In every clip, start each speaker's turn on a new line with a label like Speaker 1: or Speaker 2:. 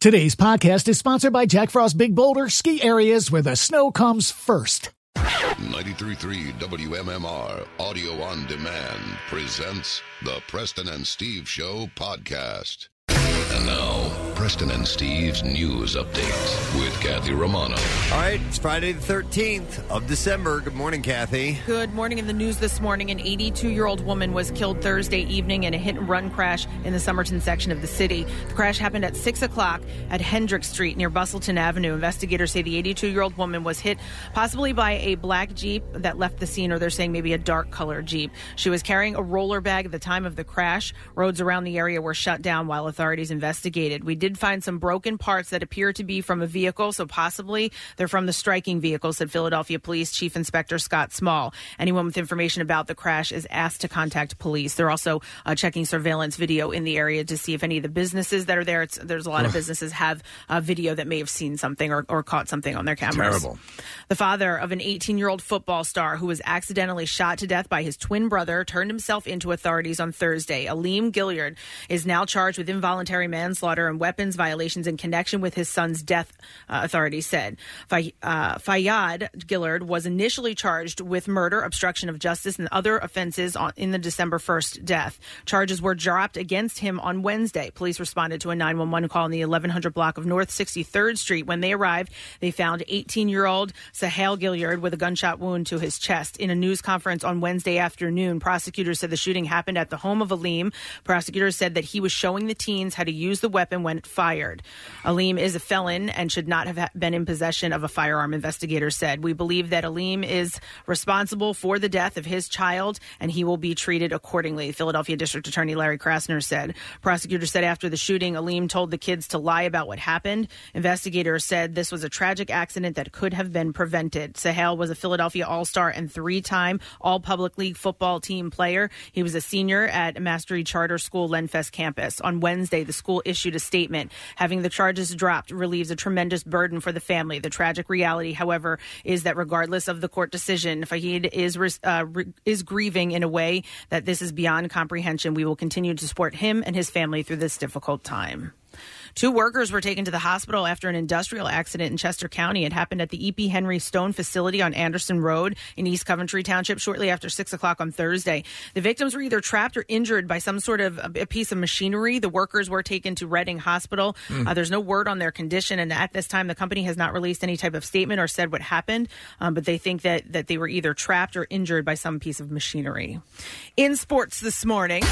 Speaker 1: Today's podcast is sponsored by Jack Frost Big Boulder Ski Areas, where the snow comes first.
Speaker 2: 933 WMMR Audio on Demand presents the Preston and Steve Show podcast. And now, Preston and Steve's news update with Kathy Romano.
Speaker 3: All right, it's Friday the 13th of December. Good morning, Kathy.
Speaker 4: Good morning. In the news this morning, an 82 year old woman was killed Thursday evening in a hit and run crash in the Somerton section of the city. The crash happened at 6 o'clock at Hendrick Street near Bustleton Avenue. Investigators say the 82 year old woman was hit possibly by a black Jeep that left the scene, or they're saying maybe a dark color Jeep. She was carrying a roller bag at the time of the crash. Roads around the area were shut down while authorities investigated. We did find some broken parts that appear to be from a vehicle, so possibly they're from the striking vehicle, said Philadelphia Police Chief Inspector Scott Small. Anyone with information about the crash is asked to contact police. They're also uh, checking surveillance video in the area to see if any of the businesses that are there, it's, there's a lot of businesses have uh, video that may have seen something or, or caught something on their cameras.
Speaker 3: Terrible.
Speaker 4: The father of an 18 year old football star who was accidentally shot to death by his twin brother turned himself into authorities on Thursday. Aleem Gilliard is now charged with involuntary manslaughter and weapons violations in connection with his son's death, uh, authorities said. Fay- uh, Fayyad Gillard was initially charged with murder, obstruction of justice, and other offenses on, in the December 1st death. Charges were dropped against him on Wednesday. Police responded to a 911 call in the 1100 block of North 63rd Street. When they arrived, they found 18 year old Sahel Gilliard with a gunshot wound to his chest. In a news conference on Wednesday afternoon, prosecutors said the shooting happened at the home of Aleem. Prosecutors said that he was showing the teens how to use the weapon when it fired. Aleem is a felon and should not have ha- been in possession of a firearm, investigators said. We believe that Aleem is responsible for the death of his child and he will be treated accordingly, Philadelphia District Attorney Larry Krasner said. Prosecutors said after the shooting, Aleem told the kids to lie about what happened. Investigators said this was a tragic accident that could have been prevented. Sahel was a Philadelphia All Star and three time All Public League football team player. He was a senior at Mastery Charter School Lenfest campus. On Wednesday, the school issued a statement. Having the charges dropped relieves a tremendous burden for the family. The tragic reality, however, is that regardless of the court decision, Fahid is, res- uh, re- is grieving in a way that this is beyond comprehension. We will continue to support him and his family through this difficult time. Two workers were taken to the hospital after an industrial accident in Chester County. It happened at the E.P. Henry Stone facility on Anderson Road in East Coventry Township shortly after 6 o'clock on Thursday. The victims were either trapped or injured by some sort of a, a piece of machinery. The workers were taken to Reading Hospital. Uh, there's no word on their condition, and at this time, the company has not released any type of statement or said what happened, um, but they think that, that they were either trapped or injured by some piece of machinery. In sports this morning.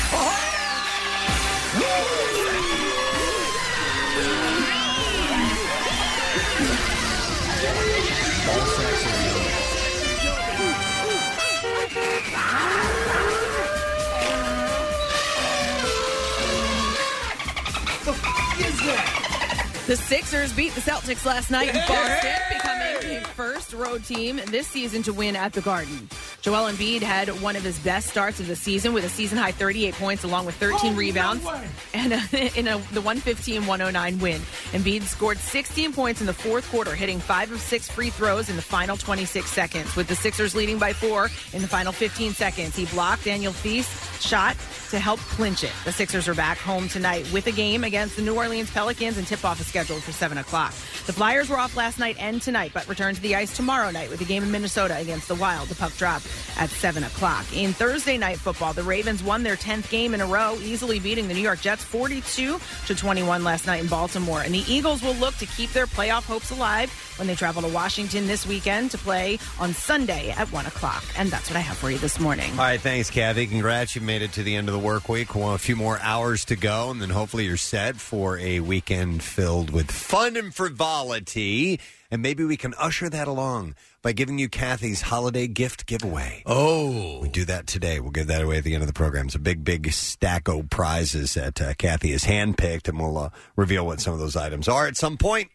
Speaker 4: The Sixers beat the Celtics last night in Boston, becoming the first road team this season to win at the Garden. Joel Embiid had one of his best starts of the season with a season high 38 points, along with 13 rebounds, and uh in a, the 115 109 win. Embiid scored 16 points in the fourth quarter, hitting five of six free throws in the final 26 seconds, with the Sixers leading by four in the final 15 seconds. He blocked Daniel Feast's shot to help clinch it. The Sixers are back home tonight with a game against the New Orleans Pelicans, and tip off is scheduled for 7 o'clock. The Flyers were off last night and tonight, but return to the ice tomorrow night with a game in Minnesota against the Wild. The puck drop at 7 o'clock. In Thursday night football, the Ravens won their 10th game in a row, easily beating the New York Jets 42 to 21 last night in Baltimore. And the Eagles will look to keep their playoff hopes alive when they travel to Washington this weekend to play on Sunday at 1 o'clock. And that's what I have for you this morning.
Speaker 3: All right, thanks, Kathy. Congrats. You made it to the end of the work week. Well, a few more hours to go, and then hopefully you're set for a weekend filled with fun and frivolity. And maybe we can usher that along by giving you Kathy's holiday gift giveaway. Oh. We do that today. We'll give that away at the end of the program. It's a big, big stack of prizes that uh, Kathy has handpicked, and we'll uh, reveal what some of those items are at some point.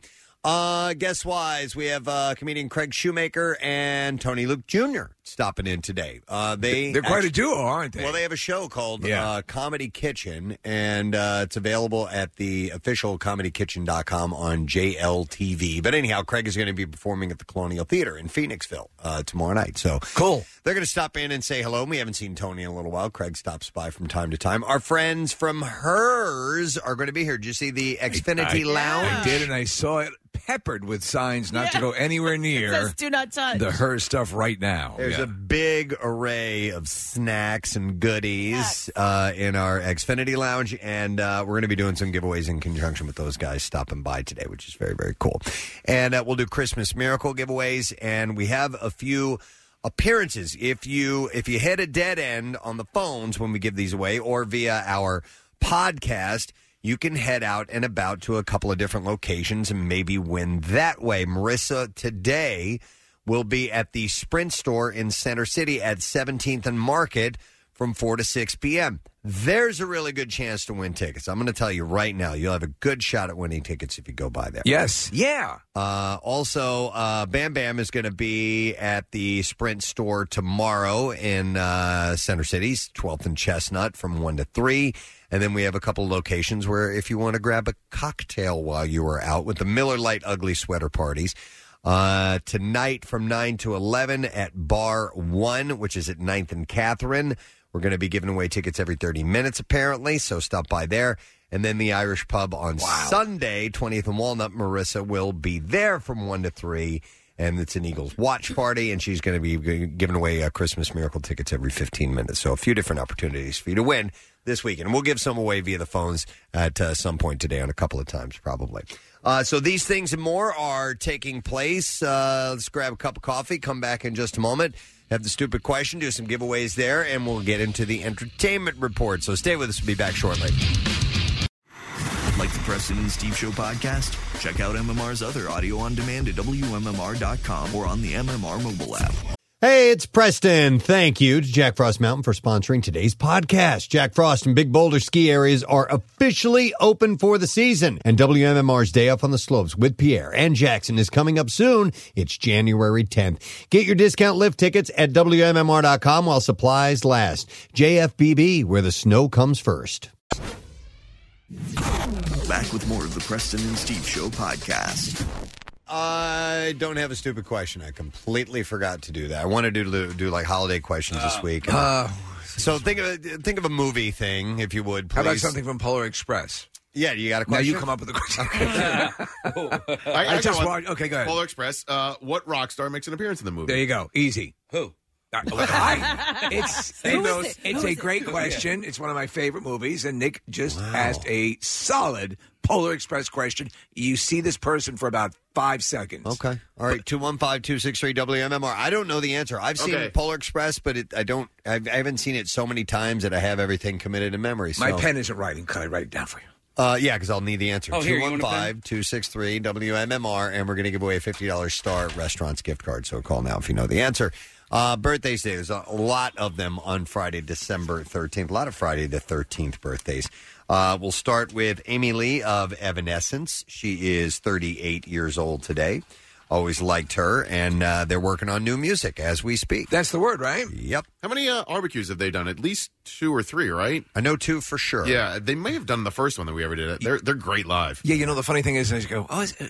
Speaker 3: Uh, guess wise, we have uh, comedian Craig Shoemaker and Tony Luke Jr. stopping in today. Uh, they
Speaker 5: They're quite a
Speaker 3: actu-
Speaker 5: duo, aren't they?
Speaker 3: Well, they have a show called
Speaker 5: Yeah.
Speaker 3: uh, Comedy Kitchen, and uh, it's available at the official comedykitchen.com on JLTV. But anyhow, Craig is going to be performing at the Colonial Theater in Phoenixville uh, tomorrow night. So
Speaker 5: cool.
Speaker 3: They're going to stop in and say hello. We haven't seen Tony in a little while. Craig stops by from time to time. Our friends from hers are going to be here. Did you see the Xfinity
Speaker 5: I,
Speaker 3: Lounge?
Speaker 5: I did, and I saw it peppered with signs not to go anywhere near
Speaker 6: Says do not touch.
Speaker 5: the her stuff right now.
Speaker 3: There's a big array of snacks and goodies uh, in our Xfinity Lounge, and uh, we're going to be doing some giveaways in conjunction with those guys stopping by today, which is very, very cool. And uh, we'll do Christmas miracle giveaways, and we have a few appearances. If you if you hit a dead end on the phones when we give these away, or via our podcast. You can head out and about to a couple of different locations and maybe win that way. Marissa today will be at the Sprint store in Center City at 17th and Market from 4 to 6 p.m. There's a really good chance to win tickets. I'm going to tell you right now, you'll have a good shot at winning tickets if you go by there.
Speaker 5: Yes. Yeah.
Speaker 3: Uh, also, uh, Bam Bam is going to be at the Sprint store tomorrow in uh, Center Cities, 12th and Chestnut from 1 to 3. And then we have a couple locations where if you want to grab a cocktail while you are out with the Miller Lite Ugly Sweater Parties. Uh, tonight from 9 to 11 at Bar 1, which is at 9th and Catherine. We're going to be giving away tickets every 30 minutes, apparently, so stop by there. And then the Irish Pub on Sunday, 20th and Walnut. Marissa will be there from 1 to 3, and it's an Eagles watch party, and she's going to be g- giving away uh, Christmas Miracle tickets every 15 minutes. So a few different opportunities for you to win this weekend. We'll give some away via the phones at uh, some point today on a couple of times, probably. Uh, so these things and more are taking place. Uh, let's grab a cup of coffee, come back in just a moment, have the stupid question, do some giveaways there, and we'll get into the entertainment report. So stay with us. We'll be back shortly.
Speaker 7: Like the Preston and Steve Show podcast? Check out MMR's other audio on demand at WMMR.com or on the MMR mobile app.
Speaker 3: Hey, it's Preston. Thank you to Jack Frost Mountain for sponsoring today's podcast. Jack Frost and Big Boulder ski areas are officially open for the season, and WMMR's Day Off on the Slopes with Pierre and Jackson is coming up soon. It's January 10th. Get your discount lift tickets at WMMR.com while supplies last. JFBB, where the snow comes first.
Speaker 7: Back with more of the Preston and Steve Show podcast.
Speaker 3: I don't have a stupid question. I completely forgot to do that. I wanted to do, do like holiday questions this week. Uh, so think of a, think of a movie thing, if you would. Please.
Speaker 5: How about something from Polar Express?
Speaker 3: Yeah, you got a
Speaker 5: Now
Speaker 3: question.
Speaker 5: you come up with a question.
Speaker 8: I,
Speaker 5: I
Speaker 8: got
Speaker 5: just
Speaker 8: one.
Speaker 5: watched- okay, go ahead.
Speaker 8: Polar Express. Uh, what rock star makes an appearance in the movie?
Speaker 5: There you go. Easy. Who? I, it's
Speaker 6: Who is
Speaker 5: it's-
Speaker 6: it?
Speaker 5: it's
Speaker 6: Who
Speaker 5: a
Speaker 6: is it?
Speaker 5: great question. It's one of my favorite movies, and Nick just asked a solid Polar Express question. You see this person for about five seconds.
Speaker 3: Okay. All right. Two one five two six three WMMR. I don't know the answer. I've seen
Speaker 8: Okay.
Speaker 3: Polar Express, but it, I don't. I've, I haven't seen it so many times that I have everything committed in memory. So.
Speaker 5: My pen isn't writing. Can I write it down for you?
Speaker 3: Uh, yeah, because I'll need the answer.
Speaker 9: Oh, here, you want a pen?
Speaker 3: 215-263 WMMR, and we're going to give away a fifty dollars Star Restaurants gift card. So call now if you know the answer. Uh, birthdays today. There's a lot of them on Friday, December thirteenth. A lot of Friday the thirteenth birthdays. Uh, we'll start with Amy Lee of Evanescence. She is 38 years old today. Always liked her, and uh, they're working on new music as we speak.
Speaker 5: That's the word, right?
Speaker 3: Yep,
Speaker 8: How many uh, barbecues have they done? At least two or three, right?
Speaker 3: I know two for sure.
Speaker 8: Yeah, they may have done the first one that we ever did. They're they're great live.
Speaker 5: Yeah, you know, the funny thing is, I just go, oh, is, uh,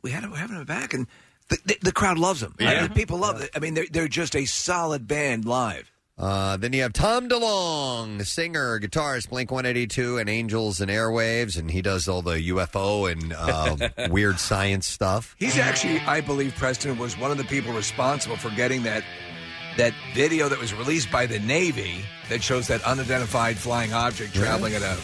Speaker 5: we had, we're having them back, and the, the, the crowd loves them.
Speaker 8: Yeah.
Speaker 5: people love it. I mean, they're, they're just a solid band live.
Speaker 3: Uh, then you have Tom DeLong, singer, guitarist, Blink 182, and Angels and Airwaves, and he does all the UFO and uh, weird science stuff.
Speaker 5: He's actually, I believe, Preston was one of the people responsible for getting that that video that was released by the Navy that shows that unidentified flying object traveling at a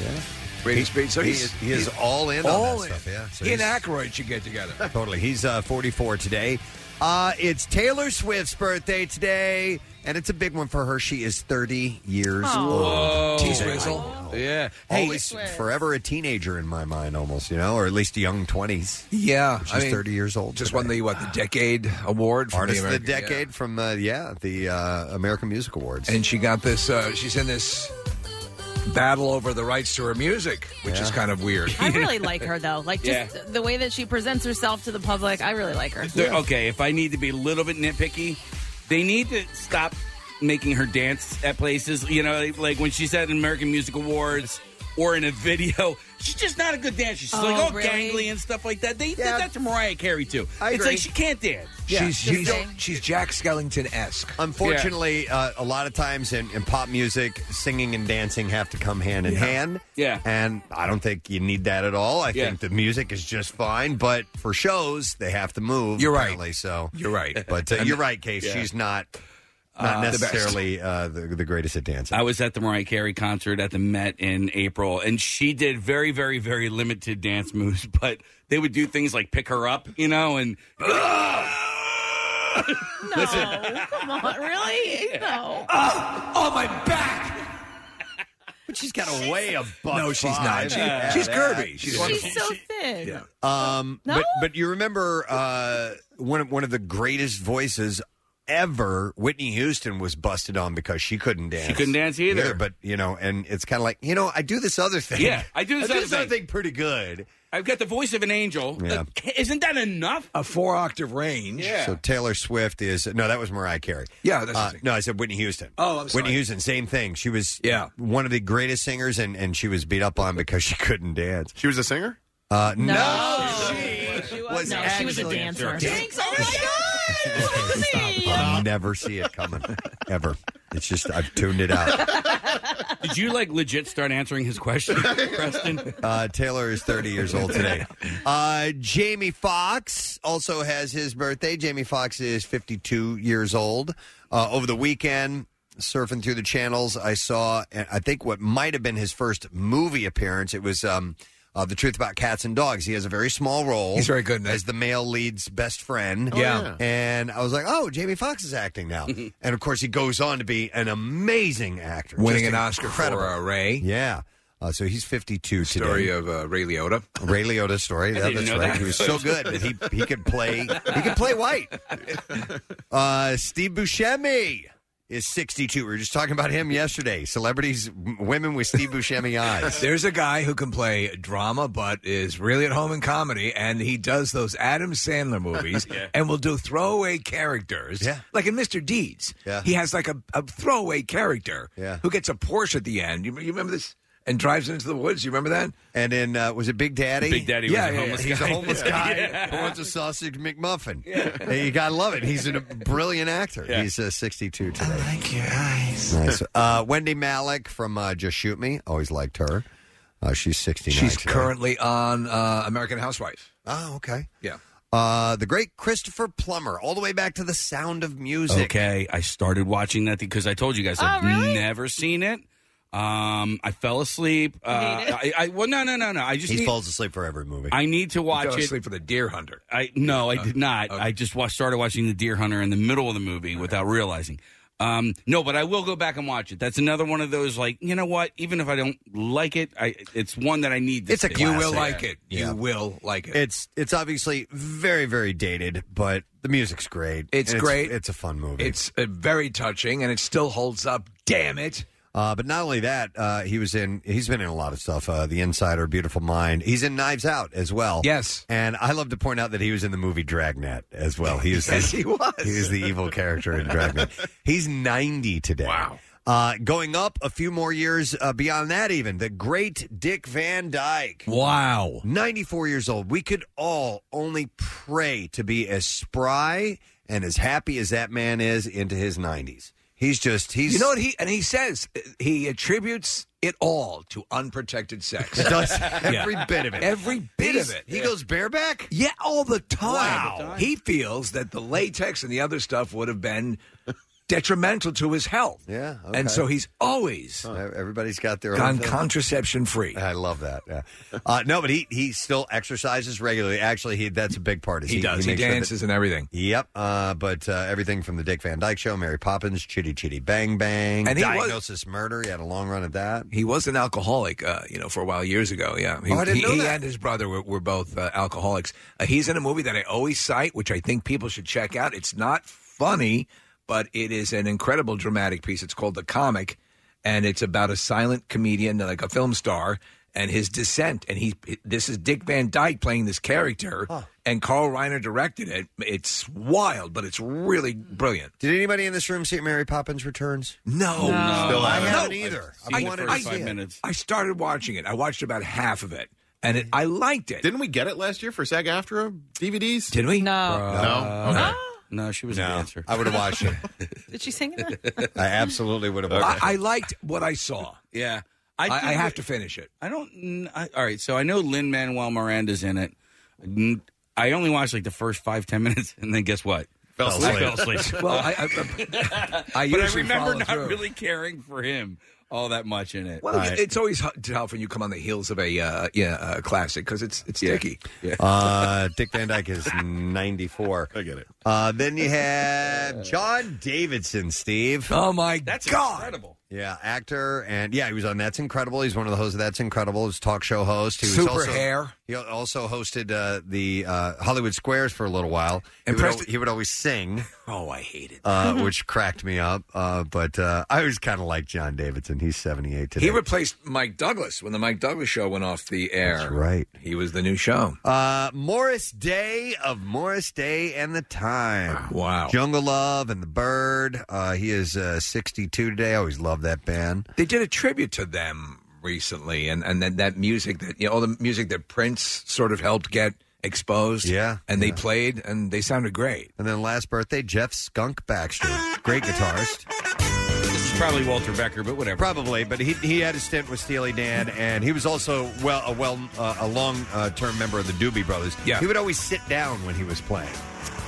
Speaker 5: rate of speed. So
Speaker 3: He
Speaker 5: he's,
Speaker 3: is, he is
Speaker 5: he's
Speaker 3: all in on
Speaker 5: all
Speaker 3: that
Speaker 5: in.
Speaker 3: stuff. Yeah, So
Speaker 5: he and
Speaker 3: he's-
Speaker 5: Aykroyd should get together.
Speaker 3: totally. He's uh, 44 today. Uh, it's Taylor Swift's birthday today, and it's a big one for her. She is 30 years old.
Speaker 5: T
Speaker 3: today.
Speaker 5: Swizzle.
Speaker 9: Yeah.
Speaker 3: Always forever a teenager in my mind, almost, you know, or at least young 20s.
Speaker 5: Yeah,
Speaker 3: She's 30 years old.
Speaker 5: Just
Speaker 3: today.
Speaker 5: won the what the decade award from
Speaker 3: Artist
Speaker 5: the
Speaker 3: of the
Speaker 5: American, yeah.
Speaker 3: decade from uh, yeah the uh, American Music Awards.
Speaker 5: and she got this. Uh, she's in this battle over the rights to her music, which is kind of weird.
Speaker 6: I really like her though. Like just
Speaker 9: Yeah.
Speaker 6: the way that she presents herself to the public, I really like her.
Speaker 9: Okay, if I need to be a little bit nitpicky, They need to stop making her dance at places. You know, like, like when she's at an American Music Awards or in a video, she's just not a good dancer. She's like
Speaker 1: Oh,
Speaker 9: all
Speaker 1: really?
Speaker 9: gangly and stuff like that. They did that to Mariah Carey too.
Speaker 3: I
Speaker 9: it's
Speaker 3: agree.
Speaker 9: like she can't dance.
Speaker 3: She's-
Speaker 9: You
Speaker 3: she's-
Speaker 9: don't-
Speaker 5: She's Jack Skellington esque.
Speaker 3: Unfortunately, uh, a lot of times in, in pop music, singing and dancing have to come hand in
Speaker 5: Yeah.
Speaker 3: hand.
Speaker 9: Yeah.
Speaker 3: And I don't think you need that at all. I
Speaker 5: Yeah.
Speaker 3: think the music is just fine, but for shows, they have to move.
Speaker 5: You're right.
Speaker 3: apparently, So
Speaker 5: You're right.
Speaker 3: But uh,
Speaker 9: And-
Speaker 3: you're right, Case.
Speaker 9: Yeah.
Speaker 3: She's not not
Speaker 9: Uh, the best.
Speaker 3: necessarily uh, the, the greatest at dancing.
Speaker 9: I was at the Mariah Carey concert at the Met in April, and she did very, very, very limited dance moves, but they would do things like pick her up, you know, and
Speaker 6: No, come on, really? No.
Speaker 5: Oh, my back!
Speaker 3: But she's got a way of
Speaker 5: No, she's not. She- she's Kirby. She's one
Speaker 6: She's so thin.
Speaker 3: Um,
Speaker 6: No?
Speaker 3: but but you remember uh, one of, one of the greatest voices ever, Whitney Houston was busted on because she couldn't dance.
Speaker 9: she couldn't dance either.
Speaker 3: but you know, and it's kind of like you know, I do this other thing.
Speaker 9: Yeah, I do this other thing.
Speaker 3: pretty good.
Speaker 9: I've got the voice of an angel.
Speaker 3: Yeah.
Speaker 9: Uh, isn't that enough?
Speaker 5: A four octave range.
Speaker 9: Yeah.
Speaker 3: So Taylor Swift is no, that was Mariah Carey.
Speaker 5: Yeah, that's
Speaker 3: Uh,
Speaker 5: the thing.
Speaker 3: no, I said Whitney Houston.
Speaker 5: Oh, I'm sorry.
Speaker 3: Whitney Houston, same thing. She was
Speaker 5: Yeah.
Speaker 3: one of the greatest singers, and and she was beat up on because she couldn't dance.
Speaker 8: She was a singer?
Speaker 3: Uh, no.
Speaker 6: She
Speaker 3: was
Speaker 6: was, no, she was a
Speaker 3: actually-
Speaker 6: dancer.
Speaker 3: Jinx,
Speaker 6: oh my God! Look at me!
Speaker 3: I'll never see it coming, ever. It's just I've tuned it out.
Speaker 9: Did you like legit start answering his question, Preston?
Speaker 3: Uh, Taylor is 30 years old today. Uh, Jamie Fox also has his birthday. Jamie Fox is 52 years old. Uh, over the weekend, surfing through the channels, I saw, uh, I think, what might have been his first movie appearance. It was um, uh, The Truth About Cats and Dogs. He has a very small role.
Speaker 5: He's very good in that.
Speaker 3: As the male lead's best friend.
Speaker 8: Oh, yeah.
Speaker 3: And I was like, oh, Jamie Fox is acting now. and of course, he goes on to be an amazing actor.
Speaker 5: Winning
Speaker 3: Just
Speaker 5: an Oscar
Speaker 3: incredible.
Speaker 5: for uh, Ray.
Speaker 3: Yeah. Uh, so he's 52
Speaker 5: Story
Speaker 3: today.
Speaker 5: of uh, Ray Liotta.
Speaker 3: Ray Liotta story. Yeah,
Speaker 9: didn't
Speaker 3: that's
Speaker 9: know
Speaker 3: right.
Speaker 9: that.
Speaker 3: He was so good that he he could play he could play white. Uh, Steve Buscemi is 62. We were just talking about him yesterday. Celebrities, m- women with Steve Buscemi eyes.
Speaker 5: There's a guy who can play drama, but is really at home in comedy, and he does those Adam Sandler movies, and will do throwaway characters.
Speaker 3: Yeah.
Speaker 5: like in Mr. Deeds.
Speaker 3: Yeah.
Speaker 5: he has like a, a throwaway character.
Speaker 3: Yeah.
Speaker 5: who gets a Porsche at the end. You, you remember this? And drives into the woods. You remember that?
Speaker 3: And then uh, was it Big Daddy?
Speaker 9: Big Daddy
Speaker 5: Yeah,
Speaker 9: was
Speaker 5: yeah,
Speaker 9: a
Speaker 3: He's
Speaker 9: homeless guy.
Speaker 3: a homeless guy who wants a sausage McMuffin. Hey, You gotta love it. He's a brilliant actor.
Speaker 9: Yeah.
Speaker 3: He's uh, 62 today. I like your eyes. Nice. Uh, Wendy Malik from uh, Just Shoot Me. Always liked her. Uh, she's 69.
Speaker 5: She's
Speaker 3: today.
Speaker 5: currently on uh, American Housewife.
Speaker 3: Oh, okay.
Speaker 5: Yeah,
Speaker 3: Uh, the great Christopher Plummer, all the way back to the Sound of Music.
Speaker 9: Okay, I started watching that because I told you guys I've
Speaker 6: Oh, really?
Speaker 9: never seen it. Um, I fell asleep. Uh, I, I well, no, no, no, no. I just
Speaker 3: He
Speaker 9: need,
Speaker 3: falls asleep for every movie.
Speaker 9: I need to
Speaker 5: I
Speaker 9: watch
Speaker 5: fell
Speaker 9: it.
Speaker 5: asleep for the Deer Hunter.
Speaker 9: I no, I did not. I just watched, started watching The Deer Hunter in the middle of the movie without realizing. Um, no, but I will go back and watch it. That's another one of those like you know what? Even if I don't like it, I it's one that I need. To
Speaker 3: It's a
Speaker 9: see.
Speaker 5: You
Speaker 3: Classic.
Speaker 5: will like it.
Speaker 3: Yeah.
Speaker 5: You will like it.
Speaker 3: it's it's obviously very very dated, but the music's great.
Speaker 5: It's
Speaker 3: And
Speaker 5: great.
Speaker 3: It's a fun movie.
Speaker 5: It's uh, very touching, and it still holds up. Damn it!
Speaker 3: uh, but not only that, uh, he was in. He's been in a lot of stuff. Uh, the Insider, Beautiful Mind. He's in Knives Out as well.
Speaker 5: Yes.
Speaker 3: And I love to point out that he was in the movie Dragnet as well. He is
Speaker 5: Yes,
Speaker 3: the,
Speaker 5: he was.
Speaker 3: He is the evil character in Dragnet. He's 90 today.
Speaker 8: Wow.
Speaker 3: Uh, going up a few more years uh, beyond that, even the great Dick Van Dyke.
Speaker 5: Wow.
Speaker 3: 94 years old. We could all only pray to be as spry and as happy as that man is into his 90s. He's just, he's.
Speaker 5: You know what he and he says uh, he attributes it all to unprotected sex.
Speaker 3: does every bit of it.
Speaker 5: Every bit
Speaker 3: He's-
Speaker 5: of it.
Speaker 3: He goes bareback?
Speaker 5: yeah, all the time.
Speaker 3: Wow.
Speaker 5: He feels that the latex and the other stuff would have been detrimental to his health.
Speaker 3: Yeah, okay. Oh,
Speaker 5: And so he's always
Speaker 3: Everybody's got their own.
Speaker 5: gone
Speaker 3: thing.
Speaker 5: contraception free.
Speaker 3: I love that. Yeah. Uh, no, but he, he still exercises regularly. Actually, he that's a big part. is
Speaker 5: He does. He,
Speaker 3: makes sure that-
Speaker 5: dances and everything.
Speaker 3: Yep, uh, but uh, everything from the Dick Van Dyke Show, Mary Poppins, Chitty Chitty Bang Bang,
Speaker 5: And he was-
Speaker 3: Diagnosis Murder. He had a long run at that.
Speaker 5: He was an alcoholic, uh, you know, for a while years ago. Yeah, he,
Speaker 3: Oh, I didn't
Speaker 5: he,
Speaker 3: know
Speaker 5: he
Speaker 3: that.
Speaker 5: and his brother were, were both uh, alcoholics. Uh, he's in a movie that I always cite, which I think people should check out. It's not funny, but it is an incredible dramatic piece. It's called The Comic, and it's about a silent comedian, like a film star, and his descent. And he this is Dick Van Dyke playing this character, and Carl Reiner directed it. It's wild, but it's really brilliant.
Speaker 3: Did anybody in this room see Mary Poppins Returns?
Speaker 5: Oh, No,
Speaker 3: No. Still haven't.
Speaker 5: No.
Speaker 3: I've seen the first five
Speaker 5: I-
Speaker 9: minutes.
Speaker 5: I started watching it. I watched about half of it, and it, I liked it.
Speaker 8: Didn't we get it last year for SAG aftra DVDs?
Speaker 5: Did uh, we?
Speaker 6: No.
Speaker 8: No. Okay.
Speaker 9: No, she was
Speaker 3: no, dancer. I would have watched it.
Speaker 6: Did she sing it?
Speaker 3: I absolutely would have
Speaker 5: I,
Speaker 3: watched
Speaker 5: I liked what I saw.
Speaker 9: Yeah.
Speaker 5: I, I
Speaker 9: think
Speaker 5: have
Speaker 9: that-
Speaker 5: to finish it.
Speaker 9: I don't. kn- I, all right, so I know Lin Manuel Miranda's in it. N- I only watched like the first five ten minutes, and then guess what?
Speaker 8: Fell
Speaker 9: I
Speaker 8: asleep.
Speaker 9: fell asleep.
Speaker 5: Well, I, I, I
Speaker 9: but I
Speaker 5: usually
Speaker 9: remember
Speaker 5: follow
Speaker 9: not
Speaker 5: through.
Speaker 9: really caring for him all that much in it.
Speaker 5: Well, it's always hard to tell when you come on the heels of a uh, yeah uh, classic because it's it's sticky.
Speaker 3: it. Uh, Dick Van Dyke is 94. I get it. Uh, then you have John Davidson, Steve.
Speaker 5: Oh my
Speaker 9: That's
Speaker 5: god!
Speaker 9: incredible.
Speaker 3: Yeah, actor. And yeah, he was on That's Incredible. He's one of the hosts of That's Incredible. He's a talk show host. He was
Speaker 5: Super
Speaker 3: also,
Speaker 5: hair.
Speaker 3: He also hosted uh, the uh, Hollywood Squares for a little while. He
Speaker 5: And
Speaker 3: would, al-
Speaker 5: Preston-
Speaker 3: he would always sing.
Speaker 5: Oh, I hate it.
Speaker 3: uh, which cracked me up. Uh, but uh, I was kind of like John Davidson. He's 78 today.
Speaker 5: He replaced Mike Douglas when the Mike Douglas show went off the air.
Speaker 3: That's right.
Speaker 5: He was the new show.
Speaker 3: Uh, Morris Day of Morris Day and the Time.
Speaker 5: Ah, Wow.
Speaker 3: Jungle Love and the Bird. Uh, he is uh, 62 today. I always love that band.
Speaker 5: They did a tribute to them recently, and and then that music that you know all the music that Prince sort of helped get exposed.
Speaker 3: Yeah,
Speaker 5: and they played, and they sounded great.
Speaker 3: And then last birthday, Jeff Skunk Baxter. Great guitarist.
Speaker 9: This is probably Walter Becker, but whatever.
Speaker 3: Probably, but he, he had a stint with Steely Dan, and he was also well a well uh, a long uh, term member of the Doobie Brothers.
Speaker 5: Yeah.
Speaker 3: he would always sit down when he was playing,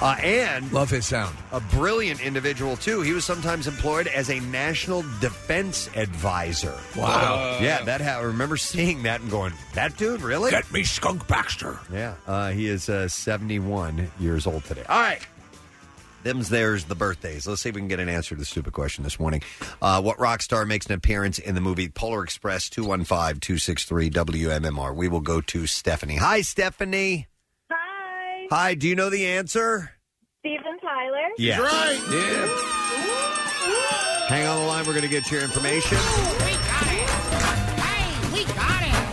Speaker 3: uh, and
Speaker 5: Love his sound.
Speaker 3: a brilliant individual too. He was sometimes employed as a national defense advisor. Uh,
Speaker 5: Wow.
Speaker 3: yeah, that ha- I remember seeing that and going, "That dude, really?"
Speaker 5: Get me Skunk Baxter.
Speaker 3: Yeah, uh, he is uh, 71 years old today. All right. Them's there's the birthdays. Let's see if we can get an answer to the stupid question this morning. Uh, what rock star makes an appearance in the movie Polar Express 215 263 WMMR? We will go to Stephanie. Hi, Stephanie.
Speaker 1: Hi,
Speaker 3: Hi, do you know the answer?
Speaker 1: Steven Tyler.
Speaker 3: Yes.
Speaker 5: Yeah.
Speaker 3: Hang on the line. We're going to get your information.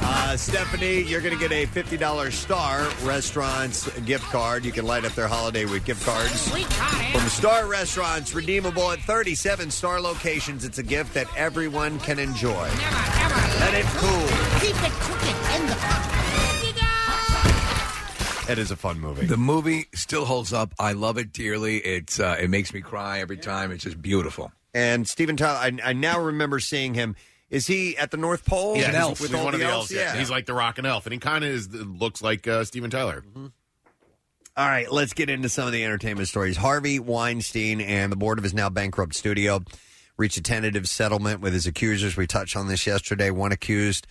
Speaker 3: Uh, Stephanie, you're going to get a $50 Star Restaurants gift card. You can light up their holiday with gift cards from Star Restaurants, redeemable at 37 Star locations. It's a gift that everyone can enjoy. Let it cool. It is a fun movie.
Speaker 5: The movie still holds up. I love it dearly. It's uh, it makes me cry every time. It's just beautiful.
Speaker 3: And Steven Tyler, I, I now remember seeing him. Is he at the North Pole?
Speaker 8: Yeah,
Speaker 3: With-
Speaker 8: he's,
Speaker 3: With
Speaker 8: he's
Speaker 3: all
Speaker 8: one
Speaker 3: the
Speaker 8: of the elves.
Speaker 3: elves?
Speaker 8: Yeah. He's like the rockin' elf, and he kind of is looks like uh, Steven Tyler.
Speaker 3: All right, let's get into some of the entertainment stories. Harvey Weinstein and the board of his now bankrupt studio reached a tentative settlement with his accusers. We touched on this yesterday. One accused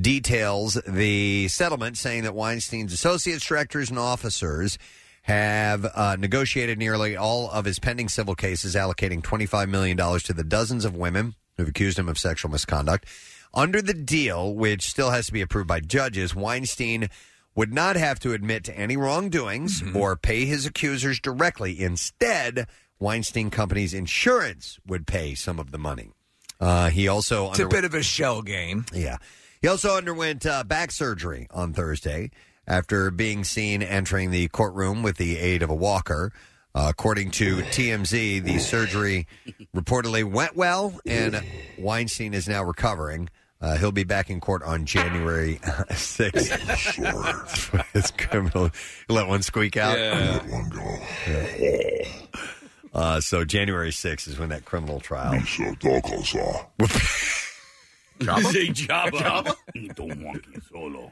Speaker 3: details the settlement, saying that Weinstein's associates, directors, and officers have uh, negotiated nearly all of his pending civil cases, allocating $25 million to the dozens of women who've accused him of sexual misconduct. Under the deal, which still has to be approved by judges, Weinstein would not have to admit to any wrongdoings or pay his accusers directly. Instead, Weinstein Company's insurance would pay some of the money. Uh, he also
Speaker 5: It's a
Speaker 3: underwent-
Speaker 5: bit of a shell game.
Speaker 3: yeah. He also underwent uh, back surgery on Thursday after being seen entering the courtroom with the aid of a walker. Uh, according to TMZ, the surgery reportedly went well, and Weinstein is now recovering. Uh, he'll be back in court on January 6th. sure. It's criminal. Let one squeak out.
Speaker 9: Yeah.
Speaker 3: Uh, so January 6th is when that criminal trial.
Speaker 9: Say Jabba. Don't monkey solo.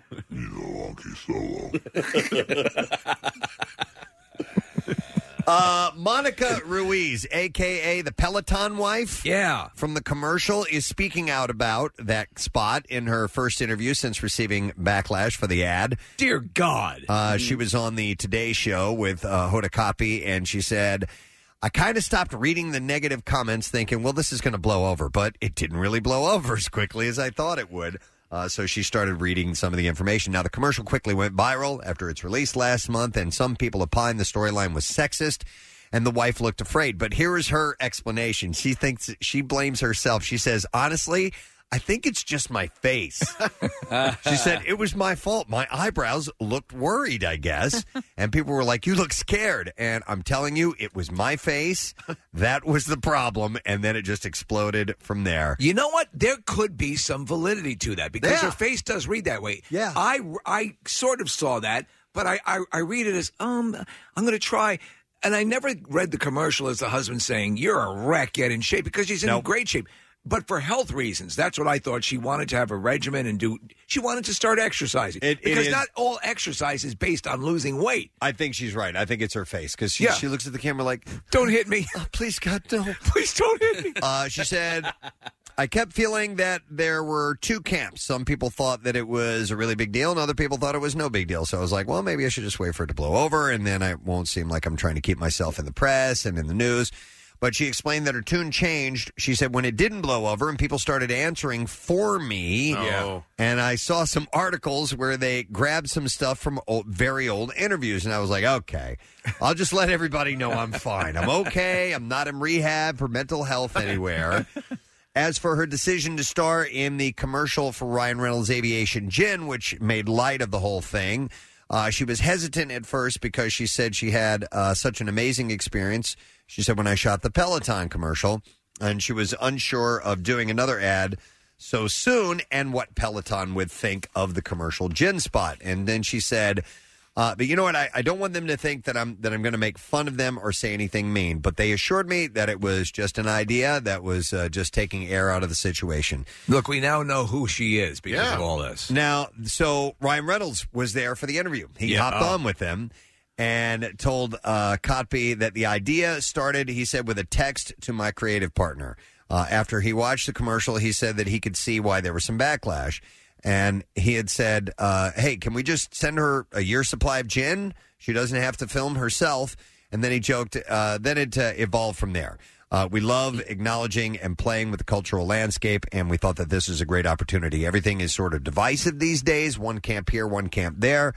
Speaker 3: Uh, Monica Ruiz, a.k.a. the Peloton wife.
Speaker 5: Yeah.
Speaker 3: from the commercial is speaking out about that spot in her first interview since receiving backlash for the ad.
Speaker 5: Dear God.
Speaker 3: Uh, She was on the Today Show with uh, Hoda Kotb, and she said, "I kind of stopped reading the negative comments, thinking, well, this is going to blow over, but it didn't really blow over as quickly as I thought it would." Uh, so she started reading some of the information. Now the commercial quickly went viral after its release last month, and some people opined the storyline was sexist. And the wife looked afraid. But here is her explanation. She thinks she blames herself. She says, honestly, I think it's just my face. she said, It was my fault. My eyebrows looked worried, I guess. And people were like, You look scared. And I'm telling you, it was my face. That was the problem. And then it just exploded from there.
Speaker 5: You know what? There could be some validity to that because your face does read that way. Yeah. I, I sort of saw that, but I, I, I read it as, um, I'm going to try. And I never read the commercial as the husband saying, You're a wreck, get in shape, because she's in great shape. But for health reasons, that's what I thought. She wanted to have a regimen and do, she wanted to start exercising. because
Speaker 3: is-
Speaker 5: not all exercise is based on losing weight.
Speaker 3: I think she's right. I think it's her face because she,
Speaker 5: Yeah.
Speaker 3: she looks at the camera like,
Speaker 5: Don't hit me.
Speaker 3: please, God, no.
Speaker 5: Please don't hit me.
Speaker 3: Uh, she said, I kept feeling that there were two camps. Some people thought that it was a really big deal, and other people thought it was no big deal. So I was like, well, maybe I should just wait for it to blow over, and then I won't seem like I'm trying to keep myself in the press and in the news. But she explained that her tune changed. She said when it didn't blow over and people started answering for me,
Speaker 8: Yeah.
Speaker 3: Oh. and I saw some articles where they grabbed some stuff from old, very old interviews, and I was like, okay, I'll just let everybody know I'm fine. I'm okay. I'm not in rehab for mental health anywhere. As for her decision to star in the commercial for Ryan Reynolds Aviation Gin, which made light of the whole thing, uh, she was hesitant at first because she said she had uh, such an amazing experience. She said, when I shot the Peloton commercial, and she was unsure of doing another ad so soon and what Peloton would think of the commercial gin spot. And then she said, uh, but you know what? I, I don't want them to think that I'm that I'm going to make fun of them or say anything mean. But they assured me that it was just an idea that was uh, just taking air out of the situation.
Speaker 5: Look, we now know who she is because of all this.
Speaker 3: Now, Uh, so Ryan Reynolds was there for the interview. He
Speaker 5: Yeah.
Speaker 3: hopped on with them and told uh, Kotb that the idea started, he said, with a text to my creative partner. Uh, after he watched the commercial, he said that he could see why there was some backlash. And he had said, uh, hey, can we just send her a year supply of gin? She doesn't have to film herself. And then he joked, uh, then it uh, evolved from there. Uh, we love acknowledging and playing with the cultural landscape, and we thought that this is a great opportunity. Everything is sort of divisive these days one camp here, one camp there.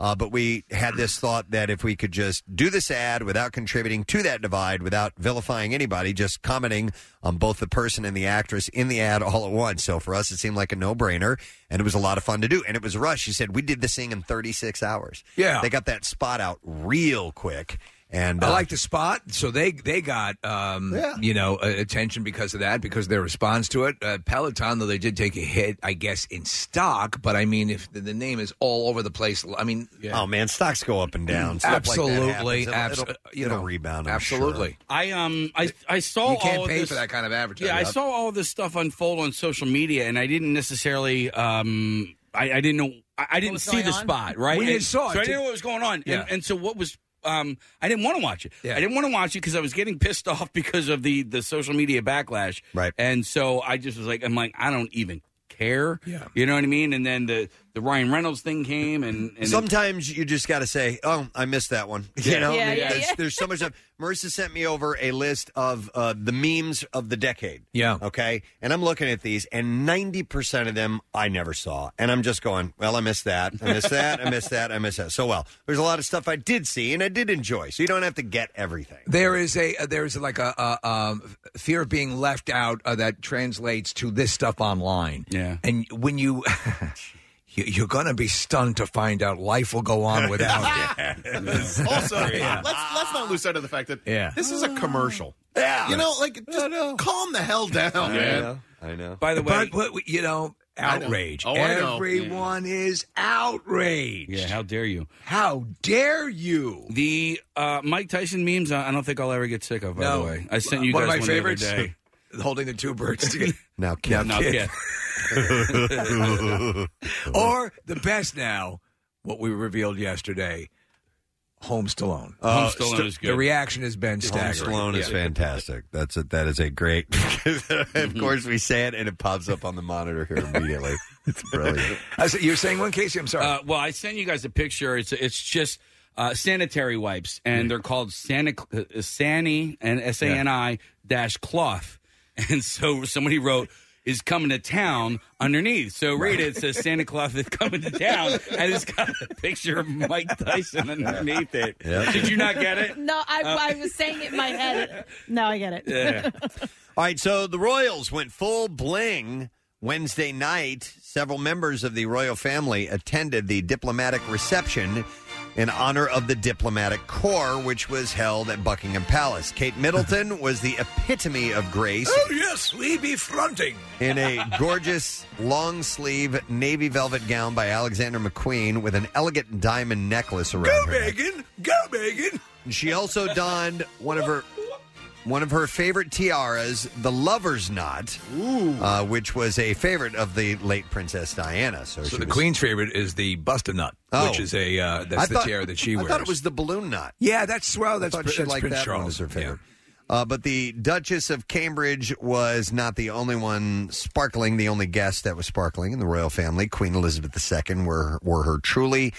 Speaker 3: Uh, but we had this thought that if we could just do this ad without contributing to that divide, without vilifying anybody, just commenting on both the person and the actress in the ad all at once. So for us, it seemed like a no brainer, and it was a lot of fun to do. And it was a rush. She said, We did this thing in 36 hours.
Speaker 5: Yeah.
Speaker 3: They got that spot out real quick. And
Speaker 5: I
Speaker 3: uh,
Speaker 5: like the spot, so they they got um, you know uh, attention because of that, because of their response to it. Uh, Peloton, though, they did take a hit, I guess, in stock. But I mean, if the, the name is all over the place, I mean,
Speaker 3: oh man, stocks go up and down. Stuff like that
Speaker 5: absolutely,
Speaker 3: happens. It'll-
Speaker 5: abs- uh,
Speaker 3: it'll-
Speaker 5: you
Speaker 3: it'll
Speaker 5: know,
Speaker 3: rebound, I'm
Speaker 5: absolutely.
Speaker 9: I um I I saw
Speaker 5: You can't
Speaker 9: all of
Speaker 5: pay
Speaker 9: this-
Speaker 5: for that kind of advertising.
Speaker 9: Yeah, I saw all this stuff unfold on social media, and I didn't necessarily um I, I didn't know I, I didn't
Speaker 5: was
Speaker 9: see
Speaker 5: going
Speaker 9: the
Speaker 5: on?
Speaker 9: spot right.
Speaker 5: We
Speaker 9: And
Speaker 5: didn't saw it,
Speaker 9: so I
Speaker 5: too.
Speaker 9: didn't know what was going on,
Speaker 5: Yeah.
Speaker 9: and, and so what was. Um, I didn't want to watch it.
Speaker 5: Yeah.
Speaker 9: I didn't want to watch it because I was getting pissed off because of the the social media backlash.
Speaker 3: Right.
Speaker 9: And so I just was like, I'm like, I don't even care.
Speaker 5: Yeah.
Speaker 9: You know what I mean? And then the the Ryan Reynolds thing came, and, and
Speaker 3: Sometimes you just got to say, "Oh, I missed that one." You
Speaker 9: Yeah.
Speaker 3: know,
Speaker 9: Yeah,
Speaker 3: There-
Speaker 9: yeah,
Speaker 3: there's,
Speaker 9: yeah.
Speaker 3: there's so much stuff. Marissa sent me over a list of uh, the memes of the decade.
Speaker 5: Yeah.
Speaker 3: Okay, and I'm looking at these, and 90 percent of them I never saw, and I'm just going, "Well, I missed that. I missed that. I missed that. I missed that." So well, there's a lot of stuff I did see and I did enjoy, so you don't have to get everything.
Speaker 5: There is a uh, there is like a, uh um, fear of being left out uh, that translates to this stuff online.
Speaker 9: Yeah.
Speaker 5: and when you. you- You're gonna be stunned to find out life will go on without you.
Speaker 8: also, let's let's not lose sight of the fact that
Speaker 5: Yeah.
Speaker 8: this is a commercial.
Speaker 3: Yeah,
Speaker 8: You know, like just calm the hell down, man.
Speaker 3: I know.
Speaker 9: by the way,
Speaker 5: But, but you know,
Speaker 8: know.
Speaker 5: outrage.
Speaker 8: Oh, I know.
Speaker 5: Everyone is outraged.
Speaker 9: yeah, how dare you?
Speaker 5: How dare you?
Speaker 9: The uh, Mike Tyson memes, I I don't think I'll ever get sick of. By
Speaker 5: No.
Speaker 9: the way, I sent you
Speaker 5: one
Speaker 9: guys
Speaker 5: of my
Speaker 9: one
Speaker 5: favorites.
Speaker 9: the other day.
Speaker 5: Holding the two birds together.
Speaker 3: Now, Kim.
Speaker 9: No,
Speaker 5: Kid.
Speaker 9: yeah.
Speaker 5: or the best now, what we revealed yesterday, Holmes Stallone. Uh,
Speaker 9: Home Stallone is
Speaker 5: The
Speaker 9: good.
Speaker 5: reaction has been staggering.
Speaker 3: Uh, Stallone is fantastic. That's a, that is a great. of course, we say it and it pops up on the monitor here immediately. it's brilliant.
Speaker 5: I said, you were saying one, Casey? I'm sorry.
Speaker 9: uh, well, I sent you guys a picture. It's it's just uh, sanitary wipes, and they're called Sani, uh, Sani and S A N I dash cloth. And so somebody wrote. Is coming to town underneath. So read it. It says Santa Claus is coming to town, and it's got a picture of Mike Tyson underneath it.
Speaker 3: Yeah.
Speaker 9: Did you not get it?
Speaker 4: No, I, I was saying it in my head. Now I get it.
Speaker 3: All right, so the Royals went full bling Wednesday night, several members of the royal family attended the diplomatic reception in honor of the diplomatic corps, which was held at Buckingham Palace. Kate Middleton was the epitome of grace
Speaker 5: Oh, yes, we be fronting.
Speaker 3: in a gorgeous long sleeve navy velvet gown by Alexander McQueen with an elegant diamond necklace around her. neck.
Speaker 5: Megan, go, Megan.
Speaker 3: And She also donned one of her one of her favorite tiaras, the lover's knot, uh, which was a favorite of the late Princess Diana. So,
Speaker 5: So
Speaker 3: she
Speaker 5: the
Speaker 3: was- Oh.
Speaker 5: queen's favorite is the bust a nut, which is a uh, that's
Speaker 3: I
Speaker 5: the
Speaker 3: thought-
Speaker 5: tiara that she
Speaker 3: I
Speaker 5: wears.
Speaker 3: thought it was the balloon knot.
Speaker 5: yeah, that's well, that's,
Speaker 3: I thought she
Speaker 5: that's
Speaker 3: liked
Speaker 5: Prince
Speaker 3: that
Speaker 5: Charles.
Speaker 3: one as her favorite. Uh, but the Duchess of Cambridge was not the only one sparkling, the only guest that was sparkling in the royal family. Queen Elizabeth II were, were her truly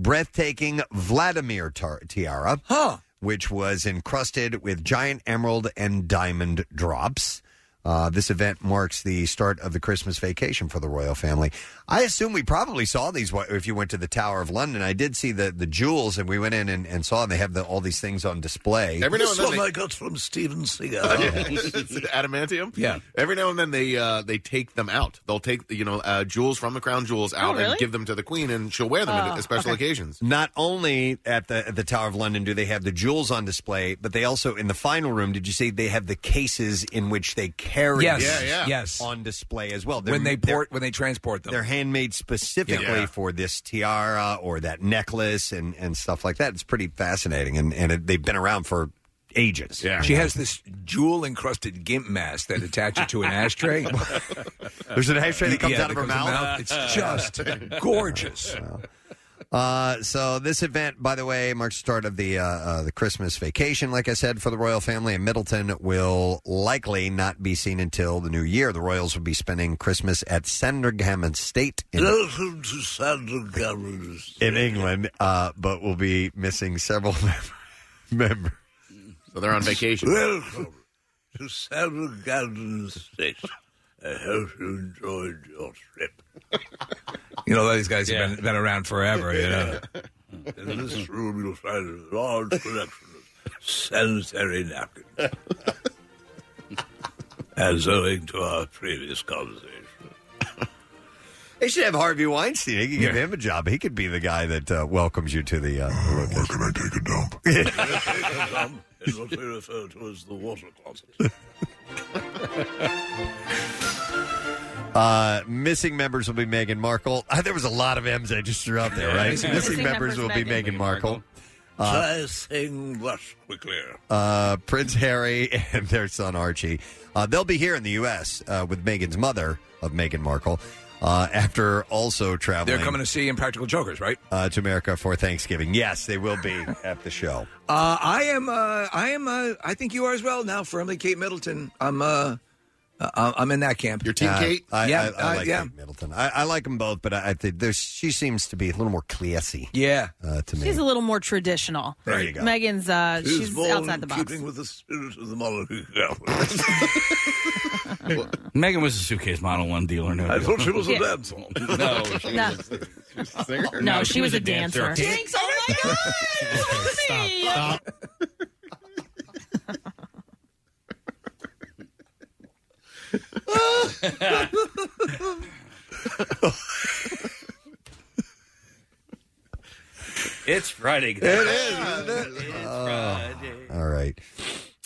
Speaker 3: breathtaking Vladimir tar- tiara, which was encrusted with giant emerald and diamond drops. Uh, this event marks the start of the Christmas vacation for the royal family. I assume we probably saw these wa- if you went to the Tower of London. I did see the, the jewels, and we went in and, and saw them. They have the, all these things on display.
Speaker 5: this one I got from Steven Seagal.
Speaker 8: it's adamantium.
Speaker 5: Yeah.
Speaker 8: Every now and then they uh, they take them out. They'll take you know uh, jewels from the crown jewels out
Speaker 3: Oh, really?
Speaker 8: and give them to the queen, and she'll wear them
Speaker 3: Oh,
Speaker 8: at special
Speaker 3: okay.
Speaker 8: occasions.
Speaker 3: Not only at the at the Tower of London do they have the jewels on display, but they also in the final room. Did you see they have the cases in which they carry?
Speaker 5: Yes,
Speaker 3: them
Speaker 5: Yeah, yeah. yes.
Speaker 3: on display as well.
Speaker 5: When they
Speaker 3: port,
Speaker 5: when they transport them,
Speaker 3: they're handmade specifically
Speaker 5: Yeah.
Speaker 3: for this tiara or that necklace and and stuff like that. It's pretty fascinating, and and it, they've been around for ages. Yeah,
Speaker 5: She has this jewel encrusted gimp mask that attaches to an ashtray.
Speaker 3: There's an ashtray that comes
Speaker 5: Yeah,
Speaker 3: out of her
Speaker 5: comes
Speaker 3: mouth.
Speaker 5: It's just gorgeous.
Speaker 3: Uh, so this event, by the way, marks the start of the uh, uh, the Christmas vacation. Like I said, for the royal family, and Middleton will likely not be seen until the new year. The royals will be spending Christmas at Sandringham Estate in,
Speaker 5: Welcome to Sandringham.
Speaker 3: in England, uh, but will be missing several members.
Speaker 8: So they're on vacation.
Speaker 5: Welcome to Sandringham Estate. I hope you enjoyed your trip. You know, these guys have been, been around forever, you know. In this room, you'll find a large collection of sanitary napkins. As owing to our previous conversation.
Speaker 3: They should have Harvey Weinstein. They could give him a job. He could be the guy that uh, welcomes you to the. Uh, Where can I take a dump?
Speaker 5: is what we refer to as the water closet.
Speaker 3: Uh, missing members will be Meghan Markle. Uh, there was a lot of M's I just threw out there,
Speaker 5: Yeah,
Speaker 3: right?
Speaker 5: missing
Speaker 3: Missing, members,
Speaker 5: members
Speaker 3: will
Speaker 5: Meghan.
Speaker 3: be Meghan
Speaker 5: Meghan
Speaker 3: Markle. Uh,
Speaker 5: Try saying that quickly.
Speaker 3: uh, Prince Harry and their son Archie. Uh, they'll be here in the U.S. Uh, with Meghan's mother of Meghan Markle uh, after also traveling
Speaker 5: They're coming to see Impractical Jokers, right?
Speaker 3: uh, to America for Thanksgiving. Yes, they will be at the show.
Speaker 5: Uh, I am. Uh, I am. Uh, I think you are as well. Now, firmly, Kate Middleton. I'm. Uh, uh, I'm in that camp. Your
Speaker 3: Uh, I,
Speaker 5: yeah.
Speaker 3: I, I
Speaker 5: uh,
Speaker 3: like
Speaker 5: yeah.
Speaker 3: Kate Middleton. I, I like them both, but I, I think there's- she seems to be a little more classy.
Speaker 5: Yeah,
Speaker 3: uh, to me.
Speaker 6: She's a little more traditional.
Speaker 3: There you go.
Speaker 6: Megan's uh,
Speaker 3: She's
Speaker 6: she's
Speaker 3: born
Speaker 6: outside the box.
Speaker 5: with the spirit of the monarchy.
Speaker 9: Megan was a suitcase model, one deal or no.
Speaker 5: I
Speaker 9: deal.
Speaker 5: thought she was a
Speaker 9: Yeah.
Speaker 5: dancer.
Speaker 9: No, she
Speaker 6: No.
Speaker 9: was a singer.
Speaker 6: No, she was a dancer. Jinx, oh my God!
Speaker 9: Stop,
Speaker 6: stop.
Speaker 9: It's Friday. guys.
Speaker 3: It is,
Speaker 9: It's Friday.
Speaker 3: All right.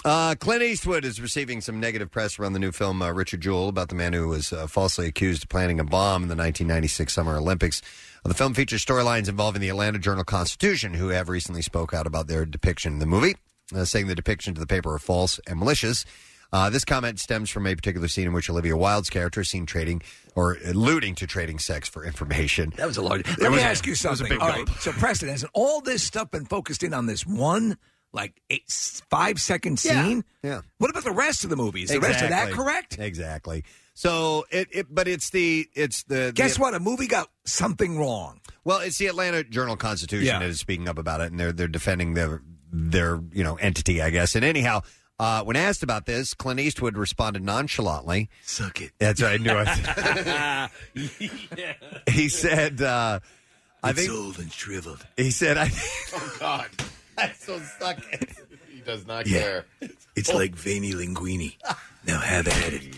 Speaker 3: Uh, Clint Eastwood is receiving some negative press around the new film uh, Richard Jewell about the man who was uh, falsely accused of planning a bomb in the 1996 Summer Olympics. Uh, the film features storylines involving the Atlanta Journal Constitution, who have recently spoke out about their depiction in the movie, uh, saying the depiction to the paper are false and malicious. Uh, this comment stems from a particular scene in which Olivia Wilde's character is seen trading or alluding to trading sex for information.
Speaker 5: That was a large.
Speaker 3: It
Speaker 5: Let me
Speaker 3: was a-
Speaker 5: ask you
Speaker 3: it was a
Speaker 5: something.
Speaker 3: big
Speaker 5: All
Speaker 3: gulp.
Speaker 5: right. So, Preston, has all this stuff been focused in on this one, like eight, five second
Speaker 3: Yeah.
Speaker 5: scene?
Speaker 3: Yeah.
Speaker 5: What about the rest of the movie? Is the rest of that
Speaker 3: Exactly.
Speaker 5: correct?
Speaker 3: Exactly. So it, it but it's the it's the
Speaker 5: Guess
Speaker 3: the-
Speaker 5: what? A movie got something wrong.
Speaker 3: Well, it's the Atlanta Journal Constitution that is speaking up about it, and they're they're defending their their you know entity, I guess. And anyhow, uh, when asked about this, Clint Eastwood responded nonchalantly,
Speaker 5: "Suck it."
Speaker 3: That's right. I knew it.
Speaker 9: yeah.
Speaker 3: he said, uh, "I
Speaker 5: It's
Speaker 3: think."
Speaker 5: old and shriveled.
Speaker 3: He said, "I."
Speaker 8: Oh God, I so suck. it. He does not
Speaker 5: Yeah.
Speaker 8: care.
Speaker 5: It's like veiny linguini. Now have at it.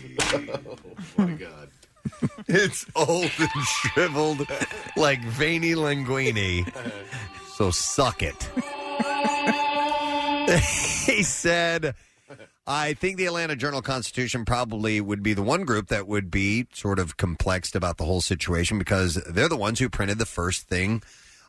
Speaker 8: Oh my God.
Speaker 3: it's old and shriveled like veiny linguini. So suck it. he said, I think the Atlanta Journal Constitution probably would be the one group that would be sort of complexed about the whole situation because they're the ones who printed the first thing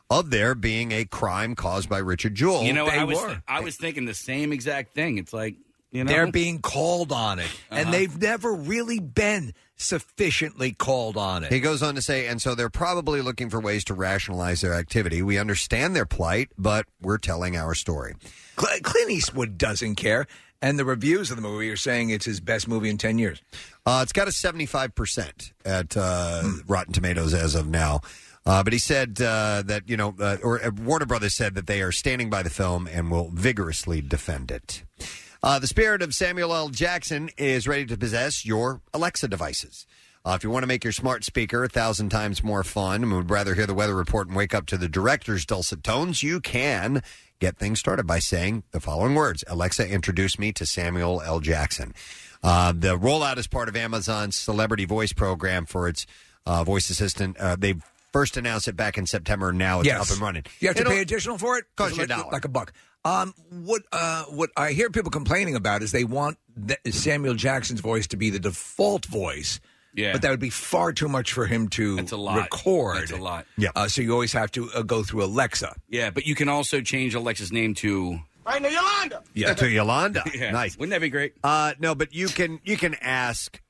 Speaker 3: of there being a crime caused by Richard Jewell.
Speaker 9: you know, I was I was thinking the same exact thing. It's like you know
Speaker 5: They're being called on it, and
Speaker 9: Uh-huh.
Speaker 5: they've never really been sufficiently called on it.
Speaker 3: He goes on to say, and so they're probably looking for ways to rationalize their activity. We understand their plight, but we're telling our story.
Speaker 5: Cl- Clint Eastwood doesn't care, and the reviews of the movie are saying it's his best movie in ten years.
Speaker 3: Uh, it's got a 75% at uh, Rotten Tomatoes as of now. Uh, but he said uh, that, you know, uh, or uh, Warner Brothers said that they are standing by the film and will vigorously defend it. Uh, the spirit of Samuel L. Jackson is ready to possess your Alexa devices. Uh, if you want to make your smart speaker a thousand times more fun and would rather hear the weather report and wake up to the director's dulcet tones, you can get things started by saying the following words Alexa, introduce me to Samuel L. Jackson. Uh, the rollout is part of Amazon's celebrity voice program for its uh, voice assistant. Uh, they first announced it back in September, and now Oh, it's
Speaker 5: Yes.
Speaker 3: up and running.
Speaker 5: You have to
Speaker 3: It'll-
Speaker 5: pay additional for it.
Speaker 3: Costs you a
Speaker 5: Like-
Speaker 3: dollar.
Speaker 5: like a buck. Um, what uh, what I hear people complaining about is they want the, Samuel Jackson's voice to be the default voice.
Speaker 9: Yeah.
Speaker 5: but that would be far too much for him to record.
Speaker 9: That's a lot.
Speaker 3: Yeah.
Speaker 5: Uh, so you always have to uh, go through Alexa.
Speaker 9: Yeah, but you can also change Alexa's name to
Speaker 10: Right now, Yolanda.
Speaker 3: Yeah. To Yolanda.
Speaker 9: Yeah.
Speaker 3: Nice.
Speaker 9: Wouldn't that be great?
Speaker 3: Uh, no, but you can you can ask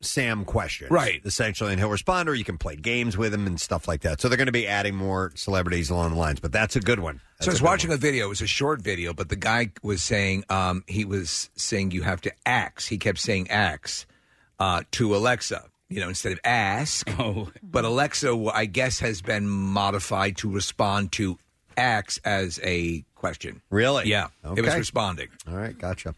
Speaker 3: Sam questions,
Speaker 9: Right.
Speaker 3: Essentially, and he'll respond, or you can play games with him and stuff like that. So they're going to be adding more celebrities along the lines, but that's a good one.
Speaker 5: so I was watching a video. It was a short video, but the guy was saying um, he was saying you have to ax. He kept saying ax uh, to Alexa, you know, instead of ask.
Speaker 9: Oh,
Speaker 5: but Alexa, I guess, has been modified to respond to ax as a question.
Speaker 3: Really?
Speaker 5: Yeah, it was
Speaker 3: Okay.
Speaker 5: responding.
Speaker 3: All right, gotcha.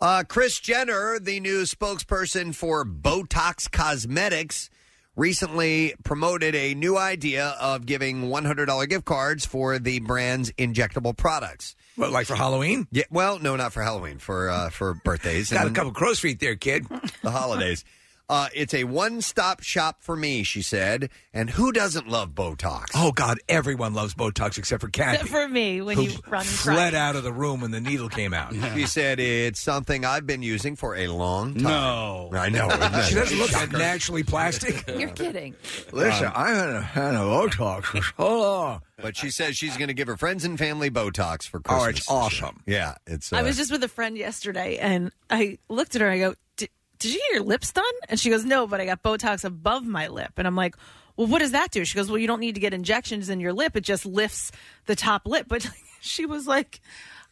Speaker 3: Uh, Chris Jenner, the new spokesperson for Botox Cosmetics, recently promoted a new idea of giving $100 gift cards for the brand's injectable products.
Speaker 5: Well, like for Halloween?
Speaker 3: Yeah. Well, no, not for Halloween. For uh, for birthdays.
Speaker 5: Got a couple crow's feet there, kid.
Speaker 3: The holidays. Uh, it's a one-stop shop for me, she said. And who doesn't love Botox?
Speaker 5: Oh God, everyone loves Botox except for Kathy.
Speaker 4: Except for me when
Speaker 5: who
Speaker 4: you run and cry.
Speaker 5: fled out of the room when the needle came out.
Speaker 3: She said it's something I've been using for a long time.
Speaker 5: No.
Speaker 3: I know. isn't that
Speaker 5: She doesn't look that
Speaker 3: shocker?
Speaker 5: naturally plastic. Um,
Speaker 4: You're kidding.
Speaker 3: Listen,
Speaker 5: I'm gonna had a Botox for so long.
Speaker 3: But she says she's going to give her friends and family Botox for Christmas.
Speaker 5: Oh, it's awesome.
Speaker 3: Yeah, it's. Uh,
Speaker 4: I was just with a friend yesterday, and I looked at her. I go, "Did did you get your lips done?" And she goes, "No, but I got Botox above my lip." And I'm like, "Well, what does that do?" She goes, "Well, you don't need to get injections in your lip. It just lifts the top lip." But she was like.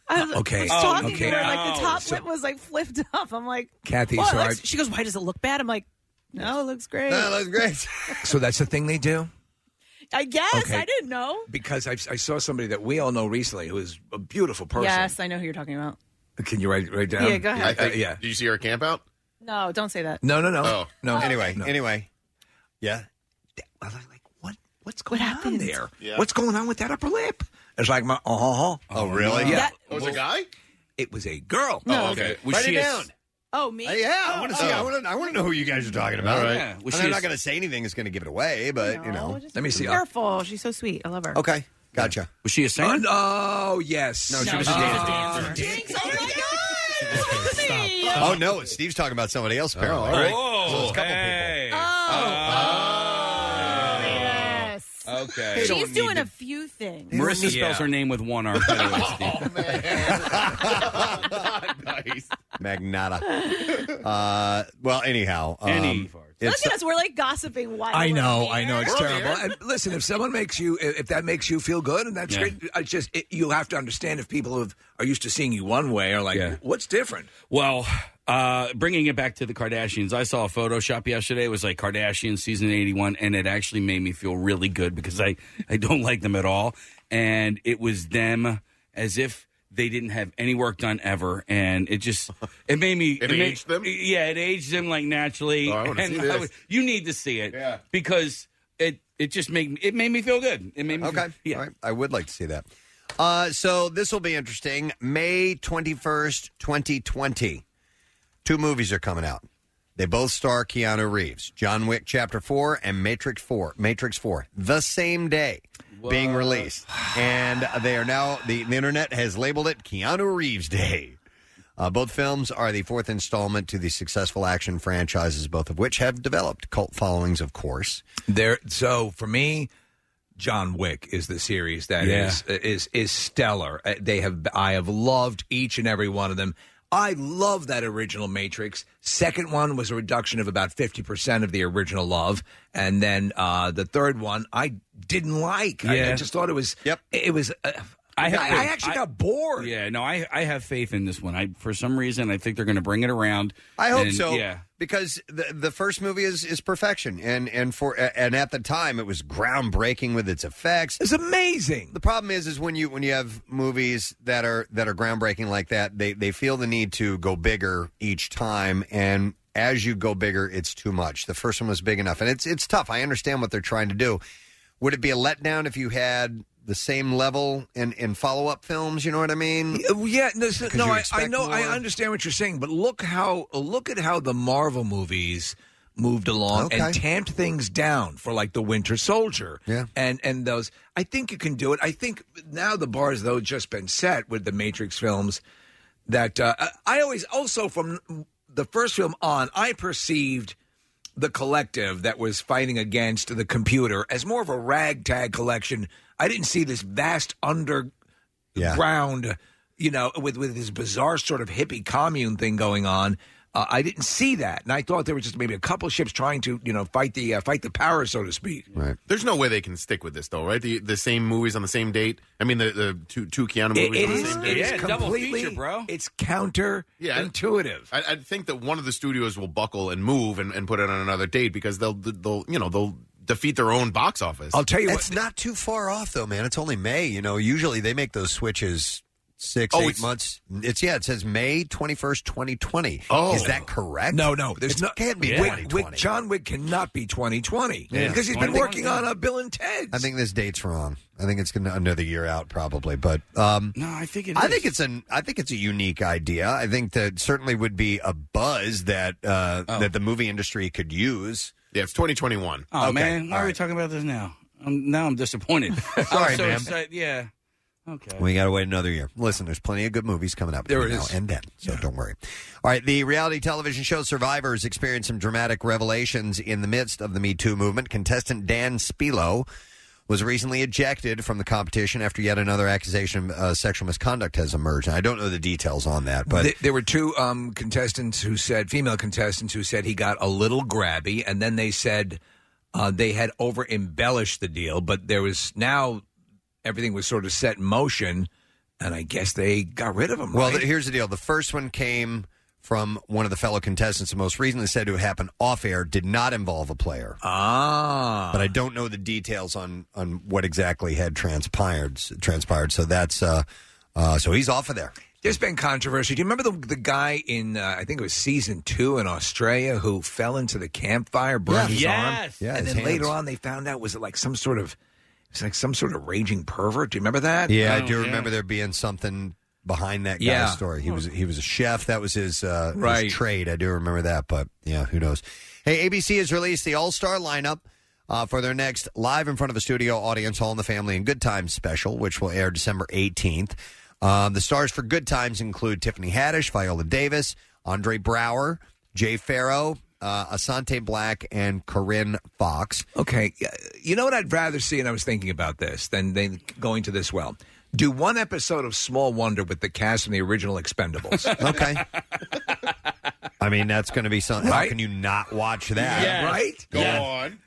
Speaker 4: I was,
Speaker 5: Okay.
Speaker 4: I was
Speaker 5: Oh,
Speaker 4: talking
Speaker 5: okay.
Speaker 4: to her like the
Speaker 5: No.
Speaker 4: top
Speaker 5: So-
Speaker 4: lip was like flipped up. I'm like,
Speaker 5: Kathy,
Speaker 4: "What,
Speaker 5: so
Speaker 4: it looks-"
Speaker 5: I-
Speaker 4: she goes, "Why does it look bad?" I'm like, "No, it looks great.
Speaker 3: No, it looks great."
Speaker 5: So that's the thing they do.
Speaker 4: I guess
Speaker 5: Okay.
Speaker 4: I didn't know.
Speaker 5: Because I've, I saw somebody that we all know recently who is a beautiful person.
Speaker 4: Yes, I know who you're talking about.
Speaker 5: Can you write write down? Uh,
Speaker 4: Yeah, go ahead. I think-
Speaker 5: yeah.
Speaker 8: Did you see her camp out? Oh.
Speaker 4: No, don't say that.
Speaker 5: No, no, no,
Speaker 4: Oh,
Speaker 5: no.
Speaker 3: Anyway,
Speaker 5: no.
Speaker 3: anyway, yeah.
Speaker 5: What's going on there?
Speaker 8: Yeah.
Speaker 5: What's going on with that upper lip? It's like my uh huh.
Speaker 3: Oh, really?
Speaker 5: Yeah.
Speaker 4: That-
Speaker 8: It was a guy?
Speaker 5: It was a girl.
Speaker 8: No. Oh, okay. Was
Speaker 3: Write
Speaker 8: she
Speaker 3: it
Speaker 8: a-
Speaker 3: down. Uh,
Speaker 4: Oh, me?
Speaker 3: yeah, I want to see. I want to. I want to know who you guys are talking about.
Speaker 8: All
Speaker 5: Oh,
Speaker 8: right.
Speaker 3: Yeah.
Speaker 8: Yeah, was
Speaker 3: I
Speaker 8: she
Speaker 3: am
Speaker 8: a-
Speaker 3: not going to say anything that's going to give it away, but you know.
Speaker 4: Let me
Speaker 5: see.
Speaker 4: Careful. She's so sweet. I love her.
Speaker 3: Okay, gotcha.
Speaker 9: Was she a singer?
Speaker 5: Oh yes.
Speaker 3: No, she was a dancer. Oh no, Steve's talking about somebody else
Speaker 5: Oh.
Speaker 3: apparently.
Speaker 9: all right.
Speaker 3: So it's a couple people.
Speaker 4: Yes.
Speaker 9: Okay.
Speaker 4: She's doing a few things.
Speaker 9: Marissa spells her name with one R. by the way, Steve.
Speaker 3: Magnata. Uh, well, anyhow, um,
Speaker 9: Any.
Speaker 4: Look
Speaker 3: it's-
Speaker 4: at us. We're like gossiping. Why?
Speaker 5: I know, I know, it's
Speaker 4: We're
Speaker 5: terrible. And listen, if someone makes you, if that makes you feel good, and that's
Speaker 9: Yeah.
Speaker 5: great, I just it, you have to understand if people have, are used to seeing you one way or like,
Speaker 9: Yeah.
Speaker 5: what's different?
Speaker 9: Well, uh, bringing it back to the Kardashians, I saw a Photoshop yesterday. It was like Kardashian season 81, and it actually made me feel really good because I, I don't like them at all. And it was them as if they didn't have any work done ever. And it just, it made me.
Speaker 8: It
Speaker 9: ma-
Speaker 8: aged them?
Speaker 9: Yeah, it aged them like naturally.
Speaker 8: Oh, I wanna
Speaker 9: and
Speaker 8: see this.
Speaker 9: was- you need to see it
Speaker 8: Yeah.
Speaker 9: because it, it just made, it made me feel good. It made me
Speaker 3: Okay.
Speaker 9: feel, yeah.
Speaker 3: All right. I would like to see that. Uh, so this will be interesting. May 21st, 2020. Two movies are coming out. They both star Keanu Reeves. John Wick Chapter 4 and Matrix 4, Matrix 4, the same day being released. And they are now, the, the internet has labeled it Keanu Reeves Day. Uh, both films are the fourth installment to the successful action franchises, both of which have developed cult followings, of course.
Speaker 5: There. So for me, John Wick is the series that
Speaker 3: Yeah.
Speaker 5: is is is stellar. Uh, They have I have loved each and every one of them. I love that original Matrix. Second one was a reduction of about fifty percent of the original love, and then uh, the third one I didn't like. I- I,
Speaker 9: Yeah.
Speaker 5: just thought it was. Yep. It was. Uh, I,
Speaker 9: have
Speaker 5: I
Speaker 9: faith.
Speaker 5: actually got bored.
Speaker 9: Yeah, no, I I have faith in this one. I for some reason I think they're going to bring it around.
Speaker 3: I hope
Speaker 9: And,
Speaker 3: so.
Speaker 9: Yeah,
Speaker 3: Because the the first movie is, is perfection, and and for and at the time it was groundbreaking with its effects.
Speaker 5: It's amazing.
Speaker 3: The problem is is when you when you have movies that are that are groundbreaking like that, they they feel the need to go bigger each time, and as you go bigger, it's too much. The first one was big enough, and it's it's tough. I understand what they're trying to do. Would it be a letdown if you had the same level in in follow up films? You know what I mean?
Speaker 5: Yeah, no, so-
Speaker 3: 'Cause
Speaker 5: no
Speaker 3: you
Speaker 5: I, I
Speaker 3: expect
Speaker 5: know, I
Speaker 3: more.
Speaker 5: understand what you're saying, but look how look at how the Marvel movies moved along
Speaker 3: Okay.
Speaker 5: and tamped things down for like the Winter Soldier, yeah, and and those. I think you can do it. I think now the bars though just been set with the Matrix films. That uh, I- I always also from the first film on, I perceived the collective that was fighting against the computer as more of a ragtag collection. I didn't see this vast under ground, you know, with with this bizarre sort of hippie commune thing going on. Uh, I didn't see that, and I thought there was just maybe a couple ships trying to, you know, fight the uh, fight the power, so to speak.
Speaker 3: Right.
Speaker 8: There's no way they can stick with this though, right? The the same movies on the same date. I mean, the, the two two Keanu
Speaker 5: It-
Speaker 8: movies
Speaker 5: it
Speaker 8: on the
Speaker 5: is-
Speaker 8: same
Speaker 5: it
Speaker 8: date.
Speaker 5: is Yeah, double completely- feature, bro. It's counter intuitive.
Speaker 8: I, I think that one of the studios will buckle and move and, and put it on another date because they'll they'll you know they'll defeat their own box office.
Speaker 3: I'll tell you it's not too far off though, man. It's only May. You know, usually they make those switches six,
Speaker 8: Oh,
Speaker 3: eight
Speaker 8: it's-
Speaker 3: months. It's yeah, it says May twenty first, twenty twenty.
Speaker 5: Oh.
Speaker 3: is that correct?
Speaker 5: No, no, there's
Speaker 3: It's-
Speaker 5: no
Speaker 3: can't be
Speaker 5: Wick-
Speaker 3: 2020.
Speaker 5: Wick- John Wick cannot be 2020
Speaker 3: Yeah.
Speaker 5: because he's been
Speaker 3: 2020,
Speaker 5: working on a Bill and Ted.
Speaker 3: I think this date's wrong. I think it's gonna another year out probably, but um,
Speaker 9: no, I think it
Speaker 3: I
Speaker 9: is.
Speaker 3: think it's an I think it's a unique idea. I think that certainly would be a buzz that uh, that the movie industry could use.
Speaker 8: Yeah, it's twenty twenty one.
Speaker 9: Oh man, why are we talking about this now? I'm, now I'm disappointed.
Speaker 3: Sorry,
Speaker 9: I'm so
Speaker 3: ma'am.
Speaker 9: excited. Yeah. Okay.
Speaker 3: We got to wait another year. Listen, there's plenty of good movies coming up
Speaker 9: There
Speaker 3: between
Speaker 9: is.
Speaker 3: now and then, so don't worry. All right, the reality television show Survivors experienced some dramatic revelations in the midst of the Me Too movement. Contestant Dan Spilo was recently ejected from the competition after yet another accusation of uh, sexual misconduct has emerged. And I don't know the details on that, but
Speaker 5: Th- there were two um, contestants who said, female contestants who said he got a little grabby, and then they said uh, they had over embellished the deal, but there was now everything was sort of set in motion, and I guess they got rid of him.
Speaker 3: Well,
Speaker 5: right?
Speaker 3: th- here's the deal. The first one came from one of the fellow contestants, and most recently said to have happened off air, did not involve a player.
Speaker 5: Ah,
Speaker 3: but I don't know the details on on what exactly had transpired. Transpired. So that's uh, uh so he's off of there.
Speaker 5: There's been controversy. Do you remember the, the guy in, uh, I think it was season two in Australia, who fell into the campfire, burned his arm?
Speaker 3: Yes. Yeah,
Speaker 5: and
Speaker 3: his
Speaker 5: then later
Speaker 3: hands.
Speaker 5: on, they found out was it like some sort of, it's like some sort of raging pervert. Do you remember that? Oh,
Speaker 3: Yeah, I do remember there being something behind that guy's
Speaker 5: Yeah.
Speaker 3: story. He was he was a chef. That was his uh his
Speaker 5: Right.
Speaker 3: trade. I do remember that, but yeah, who knows. Hey, ABC has released the All Star lineup. Uh, for their next live in front of a studio audience, All in the Family and Good Times special, which will air December 18th. Um, the stars for Good Times include Tiffany Haddish, Viola Davis, Andre Brower, Jay Farrow, uh, Asante Black, and Corinne Fox.
Speaker 5: Okay, uh, you know what I'd rather see, and I was thinking about this, than, than going to this well. Do one episode of Small Wonder with the cast from the original Expendables.
Speaker 3: okay. I mean, that's going to be something. How
Speaker 5: Right?
Speaker 3: can you not watch that?
Speaker 5: Yes. Right?
Speaker 8: Go
Speaker 5: Yeah.
Speaker 8: on.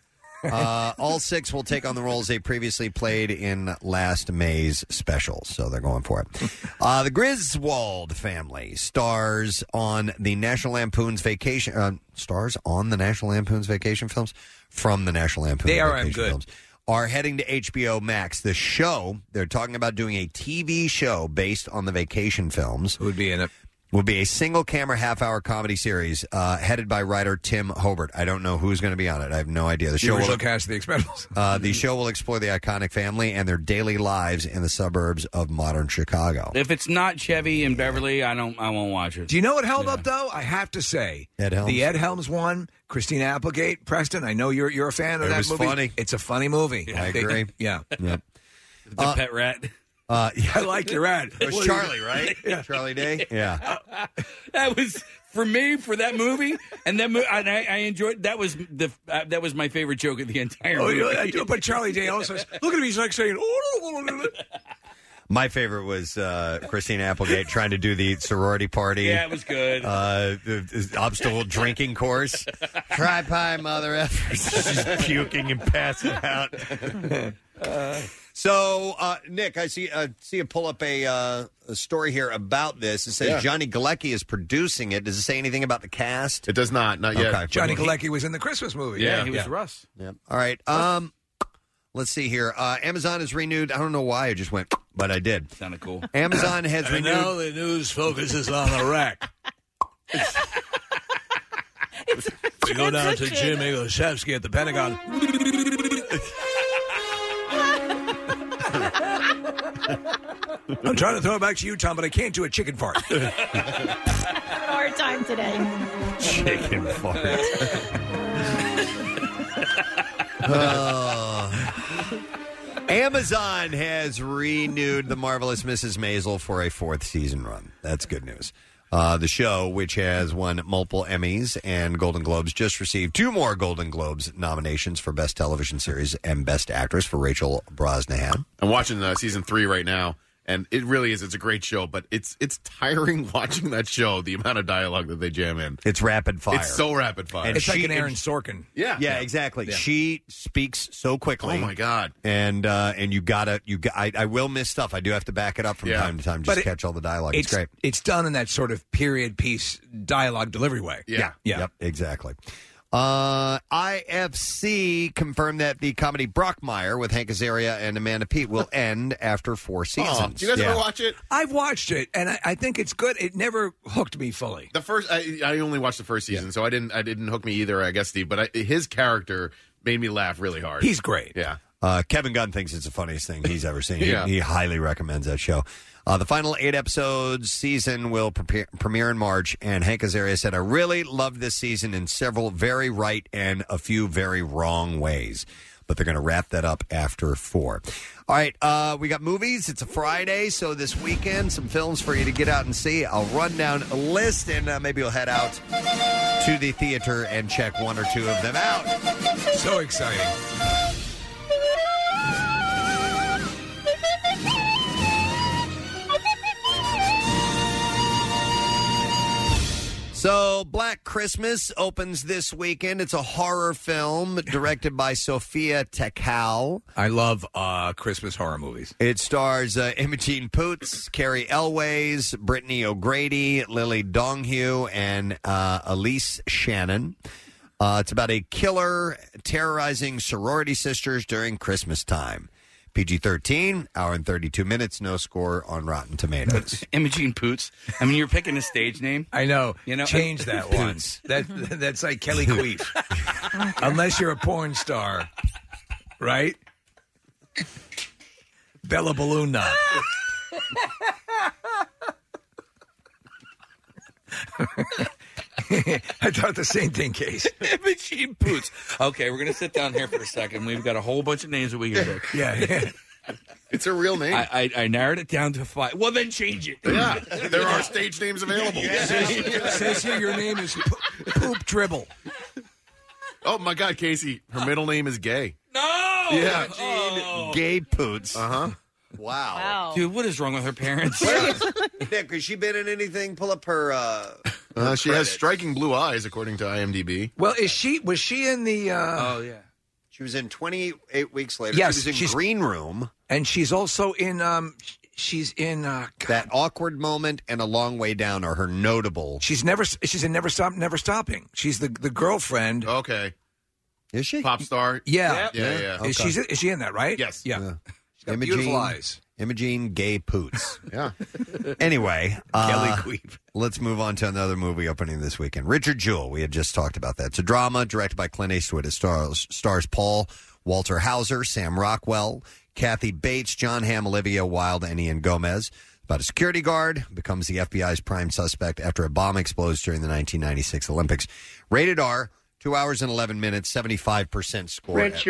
Speaker 3: uh, all six will take on the roles they previously played in last May's special, so they're going for it. Uh, the Griswold family stars on the National Lampoon's Vacation. Uh, stars on the National Lampoon's Vacation films from the National Lampoon's
Speaker 5: They are, I'm
Speaker 3: Vacation
Speaker 5: good.
Speaker 3: films are heading to HBO Max. The show they're talking about doing a TV show based on the vacation films. Who
Speaker 5: would be in it?
Speaker 3: will be a single camera half hour comedy series uh, headed by writer Tim Hobart. I don't know who's going to be on it. I have no idea. The
Speaker 5: The
Speaker 3: show
Speaker 5: original
Speaker 3: will
Speaker 5: cast of The Expendables.
Speaker 3: uh, the show will explore the iconic family and their daily lives in the suburbs of modern Chicago.
Speaker 9: If it's not Chevy and Beverly, I don't. I won't watch it.
Speaker 5: Do you know what held up though? I have to say,
Speaker 3: Ed Helms.
Speaker 5: the Ed Helms one, Christina Applegate, Preston. I know you're you're a fan of
Speaker 3: It
Speaker 5: that
Speaker 3: was
Speaker 5: movie.
Speaker 3: funny.
Speaker 5: It's a funny movie.
Speaker 3: I
Speaker 5: They-
Speaker 3: agree.
Speaker 5: yeah.
Speaker 3: Yep.
Speaker 9: The pet rat.
Speaker 3: Uh, yeah.
Speaker 5: I like your ad.
Speaker 3: It was Charlie, right? Charlie Day. Yeah.
Speaker 9: that was for me for that movie, and that mo- and I, I enjoyed. That was the uh, that was my favorite joke of the entire
Speaker 5: Oh,
Speaker 9: movie.
Speaker 5: yeah, I do. But Charlie Day also says, look at him. He's like saying, oh,
Speaker 3: My favorite was uh, Christine Applegate trying to do the sorority party.
Speaker 9: Yeah, it was good.
Speaker 3: Uh, the, the obstacle drinking course. Try pie, mother effers. She's puking and passing out. so, uh, Nick, I see uh, see you pull up a, uh, a story here about this. It says
Speaker 5: Yeah.
Speaker 3: Johnny Galecki is producing it. Does it say anything about the cast? It
Speaker 8: does not. Not
Speaker 5: yet. Johnny Galecki was in the Christmas movie.
Speaker 3: Yeah, he was
Speaker 9: Russ.
Speaker 3: Yep. All right. Um, let's see here. Uh, Amazon has renewed. I don't know why I just went, but I did.
Speaker 9: Sounded cool.
Speaker 3: Amazon has
Speaker 10: And
Speaker 3: renewed.
Speaker 10: now the news focuses on Iraq. we go down to Jim Iglesiasky at the Pentagon.
Speaker 5: I'm trying to throw it back to you, Tom, but I can't do a chicken fart.
Speaker 4: Having a hard time today.
Speaker 3: Chicken fart. Oh. Amazon has renewed The Marvelous Mrs. Maisel for a fourth season run. That's good news. Uh, the show, which has won multiple Emmys and Golden Globes, just received two more Golden Globes nominations for Best Television Series and Best Actress for Rachel Brosnahan.
Speaker 8: I'm watching uh, season three right now, and it really is. It's a great show, but it's it's tiring watching that show. The amount of dialogue that they jam in.
Speaker 3: It's rapid fire.
Speaker 8: It's so rapid fire.
Speaker 3: And
Speaker 5: it's
Speaker 3: she-
Speaker 5: like an Aaron Sorkin.
Speaker 8: Yeah,
Speaker 3: yeah, exactly.
Speaker 5: Yeah.
Speaker 3: She speaks so quickly.
Speaker 5: Oh, my
Speaker 8: god!
Speaker 3: And uh, and you gotta you. Got, I, I will miss stuff. I do have to back it up from time to time just
Speaker 5: But it-
Speaker 3: catch all the dialogue. It's, great.
Speaker 5: It's done in that sort of period piece dialogue delivery way.
Speaker 3: yeah. Yep, exactly. Uh, IFC confirmed that the comedy Brockmire with Hank Azaria and Amanda Pete will end after four seasons. Yeah.
Speaker 8: it?
Speaker 5: I've watched it, and I, I think it's good. It never hooked me fully.
Speaker 8: The first, I, I only watched the first season, so I didn't, I didn't hook me either. I guess Steve, but I, his character made me laugh really hard.
Speaker 5: He's great.
Speaker 8: Yeah.
Speaker 3: Uh, Kevin Gunn thinks it's the funniest thing he's ever seen.
Speaker 8: Yeah.
Speaker 3: he, he highly recommends that show. Uh, the final eight episodes season will prepare, premiere in March, and Hank Azaria said, "I really loved this season in several very right and a few very wrong ways." But they're going to wrap that up after four. All right, uh, we got movies. It's a Friday, so this weekend, some films for you to get out and see. I'll run down a list, and uh, maybe we'll head out to the theater and check one or two of them out.
Speaker 5: So exciting.
Speaker 3: So, Black Christmas opens this weekend. It's a horror film directed by Sophia Takal.
Speaker 5: I love uh, Christmas horror movies.
Speaker 3: It stars uh, Imogene Poots, Carrie Elways, Brittany O'Grady, Lily Donghue, and uh, Elise Shannon. Uh, it's about a killer terrorizing sorority sisters during Christmas time. PG 13, hour and 32 minutes, no score on Rotten Tomatoes.
Speaker 9: Imogene Poots. I mean, you're picking a stage name.
Speaker 5: I know.
Speaker 9: You know,
Speaker 5: change that once. That that's like Kelly Queef. Unless you're a porn star, right? Bella Balloon Knot. I thought the same thing, Case.
Speaker 9: Imogene Poots. Okay, we're gonna sit down here for a second. We've got a whole bunch of names that we can pick.
Speaker 5: yeah.
Speaker 8: It's a real name.
Speaker 9: I, I, I narrowed it down to five. Well, then change it.
Speaker 8: Yeah, there are stage names available.
Speaker 5: Says, says here your name is Poop, poop Dribble.
Speaker 8: Oh my God, Casey, her middle name is Gay.
Speaker 9: No.
Speaker 8: Yeah. Uh-huh.
Speaker 3: Gay Poots. Uh
Speaker 8: huh.
Speaker 3: Wow.
Speaker 9: Wow. Dude, what is wrong with her parents?
Speaker 3: Nick, has she been in anything? Pull up her. Uh...
Speaker 8: Uh, she has striking blue eyes, according to IMDb.
Speaker 5: Well, is she was she in the? Uh,
Speaker 9: oh yeah,
Speaker 3: She was in 28 weeks later.
Speaker 5: yes,
Speaker 3: she was in
Speaker 5: she's-
Speaker 3: Green Room,
Speaker 5: and she's also in. Um, sh- she's in. Uh,
Speaker 3: That Awkward Moment, and A Long Way Down are her notable.
Speaker 5: She's never. She's in Never Stop, Never Stopping. She's the the girlfriend.
Speaker 8: Okay.
Speaker 3: Is she
Speaker 8: pop star?
Speaker 5: Yeah,
Speaker 8: Yeah, yeah.
Speaker 5: Is she is she in that right?
Speaker 8: Yes.
Speaker 5: Yeah. She's got
Speaker 3: Imogene-
Speaker 5: beautiful eyes.
Speaker 3: Imogene Gay Poots.
Speaker 8: yeah.
Speaker 3: Anyway,
Speaker 5: Kelly
Speaker 3: uh,
Speaker 5: Queep.
Speaker 3: Let's move on to another movie opening this weekend. Richard Jewell. We had just talked about that. It's a drama directed by Clint Eastwood. It stars, stars Paul Walter Hauser, Sam Rockwell, Kathy Bates, John Hamm, Olivia Wilde, and Ian Gomez. About a security guard becomes the FBI's prime suspect after a bomb explodes during the 1996 Olympics. Rated R. Two hours and eleven minutes, seventy-five percent score. at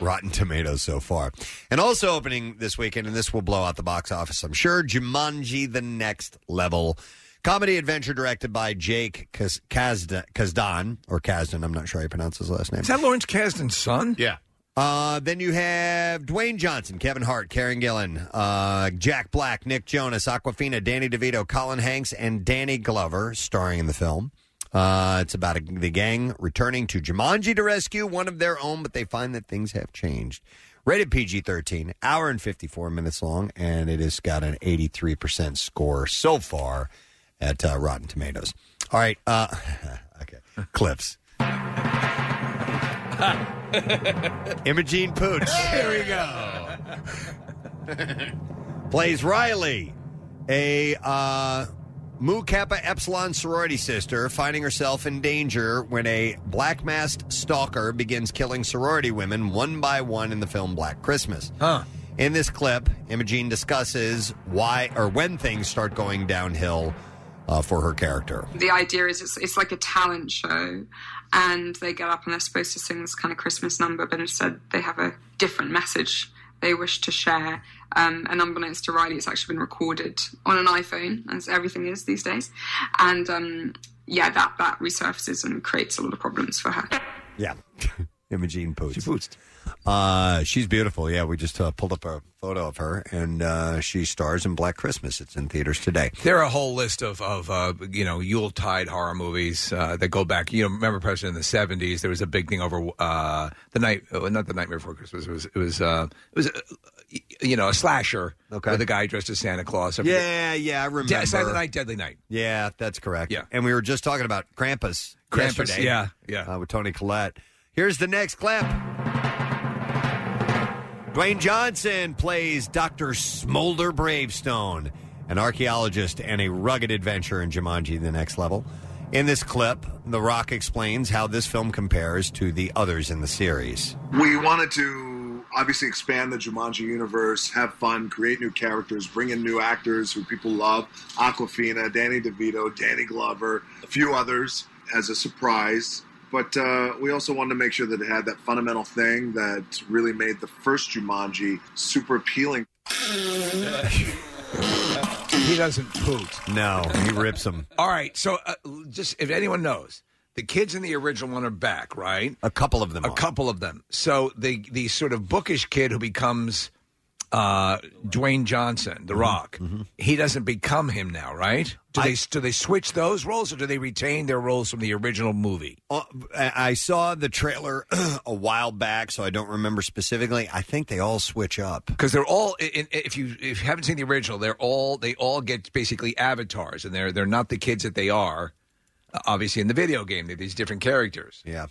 Speaker 3: Rotten Tomatoes so far. And also opening this weekend, and this will blow out the box office, I'm sure. Jumanji: The Next Level, comedy adventure directed by Jake Kaz- Kazda- Kazdan or Kazdan. I'm not sure how you pronounce his last name. Is
Speaker 5: that Lawrence Kasdan's son?
Speaker 8: Yeah.
Speaker 3: Uh, then you have Dwayne Johnson, Kevin Hart, Karen Gillan, uh, Jack Black, Nick Jonas, Aquafina, Danny DeVito, Colin Hanks, and Danny Glover starring in the film. Uh, it's about a, the gang returning to Jumanji to rescue one of their own, but they find that things have changed. Rated PG 13, hour and 54 minutes long, and it has got an 83% score so far at uh, Rotten Tomatoes. All right, uh, okay, clips. Imogene Poots.
Speaker 10: There we
Speaker 8: go.
Speaker 3: plays Riley, a uh, Mu Kappa Epsilon sorority sister, finding herself in danger when a black masked stalker begins killing sorority women one by one in the film Black Christmas. Huh. In this clip, Imogene discusses why or when things start going downhill uh, for her character.
Speaker 11: The idea is it's, it's like a talent show, and they get up and they're supposed to sing this kind of Christmas number, but instead they have a different message they wish to share. Um, and unbeknownst to Riley, it's actually been recorded on an iPhone, as everything is these days. And um, yeah, that, that resurfaces and creates a lot of problems for her.
Speaker 3: Yeah. Imogene Poots. She Poots. Uh, she's beautiful. Yeah, we just uh, pulled up a photo of her, and uh, she stars in Black Christmas. It's in theaters today.
Speaker 5: There are a whole list of, of uh, you know, Yuletide horror movies uh, that go back. You know, remember, President, in the 70s, there was a big thing over uh, the night, uh, not the Nightmare Before Christmas. It was, it was, uh, it was uh, you know, a slasher okay. with a guy dressed as Santa Claus. I forget-
Speaker 3: Yeah, yeah, I remember.
Speaker 5: De- Silent Night, Deadly Night.
Speaker 3: Yeah, that's correct. Yeah. And we were just talking about Krampus.
Speaker 5: Krampus,
Speaker 3: yesterday,
Speaker 5: yeah, yeah.
Speaker 3: Uh, with Tony Collette. Here's the next clip. Dwayne Johnson plays Dr. Smolder Bravestone, an archaeologist and a rugged adventure in Jumanji the next level. In this clip, The Rock explains how this film compares to the others in the series.
Speaker 12: We wanted to obviously expand the Jumanji universe, have fun, create new characters, bring in new actors who people love Aquafina, Danny DeVito, Danny Glover, a few others as a surprise. But uh, we also wanted to make sure that it had that fundamental thing that really made the first Jumanji super appealing.
Speaker 5: He doesn't poot.
Speaker 3: No, he rips them.
Speaker 5: All right, so uh, just if anyone knows, the kids in the original one are back, right?
Speaker 3: A couple of them.
Speaker 5: A couple of them. So the the sort of bookish kid who becomes uh, Dwayne Johnson,
Speaker 3: Mm-hmm.
Speaker 5: The Rock, he doesn't become him now, right? Do they do they switch those roles, or do they retain their roles from the original movie?
Speaker 3: Uh, I I saw the trailer a while back, so I don't remember specifically. I think they all switch up.
Speaker 5: Because they're all, i- i- if you if you haven't seen the original, they're all they all get basically avatars, and they're they're not the kids that they are. uh, Obviously, in the video game, they're these different characters.
Speaker 3: Yeah,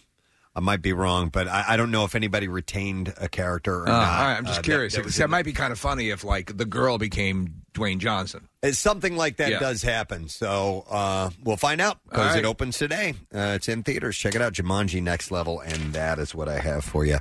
Speaker 3: I might be wrong, but I, I don't know if anybody retained a character or
Speaker 5: Uh, all
Speaker 3: not.
Speaker 5: right, I'm
Speaker 3: uh,
Speaker 5: just
Speaker 3: that-
Speaker 5: curious.
Speaker 3: that
Speaker 5: That,
Speaker 3: was in
Speaker 5: that might be kind of funny if like the girl became Dwayne Johnson.
Speaker 3: It's something like that
Speaker 5: Yeah.
Speaker 3: does happen. So uh, we'll find out
Speaker 5: All
Speaker 3: because
Speaker 5: right.
Speaker 3: it opens today. Uh, it's in theaters. Check it out, Jumanji Next Level, and that is what I have for you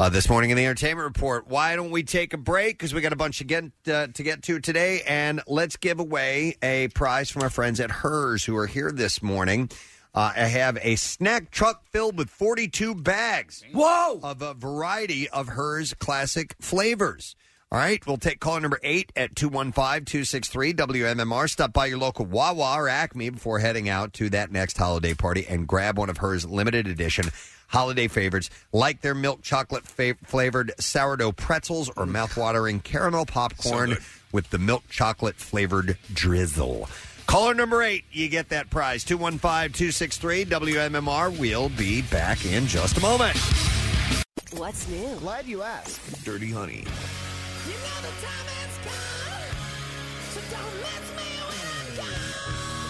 Speaker 3: uh, this morning in the Entertainment Report. Why don't we take a break because we got a bunch to get uh, to get to today, and let's give away a prize from our friends at Hers who are here this morning. Uh, I have a snack truck filled with 42 bags.
Speaker 5: Whoa!
Speaker 3: Of a variety of Hers classic flavors. All right, we'll take caller number eight at 215 263 WMMR. Stop by your local Wawa or Acme before heading out to that next holiday party and grab one of hers limited edition holiday favorites like their milk chocolate fa- flavored sourdough pretzels or mouthwatering caramel popcorn with the milk chocolate flavored drizzle. Caller number eight, you get that prize 215 263 WMMR. We'll be back in just a moment.
Speaker 13: What's new? Glad you asked.
Speaker 3: Dirty Honey.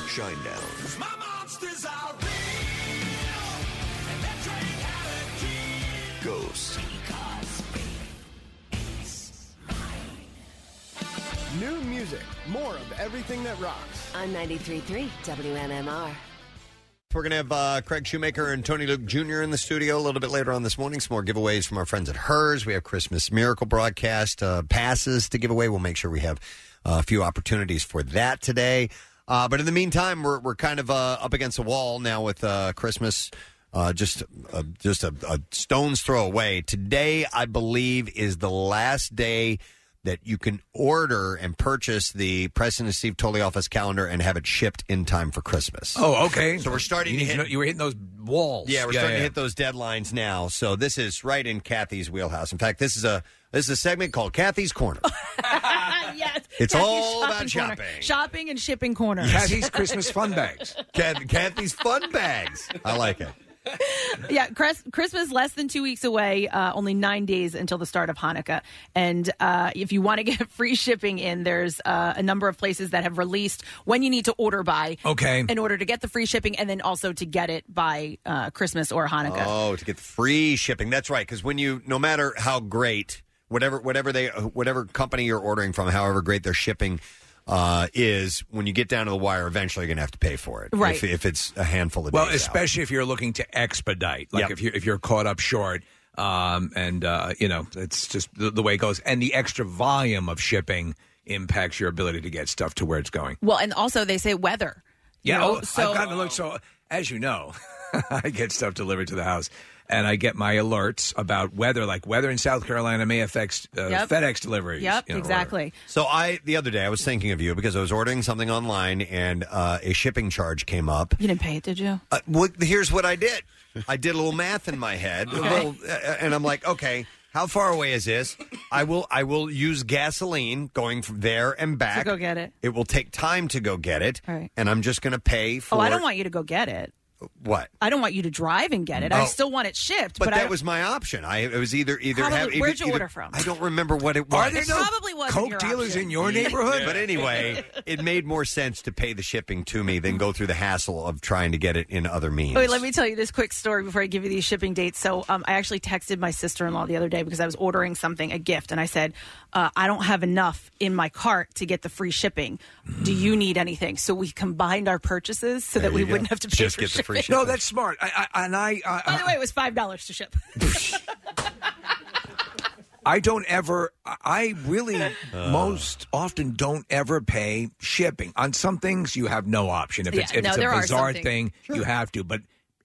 Speaker 7: Shine down. Ghost.
Speaker 13: New music, more of everything that rocks. On 93.3 WMMR.
Speaker 3: We're going to have uh, Craig Shoemaker and Tony Luke Jr. in the studio a little bit later on this morning. Some more giveaways from our friends at Hers. We have Christmas Miracle broadcast uh, passes to give away. We'll make sure we have uh, a few opportunities for that today. Uh, but in the meantime, we're, we're kind of uh, up against a wall now with uh, Christmas. Uh, just uh, just a, a stone's throw away. Today, I believe, is the last day that you can order and purchase the President Steve Tolley office calendar and have it shipped in time for Christmas.
Speaker 5: Oh, okay.
Speaker 3: So we're starting
Speaker 5: You,
Speaker 3: to
Speaker 5: need
Speaker 3: hit-
Speaker 5: know- you were hitting those walls.
Speaker 3: Yeah, we're starting to hit those deadlines now. So this is right in Kathy's wheelhouse. In fact, this is a this is a segment called Kathy's Corner.
Speaker 4: yes.
Speaker 3: It's
Speaker 4: Kathy's
Speaker 3: all about
Speaker 4: corner.
Speaker 3: shopping.
Speaker 4: Shopping and shipping corner.
Speaker 3: bags. Kath, Kathy's fun bags. I like it.
Speaker 4: yeah, Chris, Christmas less than two weeks away, uh, only nine days until the start of Hanukkah. And uh, if you want to get free shipping in, there's uh, a number of places that have released when you need to order by.
Speaker 5: Okay.
Speaker 4: In order to get the free shipping and then also to get it by uh, Christmas or Hanukkah.
Speaker 3: Oh, to get the free shipping. That's right. Because when you, no matter how great, whatever whatever they whatever company you're ordering from, however great their shipping uh, is, when you get down to the wire, eventually you're going to have to pay for it.
Speaker 5: Right.
Speaker 3: If, if it's a handful of
Speaker 5: Well,
Speaker 3: days. out.
Speaker 5: especially if you're looking to expedite, like
Speaker 3: Yep.
Speaker 5: if you if you're caught up short, um, and uh, you know it's just the, the way it goes, and the extra volume of shipping impacts your ability to get stuff to where it's going.
Speaker 4: Well, and also they say weather.
Speaker 5: Yeah,
Speaker 4: You know,
Speaker 5: oh,
Speaker 4: so uh,
Speaker 5: I've gotten a look. So as you know, I get stuff delivered to the house, and I get my alerts about weather, like weather in South Carolina may affect uh,
Speaker 4: Yep.
Speaker 5: FedEx deliveries.
Speaker 4: Yep,
Speaker 5: you know, or-
Speaker 4: exactly.
Speaker 3: So I the other day I was thinking of you because I was ordering something online and uh, a shipping charge came up.
Speaker 4: You didn't pay it, did you?
Speaker 3: Uh, what, here's what I did. I did a little math in my head, a little, uh, and I'm like, okay, how far away is this? I will I will use gasoline going from there and back.
Speaker 4: go get it.
Speaker 3: It will take time to go get it,
Speaker 4: All right.
Speaker 3: and I'm just going to pay for.
Speaker 4: Oh, I don't want you to go get it.
Speaker 3: what.
Speaker 4: I don't want you to drive and get it. I
Speaker 3: Oh.
Speaker 4: still want it shipped. But,
Speaker 3: But,
Speaker 4: I
Speaker 3: that
Speaker 4: don't-
Speaker 3: was my option. I it was either either
Speaker 4: Probably-
Speaker 3: have either-
Speaker 4: where'd you
Speaker 3: either-
Speaker 4: order from?
Speaker 3: I don't remember what it was.
Speaker 4: Are there It no probably wasn't Coke your dealers option. in your neighborhood?
Speaker 3: but anyway, it made more sense to pay the shipping to me than go through the hassle of trying to get it in other means.
Speaker 4: Wait, let me tell you this quick story before I give you these shipping dates. So, um, I actually texted my sister in law the other day because I was ordering something, a gift, and I said, uh, I don't have enough in my cart to get the free shipping. Do you need anything? So, we combined our purchases so
Speaker 5: There
Speaker 4: that we
Speaker 5: you go.
Speaker 4: wouldn't have to pay for shipping.
Speaker 5: No, that's smart. I, I, and I, I,
Speaker 4: By the way, it was $5 to ship.
Speaker 5: I don't ever. I- I really
Speaker 4: Uh.
Speaker 5: most often don't ever pay shipping on some things. You have no option if it's
Speaker 4: Yeah,
Speaker 5: if
Speaker 4: no,
Speaker 5: it's
Speaker 4: there
Speaker 5: a
Speaker 4: are
Speaker 5: bizarre
Speaker 4: some things.
Speaker 5: thing, you have to. But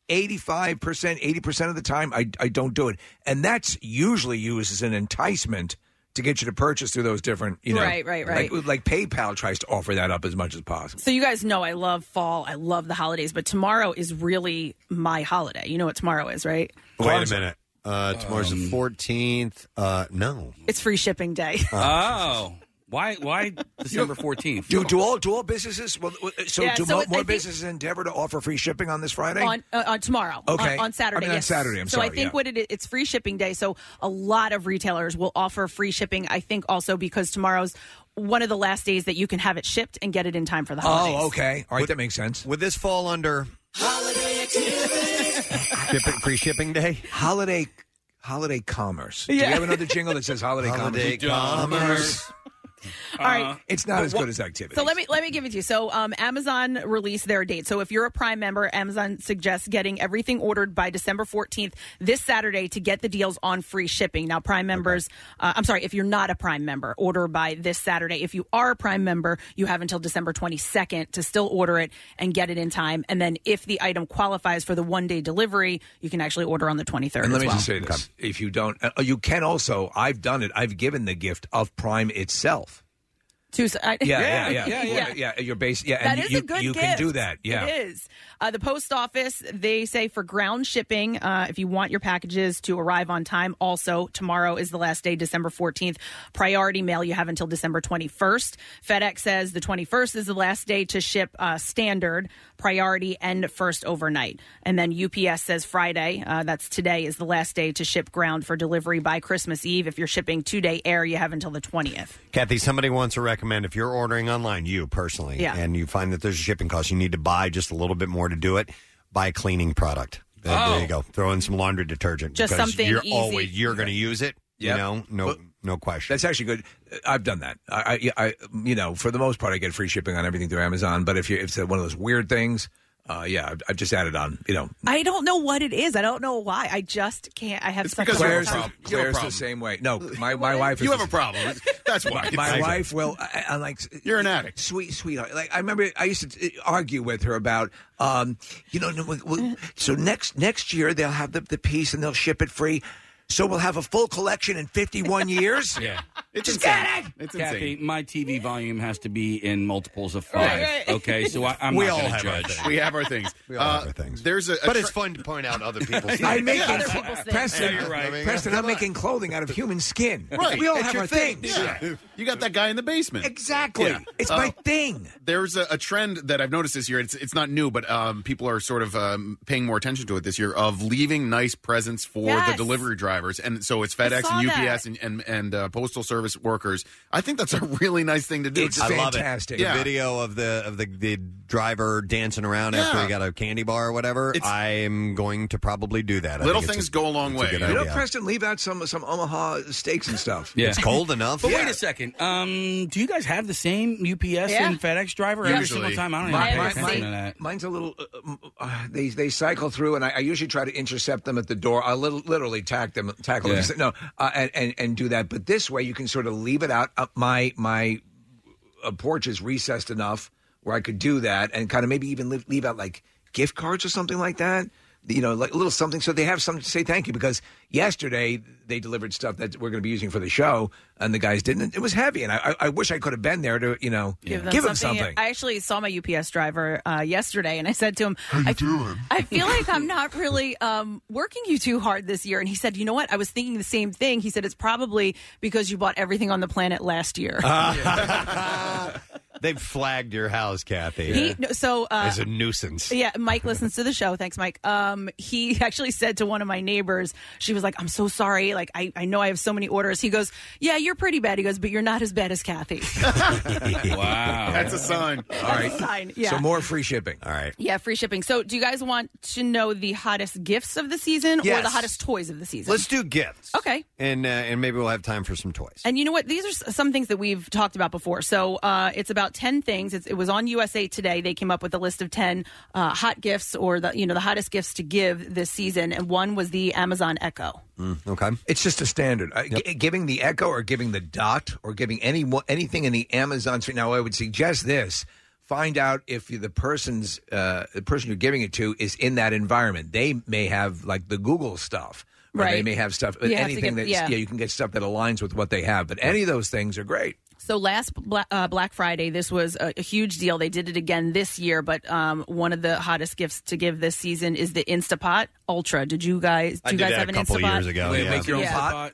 Speaker 5: eighty five percent, eighty percent of the time, I I don't do it, and that's usually used as an enticement to get you to purchase through those different, you know,
Speaker 4: Right, right, right.
Speaker 5: Like, like PayPal tries to offer that up as much as possible.
Speaker 4: So you guys know I love fall. I love the holidays, but tomorrow is really my holiday. You know what tomorrow is, right?
Speaker 3: Wait a minute. Uh, tomorrow's the 14th. Uh, no. Uh,
Speaker 4: It's free shipping day.
Speaker 9: Oh, why? Why December fourteenth?
Speaker 5: Do, do all do all businesses? Well, uh, so
Speaker 4: Yeah,
Speaker 5: do
Speaker 4: so
Speaker 5: mo-
Speaker 4: it's- I
Speaker 5: more
Speaker 4: think-
Speaker 5: businesses endeavor to offer free shipping on this Friday?
Speaker 4: on uh, on tomorrow.
Speaker 5: Okay.
Speaker 4: on, on Saturday.
Speaker 5: I mean, on
Speaker 4: yes.
Speaker 5: Saturday, I'm
Speaker 4: so I
Speaker 5: sorry,
Speaker 4: think
Speaker 5: yeah.
Speaker 4: what it is, it's free shipping day. So a lot of retailers will offer free shipping. I think also because tomorrow's one of the last days that you can have it shipped and get it in time for the holidays.
Speaker 5: Oh, okay. All right, that makes sense.
Speaker 3: Would this fall under shipping, free shipping day?
Speaker 5: Holiday holiday commerce. Do
Speaker 4: Yeah.
Speaker 5: you have another jingle that says holiday,
Speaker 3: Holiday
Speaker 5: commerce?
Speaker 3: commerce.
Speaker 4: All right.
Speaker 5: It's not
Speaker 4: But
Speaker 5: as
Speaker 4: Uh-huh. what-
Speaker 5: good as activity.
Speaker 4: So let me let me give it to you. So um, Amazon released their date. So if you're a Prime member, Amazon suggests getting everything ordered by December 14th this Saturday to get the deals on free shipping. Now Prime members, uh, I'm sorry, if you're not a Prime member, order by this Saturday. If you are a Prime member, you have until December 22nd to still order it and get it in time. And then if the item qualifies for the one day delivery, you can actually order on the 23rd.
Speaker 5: And let
Speaker 4: as
Speaker 5: me
Speaker 4: well.
Speaker 5: just say this: if you don't, uh, you can also. I've done it. I've given the gift of Prime itself.
Speaker 4: Tuesday. I-
Speaker 5: Yeah, yeah, yeah, yeah, yeah. your base. Yeah,
Speaker 4: That
Speaker 5: and
Speaker 4: is
Speaker 5: you,
Speaker 4: a good
Speaker 5: you
Speaker 4: gift.
Speaker 5: can do that. Yeah,
Speaker 4: it is. Uh, the post office they say for ground shipping, uh, if you want your packages to arrive on time, also tomorrow is the last day, December fourteenth. Priority mail you have until December twenty first. FedEx says the twenty first is the last day to ship uh, standard, priority, and first overnight. And then UPS says Friday, uh, that's today, is the last day to ship ground for delivery by Christmas Eve. If you're shipping two day air, you have until the twentieth.
Speaker 3: Kathy, somebody wants to recommend if you're ordering online, you personally,
Speaker 4: Yeah.
Speaker 3: and you find that there's a shipping cost, you need to buy just a little bit more to do it. Buy a
Speaker 9: Oh.
Speaker 3: cleaning product. There, there you go. Throw in some laundry detergent.
Speaker 4: Just
Speaker 3: because
Speaker 4: something
Speaker 3: you're
Speaker 4: easy.
Speaker 3: always you're going to use it. You know, no, no question.
Speaker 5: That's actually good. Uh, I've done that. I, I, I, you know, for the most part, I get free shipping on everything through Amazon. But if you, if it's one of those weird things, uh, yeah, I've, I've just added on. You know,
Speaker 4: I don't know what it is. I don't know why. I just can't. I have such a hard
Speaker 5: Claire's,
Speaker 4: time.
Speaker 5: the, Claire's the same way. No, my, my wife. Is
Speaker 8: You have a problem. That's why.
Speaker 5: My, my wife will. I, I like. You're an addict, sweet sweetheart. Like I remember, I used to uh, argue with her about, um, you know, no, we, we, so next next year they'll have the, the piece and they'll ship it free. So we'll have a full collection in 51 years.
Speaker 9: Yeah.
Speaker 5: it's just get it.
Speaker 8: It's
Speaker 9: Kathy, my TV volume has to be in multiples of five. Okay, so I, I'm
Speaker 8: We
Speaker 9: not
Speaker 8: all
Speaker 9: gonna
Speaker 8: have our
Speaker 9: judge.
Speaker 8: things. We have our things. We all have our
Speaker 3: things.
Speaker 8: uh, There's a,
Speaker 3: But it's fun to point out other people's things.
Speaker 5: I make
Speaker 8: Yeah,
Speaker 5: it-
Speaker 8: other people's things.
Speaker 5: Preston,
Speaker 8: Yeah, you're right. I mean,
Speaker 5: Preston, I'm
Speaker 8: come
Speaker 5: making clothing out of human skin.
Speaker 8: Right.
Speaker 5: We all
Speaker 8: It's
Speaker 5: have
Speaker 8: your
Speaker 5: our
Speaker 8: thing.
Speaker 5: things.
Speaker 8: Yeah. You got that guy in the basement. Uh,
Speaker 5: Exactly. It's my thing.
Speaker 8: There's a, a trend that I've noticed this year. It's it's not new, but um, people are sort of um, paying more attention to it this year of leaving nice presents for
Speaker 14: Yes.
Speaker 8: the delivery drivers, and so it's
Speaker 14: I
Speaker 8: FedEx
Speaker 14: saw
Speaker 8: and UPS
Speaker 14: that.
Speaker 8: and and, and uh, postal service workers. I think that's a really nice thing to do. Just-
Speaker 3: I Love it. The video of the of the, the driver dancing around after
Speaker 8: Yeah.
Speaker 3: he got a candy bar or whatever.
Speaker 8: It's-
Speaker 3: I'm going to probably do that. I
Speaker 8: Little
Speaker 3: think it's
Speaker 8: things go a long
Speaker 3: it's
Speaker 8: way.
Speaker 3: good
Speaker 8: You
Speaker 5: You know,
Speaker 3: idea.
Speaker 5: Preston, leave out some some Omaha steaks and stuff.
Speaker 3: It's cold enough.
Speaker 9: But wait a second. Um, do you guys have the same UPS
Speaker 5: Yeah.
Speaker 9: and FedEx driver every single time? I don't
Speaker 5: My-
Speaker 9: even
Speaker 5: my-
Speaker 9: pay attention to
Speaker 5: mine-
Speaker 9: that.
Speaker 5: Mine's a little. uh, um, uh, they they cycle through, and I, I usually try to intercept them at the door. I little, literally tack them, tackle
Speaker 9: Yeah.
Speaker 5: them. No, uh, and, and and do that. But this way, you can sort of leave it out. Uh, my my uh, porch is recessed enough where I could do that, and kind of maybe even leave, leave out like gift cards or something like that. You know, like a little something, so they have something to say thank you. Because yesterday they delivered stuff that we're going to be using for the show, and the guys didn't. It was heavy, and I, I- I wish I could have been there to, you know, give them something.
Speaker 4: I actually saw my UPS driver uh, yesterday, and I said to him, I, I feel like I'm not really um, working you too hard this year. And he said, You know what? I was thinking the same thing. He said, It's probably because you bought everything on the planet last year.
Speaker 5: Ah.
Speaker 3: They've flagged your house, Kathy.
Speaker 4: He, no, so, uh,
Speaker 3: As a nuisance.
Speaker 4: Yeah, Mike listens to the show. Thanks, Mike. Um, he actually said to one of my neighbors, she was like, I'm so sorry. Like, I, I know I have so many orders. He goes, Yeah, you're pretty bad. He goes, But you're not as bad as Kathy.
Speaker 8: wow, that's a sign. All
Speaker 5: right,
Speaker 4: sign, yeah.
Speaker 5: So more free shipping.
Speaker 3: All right.
Speaker 4: yeah, free shipping. So, do you guys want to know the hottest gifts of the season or
Speaker 3: Yes.
Speaker 4: the hottest toys of the season?
Speaker 3: Let's do gifts.
Speaker 4: Okay.
Speaker 3: And uh, and maybe we'll have time for some toys.
Speaker 4: And you know what? These are s- some things that we've talked about before. So uh, it's about ten things. It's, it was on USA Today. They came up with a list of ten uh, hot gifts or the you know the hottest gifts to give this season, and one was the Amazon Echo.
Speaker 3: okay,
Speaker 5: Mm, it's just a standard. Uh, gi- giving the Echo or giving the Dot or giving any one- anything in the Amazon street. Now, I would suggest this: find out if you- the person's uh, the person you're giving it to is in that environment. They may have like the Google stuff. Or They
Speaker 4: Right.
Speaker 5: may have stuff,
Speaker 4: You have to
Speaker 5: anything
Speaker 4: get-
Speaker 5: that
Speaker 4: yeah.
Speaker 5: yeah, you can get stuff that aligns with what they have. But any of those things are great.
Speaker 4: So last Bla- uh, Black Friday, this was a, a huge deal. They did it again this year, but um, one of the hottest gifts to give this season is the Instapot Ultra. Did you guys? Do
Speaker 3: I
Speaker 4: you
Speaker 3: did
Speaker 4: guys
Speaker 3: that
Speaker 4: have
Speaker 3: a
Speaker 4: an
Speaker 3: couple of
Speaker 4: Instapot?
Speaker 3: years ago. yeah.
Speaker 4: Yeah.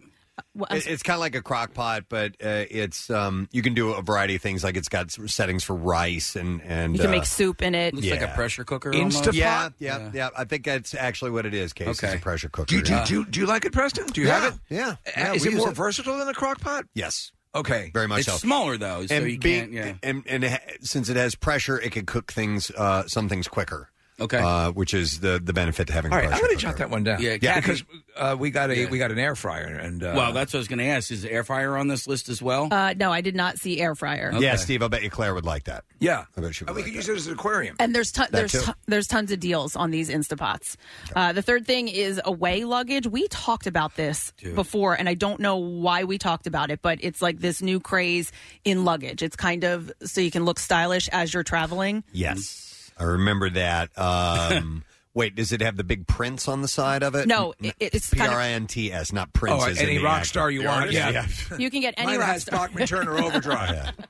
Speaker 4: Well, I'm
Speaker 3: It- It's kind of like a crock pot, but uh, it's um, you can do a variety of things. Like it's got s- settings for rice and and
Speaker 4: You can
Speaker 3: uh,
Speaker 4: make soup in it.
Speaker 3: Looks like a Yeah. pressure
Speaker 9: cooker.
Speaker 3: Instapot? Yeah, yeah, yeah. I think that's actually what it is. Case it's a pressure cooker.
Speaker 5: Do you, do, you-
Speaker 3: yeah.
Speaker 5: do, you- do you like it, Preston? Do you
Speaker 3: Yeah,
Speaker 5: have it?
Speaker 3: yeah.
Speaker 5: Uh,
Speaker 3: Yeah,
Speaker 5: is
Speaker 3: we
Speaker 5: it
Speaker 3: use
Speaker 5: more
Speaker 3: it.
Speaker 5: versatile than a crock pot?
Speaker 3: Yes.
Speaker 5: Okay.
Speaker 3: Very much
Speaker 5: It's
Speaker 3: so.
Speaker 5: smaller, though, so you can't- yeah.
Speaker 3: And and ha- since it has pressure, it can cook things uh, some things quicker.
Speaker 9: Okay.
Speaker 3: Uh, which is the the benefit to having.
Speaker 5: All
Speaker 3: a
Speaker 5: right, I'm
Speaker 3: pressure
Speaker 5: going to
Speaker 3: cooker.
Speaker 5: jot that one down.
Speaker 3: Yeah, Kathy-
Speaker 5: because uh, we got a
Speaker 9: Yeah.
Speaker 5: we got an air fryer, and uh,
Speaker 9: well, that's what I was going to ask. Is the air fryer on this list as well?
Speaker 4: Uh, no, I did not see air fryer.
Speaker 3: Yeah, Steve. I bet you Claire would like that.
Speaker 5: Yeah,
Speaker 3: I bet she would.
Speaker 5: we could use it as an aquarium.
Speaker 4: And there's ton
Speaker 3: That
Speaker 4: there's
Speaker 3: too.
Speaker 4: ton there's tons of deals on these Instapots. Uh, the third thing is away luggage. We talked about this
Speaker 15: Dude.
Speaker 4: before, and I don't know why we talked about it, but it's like this new craze in luggage. It's kind of so you can look stylish as you're traveling.
Speaker 5: Mm-hmm.
Speaker 3: Yes, I remember that. Um, wait, does it have the big prints on the side of it?
Speaker 4: No, it- it's
Speaker 3: P
Speaker 4: kind of-
Speaker 3: R I N T S, not prints.
Speaker 5: Oh,
Speaker 3: as
Speaker 5: any
Speaker 3: in the
Speaker 5: rock
Speaker 3: actor.
Speaker 5: star you
Speaker 3: The
Speaker 5: want,
Speaker 3: artist?
Speaker 5: yeah.
Speaker 4: You can get any
Speaker 5: Mine
Speaker 4: rock
Speaker 5: has
Speaker 4: star.
Speaker 5: Bachman Turner Overdrive.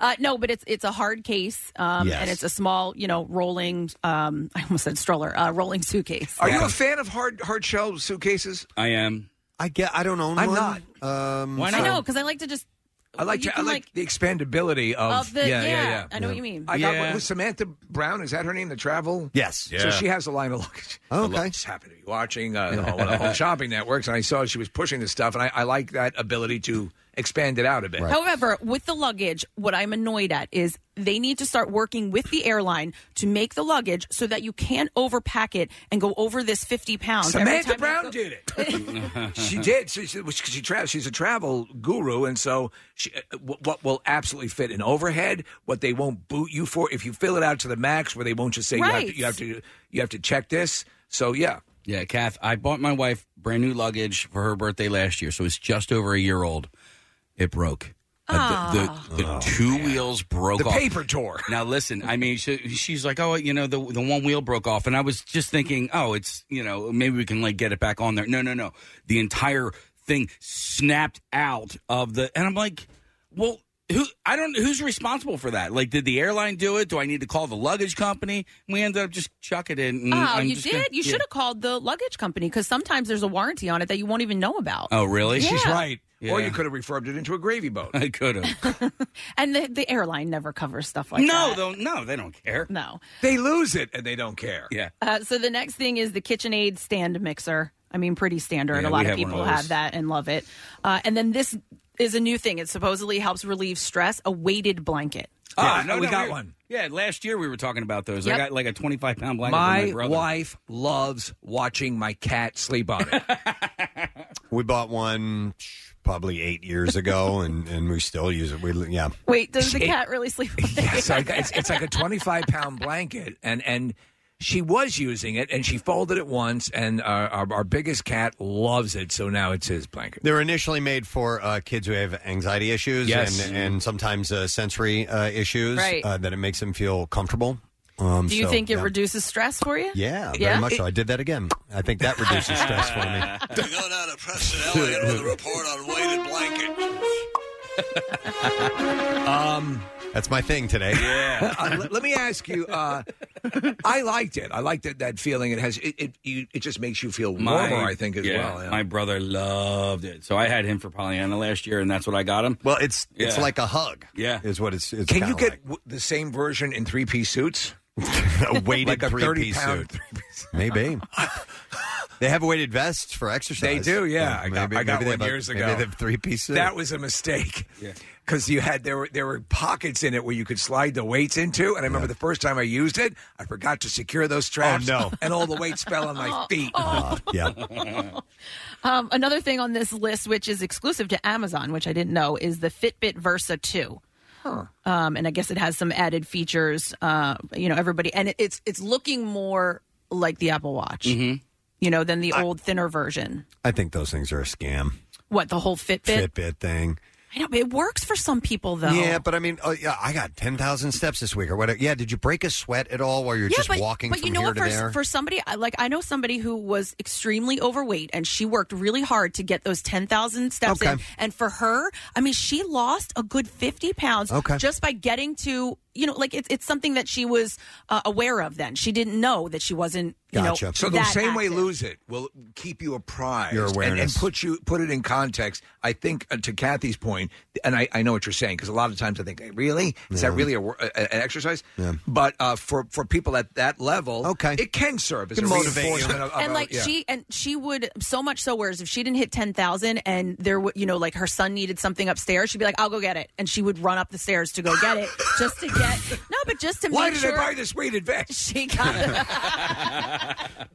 Speaker 4: Uh, no, but it's it's a hard case, um,
Speaker 5: Yes.
Speaker 4: and it's a small, you know, rolling. Um, I almost said stroller, uh, rolling suitcase.
Speaker 5: Are you a fan of hard hard shell suitcases?
Speaker 9: I am.
Speaker 3: I get. I don't own
Speaker 5: I'm
Speaker 3: one.
Speaker 5: not.
Speaker 3: Um,
Speaker 5: Why
Speaker 4: I
Speaker 5: not?
Speaker 4: know because I like to just.
Speaker 5: I like
Speaker 4: you
Speaker 5: to, I
Speaker 4: can,
Speaker 5: like, the expandability of,
Speaker 4: Of the- yeah, I know what you mean.
Speaker 5: I got
Speaker 4: Yeah.
Speaker 5: one with Samantha Brown. Is that her name? The travel.
Speaker 3: Yes.
Speaker 5: So
Speaker 3: Yeah.
Speaker 5: she has a line of luggage.
Speaker 3: Oh,
Speaker 5: I
Speaker 3: okay.
Speaker 5: just happened to be watching uh, on- on Home Shopping Networks, and I saw she was pushing this stuff, and I, I like that ability to expand it out a bit.
Speaker 4: However, with the luggage, what I'm annoyed at is they need to start working with the airline to make the luggage so that you can't overpack it and go over this 50
Speaker 9: Oh,
Speaker 4: pounds. every
Speaker 5: Samantha
Speaker 4: time you
Speaker 5: Brown
Speaker 4: go-
Speaker 5: did it. she did. She, she, she, she tra- she's a travel guru, and so she, uh, wh- what will absolutely fit in overhead, what they won't boot you for if you fill it out to the max, where they won't just say
Speaker 9: Right.
Speaker 5: you have to you have to you have to check this. So yeah,
Speaker 9: Yeah, Kath, I bought my wife brand new luggage for her birthday last year, so it's just over a year old. It broke. Uh, the
Speaker 4: Ah.
Speaker 9: the, the two wheels broke
Speaker 5: Oh, The
Speaker 9: off.
Speaker 5: paper tore.
Speaker 9: Now listen, I mean, she, she's like, oh, you know, the the one wheel broke off, and I was just thinking, oh, it's you know, maybe we can like get it back on there. No, no, no. The entire thing snapped out of the, and I'm like, well. Who I don't who's responsible for that? Like, did the airline do it? Do I need to call the luggage company? We ended up just chucking it. And
Speaker 4: Oh,
Speaker 9: I'm
Speaker 4: you
Speaker 9: just
Speaker 4: did?
Speaker 9: gonna-
Speaker 4: you
Speaker 9: Mm, Yeah.
Speaker 4: should have called the luggage company because sometimes there's a warranty on it that you won't even know about.
Speaker 9: Oh, really?
Speaker 4: Yeah.
Speaker 9: She's
Speaker 5: right. Or
Speaker 9: Yeah.
Speaker 5: you could have reformed it into a gravy boat.
Speaker 9: I could have.
Speaker 4: And the, the airline never covers stuff like
Speaker 5: No,
Speaker 4: that.
Speaker 9: No, no, they don't care.
Speaker 4: No.
Speaker 5: They lose it and they don't care.
Speaker 9: Yeah.
Speaker 4: Uh, so the next thing is the KitchenAid stand mixer. I mean, pretty standard.
Speaker 5: Yeah,
Speaker 4: a
Speaker 5: we
Speaker 4: lot of
Speaker 5: have one of
Speaker 4: people
Speaker 5: those.
Speaker 4: have that and love it. Uh, and then this is a new thing. It supposedly helps relieve stress. A weighted blanket.
Speaker 5: Ah, no, we got
Speaker 9: were-
Speaker 5: one.
Speaker 9: Yeah, last year we were talking about those. I
Speaker 4: Yep.
Speaker 9: got like a 25 pound blanket. for my
Speaker 5: My
Speaker 9: brother.
Speaker 5: wife loves watching my cat sleep on it.
Speaker 3: We bought one psh, probably eight years ago, and, and we still use it. We yeah.
Speaker 4: Wait, does the cat really sleep? on it?
Speaker 5: It's like it's, it's like a 25 pound blanket, and and she was using it, and she folded it once, and our, our, our biggest cat loves it, so now it's his blanket.
Speaker 3: They're initially made for uh, kids who have anxiety issues
Speaker 5: Yes.
Speaker 3: and, and sometimes uh, sensory uh, issues
Speaker 4: Right.
Speaker 3: uh, that it makes them feel comfortable. Um,
Speaker 4: Do you
Speaker 3: so,
Speaker 4: think it
Speaker 3: yeah.
Speaker 4: reduces stress for you?
Speaker 3: Yeah, very
Speaker 4: Yeah?
Speaker 3: much so. I did that again. I think that reduces stress for me.
Speaker 5: Um,
Speaker 3: That's my thing today.
Speaker 9: Yeah.
Speaker 5: Uh, let, let me ask you. Uh, I liked it. I liked it, that feeling. It has. It it, you, it just makes you feel warmer. I think as
Speaker 9: yeah,
Speaker 5: well.
Speaker 9: My brother loved it, so I had him for Pollyanna last year, and that's what I got him.
Speaker 3: Well, it's it's like a hug.
Speaker 9: Yeah,
Speaker 3: is what it's. it's
Speaker 5: Can you
Speaker 3: kinda
Speaker 5: get w- the same version in three piece suits?
Speaker 3: a weighted
Speaker 5: like a
Speaker 3: three piece
Speaker 5: 30-pound
Speaker 3: suit. Maybe. they have weighted vests for exercise.
Speaker 5: They do, yeah.
Speaker 3: Uh,
Speaker 5: I got,
Speaker 3: maybe-
Speaker 5: I got
Speaker 3: maybe they
Speaker 5: one
Speaker 3: have a-
Speaker 5: years
Speaker 3: maybe
Speaker 5: ago.
Speaker 3: they have three-piece suit.
Speaker 5: That was a mistake. Because you had there were there were pockets in it where you could slide the weights into, and I remember the first time I used it, I forgot to secure those straps.
Speaker 3: Oh, no. Uh,
Speaker 5: And all the weights fell on my feet.
Speaker 3: yeah.
Speaker 4: Um, another thing on this list, which is exclusive to Amazon, which I didn't know, is the Fitbit Versa 2. Um, and I guess it has some added features. Uh, you know, everybody, and it, it's it's looking more like the Apple Watch. You know, than the old thinner version.
Speaker 3: I think those things are a scam.
Speaker 4: What the whole Fitbit?
Speaker 3: Fitbit thing.
Speaker 4: I know but it works for some people though.
Speaker 3: Yeah, but I mean, oh, yeah, I got ten thousand steps this week or whatever. Yeah, did you break a sweat at all while you're
Speaker 4: yeah,
Speaker 3: just
Speaker 4: but,
Speaker 3: walking
Speaker 4: but
Speaker 3: from
Speaker 4: you know
Speaker 3: here
Speaker 4: what?
Speaker 3: to
Speaker 4: For,
Speaker 3: there?
Speaker 4: for somebody I- like I know somebody who was extremely overweight, and she worked really hard to get those ten thousand steps in.
Speaker 3: Okay.
Speaker 4: And for her, I mean, she lost a good fifty pounds
Speaker 3: Okay.
Speaker 4: just by getting to you know, like it's it's something that she was uh, aware of. Then she didn't know that she wasn't you know
Speaker 5: so the
Speaker 4: that
Speaker 5: same way
Speaker 4: active.
Speaker 5: lose it will keep you apprised
Speaker 3: Your
Speaker 5: and- and,
Speaker 3: awareness.
Speaker 5: put you put it in context. I think uh, to Kathy's point, and I, I know what you're saying because a lot of times I think, "Hey, really, is that
Speaker 3: Yeah.
Speaker 5: really a, wor- a- a- an exercise? But uh, for for people at that level, okay, it can serve as
Speaker 3: Can
Speaker 5: a
Speaker 3: motivate you.
Speaker 5: reinforcement. Of, of
Speaker 4: and
Speaker 5: a-
Speaker 4: like
Speaker 5: uh, yeah.
Speaker 4: she and she would so much so whereas if she didn't hit 10,000 and there would you know like her son needed something upstairs she'd be like I'll go get it and she would run up the stairs to go get it just to get no but just to
Speaker 5: Why
Speaker 4: make
Speaker 5: did
Speaker 4: sure
Speaker 5: I buy this weighted vest?
Speaker 4: She got it.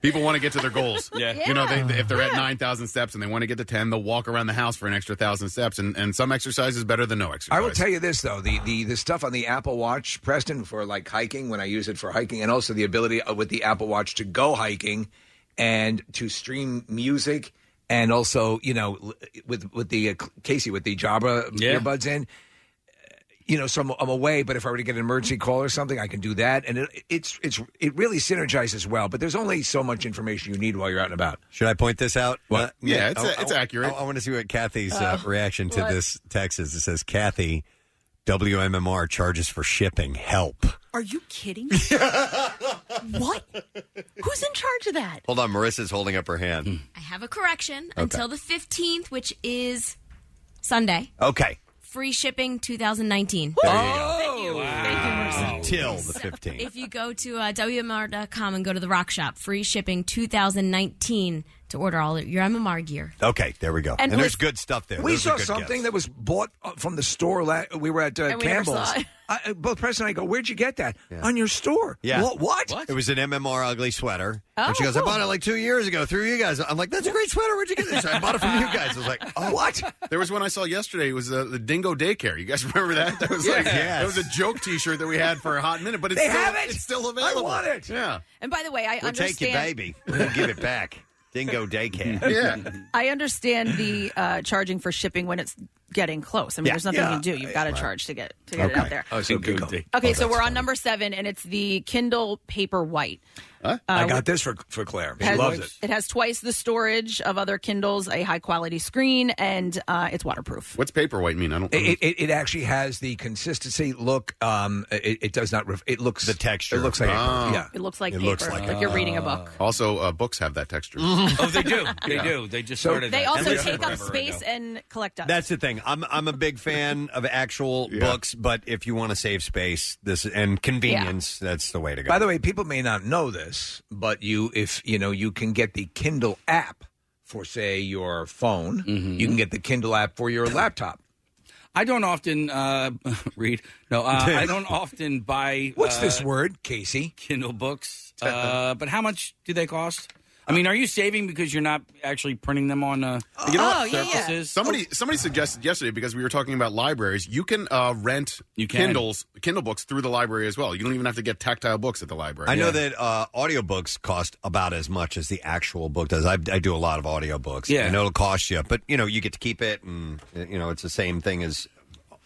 Speaker 8: People want to get to their goals. yeah. You know, they, if they're at
Speaker 4: Yeah.
Speaker 8: 9,000 steps and they want to get to 10, they'll walk around the house for an extra 1,000 steps. And, and some exercise is better than no exercise.
Speaker 5: I will tell you this though the, the the stuff on the Apple Watch, Preston, for like hiking when I use it for hiking, and also the ability uh, with the Apple Watch to go hiking and to stream music, and also you know l- with with the uh, Casey with the Jabra
Speaker 9: Yeah.
Speaker 5: earbuds in. uh, You know, so I'm, I'm away, but if I were to get an emergency call or something, I can do that, and it, it's it's it really synergizes well. But there's only so much information you need while you're out and about.
Speaker 3: Should I point this out? Uh,
Speaker 8: Yeah, it's-
Speaker 3: I-
Speaker 8: it's
Speaker 3: I-
Speaker 8: accurate.
Speaker 3: I, want to see what Kathy's uh,
Speaker 5: Oh,
Speaker 3: reaction to
Speaker 5: what?
Speaker 3: this text is. It says, Kathy, WMMR charges for shipping. Help.
Speaker 4: Are you kidding me? what? Who's in charge of that?
Speaker 3: Hold on. Marissa's holding up her hand.
Speaker 16: I have a correction
Speaker 3: Okay.
Speaker 16: until the 15th, which is Sunday.
Speaker 3: Okay.
Speaker 16: Free shipping 2019.
Speaker 3: There you go.
Speaker 16: Thank you.
Speaker 3: Wow. until the 15th.
Speaker 14: If you go to uh, WMR.com and go to the Rock Shop, free shipping 2019 to order all your MMR gear.
Speaker 3: Okay, there we go. And,
Speaker 14: And we-
Speaker 3: there's good stuff there.
Speaker 5: We
Speaker 3: Those are
Speaker 5: saw
Speaker 3: good
Speaker 5: something
Speaker 3: gifts.
Speaker 5: that was bought uh, from the store. La- we were at uh,
Speaker 3: And we never
Speaker 5: Campbell's.
Speaker 3: saw it.
Speaker 5: I, I- both Preston and I go, "Where'd you get that? On your store?
Speaker 3: Yeah.
Speaker 5: What? What?
Speaker 3: It was an MMR ugly sweater. and she
Speaker 5: Oh,
Speaker 3: goes, I
Speaker 5: cool.
Speaker 3: bought it like two years ago through you guys. I'm like, that's a great sweater. Where'd you get this? I bought it from you guys. I was like, oh.
Speaker 5: What?
Speaker 8: There was one I saw yesterday. It was uh, the Dingo Daycare. You guys remember that? That was like,
Speaker 3: Yes.
Speaker 8: that was a joke T-shirt that we had for a hot minute, but it's
Speaker 4: They
Speaker 8: still,
Speaker 4: have it!
Speaker 8: It's still available.
Speaker 4: I want it!
Speaker 8: Yeah.
Speaker 4: And by the way, I
Speaker 3: We'll
Speaker 4: understand.
Speaker 3: take your baby. We'll give it back. Dingo daycare.
Speaker 8: yeah.
Speaker 4: I understand the uh, charging for shipping when it's getting close. I mean,
Speaker 3: Yeah.
Speaker 4: there's nothing
Speaker 3: Yeah.
Speaker 4: you can do. You've got to
Speaker 3: Right.
Speaker 4: charge to get to get it out there.
Speaker 5: Oh, so good. call.
Speaker 4: Okay, so we're on number seven, and it's the Kindle Paperwhite. uh,
Speaker 5: I got this for for Claire. She
Speaker 4: Has-
Speaker 5: loves it.
Speaker 4: It has twice the storage of other Kindles, a high quality screen, and uh, it's waterproof.
Speaker 8: What's paperweight mean? I don't.
Speaker 5: It, it, it actually has the consistency look. Um, it, it does not. Ref- it looks the texture. It looks like
Speaker 8: Oh.
Speaker 5: yeah.
Speaker 4: It looks like paper, like, Ah. you're reading a book.
Speaker 8: Also, uh, books have that texture.
Speaker 9: oh, they do. They
Speaker 8: Yeah.
Speaker 9: do. They just
Speaker 8: So-
Speaker 9: started.
Speaker 4: They
Speaker 9: that.
Speaker 4: also
Speaker 9: Every
Speaker 4: take up
Speaker 9: forever ago.
Speaker 4: space and collect dust.
Speaker 3: That's the thing. I'm I'm a big fan of actual books, but if you want to save space, this and convenience, that's the way to go.
Speaker 5: By the way, people may not know this, but you, if you know, you can get the Kindle app for say your phone. You can get the Kindle app for your laptop.
Speaker 9: I don't often uh, read. No, uh, I don't often buy.
Speaker 5: What's
Speaker 9: uh,
Speaker 5: this word, Casey?
Speaker 9: Kindle books.
Speaker 3: Uh-huh.
Speaker 9: Uh, but how much do they cost? I mean, are you saving because you're not actually printing them on uh,
Speaker 3: Oh.
Speaker 8: You know what?
Speaker 9: surfaces?
Speaker 8: Somebody somebody suggested yesterday because we were talking about libraries. You can uh, rent
Speaker 9: can.
Speaker 8: Kindles Kindle books through the library as well. You don't even have to get tactile books at the library.
Speaker 3: I know that uh, audiobooks cost about as much as the actual book does. I, I do a lot of audiobooks.
Speaker 8: Yeah.
Speaker 3: I know it'll cost you, but you know you get to keep it, and uh, you know it's the same thing as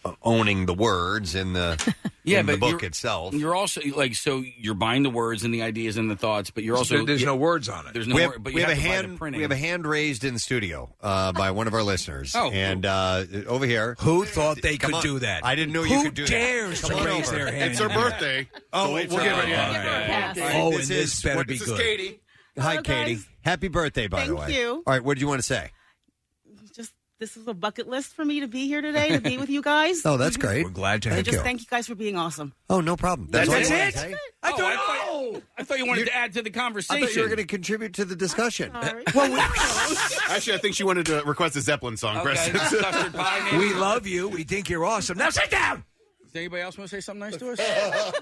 Speaker 3: uh, owning the words in the in the book
Speaker 9: you're-
Speaker 3: itself.
Speaker 9: You're also like so you're buying the words and the ideas and the thoughts, but you're also
Speaker 3: There- there's no
Speaker 5: words on it.
Speaker 9: There's no
Speaker 3: we have,
Speaker 9: word, but
Speaker 3: we
Speaker 9: you
Speaker 3: have
Speaker 9: have
Speaker 3: a
Speaker 9: to buy the
Speaker 3: hand
Speaker 9: printing.
Speaker 3: we have a hand raised in studio uh, by one of our listeners,
Speaker 9: Oh.
Speaker 3: and uh, over here,
Speaker 5: who thought they
Speaker 3: Come
Speaker 5: could
Speaker 3: on.
Speaker 5: do that?
Speaker 3: I didn't know you
Speaker 5: Who
Speaker 3: could do
Speaker 5: dares
Speaker 3: that.
Speaker 5: to
Speaker 3: Come on
Speaker 5: raise
Speaker 3: over.
Speaker 5: their hand
Speaker 8: It's her
Speaker 5: and do that?
Speaker 8: birthday.
Speaker 3: Oh,
Speaker 8: So
Speaker 3: we'll
Speaker 8: it's,
Speaker 3: give her
Speaker 8: uh,
Speaker 3: a hand.
Speaker 8: all right.
Speaker 3: Yeah.
Speaker 8: Okay.
Speaker 5: Oh, and this better be
Speaker 8: This is
Speaker 5: good.
Speaker 8: Katie.
Speaker 3: Hi,
Speaker 4: Hello,
Speaker 3: Katie.
Speaker 4: guys.
Speaker 3: Happy birthday, by the
Speaker 15: Thank
Speaker 3: way.
Speaker 15: you.
Speaker 3: All right, what did you want to say?
Speaker 15: Just this was a bucket list for me to be here today to be with you guys. Mm-hmm.
Speaker 3: Oh, that's great. We're glad to
Speaker 15: I
Speaker 3: have
Speaker 15: just
Speaker 3: you.
Speaker 15: thank you guys for being awesome.
Speaker 3: Oh, no problem. That's, all I wanted to say.
Speaker 9: Oh, I thought, I thought you wanted to add to the
Speaker 3: I
Speaker 9: conversation.
Speaker 3: thought you were going to contribute to the discussion.
Speaker 8: Actually, I think she wanted to request a Zeppelin song, Preston.
Speaker 5: we love you. We think you're awesome. Now sit down.
Speaker 9: Does anybody else want to say something nice to us?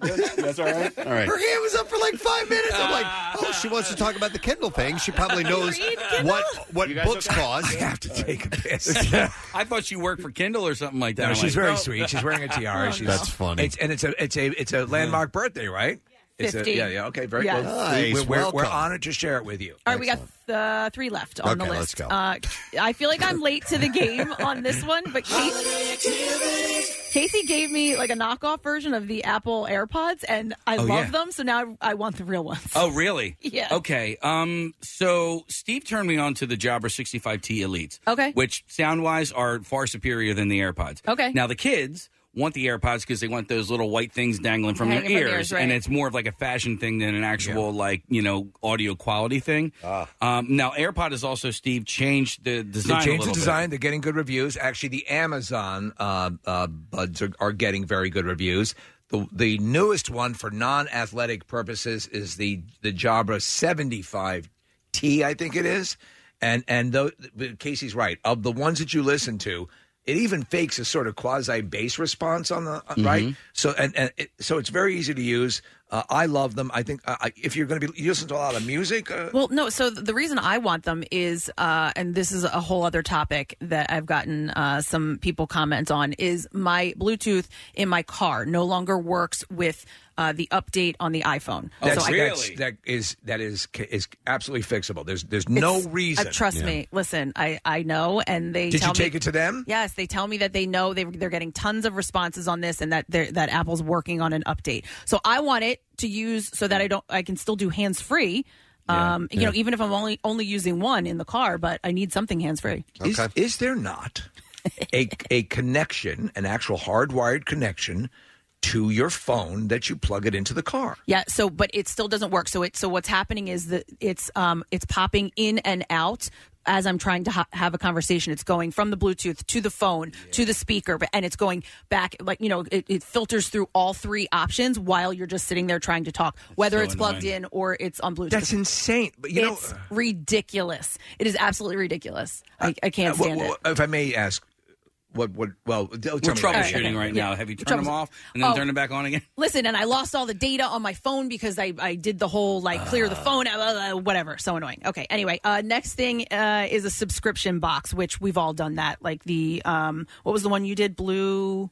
Speaker 8: That's all right. All
Speaker 3: Her hand was up for like five minutes.
Speaker 9: Uh,
Speaker 3: I'm like, oh, she wants to talk about the Kindle thing. She probably knows what what
Speaker 9: You guys
Speaker 3: books
Speaker 9: okay?
Speaker 3: cost.
Speaker 5: I have to take a piss.
Speaker 9: I thought she worked for Kindle or something like that.
Speaker 5: No,
Speaker 9: I'm
Speaker 5: she's
Speaker 9: like, oh.
Speaker 5: very
Speaker 9: no.
Speaker 5: sweet. She's wearing a tiara. she's,
Speaker 3: funny.
Speaker 5: It's, and it's a it's a it's a landmark birthday, right? It's a,
Speaker 4: 50.
Speaker 5: yeah, yeah. Okay, very
Speaker 4: Yes.
Speaker 5: good.
Speaker 4: Nice,
Speaker 5: We're, we're, we're
Speaker 4: welcome.
Speaker 5: honored to share it with you.
Speaker 4: All right, we got uh, three left on the
Speaker 5: Okay,
Speaker 4: list.
Speaker 5: let's go.
Speaker 4: Uh, I feel like I'm late to the game on this one, but Casey, Casey gave me like a knockoff version of the Apple AirPods, and I
Speaker 9: Oh,
Speaker 4: love
Speaker 9: yeah.
Speaker 4: them. So now I, I want the real ones.
Speaker 9: Oh, really?
Speaker 4: Yeah.
Speaker 9: Okay. Um. So Steve turned me on to the Jabra 65T Elites.
Speaker 4: Okay.
Speaker 9: Which sound wise are far superior than the AirPods.
Speaker 4: Okay.
Speaker 9: Now the kids want the AirPods because they want those little white things dangling from
Speaker 4: Hanging
Speaker 9: their
Speaker 4: from
Speaker 9: ears,
Speaker 4: their ears, right.
Speaker 9: and it's more of like a fashion thing than an actual like you know audio quality thing. Um. Now AirPod is also Steve changed the
Speaker 5: Ah.
Speaker 9: design.
Speaker 5: They
Speaker 9: a
Speaker 5: changed the
Speaker 9: little bit.
Speaker 5: design. They're getting good reviews. Actually, the Amazon uh, uh, buds are, are getting very good reviews. The, the newest one for non-athletic purposes is the the Jabra 75T, I think it is. And and though Casey's right, of the ones that you listen to, it even fakes a sort of quasi bass response on the uh,
Speaker 9: Mm-hmm.
Speaker 5: right. So and, and it, so it's very easy to use. Uh, I love them. I think uh, I- if you're going to be you listen to a lot of music, uh,
Speaker 4: Well, no. So th- the reason I want them is, uh, and this is a whole other topic that I've gotten uh, some people comment on, is my Bluetooth in my car no longer works with uh, the update on the iPhone.
Speaker 5: That's,
Speaker 4: Oh, I-
Speaker 5: that's that is that is is absolutely fixable. There's there's no
Speaker 4: It's-
Speaker 5: reason.
Speaker 4: uh, trust me. Listen, I, I know, and they
Speaker 5: Did
Speaker 4: tell
Speaker 5: you take
Speaker 4: me,
Speaker 5: it to them?
Speaker 4: Yes, they tell me that they know they they're getting tons of responses on this, and that they're- that Apple's working on an update. So I want it to use so that I don't I can still do hands free. Um, you know, even if I'm only only using one in the car, but I need something hands free.
Speaker 5: Is, is there not a a connection, an actual hardwired connection to your phone that you plug it into the car.
Speaker 4: Yeah. So, but it still doesn't work. So it so what's happening is that it's um it's popping in and out as I'm trying to ha- have a conversation. It's going from the Bluetooth to the phone to the speaker, but and it's going back like you know it, it filters through all three options while you're just sitting there trying to talk, whether
Speaker 5: so
Speaker 4: it's plugged
Speaker 5: annoying.
Speaker 4: in or it's on Bluetooth.
Speaker 5: That's insane. But you know-
Speaker 4: it's ridiculous. It is absolutely ridiculous. I, I can't
Speaker 5: Uh, wha-
Speaker 4: stand it.
Speaker 5: wha- If I may ask, what what? Well, tell
Speaker 9: We're
Speaker 5: me about it.
Speaker 9: troubleshooting right now. Have you
Speaker 4: We're
Speaker 9: turned them
Speaker 4: troubles-
Speaker 9: off and then
Speaker 4: Oh.
Speaker 9: turn them back on again?
Speaker 4: Listen, and I lost all the data on my phone because I, I did the whole like clear the phone, uh, uh, uh, whatever. So annoying. Okay. Anyway, uh, next thing uh, is a subscription box, which we've all done that. Like the um, what was the one you did? Blue.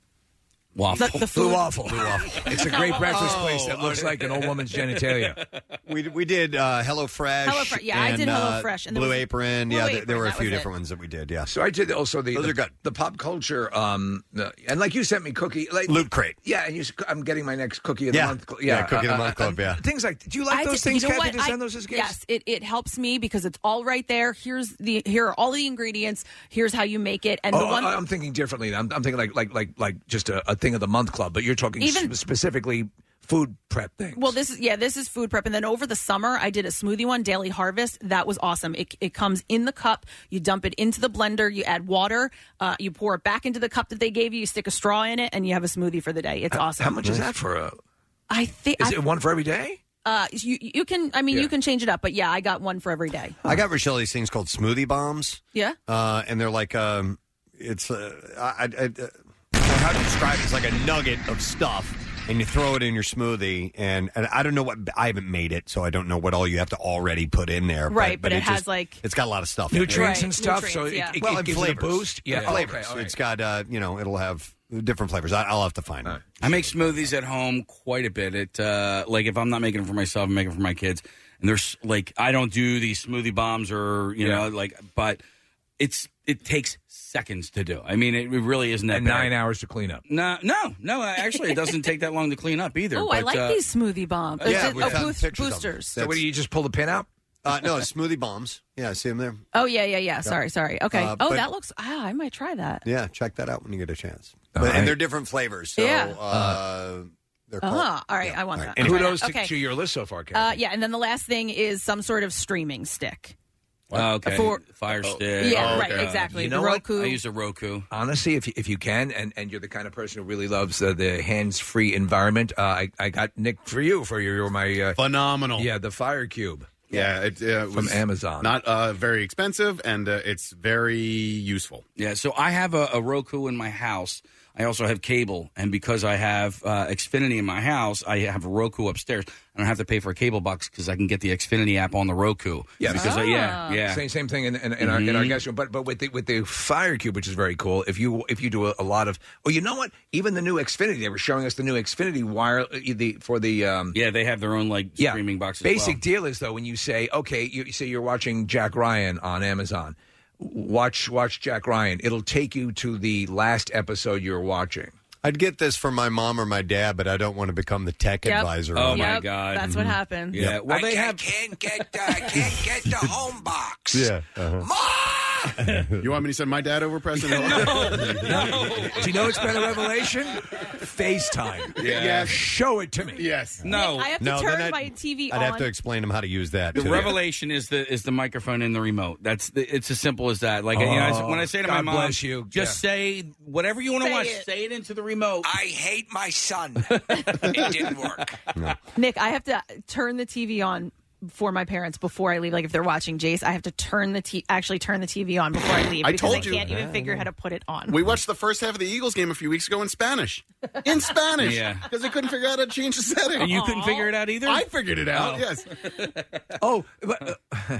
Speaker 9: Waffle.
Speaker 4: The- the food- Blue waffle.
Speaker 5: Blue waffle. It's a great
Speaker 3: Oh.
Speaker 5: breakfast place that looks like an old woman's genitalia.
Speaker 3: We, we did uh, HelloFresh.
Speaker 4: HelloFresh. Yeah, I
Speaker 3: and,
Speaker 4: did
Speaker 3: uh,
Speaker 4: HelloFresh, and there
Speaker 3: Blue
Speaker 4: was-
Speaker 3: Apron.
Speaker 4: Blue
Speaker 3: yeah,
Speaker 4: Apron,
Speaker 3: there were a
Speaker 4: that
Speaker 3: few
Speaker 4: was it.
Speaker 3: different ones that we did. Yeah.
Speaker 5: So I did also the those are good. The pop culture, um, the- and like you sent me cookie, like
Speaker 3: Loot Crate.
Speaker 5: Yeah, and you, s- I'm getting my next cookie of the
Speaker 3: Yeah.
Speaker 5: month. cl- uh,
Speaker 3: Yeah, cookie of the month club, yeah.
Speaker 5: things like. Do you like
Speaker 4: I
Speaker 5: those
Speaker 4: did-
Speaker 5: things,
Speaker 4: you know
Speaker 5: Kathy?
Speaker 4: what?
Speaker 5: To send
Speaker 4: I-
Speaker 5: those as gifts?
Speaker 4: Yes, it, it helps me because it's all right there. Here's the here are all the ingredients. Here's how you make it. And
Speaker 5: oh,
Speaker 4: the one
Speaker 5: I- I'm thinking differently. I'm, I'm thinking like like like like just a, a thing of the month club, but you're talking
Speaker 4: Even-
Speaker 5: sp- specifically food prep thing.
Speaker 4: Well, this is yeah, this is food prep, and then over the summer I did a smoothie one, Daily Harvest. That was awesome. It, it comes in the cup. You dump it into the blender. You add water. Uh, you pour it back into the cup that they gave you. You stick a straw in it, and you have a smoothie for the day. It's awesome.
Speaker 5: How much is that for a?
Speaker 4: I think
Speaker 5: Is it one for every day?
Speaker 4: uh, you you can. I mean,
Speaker 3: Yeah.
Speaker 4: you can change it up, but yeah, I got one for every day.
Speaker 3: I got Rochelle these things called smoothie bombs.
Speaker 4: Yeah.
Speaker 3: Uh, and they're like, um, it's, uh, I, I, I, uh, how to describe it? It's like a nugget of stuff. And you throw it in your smoothie, and, and I don't know what I haven't made it, so I don't know what all you have to already put in there.
Speaker 4: Right, but it has,
Speaker 3: just-
Speaker 4: like-
Speaker 3: it's got a lot of stuff, in it.
Speaker 5: Nutrients Right, and stuff, so nutrients, it- yeah. it-
Speaker 3: well,
Speaker 5: it
Speaker 3: and
Speaker 5: gives it a
Speaker 3: flavors.
Speaker 5: boost? Yeah. Oh, okay,
Speaker 3: flavors.
Speaker 5: all right.
Speaker 3: It's got uh, you know, it'll have different flavors. I, I'll have to find it.
Speaker 9: I make smoothies at home quite a bit. It uh, like if I'm not making it for myself, I'm making it for my kids. And there's like I don't do these smoothie bombs or you know like, but it's it takes seconds to do. I mean, it, it really isn't that
Speaker 5: And
Speaker 9: bad.
Speaker 5: nine hours to clean up.
Speaker 9: No, no, no. Actually, it doesn't take that long to clean up either.
Speaker 4: Oh, I
Speaker 9: but,
Speaker 4: like
Speaker 9: uh,
Speaker 4: these smoothie bombs.
Speaker 9: yeah,
Speaker 4: oh,
Speaker 9: we found
Speaker 4: boost-
Speaker 9: pictures of them.
Speaker 4: boosters.
Speaker 5: So what do you just pull the pin out?
Speaker 3: Uh, no, it's smoothie bombs. Yeah, I see them there.
Speaker 4: Oh yeah, yeah, yeah. Sorry, sorry. Okay.
Speaker 3: Uh,
Speaker 4: oh,
Speaker 3: but-
Speaker 4: that looks. Ah, I might try that.
Speaker 3: Yeah, check that out when you get a chance. But, And they're different flavors. So,
Speaker 4: Yeah.
Speaker 3: Uh, they're called.
Speaker 4: Ah, all right, I want
Speaker 3: Uh,
Speaker 4: that.
Speaker 5: And
Speaker 4: I'll try
Speaker 5: kudos
Speaker 4: that.
Speaker 5: to,
Speaker 4: Okay.
Speaker 5: to your list so far, Kathy.
Speaker 4: Uh, yeah, and then the last thing is some sort of streaming stick.
Speaker 9: Oh, okay.
Speaker 4: For-
Speaker 9: Fire stick.
Speaker 4: Yeah, right, exactly.
Speaker 5: You
Speaker 4: The
Speaker 5: know what?
Speaker 4: Roku.
Speaker 9: I use a Roku.
Speaker 5: oh, Honestly, if you, if you can, and, and you're the kind of person who really loves uh, the hands free environment, uh, I I got Nick for you for your, your my uh,
Speaker 8: phenomenal.
Speaker 5: Yeah, the Fire Cube.
Speaker 8: Yeah, it, uh,
Speaker 5: From Amazon.
Speaker 8: Not uh, very expensive, and uh, it's very useful.
Speaker 9: Yeah, so I have a, a Roku in my house. I also have cable, and because I have uh, Xfinity in my house, I have a Roku upstairs. I don't have to pay for a cable box because I can get the Xfinity app on the Roku.
Speaker 5: Yes. Ah.
Speaker 9: because
Speaker 8: uh,
Speaker 9: I,
Speaker 4: Ah.
Speaker 9: yeah, yeah.
Speaker 5: Same same thing in, in, in, our, in our
Speaker 8: Mm-hmm.
Speaker 9: Mhm.
Speaker 5: guest room, but but with the with the Fire Cube, which is very cool. If you if you do a, a lot of, oh, you know what? Even the new Xfinity, they were showing us the new Xfinity wire uh, the for the um,
Speaker 9: yeah, they have their own like streaming box. As
Speaker 5: Basic
Speaker 9: well.
Speaker 5: deal is though when you say, okay, you say you're watching Jack Ryan on Amazon, watch watch Jack Ryan. It'll take you to the last episode you're watching.
Speaker 3: I'd get this from my mom or my dad, but I don't want to become the tech
Speaker 5: Yep.
Speaker 3: advisor.
Speaker 5: Oh,
Speaker 3: on
Speaker 5: my
Speaker 3: it.
Speaker 5: God. Mm-hmm.
Speaker 4: That's what happened.
Speaker 3: Yeah.
Speaker 5: I
Speaker 3: Well, they
Speaker 5: can't-
Speaker 3: have-
Speaker 5: can't get the, I can't get the home box.
Speaker 8: Yeah.
Speaker 3: Mom!
Speaker 8: you want me to send my dad over, Preston?
Speaker 5: Do you know it's been a revelation? FaceTime.
Speaker 8: Yeah.
Speaker 5: Show it to me.
Speaker 8: Yes.
Speaker 9: No.
Speaker 4: I have to
Speaker 3: No,
Speaker 4: turn
Speaker 3: then I'd-
Speaker 4: my TV
Speaker 3: I'd
Speaker 4: on.
Speaker 3: have to explain them how to use that.
Speaker 9: The
Speaker 3: too.
Speaker 9: revelation is the is the microphone and the remote. That's the, it's as simple as that. Like you know, I-
Speaker 5: Oh,
Speaker 9: when I say to
Speaker 5: God
Speaker 9: my mom,
Speaker 5: bless you.
Speaker 9: just say whatever you want to
Speaker 5: Say
Speaker 9: watch.
Speaker 5: it.
Speaker 9: Say it into the remote.
Speaker 5: I hate my son. it didn't work.
Speaker 4: Nick, I have to turn the TV on for my parents before I leave. Like if they're watching Jace, I have to turn the t- actually turn the TV on before I leave
Speaker 8: I
Speaker 4: because
Speaker 8: told
Speaker 4: I
Speaker 8: you.
Speaker 4: can't even figure out how to put it on.
Speaker 8: We watched the first half of the Eagles game a few weeks ago in Spanish. In Spanish.
Speaker 9: Yeah.
Speaker 8: Because I couldn't figure out how to change the setting.
Speaker 9: And you couldn't Aw. figure it out either?
Speaker 8: I figured it out,
Speaker 9: Oh.
Speaker 8: yes.
Speaker 5: Oh, but, uh,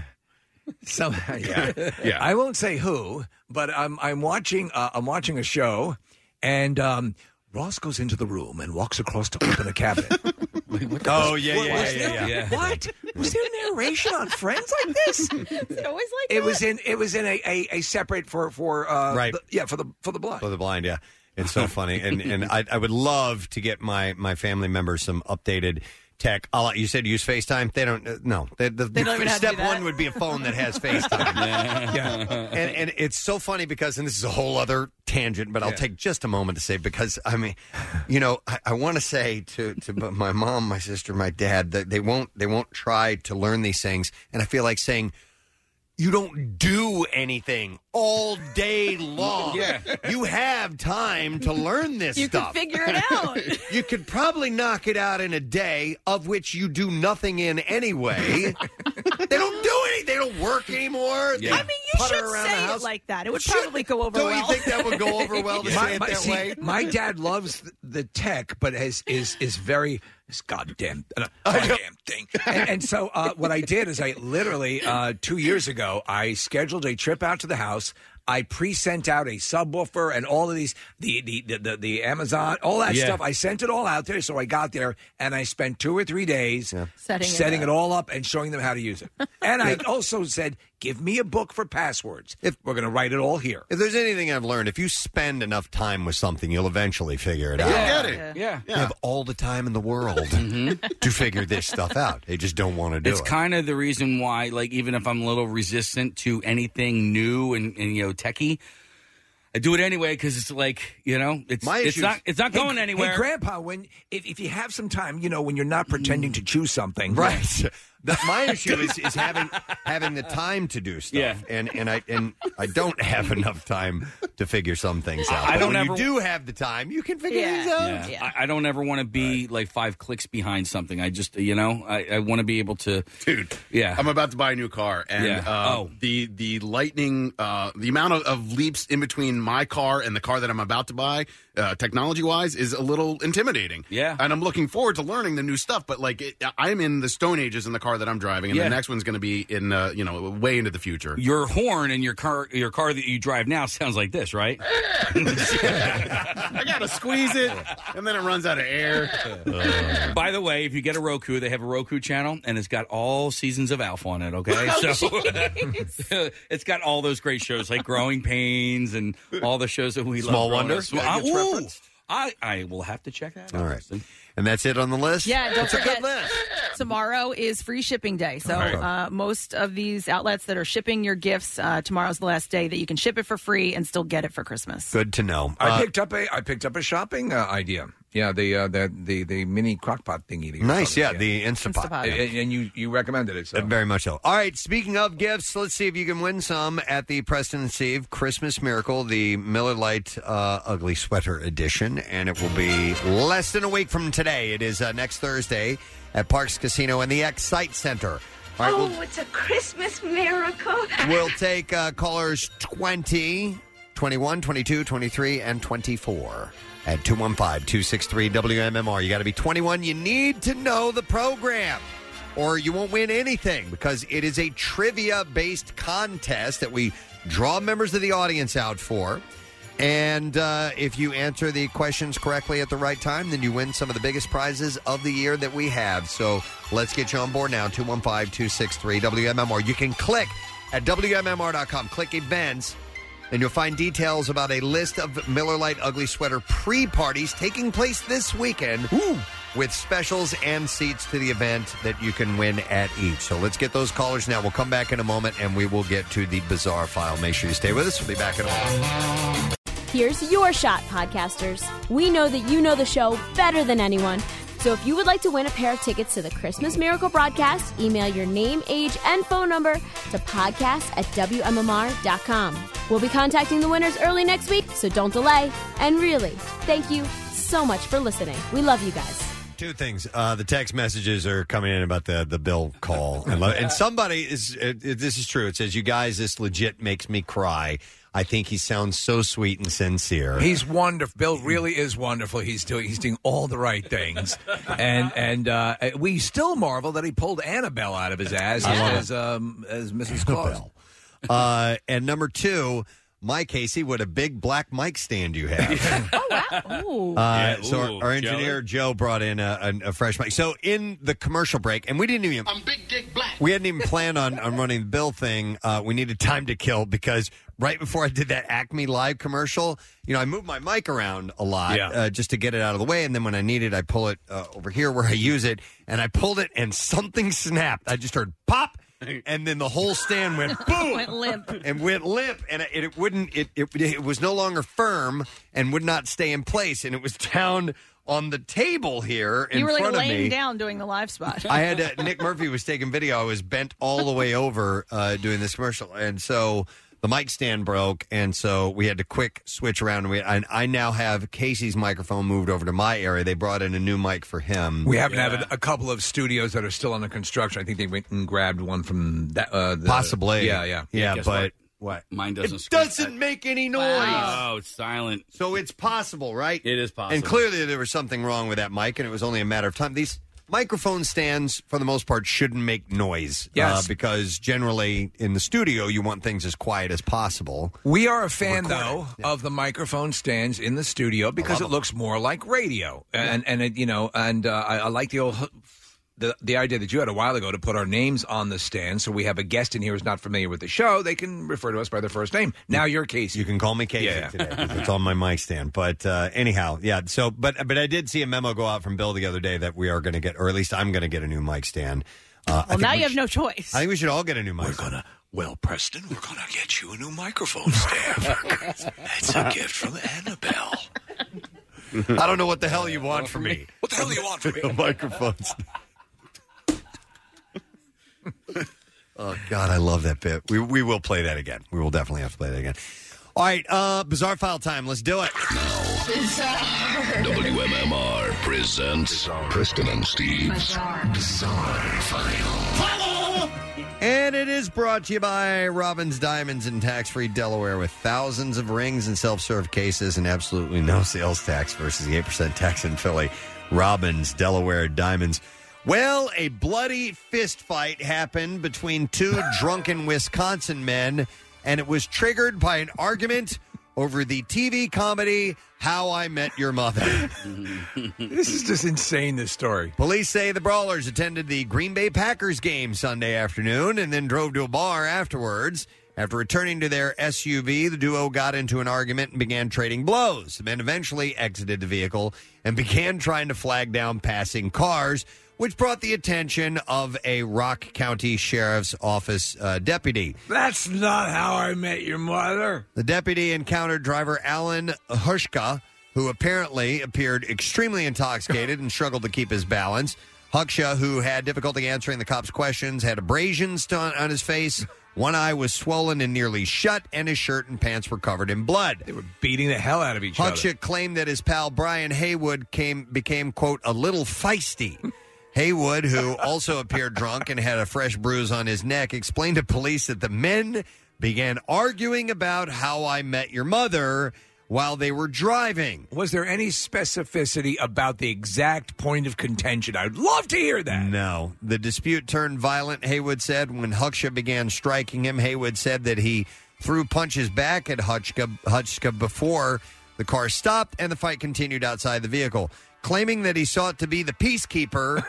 Speaker 5: some yeah.
Speaker 8: Yeah.
Speaker 5: I won't say who, but I'm I'm watching uh, I'm watching a show, and um, Ross goes into the room and walks across to open a cabinet.
Speaker 3: Oh, yeah,
Speaker 5: What
Speaker 3: yeah,
Speaker 5: was
Speaker 3: yeah,
Speaker 5: there-
Speaker 3: yeah.
Speaker 5: What was there narration on Friends like this?
Speaker 4: It's always like
Speaker 5: It was in it was in a, a, a separate for for uh,
Speaker 3: Right.
Speaker 5: the- yeah for the for the blind.
Speaker 3: For the blind, yeah. It's so funny, and and I, I would love to get my my family members some updated tech. A lot. You said use FaceTime. They don't. Uh, no. They, the,
Speaker 17: They don't even have to
Speaker 3: step
Speaker 17: do that.
Speaker 3: one would be a phone that has FaceTime. yeah. And, and it's so funny because, and this is a whole other tangent, but I'll take just a moment to say because I mean, you know, I, I want to say to to b- my mom, my sister, my dad that they won't they won't try to learn these things, and I feel like saying. You don't do anything all day long.
Speaker 17: Yeah.
Speaker 3: You have time to learn this
Speaker 17: You can
Speaker 3: stuff.
Speaker 17: figure it out.
Speaker 3: you could probably knock it out in a day, of which you do nothing in anyway. they don't do anything. They don't work anymore. They
Speaker 4: I mean, you
Speaker 3: putter
Speaker 4: should
Speaker 3: around the
Speaker 4: say it
Speaker 3: house.
Speaker 4: like that. It would probably go over
Speaker 3: Don't you
Speaker 4: well.
Speaker 3: think that would go over well to say it that
Speaker 5: see,
Speaker 3: way?
Speaker 5: My dad loves th- the tech, but is is is very this goddamn uh, goddamn thing. And, and so uh, what I did is I literally uh, two years ago I scheduled a trip out to the house. I pre sent out a subwoofer and all of these the the the, the, the Amazon all that
Speaker 10: Yeah.
Speaker 5: stuff. I sent it all out there, so I got there and I spent two or three days
Speaker 10: Setting it
Speaker 5: setting
Speaker 10: up.
Speaker 5: it all up and showing them how to use it. And I also said, "Give me a book for passwords. If we're going to write it all here."
Speaker 3: If there's anything I've learned, if you spend enough time with something, you'll eventually figure it out.
Speaker 9: it. Yeah.
Speaker 3: You have all the time in the world to figure this stuff out. They just don't want to do
Speaker 9: it's
Speaker 3: it.
Speaker 9: kind of the reason why, like, even if I'm a little resistant to anything new and, and you know techie, I do it anyway because it's like you know it's
Speaker 5: My
Speaker 9: it's
Speaker 5: issues-
Speaker 9: not it's not
Speaker 5: Hey-
Speaker 9: going anywhere.
Speaker 5: Hey, Grandpa, when if, if you have some time, you know, when you're not pretending to choose something,
Speaker 3: right? The- my issue is, is having having the time to do stuff, and and I and I don't have enough time to figure some things out.
Speaker 9: I
Speaker 3: But
Speaker 9: don't
Speaker 3: when you
Speaker 9: ever-
Speaker 3: do have the time, you can figure things out.
Speaker 9: Yeah. I, I don't ever want to be like five clicks behind something. I just, you know, I, I want to be able to.
Speaker 8: Dude.
Speaker 9: Yeah.
Speaker 8: I'm about to buy a new car, and
Speaker 9: Yeah.
Speaker 8: uh,
Speaker 9: Oh.
Speaker 8: the the lightning, uh, the amount of, of leaps in between my car and the car that I'm about to buy, uh, technology wise, is a little intimidating.
Speaker 9: Yeah.
Speaker 8: and I'm looking forward to learning the new stuff, but like it, I'm in the Stone Ages in the car that I'm driving, and
Speaker 9: Yeah.
Speaker 8: the next one's going to be in uh, you know way into the future.
Speaker 9: Your horn and your car, your car that you drive now sounds like this, right?
Speaker 8: I gotta squeeze it, and then it runs out of air.
Speaker 9: Uh, By the way, if you get a Roku, they have a Roku channel, and it's got all seasons of Alf on it. Okay,
Speaker 17: Oh,
Speaker 9: so it's got all those great shows like Growing Pains and all the shows that we
Speaker 3: Small
Speaker 9: love. growing
Speaker 3: Wonder?
Speaker 9: up. Small-
Speaker 3: Yeah, good
Speaker 9: ooh,
Speaker 3: reference.
Speaker 9: I I will have to check that. out.
Speaker 3: All right, and that's it on the list.
Speaker 4: Yeah, don't
Speaker 3: That's a
Speaker 4: forget.
Speaker 3: good list.
Speaker 4: Tomorrow is free shipping day, so
Speaker 3: Right.
Speaker 4: uh, most of these outlets that are shipping your gifts, uh, tomorrow's the last day that you can ship it for free and still get it for Christmas.
Speaker 3: Good to know.
Speaker 5: I
Speaker 3: Uh,
Speaker 5: picked up a I picked up a shopping uh, idea. Yeah, the uh, the the the mini crockpot thingy. that you
Speaker 3: Nice,
Speaker 5: saw,
Speaker 3: yeah, the Instapot. Instapot.
Speaker 5: And, and you you recommended it. So.
Speaker 3: Very much so. All right, speaking of gifts, let's see if you can win some at the Preston and Steve Christmas Miracle, the Miller Lite uh, Ugly Sweater Edition, and it will be less than a week from today. It is uh, next Thursday at Parks Casino and the X Site Center. All right,
Speaker 4: Oh,
Speaker 3: we'll,
Speaker 1: it's a Christmas miracle.
Speaker 3: we'll take uh, callers 20, 21, 22, 23, and 24 at 215-263-WMMR. You got to be 21. You need to know the program or you won't win anything because it is a trivia-based contest that we draw members of the audience out for. And uh, if you answer the questions correctly at the right time, then you win some of the biggest prizes of the year that we have. So let's get you on board now, 215-263-WMMR. You can click at WMMR.com, click events, and you'll find details about a list of Miller Lite Ugly Sweater pre-parties taking place this weekend with specials and seats to the event that you can win at each. So let's get those callers now. We'll come back in a moment, and we will get to the bizarre file. Make sure you stay with us. We'll be back in a moment.
Speaker 16: Here's your shot, podcasters. We know that you know the show better than anyone. So if you would like to win a pair of tickets to the Christmas Miracle broadcast, email your name, age, and phone number to podcast at WMMR.com. We'll be contacting the winners early next week, so don't delay. And really, thank you so much for listening. We love you guys.
Speaker 3: Two things. Uh, the text messages are coming in about the, the bill call. And, lo- and somebody is, uh, this is true. It says, You guys, this legit makes me cry. I think he sounds so sweet and sincere.
Speaker 5: He's wonderful. Bill really is wonderful. He's doing he's doing all the right things, and and uh, we still marvel that he pulled Annabelle out of his ass
Speaker 3: I love it.
Speaker 5: as um, as Mrs. Claus.
Speaker 3: uh, and number two, my Casey, what a big black mic stand you have.
Speaker 4: Oh,
Speaker 3: Uh, so our, our engineer Joe brought in a, a, a fresh mic. So in the commercial break, and we didn't even
Speaker 17: I'm Big Dick Black.
Speaker 3: we hadn't even planned on, on running the bill thing. Uh, we needed time to kill because right before I did that Acme Live commercial, you know, I moved my mic around a lot uh, just to get it out of the way. And then when I need it, I pull it uh, over here where I use it. And I pulled it and something snapped. I just heard pop. And then the whole stand went boom
Speaker 4: Went limp.
Speaker 3: and went limp, and it, it wouldn't. It, it it was no longer firm and would not stay in place, and it was down on the table here in
Speaker 4: you were like
Speaker 3: front of
Speaker 4: laying
Speaker 3: me.
Speaker 4: down doing the live spot.
Speaker 3: I had uh, Nick Murphy was taking video. I was bent all the way over uh, doing this commercial, and so the mic stand broke, and so we had to quick switch around. And we and I now have Casey's microphone moved over to my area. They brought in a new mic for him.
Speaker 5: We happen to have a, a couple of studios that are still under construction. I think they went and grabbed one from that. Uh, the,
Speaker 3: Possibly.
Speaker 5: Yeah, yeah,
Speaker 3: Yeah, Guess but-
Speaker 9: what? Mine doesn't.
Speaker 3: It doesn't make any noise.
Speaker 9: Wow. Oh, it's silent.
Speaker 3: So it's possible, right?
Speaker 9: It is possible.
Speaker 3: And clearly there was something wrong with that mic, and it was only a matter of time. These microphone stands, for the most part, shouldn't make noise. uh,
Speaker 5: Yes.
Speaker 3: because generally in the studio, you want things as quiet as possible.
Speaker 5: We are a fan, though, of the microphone stands in the studio because it looks more like radio, and and it, you know, and uh, I, I like the old. The, the idea that you had a while ago to put our names on the stand so we have a guest in here who's not familiar with the show, they can refer to us by their first name. Now you're Casey. You
Speaker 3: can call me Casey today. it's on my mic stand. But uh, anyhow, yeah. So, but but I did see a memo go out from Bill the other day that we are going to get, or at least I'm going to get a new mic stand. Uh, I
Speaker 4: well,
Speaker 3: think
Speaker 4: now
Speaker 3: we
Speaker 4: you have
Speaker 3: should-
Speaker 4: no choice.
Speaker 3: I think we should all get a new mic. We're
Speaker 5: gonna. Well, Preston, we're going to get you a new microphone stand. It's a gift from Annabelle.
Speaker 3: I don't know what the hell you want from me.
Speaker 5: What the hell do you want from me?
Speaker 3: the microphones. oh God, I love that bit. We we will play that again. We will definitely have to play that again. All right, uh, bizarre file time. Let's do it.
Speaker 2: WMMR presents Preston and Steve's Bizarre, File.
Speaker 3: And it is brought to you by Robbins Diamonds in tax free Delaware with thousands of rings and self serve cases and absolutely no sales tax versus the 8% tax in Philly. Robbins, Delaware Diamonds. Well, a bloody fist fight happened between two drunken Wisconsin men, and it was triggered by an argument over the TV comedy How I Met Your Mother.
Speaker 5: This is just insane, this story.
Speaker 3: Police say the brawlers attended the Green Bay Packers game Sunday afternoon and then drove to a bar afterwards. After returning to their SUV, the duo got into an argument and began trading blows. The men eventually exited the vehicle and began trying to flag down passing cars, which brought the attention of a Rock County Sheriff's Office uh, deputy.
Speaker 5: That's not how I met your mother.
Speaker 3: The deputy encountered driver Alan Hushka, who apparently appeared extremely intoxicated and struggled to keep his balance. Huksha, who had difficulty answering the cop's questions, had abrasions to- on his face. One eye was swollen and nearly shut, and his shirt and pants were covered in blood. They were
Speaker 5: Beating the hell out of each other.
Speaker 3: Huckchick claimed that his pal Brian Haywood came became quote a little feisty. Haywood, who also appeared drunk and had a fresh bruise on his neck, explained to police that the men began arguing about how I met your mother while they were driving.
Speaker 5: Was there any specificity about the exact point of contention? I'd love to hear that.
Speaker 3: No. The dispute turned violent, Haywood said. When Hucksha began striking him, Haywood said that he threw punches back at Hutchka, Hutchka before the car stopped and the fight continued outside the vehicle. Claiming that he sought to be the peacekeeper,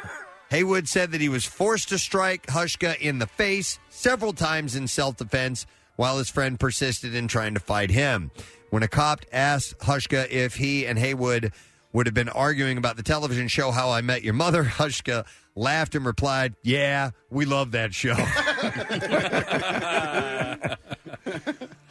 Speaker 3: Haywood said that he was forced to strike Hushka in the face several times in self defense while his friend persisted in trying to fight him. When a cop asked Hushka if he and Haywood would have been arguing about the television show How I Met Your Mother, Hushka laughed and replied, Yeah, we love that show.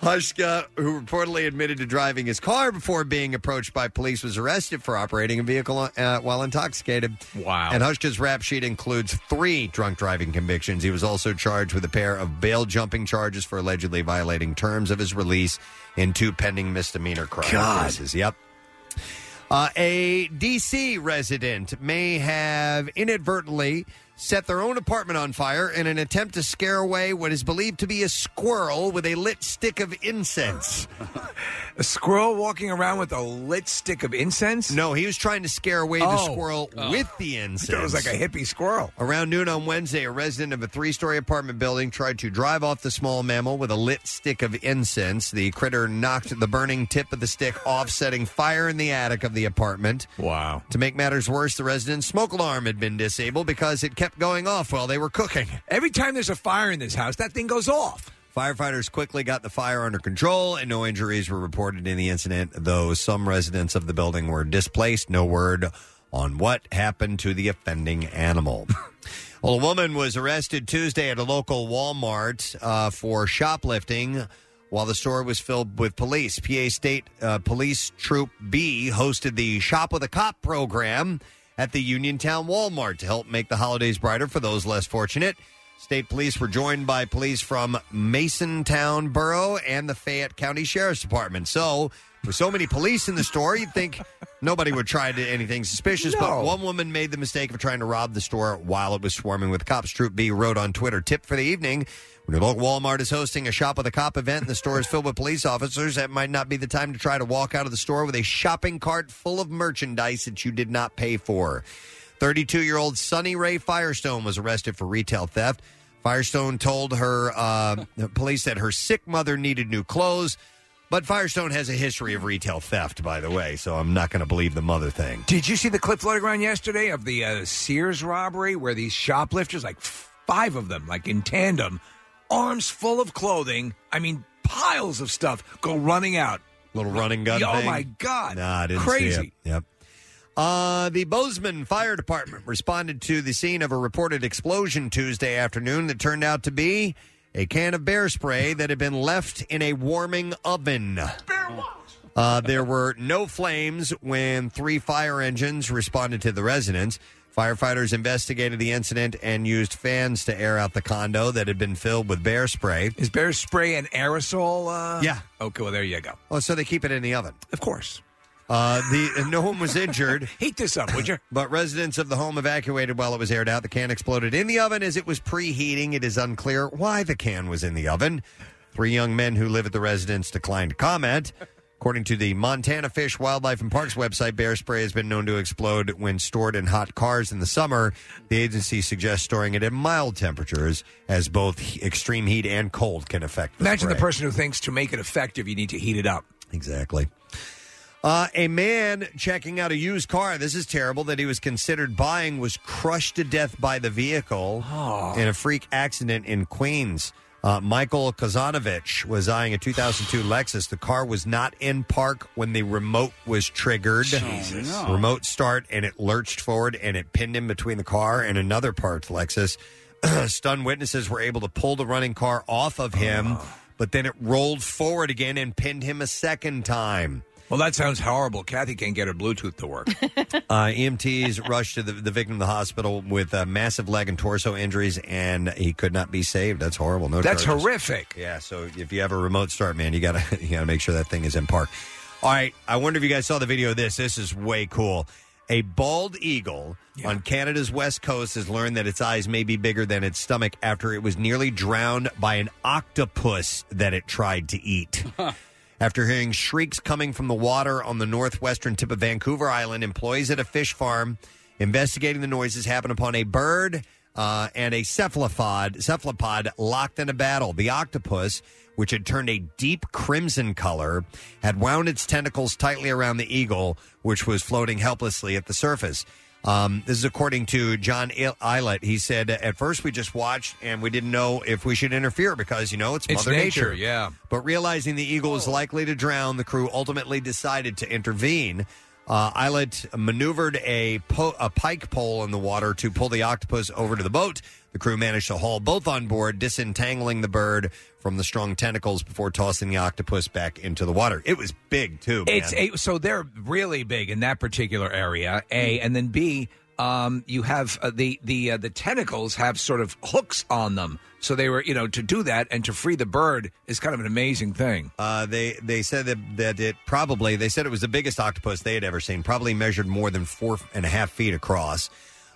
Speaker 3: Hushka, who reportedly admitted to driving his car before being approached by police, was arrested for operating a vehicle uh, while intoxicated. Wow. And Hushka's rap sheet includes three drunk driving convictions. He was also charged with a pair of bail jumping charges for allegedly violating terms of his release and two pending misdemeanor crimes.
Speaker 2: God.
Speaker 3: cases. Yep. Uh, a D.C. resident may have inadvertently set their own apartment on fire in an attempt to scare away what is believed to be a squirrel with a lit stick of incense.
Speaker 5: A squirrel walking around with a lit stick of incense?
Speaker 3: No, he was trying to scare away the
Speaker 5: Oh.
Speaker 3: squirrel with the incense.
Speaker 5: It was like a hippie squirrel.
Speaker 3: Around noon on Wednesday, a resident of a three story apartment building tried to drive off the small mammal with a lit stick of incense. The critter knocked the burning tip of the stick off, setting fire in the attic of the apartment.
Speaker 5: Wow.
Speaker 3: To make matters worse, the resident's smoke alarm had been disabled because it kept going off while they were cooking.
Speaker 5: Every time there's a fire in this house, that thing goes off.
Speaker 3: Firefighters quickly got the fire under control, and no injuries were reported in the incident, though some residents of the building were displaced. No word on what happened to the offending animal. well, a woman was arrested Tuesday at a local Walmart uh, for shoplifting while the store was filled with police. PA State uh, Police Troop B hosted the Shop with a Cop program at the Uniontown Walmart to help make the holidays brighter for those less fortunate. State police were joined by police from Masontown Borough and the Fayette County Sheriff's Department. So, with so many police in the store, you'd think nobody would try to anything suspicious. But
Speaker 17: No.
Speaker 3: one woman made the mistake of trying to rob the store while it was swarming with cops. Troop B wrote on Twitter, "Tip for the evening: When your local Walmart is hosting a shop with a cop event and the store is filled with police officers, that might not be the time to try to walk out of the store with a shopping cart full of merchandise that you did not pay for." 32 year old Sunny Ray Firestone was arrested for retail theft. Firestone told her uh, the police that her sick mother needed new clothes. But Firestone has a history of retail theft, by the way, so I'm not going to believe the mother thing.
Speaker 5: Did you see the clip floating around yesterday of the uh, Sears robbery where these shoplifters, like f- five of them, like in tandem, arms full of clothing, I mean, piles of stuff, go running out.
Speaker 3: Little running gun
Speaker 5: Oh,
Speaker 3: thing?
Speaker 5: my God.
Speaker 3: Nah, I didn't see
Speaker 5: Crazy.
Speaker 3: it. Yep. Uh, the Bozeman Fire Department responded to the scene of a reported explosion Tuesday afternoon that turned out to be a can of bear spray that had been left in a warming oven. Uh, there were no flames when three fire engines responded to the residence. Firefighters investigated the incident and used fans to air out the condo that had been filled with bear spray.
Speaker 5: Is bear spray an aerosol? Uh...
Speaker 3: Yeah.
Speaker 5: Okay, well, there you go.
Speaker 3: Oh, so they keep it in the oven.
Speaker 5: Of course.
Speaker 3: Uh, the and no one was injured.
Speaker 5: Heat this up, would you?
Speaker 3: but residents of the home evacuated while it was aired out. The can exploded in the oven as it was preheating. It is unclear why the can was in the oven. Three young men who live at the residence declined to comment. According to the Montana Fish, Wildlife, and Parks website, bear spray has been known to explode when stored in hot cars in the summer. The agency suggests storing it at mild temperatures, as both he- extreme heat and cold can affect the
Speaker 5: Imagine the
Speaker 3: spray.
Speaker 5: person who thinks to make it effective, you need to heat it up.
Speaker 3: Exactly. Uh, a man checking out a used car, this is terrible, that he was considered buying was crushed to death by the vehicle in a freak accident in Queens. Uh, Michael Kazanovich was eyeing a 2002 Lexus. The car was not in park when the remote was triggered.
Speaker 17: Jesus. Oh, no.
Speaker 3: Remote start, and it lurched forward and it pinned him between the car and another parked Lexus. Stunned witnesses were able to pull the running car off of him,
Speaker 5: Oh.
Speaker 3: but then it rolled forward again and pinned him a second time.
Speaker 5: Well, that sounds horrible. Kathy can't get her Bluetooth to work.
Speaker 3: Uh, EMTs rushed to the, the victim to the hospital with uh, massive leg and torso injuries, and he could not be saved. That's horrible. No,
Speaker 5: That's
Speaker 3: charges.
Speaker 5: horrific.
Speaker 3: Yeah. So if you have a remote start, man, you gotta you gotta make sure that thing is in park. All right. I wonder if you guys saw the video of this. This is way cool. A bald eagle on Canada's west coast has learned that its eyes may be bigger than its stomach after it was nearly drowned by an octopus that it tried to eat. After hearing shrieks coming from the water on the northwestern tip of Vancouver Island, employees at a fish farm investigating the noises happened upon a bird uh, and a cephalopod, cephalopod locked in a battle. The octopus, which had turned a deep crimson color, had wound its tentacles tightly around the eagle, which was floating helplessly at the surface. Um, this is according to John Il- Eilert. He said, "At first, we just watched and we didn't know if we should interfere because you know it's,
Speaker 5: It's
Speaker 3: Mother
Speaker 5: nature, yeah.
Speaker 3: but realizing the eagle was likely to drown, the crew ultimately decided to intervene. Uh, Islet maneuvered a, po- a pike pole in the water to pull the octopus over to the boat. The crew managed to haul both on board, disentangling the bird from the strong tentacles before tossing the octopus back into the water. It was big, too. Man.
Speaker 5: It's a, so they're really big in that particular area.
Speaker 3: Hmm.
Speaker 5: A and then B. Um, you have uh, the the uh, the tentacles have sort of hooks on them, so they were you know to do that and to free the bird is kind of an amazing thing.
Speaker 3: Uh, they they said that, that it probably they said it was the biggest octopus they had ever seen. Probably measured more than four and a half feet across.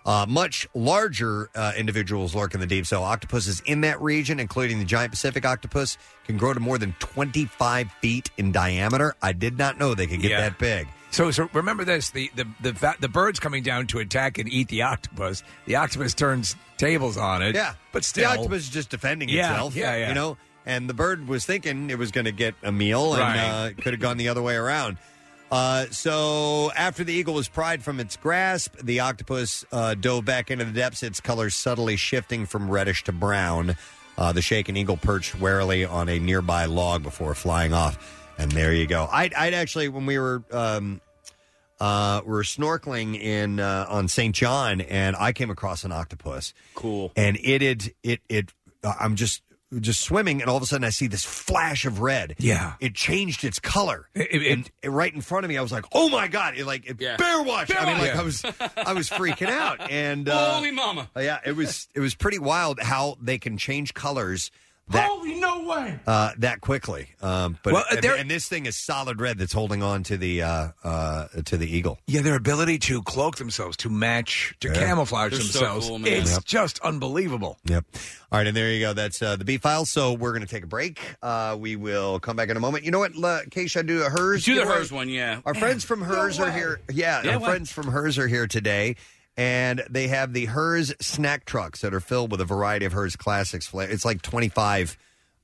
Speaker 3: Uh, much larger uh, individuals lurk in the deep. So octopuses in that region, including the giant Pacific octopus, can grow to more than twenty five feet in diameter. I did not know they could get
Speaker 5: Yeah.
Speaker 3: that big.
Speaker 5: So, so remember this: the the the, va- the bird's coming down to attack and eat the octopus. The octopus turns tables on it.
Speaker 3: Yeah,
Speaker 5: but still,
Speaker 3: the octopus is just defending
Speaker 5: Yeah,
Speaker 3: itself.
Speaker 5: yeah, yeah.
Speaker 3: You know, and the bird was thinking it was going to get a meal, and
Speaker 5: Right.
Speaker 3: uh, it could have gone the other way around. Uh, so after the eagle was pried from its grasp, the octopus uh, dove back into the depths. Its colors subtly shifting from reddish to brown. Uh, the shaken eagle perched warily on a nearby log before flying off. And there you go. I'd, I'd actually, when we were um, uh, we were snorkeling in uh, on St. John, and I came across an octopus. Cool. And it had it it. uh, I'm just just swimming, and all of a sudden I see this flash of red.
Speaker 5: Yeah.
Speaker 3: It changed its color.
Speaker 5: It- it-
Speaker 3: and it- right in front of me, I was like, "Oh my god!" It like it bear watch. I mean, like I was I was freaking out. And uh,
Speaker 9: Holy mama.
Speaker 3: Yeah, it was it was pretty wild how they can change colors. That,
Speaker 9: Holy no way.
Speaker 3: uh, that quickly. Um, but
Speaker 5: Well, uh,
Speaker 3: and,
Speaker 5: there-
Speaker 3: and this thing is solid red that's holding on to the uh, uh, to the eagle.
Speaker 5: Yeah, their ability to cloak themselves, to match, to
Speaker 3: Yeah.
Speaker 5: camouflage
Speaker 3: They're so
Speaker 5: themselves.
Speaker 3: cool, man.
Speaker 5: it's
Speaker 3: Yep.
Speaker 5: just unbelievable.
Speaker 3: Yep. All right, and there you go. That's uh, the B file. So we're going to take a break. Uh, we will come back in a moment. You know what, La- Keisha, do a hers.
Speaker 9: Do the
Speaker 3: giveaway?
Speaker 9: hers one, yeah.
Speaker 3: Our friends from hers are here. Yeah,
Speaker 9: Yeah,
Speaker 3: our
Speaker 9: why?
Speaker 3: friends from hers are here today. And they have the Hers snack trucks that are filled with a variety of Hers classics. fla- It's like 25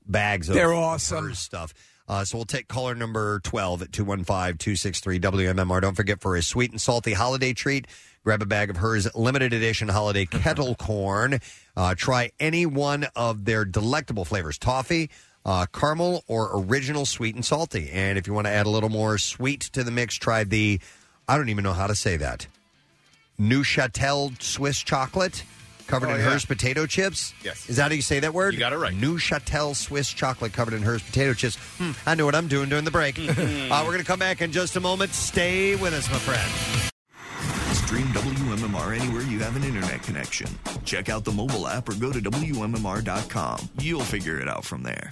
Speaker 3: bags of
Speaker 5: They're
Speaker 3: of
Speaker 5: awesome.
Speaker 3: Hers stuff. Uh, so we'll take caller number 12 at 215-263-WMMR. Don't forget for a sweet and salty holiday treat, grab a bag of Hers limited edition holiday kettle corn. Uh, try any one of their delectable flavors, toffee, uh, caramel, or original sweet and salty. And if you want to add a little more sweet to the mix, try the, I don't even know how to say that, Neuchatel Swiss chocolate covered
Speaker 8: Oh,
Speaker 3: in
Speaker 8: yeah.
Speaker 3: Hers potato chips.
Speaker 8: Yes.
Speaker 3: Is that how you say that word? You got it right. Neuchatel Swiss chocolate covered in Hers potato chips. Hmm, I know what I'm doing during the break. uh, we're going to come back in just a moment. Stay with us, my friend.
Speaker 7: Stream WMMR anywhere you have an internet connection. Check out the mobile app or go to WMMR.com. You'll figure it out from there.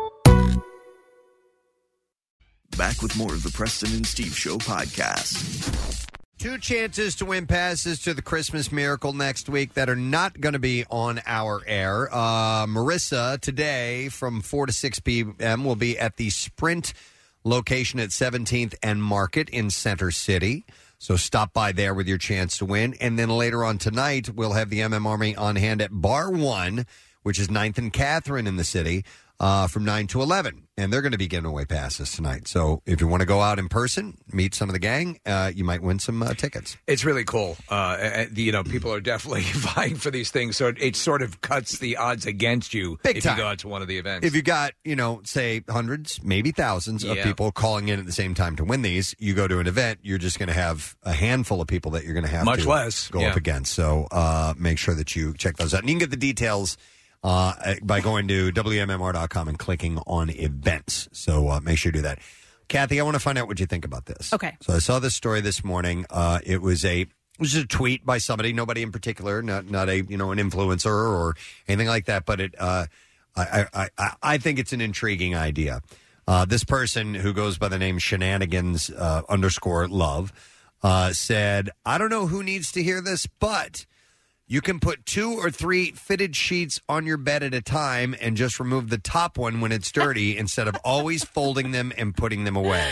Speaker 7: Back with more of the Preston and Steve Show podcast.
Speaker 3: Two chances to win passes to the Christmas Miracle next week that are not going to be on our air. Uh, Marissa, today from 4 to 6 p.m., will be at the Sprint location at 17th and Market in Center City. So stop by there with your chance to win. And then later on tonight, we'll have the MM Army on hand at Bar 1, which is 9th and Catherine in the city, uh, from 9 to 11. And they're going to be giving away passes tonight. So if you want to go out in person, meet some of the gang, uh, you might win some uh, tickets.
Speaker 5: It's really cool. Uh, and, and, you know, people are definitely vying for these things, so it, it sort of cuts the odds against you
Speaker 3: Big
Speaker 5: if
Speaker 3: time.
Speaker 5: you go out to one of the events.
Speaker 3: If you got, you know, say hundreds, maybe thousands of
Speaker 5: Yeah.
Speaker 3: people calling in at the same time to win these, you go to an event, you're just going to have a handful of people that you're going to have
Speaker 5: Much
Speaker 3: to
Speaker 5: less,
Speaker 3: go
Speaker 5: yeah.
Speaker 3: up against. So uh, make sure that you check those out. And you can get the details uh, by going to WMMR.com and clicking on events. So uh, make sure you do that. Kathy, I want to find out what you think about this.
Speaker 4: Okay.
Speaker 3: So I saw this story this morning. Uh, it was a it was just a tweet by somebody, nobody in particular, not not a you know an influencer or anything like that. But it, uh, I, I I I think it's an intriguing idea. Uh, this person who goes by the name Shenanigans uh, underscore Love uh, said, "I don't know who needs to hear this, but." You can put two or three fitted sheets on your bed at a time and just remove the top one when it's dirty instead of always folding them and putting them away.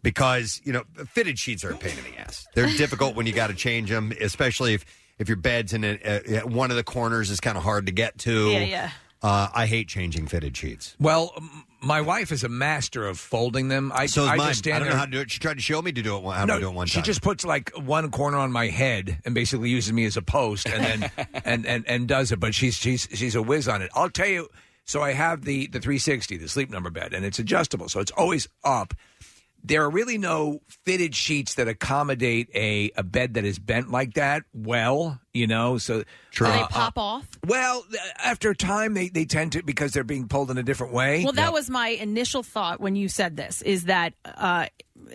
Speaker 3: Because, you know, fitted sheets are a pain in the ass. They're difficult when you got to change them, especially if, if your bed's in a, uh one of the corners is kind of hard to get to.
Speaker 5: Yeah, yeah.
Speaker 3: Uh, I hate changing fitted sheets.
Speaker 5: well, m- my wife is a master of folding them. I,
Speaker 3: So is
Speaker 5: I
Speaker 3: mine.
Speaker 5: just stand
Speaker 3: I don't know
Speaker 5: there-
Speaker 3: how to do it. She tried to show me to do it. One, how
Speaker 5: no,
Speaker 3: to do it one
Speaker 5: she
Speaker 3: time.
Speaker 5: just puts like one corner on my head and basically uses me as a post, and then and, and and does it. But she's she's she's a whiz on it. I'll tell you. So I have the the 360, the sleep number bed, and it's adjustable, so it's always up. there are really no fitted sheets that accommodate a, a bed that is bent like that well, you know. So
Speaker 4: Do they
Speaker 5: uh,
Speaker 4: pop off?
Speaker 5: Well, th- after time, they, they tend to because they're being pulled in a different way.
Speaker 4: Well, that was my initial thought when you said this is that uh,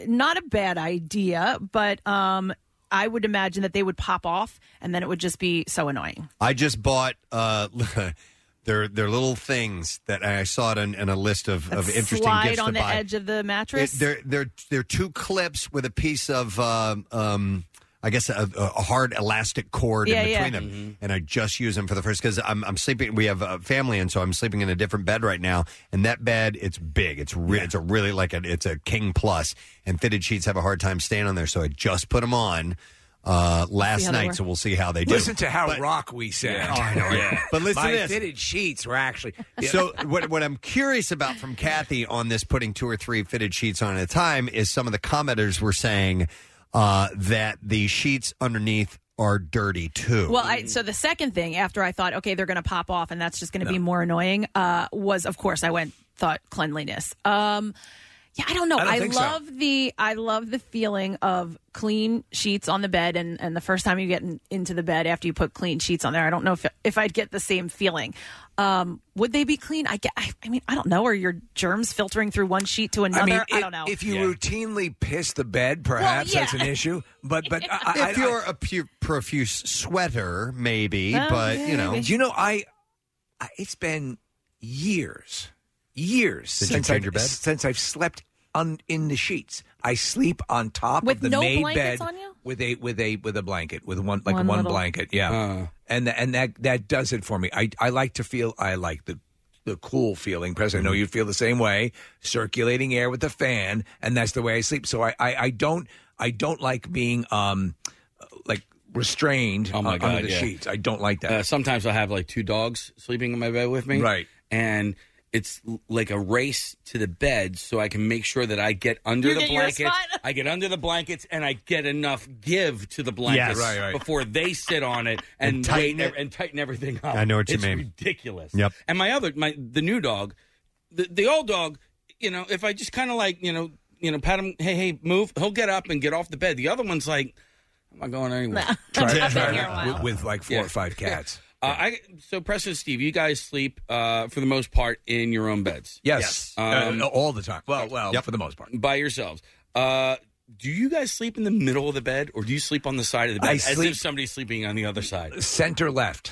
Speaker 4: not a bad idea, but um, I would imagine that they would pop off and then it would just be so annoying.
Speaker 3: I just bought uh, their their little things that I saw it in, in a list of, of interesting
Speaker 4: Slide
Speaker 3: gifts
Speaker 4: on
Speaker 3: to
Speaker 4: the
Speaker 3: buy.
Speaker 4: edge of the
Speaker 3: It,
Speaker 4: mattress.
Speaker 3: they're they're they're two clips with a piece of um, um, I guess a, a hard elastic cord
Speaker 4: Yeah,
Speaker 3: in
Speaker 4: yeah. Mm-hmm.
Speaker 3: between them, and I just use them for the first because I'm I'm sleeping. We have a family, and so I'm sleeping in a different bed right now. And that bed, it's big. It's re- it's a really like a it's a king plus, and fitted sheets have a hard time staying on there. So I just put them on. Uh, last
Speaker 5: how they
Speaker 3: night,
Speaker 5: work.
Speaker 3: so we'll see how they do.
Speaker 5: Listen to how
Speaker 3: But-
Speaker 5: rock we sound.
Speaker 3: Yeah. Oh, I know, right? But listen
Speaker 5: My
Speaker 3: to this.
Speaker 5: fitted sheets were actually
Speaker 3: So what what I'm curious about from Kathy on this putting two or three fitted sheets on at a time is some of the commenters were saying uh, that the sheets underneath are dirty too.
Speaker 4: Well, I, so the second thing after I thought, okay, they're going to pop off and that's just going to be more annoying, uh, was of course I went thought cleanliness. Um, yeah, I don't know.
Speaker 18: I don't
Speaker 4: I,
Speaker 18: think so.
Speaker 4: love the I love the feeling of clean sheets on the bed, and, and the first time you get in, into the bed after you put clean sheets on there, I don't know if if I'd get the same feeling. Um, would they be clean? I, get, I I mean I don't know. Are your germs filtering through one sheet to another? I,
Speaker 5: I mean, if,
Speaker 4: don't know.
Speaker 5: if you routinely piss the bed, perhaps that's
Speaker 4: yeah.
Speaker 5: an issue. But but I, I-
Speaker 3: if you're a pu- profuse sweater, maybe,
Speaker 4: Oh,
Speaker 3: but you know,
Speaker 5: you know, I, I it's been years, years
Speaker 3: Did you
Speaker 5: since
Speaker 3: change
Speaker 5: I've,
Speaker 3: your bed?
Speaker 5: since I've slept on in the sheets. I sleep on top
Speaker 4: With
Speaker 5: of the
Speaker 4: no
Speaker 5: made
Speaker 4: blankets
Speaker 5: bed
Speaker 4: on you?
Speaker 5: with a with a with a blanket with one like
Speaker 4: One
Speaker 5: one,
Speaker 4: little-
Speaker 5: blanket, yeah.
Speaker 3: Uh.
Speaker 5: And and that that does it for me. I I like to feel I like the the cool feeling. President, I
Speaker 3: Mm-hmm.
Speaker 5: know you feel the same way. Circulating air with the fan, and that's the way I sleep. So I I, I don't I don't like being um like restrained
Speaker 9: Oh my
Speaker 5: un-
Speaker 9: god,
Speaker 5: under the
Speaker 9: yeah.
Speaker 5: sheets. I don't like that.
Speaker 9: Uh, sometimes I'll have like two dogs sleeping in my bed with me,
Speaker 5: Right.
Speaker 9: And it's l- like a race to the bed, so I can make sure that I get under
Speaker 4: You
Speaker 9: the
Speaker 4: get your
Speaker 9: blankets.
Speaker 4: spot?
Speaker 9: I get under the blankets, and I get enough give to the blankets
Speaker 3: Yes. Right, right.
Speaker 9: before they sit on it
Speaker 3: And
Speaker 9: and,
Speaker 3: tighten
Speaker 9: wait
Speaker 3: it.
Speaker 9: ev- and tighten everything up.
Speaker 3: I know what you
Speaker 9: It's
Speaker 3: mean.
Speaker 9: Ridiculous.
Speaker 3: Yep.
Speaker 9: And my other, my the new dog, the, the old dog, you know, if I just kind of like, you know, you know, pat him, hey, hey, move, he'll get up and get off the bed. The other one's like, I'm not going anywhere.
Speaker 5: Try- try that with, with like four or five cats.
Speaker 9: Uh, I so Preston, Steve, you guys sleep uh, for the most part in your own beds. Um,
Speaker 5: Yes, Uh, all the time. Well, well, for the most part,
Speaker 9: by yourselves. Uh, do you guys sleep in the middle of the bed, or do you sleep on the side of the bed,
Speaker 3: I
Speaker 9: as
Speaker 3: sleep-
Speaker 9: if somebody's sleeping on the other side?
Speaker 5: Center left.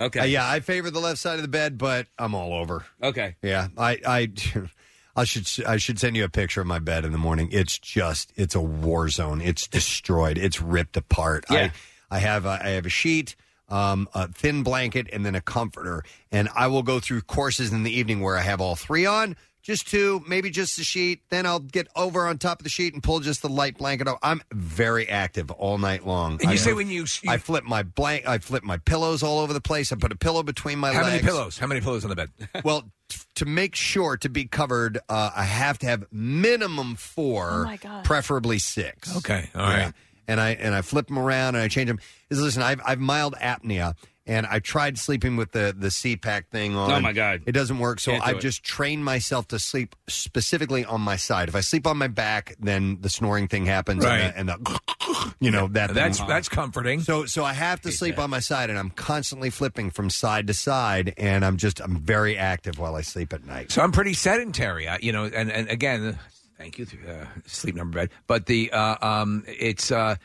Speaker 9: Okay.
Speaker 3: Uh, yeah, I favor the left side of the bed, but I'm all over.
Speaker 9: Okay.
Speaker 3: Yeah, I, I, I should, I should send you a picture of my bed in the morning. It's just, it's a war zone. It's destroyed. It's ripped apart.
Speaker 9: Yeah.
Speaker 3: I, I have, a, I have a sheet, um, a thin blanket, and then a comforter. And I will go through courses in the evening where I have all three on. Just two, maybe just the sheet. Then I'll get over on top of the sheet and pull just the light blanket off. I'm very active all night long.
Speaker 5: And you
Speaker 3: I
Speaker 5: say
Speaker 3: move-
Speaker 5: when you-
Speaker 3: I flip my blank, I flip my pillows all over the place. I put a pillow between my
Speaker 5: How
Speaker 3: legs.
Speaker 5: many pillows? How many pillows on the bed?
Speaker 3: well, t- to make sure to be covered, uh, I have to have minimum four,
Speaker 5: Oh, my God.
Speaker 3: preferably six.
Speaker 5: Okay, all
Speaker 3: Yeah.
Speaker 5: right.
Speaker 3: And I and I flip them around and I change them. Is listen, I've I've mild apnea and I tried sleeping with the the CPAC thing on.
Speaker 9: Oh, my God.
Speaker 3: it doesn't work. So
Speaker 9: Can't do
Speaker 3: I've
Speaker 9: it.
Speaker 3: just trained myself to sleep specifically on my side. If I sleep on my back, then the snoring thing happens
Speaker 5: Right.
Speaker 3: and the, and the you know that
Speaker 5: That's
Speaker 3: thing.
Speaker 5: that's comforting.
Speaker 3: So so I have to sleep on my side, and I'm constantly flipping from side to side, and I'm just I'm very active while I sleep at night.
Speaker 5: So I'm pretty sedentary, I, you know. And and again, thank you, uh, sleep number bed. But the uh, um, it's uh,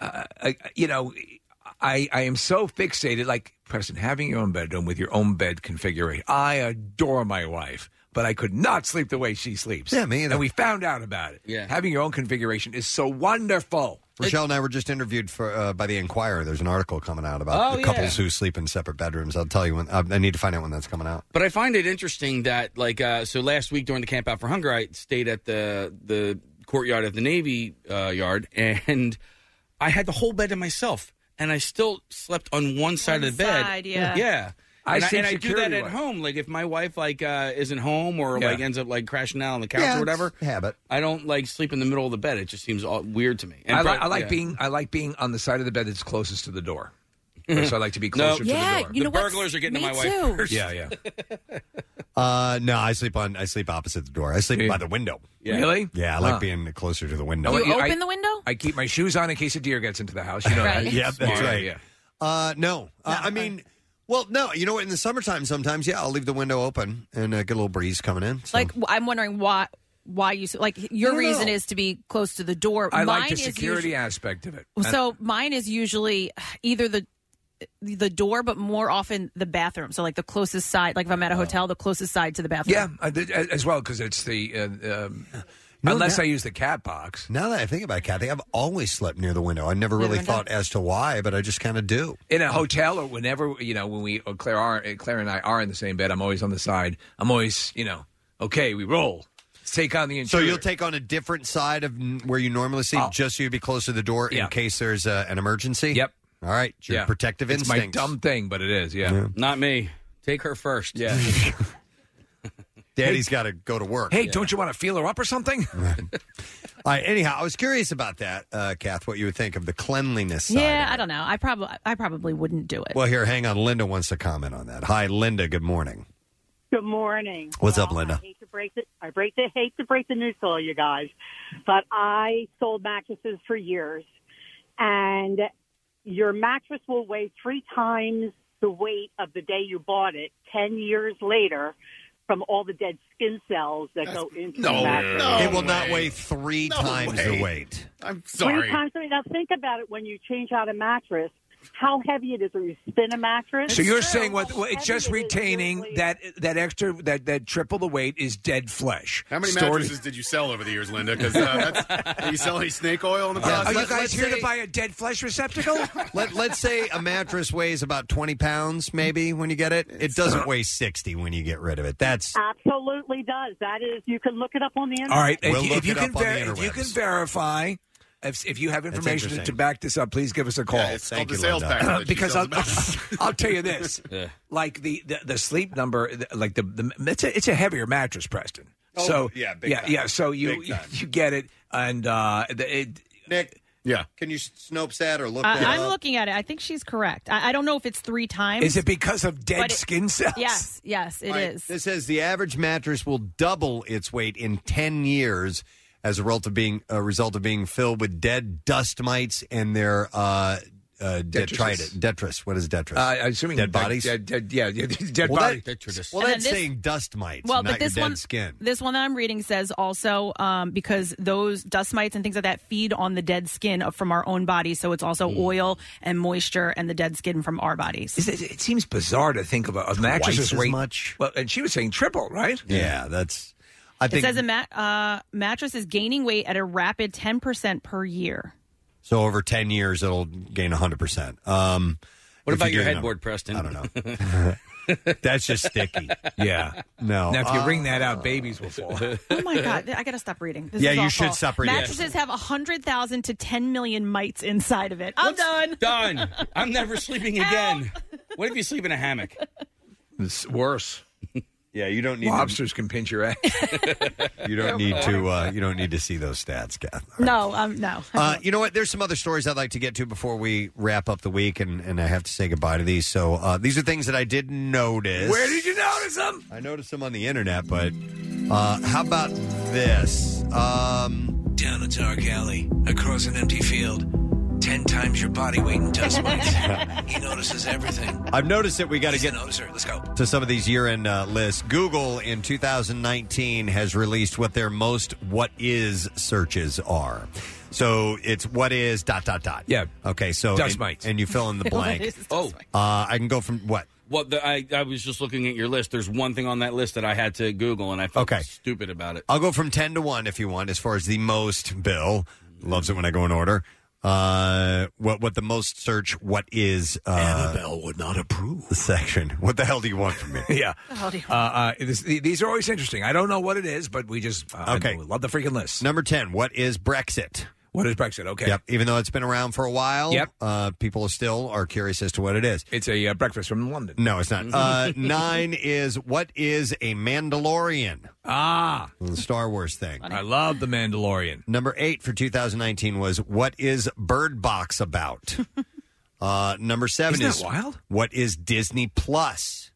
Speaker 5: uh, I- you know, I I am so fixated, like Preston, having your own bedroom with your own bed configuration. I adore my wife. But I could not sleep the way she sleeps. Yeah, me either. And we found out about it. Yeah. Having your own configuration is so wonderful.
Speaker 3: Rochelle and I were just interviewed for uh, by the Inquirer. There's an article coming out about
Speaker 9: Oh,
Speaker 3: the couples
Speaker 9: yeah.
Speaker 3: who sleep in separate bedrooms. I'll tell you when. uh, I I need to find out when that's coming out.
Speaker 9: But I find it interesting that, like, uh, so last week during the Camp Out for Hunger, I stayed at the the courtyard of the Navy uh, Yard, and I had the whole bed to myself, and I still slept on one side
Speaker 4: One
Speaker 9: of the bed.
Speaker 4: side, yeah.
Speaker 9: yeah.
Speaker 4: I
Speaker 9: and I,
Speaker 4: sleep
Speaker 9: and I do that
Speaker 4: security
Speaker 9: at
Speaker 4: wise.
Speaker 9: home. Like if my wife like uh, isn't home or
Speaker 3: Yeah.
Speaker 9: like ends up like crashing out on the couch
Speaker 3: Yeah,
Speaker 9: or whatever,
Speaker 3: it's a habit.
Speaker 9: I don't like sleep in the middle of the bed. It just seems all, weird to me. And
Speaker 5: I,
Speaker 9: pro-
Speaker 5: li- I like
Speaker 9: yeah.
Speaker 5: being I like being on the side of the bed that's closest to the door. so I like to be closer
Speaker 9: Nope.
Speaker 5: to
Speaker 9: Yeah,
Speaker 5: the door.
Speaker 9: you The know what? burglars are getting to Me my wife too. first.
Speaker 5: Yeah, yeah.
Speaker 3: Uh, no, I sleep on. I sleep opposite the door. I sleep by the window.
Speaker 5: Yeah. Really?
Speaker 3: Yeah, I like
Speaker 5: Huh.
Speaker 3: being closer to the window.
Speaker 5: No,
Speaker 3: you
Speaker 5: I-
Speaker 4: the window?
Speaker 5: I keep my shoes on in case a deer gets into the house. You know
Speaker 3: Right.
Speaker 5: that.
Speaker 3: Yep, that's
Speaker 5: Yeah,
Speaker 3: right.
Speaker 5: yeah.
Speaker 3: Uh, no, uh, I mean, well, no. You know what? In the summertime, sometimes, yeah, I'll leave the window open and uh, get a little breeze coming in.
Speaker 4: Like w- I'm wondering why why you s- like your
Speaker 5: No, no,
Speaker 4: reason
Speaker 5: no.
Speaker 4: is to be close to the door.
Speaker 5: I like the
Speaker 4: is
Speaker 5: security
Speaker 4: usu-
Speaker 5: aspect of it.
Speaker 4: So mine is usually either the the door, but more often the bathroom. So like the closest side, like if
Speaker 3: Oh.
Speaker 4: I'm at a hotel, the closest side to the bathroom.
Speaker 5: yeah, I did- a- as well because it's the uh, um, unless I use the cat box.
Speaker 3: Now that I think about it, Kathy, I've always slept near the window. I never really thought as to why, but I just kind of do.
Speaker 5: in a hotel or whenever you know when we or Claire are Claire and I are in the same bed, I'm always on the side. I'm always you know okay, we roll. Let's take on the
Speaker 3: So
Speaker 5: intruder.
Speaker 3: you'll take on a different side of n- where you normally sleep, just so you'd be close to the door in case there's uh, an emergency. Yep. All right. It's Your
Speaker 5: Yeah.
Speaker 3: protective
Speaker 5: It's my
Speaker 3: instincts.
Speaker 5: dumb thing, but it is. Yeah.
Speaker 9: Not me. Take her first.
Speaker 5: Yeah.
Speaker 3: Daddy's got to go to work.
Speaker 5: Hey,
Speaker 3: Yeah.
Speaker 5: don't you want to feel her up or something?
Speaker 3: All right. Anyhow, I was curious about that, uh, Kath. What you would think of the cleanliness side.
Speaker 4: yeah. I don't know. I probably I probably wouldn't do it.
Speaker 3: Well, here, hang on. Linda wants to comment on that. Hi, Linda. Good morning.
Speaker 18: Good morning.
Speaker 3: What's up, Linda?
Speaker 18: I hate to break the, I break the, hate to break the news to all you guys, but I sold mattresses for years, and your mattress will weigh three times the weight of the day you bought it. Ten years later, from all the dead skin cells that go into the mattress.
Speaker 3: it will not weigh three times the weight.
Speaker 8: I'm
Speaker 18: Three times the weight. Now think about it when you change out a mattress. How heavy it is when you spin a mattress.
Speaker 5: so you're saying what? what- It's just retaining that that extra that that triple the weight is dead flesh.
Speaker 8: How many
Speaker 5: Stored-
Speaker 8: mattresses did you sell over the years, Linda? Because uh, that's- you sell any snake oil in the process?
Speaker 5: Are you
Speaker 8: Let-
Speaker 5: guys
Speaker 8: let's
Speaker 5: here
Speaker 8: say-
Speaker 5: to buy a dead flesh receptacle?
Speaker 3: Let, let's say a mattress weighs about 20 pounds, maybe, when you get it. It
Speaker 5: Uh,
Speaker 3: doesn't weigh 60 when you get rid of it. That's
Speaker 18: Absolutely does. That is, you can look it up on the internet.
Speaker 5: All right.
Speaker 3: We'll
Speaker 5: if, you-
Speaker 3: look
Speaker 5: if you
Speaker 3: it
Speaker 5: can
Speaker 3: up on
Speaker 5: ver-
Speaker 3: the
Speaker 5: if you can
Speaker 3: interwebs.
Speaker 5: verify, if, if you have information to,
Speaker 3: interesting.
Speaker 5: back this up, please give us a call.
Speaker 3: Yeah, it's Thank called the you, sales Linda. package that she
Speaker 5: because I'll,
Speaker 3: sells
Speaker 5: I'll tell you this:
Speaker 9: Yeah.
Speaker 5: like the, the the sleep number, the- like the, the it's a it's a heavier mattress, Preston.
Speaker 3: Oh,
Speaker 5: so
Speaker 3: yeah, big
Speaker 5: yeah,
Speaker 3: time.
Speaker 5: yeah. So you
Speaker 3: Big time.
Speaker 5: you get it, and uh, the, it,
Speaker 3: Nick.
Speaker 8: Yeah.
Speaker 3: Can you snopes that or look
Speaker 4: I,
Speaker 3: that
Speaker 4: Uh, I'm
Speaker 3: up?
Speaker 4: looking at it. I think she's correct. I, I don't know if it's three times.
Speaker 3: Is it because of dead
Speaker 4: but it-
Speaker 3: skin cells?
Speaker 4: Yes, yes, it is.
Speaker 3: All right, This says the average mattress will double its weight in 10 years as a result of being, a result of being filled with dead dust mites and their uh, uh, detritus. Detritus. What is detritus?
Speaker 5: uh, assuming
Speaker 3: dead bodies.
Speaker 5: dead, dead, yeah, yeah, dead
Speaker 3: Well,
Speaker 5: body.
Speaker 3: that- Well,
Speaker 4: And then
Speaker 3: that's
Speaker 4: this-
Speaker 3: saying dust mites,
Speaker 4: Well,
Speaker 3: not
Speaker 4: but this
Speaker 3: your dead
Speaker 4: one,
Speaker 3: skin.
Speaker 4: this one that I'm reading says also um, because those dust mites and things like that feed on the dead skin of, from our own bodies, so it's
Speaker 3: Hmm.
Speaker 4: also oil and moisture and the dead skin from our bodies.
Speaker 5: Is it, it seems bizarre to think of a, a mattress
Speaker 3: as
Speaker 5: weight much. Well, and she was saying triple, right?
Speaker 3: Yeah, that's. I
Speaker 4: it says a mat, uh, mattress is gaining weight at a rapid 10% per year.
Speaker 3: So over 10 years, it'll gain 100%. Um,
Speaker 9: What
Speaker 3: if
Speaker 9: about
Speaker 3: you
Speaker 9: your
Speaker 3: do the
Speaker 9: headboard, Preston? I
Speaker 3: don't know. number- That's just sticky.
Speaker 5: yeah.
Speaker 3: No.
Speaker 5: Now, if you
Speaker 3: Uh,
Speaker 5: ring that out, babies will fall.
Speaker 4: Oh my God! I gotta stop reading. This
Speaker 5: Yeah,
Speaker 4: is
Speaker 5: you
Speaker 4: awful.
Speaker 5: should stop reading.
Speaker 4: Mattresses have hundred thousand to ten million mites inside of it. Oh, I'm done.
Speaker 9: Done. I'm never sleeping again. What if you sleep in a hammock?
Speaker 5: It's worse.
Speaker 3: Yeah, you don't need
Speaker 5: lobsters can pinch your ass.
Speaker 3: you don't need to. Uh, you don't need to see those stats, Kath.
Speaker 4: No, um, no.
Speaker 3: Uh, you know what? There's some other stories I'd like to get to before we wrap up the week, and, and I have to say goodbye to these. So uh, these are things that I did notice.
Speaker 5: Where did you notice them?
Speaker 3: I noticed them on the internet, but uh, how about this? Um,
Speaker 5: Down a dark alley, across an empty field, ten times your body weight in dust mites. he notices everything.
Speaker 3: I've noticed that we got to
Speaker 5: He's a
Speaker 3: get
Speaker 5: noticer. Let's go.
Speaker 3: to some of these year-end uh, lists. Google in 2019 has released what their most "what is" searches are. So it's what is dot dot dot. Yeah. Okay. So
Speaker 5: Dust
Speaker 3: and-
Speaker 5: mites.
Speaker 3: and you fill in the blank.
Speaker 9: Oh,
Speaker 3: Uh, I can go from what?
Speaker 9: well, the, I, I was just looking at your list. There's one thing on that list that I had to Google, and I felt
Speaker 3: Okay. Uh,
Speaker 9: stupid about it.
Speaker 3: I'll go from 10 to 1 if you want, as far as the most. Bill loves it when I go in order. Uh, what what the most search? What is uh, Annabelle would not approve section? What the hell do you want from me?
Speaker 5: yeah. Uh, uh, this, these are always interesting. I don't know what it is, but we just uh, okay. Love the freaking list.
Speaker 3: Number ten. What is Brexit?
Speaker 5: What is Brexit? Okay.
Speaker 3: Yep. Even though it's been around for a while,
Speaker 5: Yep.
Speaker 3: Uh, people still are curious as to what it is.
Speaker 5: It's a uh, breakfast from London.
Speaker 3: No, it's
Speaker 5: Mm-hmm.
Speaker 3: not. Uh, nine is what is a Mandalorian?
Speaker 5: Ah,
Speaker 3: the Star Wars thing.
Speaker 5: I love the Mandalorian.
Speaker 3: Number eight for 2019 was what is Bird Box about? uh, number 7
Speaker 5: Isn't that
Speaker 3: is
Speaker 5: wild?
Speaker 3: What is Disney Plus?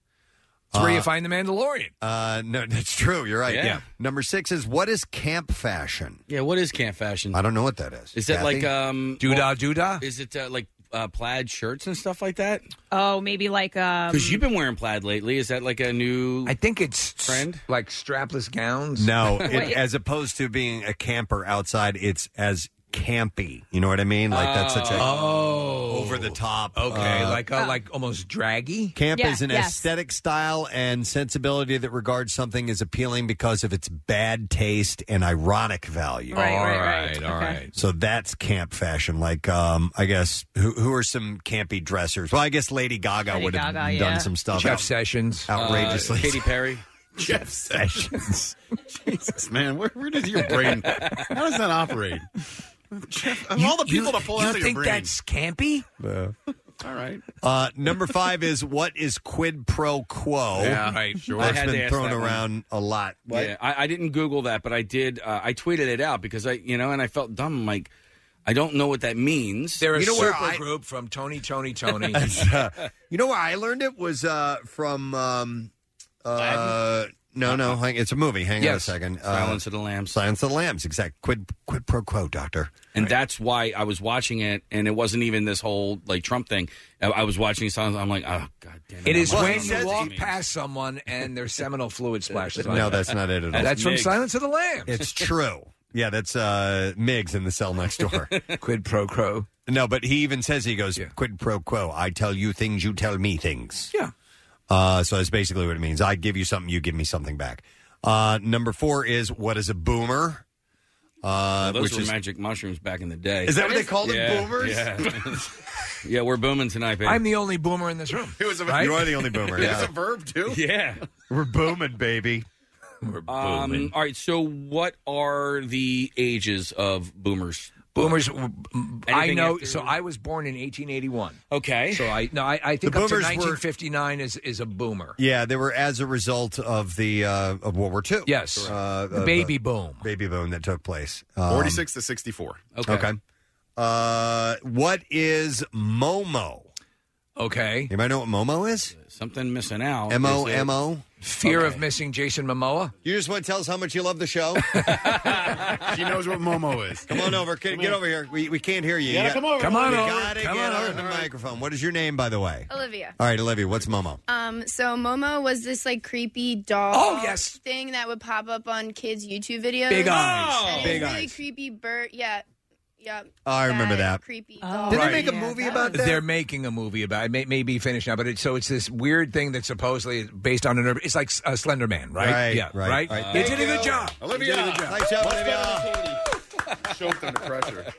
Speaker 5: It's where you
Speaker 3: Uh,
Speaker 5: find the Mandalorian.
Speaker 3: Uh, no, that's true. You're right.
Speaker 9: Yeah.
Speaker 3: Number six is what is camp fashion?
Speaker 9: Yeah, what is camp fashion?
Speaker 3: I don't know what that is.
Speaker 9: Is that
Speaker 3: Kathy?
Speaker 9: like um
Speaker 3: Doodah,
Speaker 9: doodah? Is it uh, like uh, plaid shirts and stuff like that?
Speaker 6: Oh, maybe like um,
Speaker 9: Because you've been wearing plaid lately. Is that like a new? I
Speaker 5: think it's
Speaker 9: trend.
Speaker 5: Like strapless gowns.
Speaker 3: No, it, as opposed to being a camper outside, it's as campy. You know what I mean? Like that's such a
Speaker 5: oh
Speaker 3: over the top.
Speaker 5: Okay,
Speaker 3: uh,
Speaker 5: like uh, like almost draggy.
Speaker 3: Camp is an aesthetic style and sensibility that regards something as appealing because of its bad taste and ironic value.
Speaker 5: Right, right, right. All right, all Okay. right.
Speaker 3: So that's camp fashion. Like, um, I guess who who are some campy dressers? Well, I guess Lady Gaga
Speaker 9: Lady
Speaker 3: would have
Speaker 9: Gaga,
Speaker 3: done
Speaker 9: yeah.
Speaker 3: some stuff.
Speaker 5: Jeff Sessions,
Speaker 3: outrageously.
Speaker 9: Uh, Katy Perry. Jeff
Speaker 3: Sessions.
Speaker 8: Jesus, man, where, where does your brain? How does that operate? Jeff, of
Speaker 5: You-
Speaker 8: all the people
Speaker 5: you-
Speaker 8: to pull
Speaker 5: you
Speaker 8: out of your
Speaker 5: think
Speaker 8: brain,
Speaker 5: that's campy?
Speaker 3: Yeah.
Speaker 8: all right.
Speaker 3: Uh, number five is what is quid pro quo?
Speaker 9: Yeah, right, sure. I
Speaker 3: That's
Speaker 9: had to
Speaker 3: been
Speaker 9: ask
Speaker 3: thrown
Speaker 9: that one.
Speaker 3: around a lot.
Speaker 9: Yeah, I, I didn't Google that, but I did. Uh, I tweeted it out because I, you know, and I felt dumb. I'm like, I don't know what that means.
Speaker 5: They're a
Speaker 9: you know
Speaker 5: super
Speaker 9: where I-
Speaker 5: group from Tony, Tony, Tony.
Speaker 3: uh, you know where I learned it was uh, from. Um, uh, no, no, hang, it's a movie. Hang on a
Speaker 9: Yes.
Speaker 3: second. Uh,
Speaker 9: Silence of the Lambs.
Speaker 3: Silence of the Lambs. Exact. Quid quid pro quo, Doctor.
Speaker 9: And that's why I was watching it, and it wasn't even this whole like Trump thing. I, I was watching songs. I'm like, oh god damn it!
Speaker 5: It is
Speaker 9: I'm
Speaker 5: when
Speaker 9: like, I don't know
Speaker 5: you
Speaker 9: what
Speaker 5: walk
Speaker 9: that means.
Speaker 5: past someone and their seminal fluid splashes. on
Speaker 3: No,
Speaker 5: you.
Speaker 3: that's not it at all.
Speaker 5: That's from Silence of the Lambs.
Speaker 3: It's true. Yeah, that's uh, Miggs in the cell next door.
Speaker 5: quid pro quo.
Speaker 3: No, but he even says he goes quid pro quo. I tell you things, you tell me things.
Speaker 5: Yeah.
Speaker 3: Uh, so that's basically what it means. I give you something, you give me something back. Uh, number four is what is a boomer? Uh,
Speaker 9: Well, those
Speaker 3: which
Speaker 9: were
Speaker 3: is
Speaker 9: magic mushrooms back in the day.
Speaker 3: Is that what they called them,
Speaker 9: Yeah,
Speaker 3: boomers?
Speaker 9: Yeah. yeah, we're booming tonight, baby.
Speaker 5: I'm the only boomer in this room.
Speaker 8: It was a,
Speaker 9: Right?
Speaker 3: you are the only boomer.
Speaker 9: It was
Speaker 3: yeah.
Speaker 9: a
Speaker 8: verb too.
Speaker 9: Yeah.
Speaker 3: We're booming, baby.
Speaker 5: We're
Speaker 9: Um, all right. So, what are the ages of boomers?
Speaker 5: Boomers, I
Speaker 9: Anything
Speaker 5: know.
Speaker 9: after-
Speaker 5: So I was born in 1881.
Speaker 9: Okay.
Speaker 5: So I no, I, I think
Speaker 3: The
Speaker 5: up to
Speaker 3: boomers were-
Speaker 5: 1959 is is a boomer.
Speaker 3: Yeah, they were as a result of the uh, of World War II.
Speaker 5: Yes.
Speaker 3: uh,
Speaker 5: The baby boom.
Speaker 3: baby boom that took place. Um,
Speaker 8: Forty six to sixty four.
Speaker 3: Okay. Uh, what is Momo?
Speaker 5: Okay.
Speaker 3: Anybody know what Momo is?
Speaker 9: Something missing out.
Speaker 3: M O
Speaker 9: Is it-
Speaker 3: M O.
Speaker 5: Fear of missing Jason Momoa.
Speaker 3: You just want to tell us how much you love the show?
Speaker 8: she knows what Momo is.
Speaker 3: Come on over. Get, get over here. We, we can't hear you.
Speaker 8: You gotta
Speaker 3: You
Speaker 8: come over. Come on
Speaker 3: you
Speaker 8: over.
Speaker 3: Gotta
Speaker 8: Come
Speaker 3: get
Speaker 8: on
Speaker 3: on the microphone. What is your name, by the way?
Speaker 19: Olivia.
Speaker 3: All right, Olivia. What's Momo?
Speaker 19: Um, so Momo was this like creepy doll
Speaker 3: Oh, yes.
Speaker 19: thing that would pop up on kids' YouTube videos.
Speaker 3: Big eyes.
Speaker 19: And
Speaker 3: Big
Speaker 19: a really
Speaker 3: eyes.
Speaker 19: creepy bird. Yeah, yeah.
Speaker 3: Oh, I remember that.
Speaker 19: Creepy. doll.
Speaker 5: Did they Right. make a
Speaker 19: movie
Speaker 5: about that? They're making a movie about it. May, may be finished now, but it, so it's this weird thing that's supposedly based on an urban. It's like uh, Slender Man, right?
Speaker 3: Right,
Speaker 5: Yeah,
Speaker 3: right,
Speaker 5: right.
Speaker 3: right.
Speaker 5: They
Speaker 3: Thank
Speaker 5: did a
Speaker 3: you.
Speaker 5: good job.
Speaker 8: Olivia.
Speaker 5: They did a good job.
Speaker 3: Nice job,
Speaker 8: Much
Speaker 3: Olivia.
Speaker 8: better than Katie. Choked under pressure.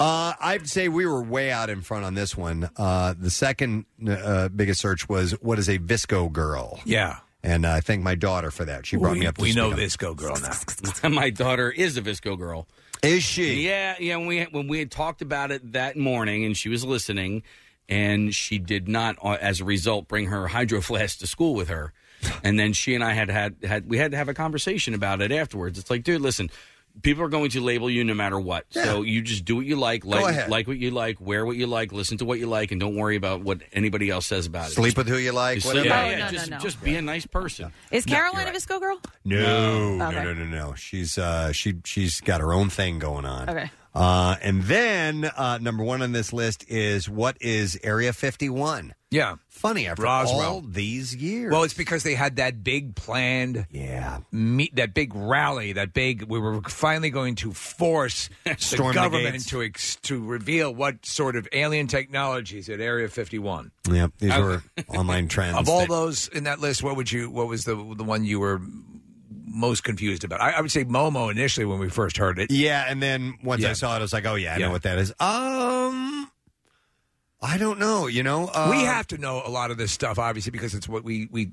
Speaker 3: Uh, I'd say we were way out in front on this one. Uh, the second uh, biggest search was what is a Visco girl?
Speaker 5: Yeah.
Speaker 3: And uh, I thank my daughter for that. She brought
Speaker 5: we,
Speaker 3: me up. To
Speaker 5: we know
Speaker 3: speed on-
Speaker 5: Visco Girl now.
Speaker 9: My daughter is a Visco girl.
Speaker 3: Is she?
Speaker 9: Yeah, yeah. When we when we had talked about it that morning, and she was listening, and she did not, uh, as a result, bring her hydro flask to school with her. And then she and I had had had we had to have a conversation about it afterwards. It's like, dude, listen. People are going to label you no matter what. So you just do what you like, like,
Speaker 3: ahead.
Speaker 9: like what you like, wear what you like, listen to what you like, and don't worry about what anybody else says about it.
Speaker 3: Sleep with who you like,
Speaker 9: Just
Speaker 3: whatever.
Speaker 9: sleep- yeah,
Speaker 3: Oh,
Speaker 9: yeah,
Speaker 3: no, no,
Speaker 9: just,
Speaker 3: no.
Speaker 9: just be a nice person.
Speaker 4: Is
Speaker 3: No,
Speaker 4: Caroline
Speaker 3: you're
Speaker 4: a Visco girl?
Speaker 3: No, no,
Speaker 4: Okay.
Speaker 3: no, no, no. She's uh, she she's got her own thing going on.
Speaker 4: Okay.
Speaker 3: Uh, and then uh, number one on this list is what is Area 51?
Speaker 5: Yeah.
Speaker 3: Funny after
Speaker 5: Roswell.
Speaker 3: all these years.
Speaker 5: Well, it's because they had that big planned,
Speaker 3: yeah,
Speaker 5: meet that big rally, that big. We were finally going to force the
Speaker 3: Storm the
Speaker 5: government
Speaker 3: gates.
Speaker 5: to ex, to reveal what sort of alien technologies at Area Fifty One.
Speaker 3: Yep, these were online trends.
Speaker 5: Of all
Speaker 3: that-
Speaker 5: those in that list, what would you? What was the the one you were most confused about? I, I would say Momo initially when we first heard it.
Speaker 3: yeah, and then once I
Speaker 5: Yeah.
Speaker 3: saw it, I was like, oh yeah, I
Speaker 5: Yeah.
Speaker 3: know what that is. Um, I don't know. You know, uh,
Speaker 5: we have to know a lot of this stuff, obviously, because it's what we we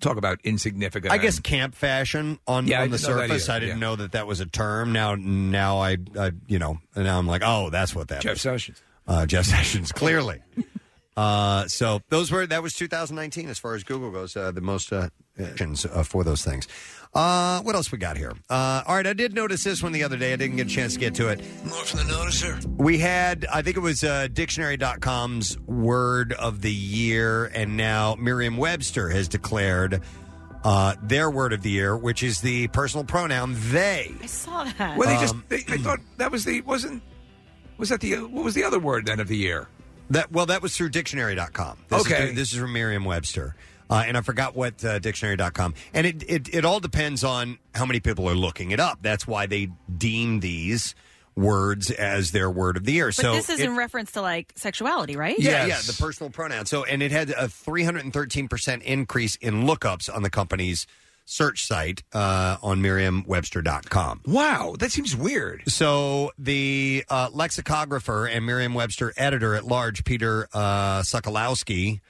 Speaker 5: talk about insignificant.
Speaker 3: I guess camp fashion on,
Speaker 5: Yeah, I
Speaker 3: on the
Speaker 5: didn't know that
Speaker 3: surface.
Speaker 5: either,
Speaker 3: I didn't
Speaker 5: yeah.
Speaker 3: know that that was a term. Now, now I, I, you know, now I'm like, oh, that's what that
Speaker 5: Jeff
Speaker 3: is.
Speaker 5: Sessions.
Speaker 3: Uh, Jeff Sessions, clearly. Uh, so those were that was 2019 as far as Google goes. Uh, the most uh, options, uh, for those things. Uh, what else we got here? Uh, all right, I did notice this one the other day. I didn't get a chance to get to it.
Speaker 5: More from the noticer.
Speaker 3: We had, I think it was uh, dictionary.com's word of the year, and now Merriam Webster has declared uh, their word of the year, which is the personal pronoun they.
Speaker 4: I saw that.
Speaker 5: Well, they
Speaker 3: Um,
Speaker 5: just they, I thought that was the wasn't was that the what was the other word then of the year?
Speaker 3: That well, that was through dictionary.com. This Is
Speaker 5: Okay.
Speaker 3: through- this is from Merriam-Webster. Uh, and I forgot what uh, dictionary.com. And it, it, it all depends on how many people are looking it up. That's why they deem these words as their word of the year.
Speaker 4: But
Speaker 3: so
Speaker 4: this is
Speaker 3: it-
Speaker 4: in reference to like sexuality, right?
Speaker 3: yeah, yeah, the personal pronoun. So, and it had a 313% increase in lookups on the company's search site uh, on merriam-webster.com.
Speaker 5: Wow, that seems weird.
Speaker 3: So, the uh, lexicographer and Merriam-Webster editor at large, Peter uh, Sokolowski,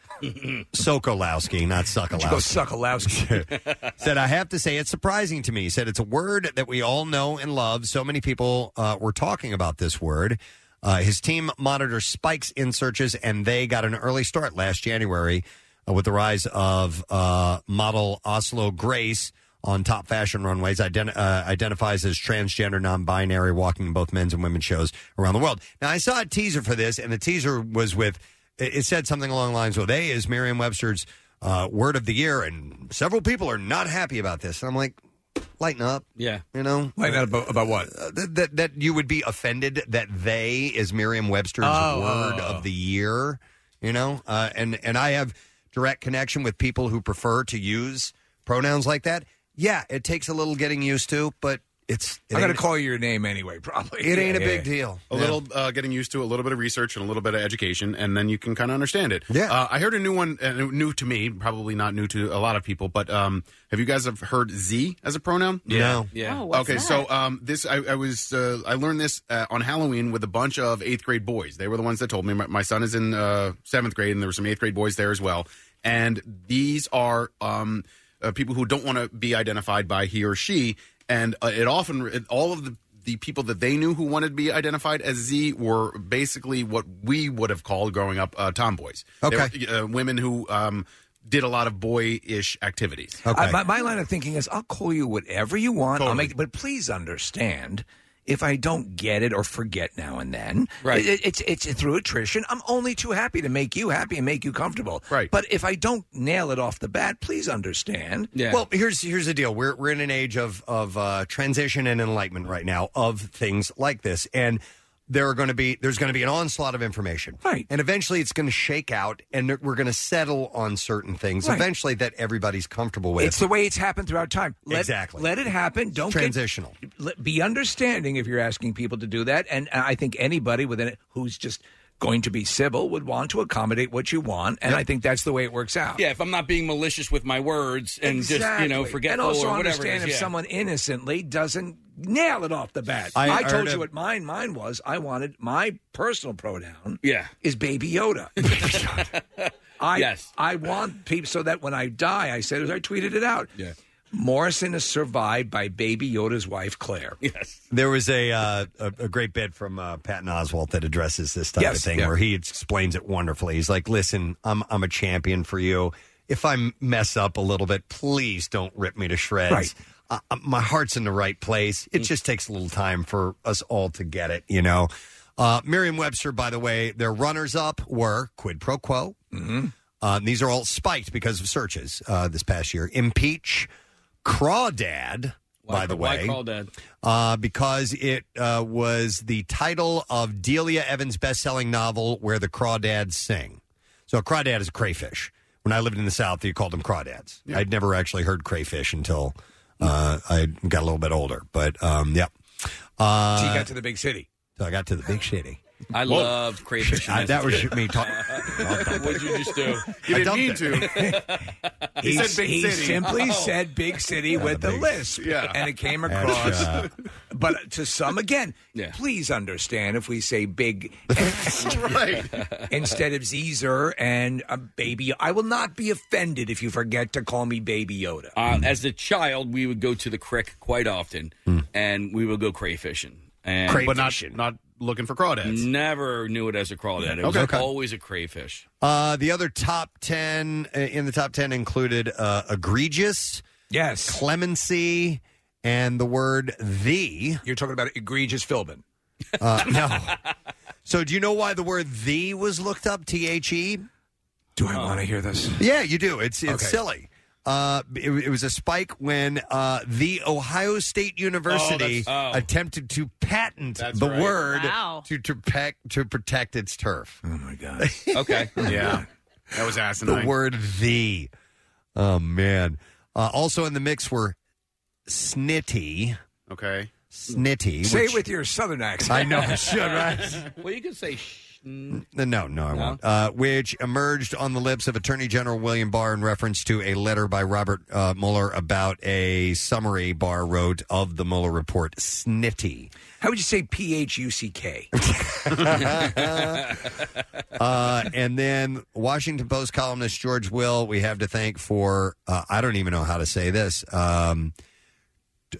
Speaker 3: Sokolowski, not Sokolowski.
Speaker 5: Go Sokolowski.
Speaker 3: said, I have to say, it's surprising to me. He said, it's a word that we all know and love. So many people uh, were talking about this word. Uh, his team monitors spikes in searches, and they got an early start last January uh, with the rise of uh, model Oslo Grace on top fashion runways, ident- uh, identifies as transgender, non binary, walking in both men's and women's shows around the world. Now, I saw a teaser for this, and the teaser was with it it said something along the lines of they is merriam-webster's uh, word of the year and several people are not happy about this and i'm like lighten up
Speaker 9: yeah
Speaker 3: you know Uh,
Speaker 5: lighten up about, about what
Speaker 3: that, that that you would be offended that they is merriam-webster's
Speaker 5: Oh,
Speaker 3: word
Speaker 5: oh, oh.
Speaker 3: of the year you know uh, and and i have direct connection with people who prefer to use pronouns like that yeah it takes a little getting used to but it's it
Speaker 5: I'm gonna
Speaker 3: ain't-
Speaker 5: call you your name anyway. Probably
Speaker 3: It ain't a big
Speaker 5: yeah.
Speaker 3: deal.
Speaker 8: A
Speaker 3: Yeah.
Speaker 8: little uh, getting used to, a little bit of research, and a little bit of education, and then you can kind of understand it. Yeah. Uh, I heard a new one, uh, new to me, probably not new to a lot of people, but um, have you guys have heard Z as a pronoun?
Speaker 3: Yeah. No.
Speaker 8: Yeah.
Speaker 3: Oh, what's
Speaker 8: okay.
Speaker 3: that?
Speaker 8: So um, this I, I was uh, I learned this uh, on Halloween with a bunch of eighth grade boys. They were the ones that told me. My, my son is in uh, seventh grade, and there were some eighth grade boys there as well. And these are um, uh, people who don't want to be identified by he or she, and uh, it often it, all of the. The people that they knew who wanted to be identified as Z were basically what we would have called growing up uh, tomboys. They
Speaker 3: Okay.
Speaker 8: were, uh, women who um, did a lot of boyish activities.
Speaker 5: I- my, my line of thinking is, I'll call you whatever you want. I'll make, but please understand, if I don't get it or forget now and then,
Speaker 10: Right.
Speaker 5: it- it's it's through attrition. I'm only too happy to make you happy and make you comfortable. Right. But if I don't nail it off the bat, please understand.
Speaker 3: Well, here's here's the deal. We're we're in an age of of uh, transition and enlightenment right now of things like this, and there are going to be there's going to be an onslaught of information, right? And eventually, it's going to shake out, and we're going to settle on certain things
Speaker 5: Right.
Speaker 3: eventually that everybody's comfortable with.
Speaker 5: It's the way it's happened throughout time. Let,
Speaker 3: Exactly.
Speaker 5: Let it happen. Don't get-
Speaker 3: Transitional.
Speaker 5: let- be understanding if you're asking people to do that, and I think anybody within it who's just going to be civil would want to accommodate what you want, and I think that's the way it works out.
Speaker 9: Yeah, if I'm not being malicious with my words and just you know
Speaker 5: Exactly.
Speaker 9: forgetful
Speaker 5: and also
Speaker 9: or whatever.
Speaker 5: understand
Speaker 9: it is,
Speaker 5: if
Speaker 9: yeah.
Speaker 5: someone innocently doesn't nail it off the bat.
Speaker 9: I
Speaker 5: I,
Speaker 9: heard
Speaker 5: told
Speaker 9: a-
Speaker 5: you what mine mine was. I wanted my personal pronoun
Speaker 9: yeah.
Speaker 5: is Baby Yoda. I
Speaker 9: Yes.
Speaker 5: I want people so that when I die, I said I tweeted it out.
Speaker 9: Yeah.
Speaker 5: Morrison is survived by Baby Yoda's wife Claire.
Speaker 9: Yes.
Speaker 3: There was a, uh, a a great bit from uh, Patton Oswalt that addresses this type
Speaker 5: Yes,
Speaker 3: of thing,
Speaker 5: yeah.
Speaker 3: where he explains it wonderfully. He's like, "Listen, I'm I'm a champion for you. If I mess up a little bit, please don't rip me to shreds.
Speaker 5: Right.
Speaker 3: Uh, uh, my heart's in the right place. It just takes a little time for us all to get it, you know." Uh, Merriam-Webster, by the way, their runners-up were quid pro quo. Mm-hmm. Uh, these are all spiked because of searches uh, this past year. Impeach, crawdad. by the way,
Speaker 10: call dad?
Speaker 3: uh, because it uh, was the title of Delia Evans' best-selling novel "Where the Crawdads Sing." So, a crawdad is a crayfish. When I lived in the South, you called them crawdads. I'd never actually heard crayfish until uh, I got a little bit older. But um, yeah, uh,
Speaker 5: She got to the big city.
Speaker 3: so I got to the big shitty.
Speaker 9: I
Speaker 3: Whoa.
Speaker 9: love crayfish.
Speaker 3: I- that was me talking.
Speaker 9: What'd you
Speaker 20: uh,
Speaker 9: just do?
Speaker 5: You
Speaker 9: I
Speaker 5: didn't
Speaker 9: dumped
Speaker 5: need
Speaker 9: it.
Speaker 5: to.
Speaker 9: He said big
Speaker 5: he
Speaker 9: city.
Speaker 5: simply
Speaker 9: Oh.
Speaker 5: said big city
Speaker 9: Yeah,
Speaker 5: with
Speaker 9: the
Speaker 5: the
Speaker 9: big-
Speaker 5: lisp.
Speaker 9: yeah.
Speaker 5: And it came
Speaker 9: And,
Speaker 5: across.
Speaker 9: uh,
Speaker 5: but to some, again, please understand if we say big
Speaker 8: right.
Speaker 5: instead of Zer and a baby. I will not be offended if you forget to call me Baby Yoda.
Speaker 9: Uh, as a child,
Speaker 3: Hmm.
Speaker 9: we would go to the creek quite often, and we would go crayfishing. And,
Speaker 8: But not, not looking for crawdads.
Speaker 9: Never knew it as a crawdad. It was
Speaker 8: Okay. Okay.
Speaker 9: always a crayfish.
Speaker 3: Uh, the other top 10 uh, in the top 10 included uh, egregious,
Speaker 5: yes,
Speaker 3: clemency, and the word the.
Speaker 5: You're talking about egregious Philbin.
Speaker 3: Uh, no. so, do you know why the word the was looked up? T H E?
Speaker 5: Do I want to hear this?
Speaker 3: Yeah, you do. It's it's
Speaker 5: Okay.
Speaker 3: silly. Uh, it, it was a spike when uh, the Ohio State University
Speaker 5: Oh, that's- oh.
Speaker 3: attempted to patent
Speaker 5: That's
Speaker 3: the
Speaker 5: right.
Speaker 3: word
Speaker 5: Wow.
Speaker 3: to to, pe- to protect its turf. Oh my god!
Speaker 9: Okay.
Speaker 8: yeah, that was asinine.
Speaker 3: the word the. Oh man! Uh, also in the mix were snitty.
Speaker 8: Okay.
Speaker 3: Snitty.
Speaker 5: Say
Speaker 3: which-
Speaker 5: it with your southern accent.
Speaker 3: I know I should, right?
Speaker 9: well, you could say. Sh-
Speaker 3: No, no, I won't. Uh, which emerged on the lips of Attorney General William Barr in reference to a letter by Robert uh, Mueller about a summary Barr wrote of the Mueller report, snitty.
Speaker 5: How would you say P H U C K?
Speaker 3: Uh, and then Washington Post columnist George Will, we have to thank for, uh, I don't even know how to say this, um,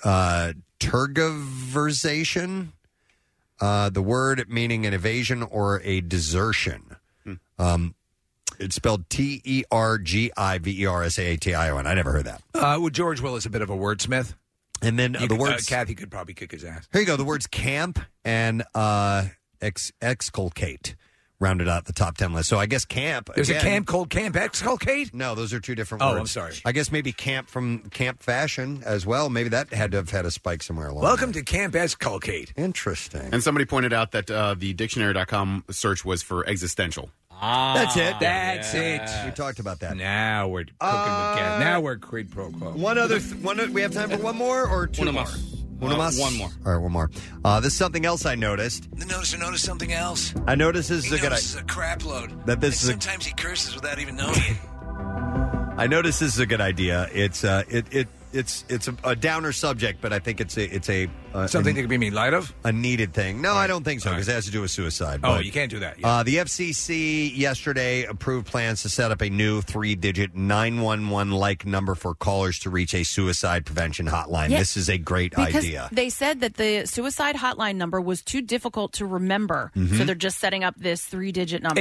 Speaker 3: uh, tergiversation, uh, the word meaning an evasion or a desertion.
Speaker 5: Hmm.
Speaker 3: Um, it's spelled T E R G I V E R S A A T I O N. I never heard that.
Speaker 5: Uh, well, George Will is a bit of a wordsmith.
Speaker 3: And then uh,
Speaker 5: You
Speaker 3: the
Speaker 5: could-
Speaker 3: word
Speaker 5: uh, Kathy could probably kick his ass.
Speaker 3: Here you go. The words camp and uh, ex- exculcate rounded out the top 10 list. So I guess camp.
Speaker 5: There's a
Speaker 3: again-
Speaker 5: camp called Camp Exculcate.
Speaker 3: No, those are two different
Speaker 5: Oh,
Speaker 3: words.
Speaker 5: I'm sorry.
Speaker 3: I guess maybe camp from camp fashion as well. Maybe that had to have had a spike somewhere along.
Speaker 5: Welcome to Camp Exculcate.
Speaker 3: Interesting.
Speaker 8: And somebody pointed out that uh, the dictionary.com search was for existential.
Speaker 9: Ah,
Speaker 3: That's it.
Speaker 5: That's it.
Speaker 3: We talked about that. Uh,
Speaker 5: Now we're cooking with gas. Now we're quid pro quo.
Speaker 3: One other, th- one. o- We have time for one more or two
Speaker 5: One
Speaker 3: more.
Speaker 5: more.
Speaker 3: One,
Speaker 5: Uh,
Speaker 3: más?
Speaker 5: one more.
Speaker 3: All right, one more. Uh, this is something else I noticed.
Speaker 5: The noticer noticed something else.
Speaker 3: I noticed this is a good.
Speaker 5: This is a crap load.
Speaker 3: That this is a-
Speaker 5: and sometimes he curses without even knowing it.
Speaker 3: I noticed this is a good idea. It's uh, it it it's it's a, a downer subject, but I think it's a it's a uh, a,
Speaker 5: Something that could be made light of.
Speaker 3: a needed thing. No, I don't think so because it has to do with suicide.
Speaker 5: Oh,
Speaker 3: but-
Speaker 5: you can't do that.
Speaker 3: Uh, the FCC yesterday approved plans to set up a new three digit 911 like number for callers to reach a suicide prevention hotline.
Speaker 4: Yeah.
Speaker 3: This is a great
Speaker 4: Because
Speaker 3: idea.
Speaker 4: they said that the suicide hotline number was too difficult to remember, so
Speaker 3: Mhm.
Speaker 4: they're just setting up this three-digit number.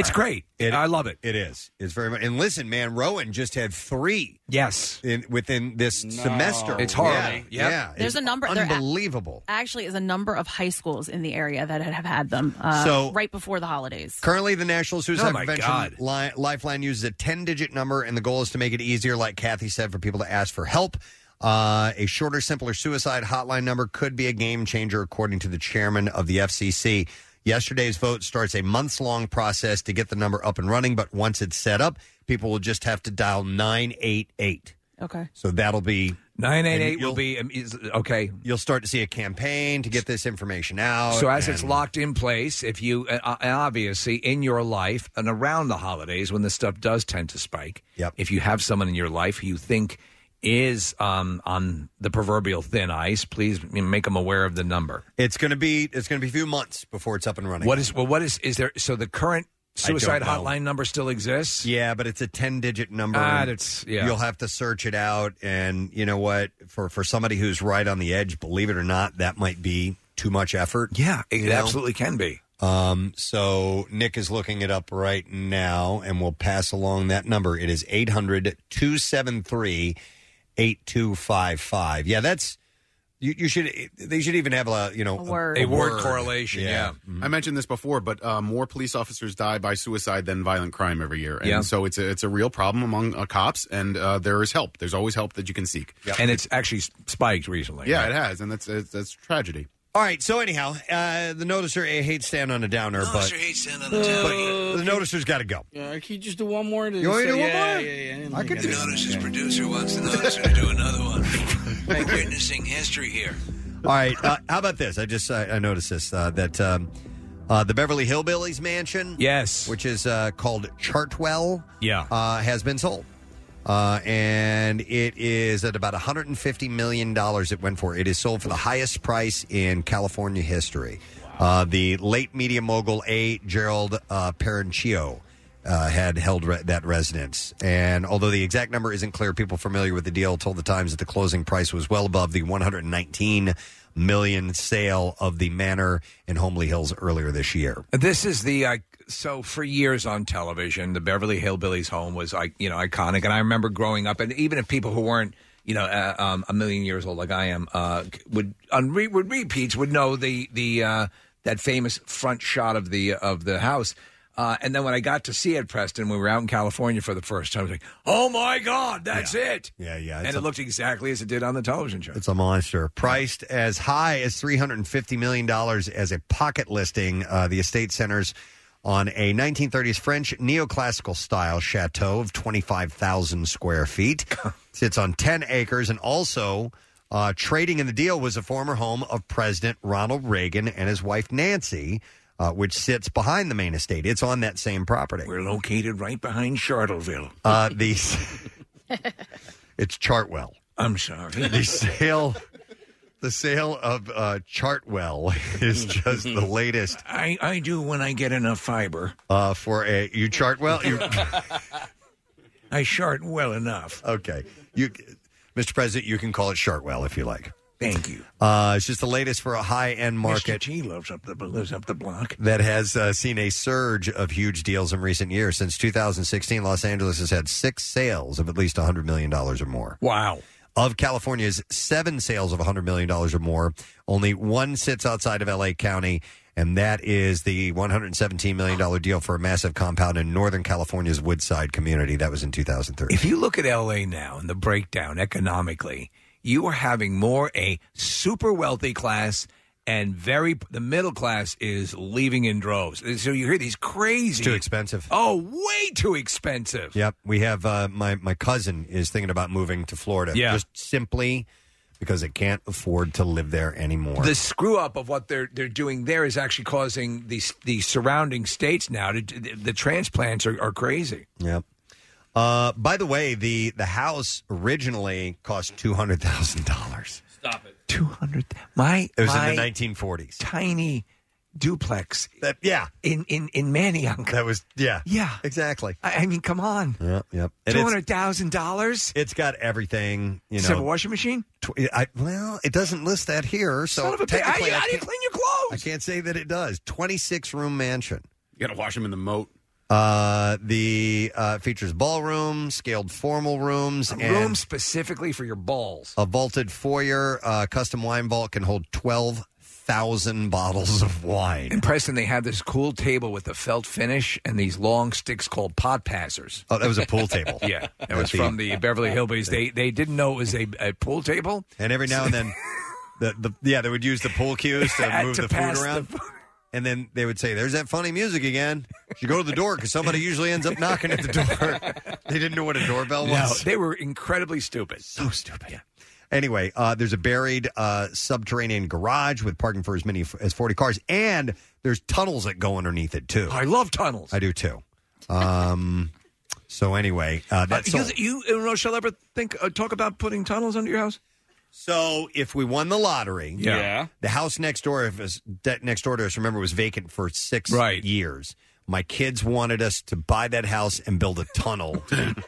Speaker 3: It, I love it. It is. It's very much. And listen, man, Rowan just had three.
Speaker 5: Yes.
Speaker 3: In, within this semester.
Speaker 5: It's horrible.
Speaker 3: Yeah.
Speaker 5: Yep.
Speaker 3: yeah.
Speaker 4: There's
Speaker 3: It's
Speaker 4: a number- they're a-
Speaker 3: Unbelievable.
Speaker 4: Actually, is a number of high schools in the area that have had them uh,
Speaker 3: So-
Speaker 4: right before the holidays.
Speaker 3: Currently, the National Suicide
Speaker 4: Oh, my
Speaker 3: Prevention
Speaker 4: God.
Speaker 3: Li- Lifeline uses a 10 digit number, and the goal is to make it easier, like Kathy said, for people to ask for help. Uh, a shorter, simpler suicide hotline number could be a game changer, according to the chairman of the FCC. Yesterday's vote starts a months long process to get the number up and running, but once it's set up, people will just have to dial 988.
Speaker 4: Okay.
Speaker 3: So that'll be.
Speaker 5: Nine eight
Speaker 3: and
Speaker 5: eight will
Speaker 3: you'll-
Speaker 5: be um, is, okay.
Speaker 3: You'll start to see a campaign to get this information out.
Speaker 5: So as it's
Speaker 3: and-
Speaker 5: locked in place, if you uh, uh, obviously in your life and around the holidays when this stuff does tend to spike, yep. if you have someone in your life who you think is um, on the proverbial thin ice, please make them aware of the number.
Speaker 3: It's going to be it's going to be a few months before it's up and running.
Speaker 5: What is well? What is is there? So the current
Speaker 3: I don't
Speaker 5: suicide
Speaker 3: know.
Speaker 5: hotline number still exists.
Speaker 3: Yeah, but it's a ten digit number.
Speaker 5: Ah,
Speaker 3: and
Speaker 5: that's- yeah.
Speaker 3: You'll have to search it out, and you know what? For for somebody who's right on the edge, believe it or not, that might be too much effort.
Speaker 5: Yeah, it
Speaker 3: you know?
Speaker 5: absolutely can be.
Speaker 3: Um, so Nick is looking it up right now, and we'll pass along that number. It is 800-273-8255. Yeah, that's you. You should. They should even have a you know a
Speaker 8: word. I mentioned this before, but uh, more police officers die by suicide than violent crime every year, and
Speaker 5: Yeah.
Speaker 8: so it's a, it's a real problem among uh, cops. And uh, there is help. There's always help that you can seek.
Speaker 5: And it's actually s- spiked recently.
Speaker 8: yeah,
Speaker 5: right?
Speaker 8: it has, and that's it's, that's tragedy.
Speaker 3: All right. So anyhow, uh, the noticer eh, hates stand on a downer, but but the noticer's got to go.
Speaker 9: Uh, Yeah, can you just do one more?
Speaker 3: You want me to do one
Speaker 9: yeah,
Speaker 3: more?
Speaker 9: Yeah, yeah, yeah.
Speaker 3: I could do
Speaker 9: that.
Speaker 5: This producer wants the noticer to do another one. We're witnessing history here.
Speaker 3: All right. Uh, how about this? I just I, I noticed this uh, that um, uh, the Beverly Hillbillies mansion,
Speaker 5: yes,
Speaker 3: which is uh, called Chartwell,
Speaker 5: Yeah.
Speaker 3: uh, has been sold. Uh, and it is at about 150 million dollars. It went for. It is sold for the highest price in California history. Uh, the late media mogul A. Gerald uh, Parenchio uh, had held re- that residence. And although the exact number isn't clear, people familiar with the deal told the Times that the closing price was well above the 119 million sale of the manor in Homely Hills earlier this year.
Speaker 5: This is the uh, so for years on television, the Beverly Hillbillies home was like you know iconic, and I remember growing up, and even if people who weren't you know uh, um, a million years old like I am uh, would on re- would repeats would know the the uh, that famous front shot of the of the house. Uh, and then when I got to see it, Preston, we were out in California for the first time. I was like, "Oh my God, that's it!"
Speaker 3: Yeah, yeah.
Speaker 5: and
Speaker 3: it's
Speaker 5: it looked exactly as it did on the television show.
Speaker 3: It's a monster. Priced as high as $350 million as a pocket listing, uh, the estate centers on a 1930s French neoclassical style chateau of 25,000 square feet. Sits on 10 acres and also. Uh, trading in the deal was a former home of President Ronald Reagan and his wife Nancy, uh, which sits behind the main estate. It's on that same property.
Speaker 5: We're located right behind Charlottesville.
Speaker 3: Uh, the it's Chartwell.
Speaker 5: I'm sorry.
Speaker 3: The sale, the sale of uh, Chartwell is just the latest.
Speaker 5: I, I do when I get enough fiber.
Speaker 3: Uh, for a you Chartwell, you
Speaker 5: I shart well enough.
Speaker 3: Okay, you, Mr. President, you can call it Chartwell if you like.
Speaker 5: Thank you.
Speaker 3: Uh, it's just the latest for a high end
Speaker 5: Mr.
Speaker 3: market.
Speaker 5: T lives up the lives up the block.
Speaker 3: that has uh, seen a surge of huge deals in recent years. Since 2016, Los Angeles has had six sales of at least $100 million or more.
Speaker 5: Wow.
Speaker 3: Of California's seven sales of $100 million or more, only one sits outside of LA County, and that is the $117 million deal for a massive compound in Northern California's Woodside community. That was in 2003.
Speaker 5: If you look at LA now and the breakdown economically, you are having more a super wealthy class and very the middle class is leaving in droves. And So you hear these crazy
Speaker 3: It's too expensive.
Speaker 5: Oh, way too expensive.
Speaker 3: Yep. We have uh, my my cousin is thinking about moving to Florida.
Speaker 5: Yeah.
Speaker 3: Just simply because it can't afford to live there anymore.
Speaker 5: The screw up of what they're they're doing there is actually causing the the surrounding states now to the, the transplants are, are crazy.
Speaker 3: Yep. Uh, by the way, the the house originally cost two hundred thousand dollars.
Speaker 5: Stop it. Two hundred. My
Speaker 3: It was
Speaker 5: my
Speaker 3: in the nineteen forties.
Speaker 5: tiny duplex.
Speaker 3: That yeah.
Speaker 5: In in in Manayunk.
Speaker 3: That was yeah.
Speaker 5: Yeah.
Speaker 3: Exactly.
Speaker 5: I, I mean, come on.
Speaker 3: Yep. Yep. And
Speaker 5: Two
Speaker 3: it's-
Speaker 5: hundred thousand dollars.
Speaker 3: It's got everything. You
Speaker 5: Does it have
Speaker 3: know.
Speaker 5: a washing machine?
Speaker 3: Tw- I, well, it doesn't list that here, so
Speaker 5: Son of a bitch. How
Speaker 3: technically
Speaker 5: you-
Speaker 3: I
Speaker 5: how do you
Speaker 3: can't-
Speaker 5: clean your clothes?
Speaker 3: I can't say that it does. Twenty six room mansion.
Speaker 8: You got to wash them in the moat.
Speaker 3: Uh, the uh, features ballroom, scaled formal rooms, and
Speaker 5: Room specifically for your balls.
Speaker 3: a vaulted foyer. Uh, custom wine vault can hold twelve thousand bottles of wine.
Speaker 5: In Preston, they have this cool table with a felt finish and these long sticks called pot passers.
Speaker 3: Oh, that was a pool table.
Speaker 5: yeah, that
Speaker 3: At
Speaker 5: was
Speaker 3: the-
Speaker 5: from the Beverly Hillbillies. They they didn't know it was a, a pool table.
Speaker 3: And every now and then, the, the yeah, they would use the pool cues to
Speaker 5: Had
Speaker 3: move
Speaker 5: to
Speaker 3: the food
Speaker 5: pass
Speaker 3: around. and then they would say, "There's that funny music again." You go to the door because somebody usually ends up knocking at the door. they didn't know what a doorbell
Speaker 5: No,
Speaker 3: was.
Speaker 5: they were incredibly stupid.
Speaker 3: So stupid. Anyway, uh, there's a buried uh, subterranean garage with parking for as many f- as 40 cars, and there's tunnels that go underneath it too.
Speaker 5: I love tunnels.
Speaker 3: I do too. Um, so anyway, uh,
Speaker 5: Uh,
Speaker 3: that's
Speaker 5: you, you and Rochelle ever think uh, talk about putting tunnels under your house?
Speaker 3: So if we won the lottery,
Speaker 5: Yeah. Yeah.
Speaker 3: the house next door of us, that next door to us, remember, was vacant for six years. My kids wanted us to buy that house and build a tunnel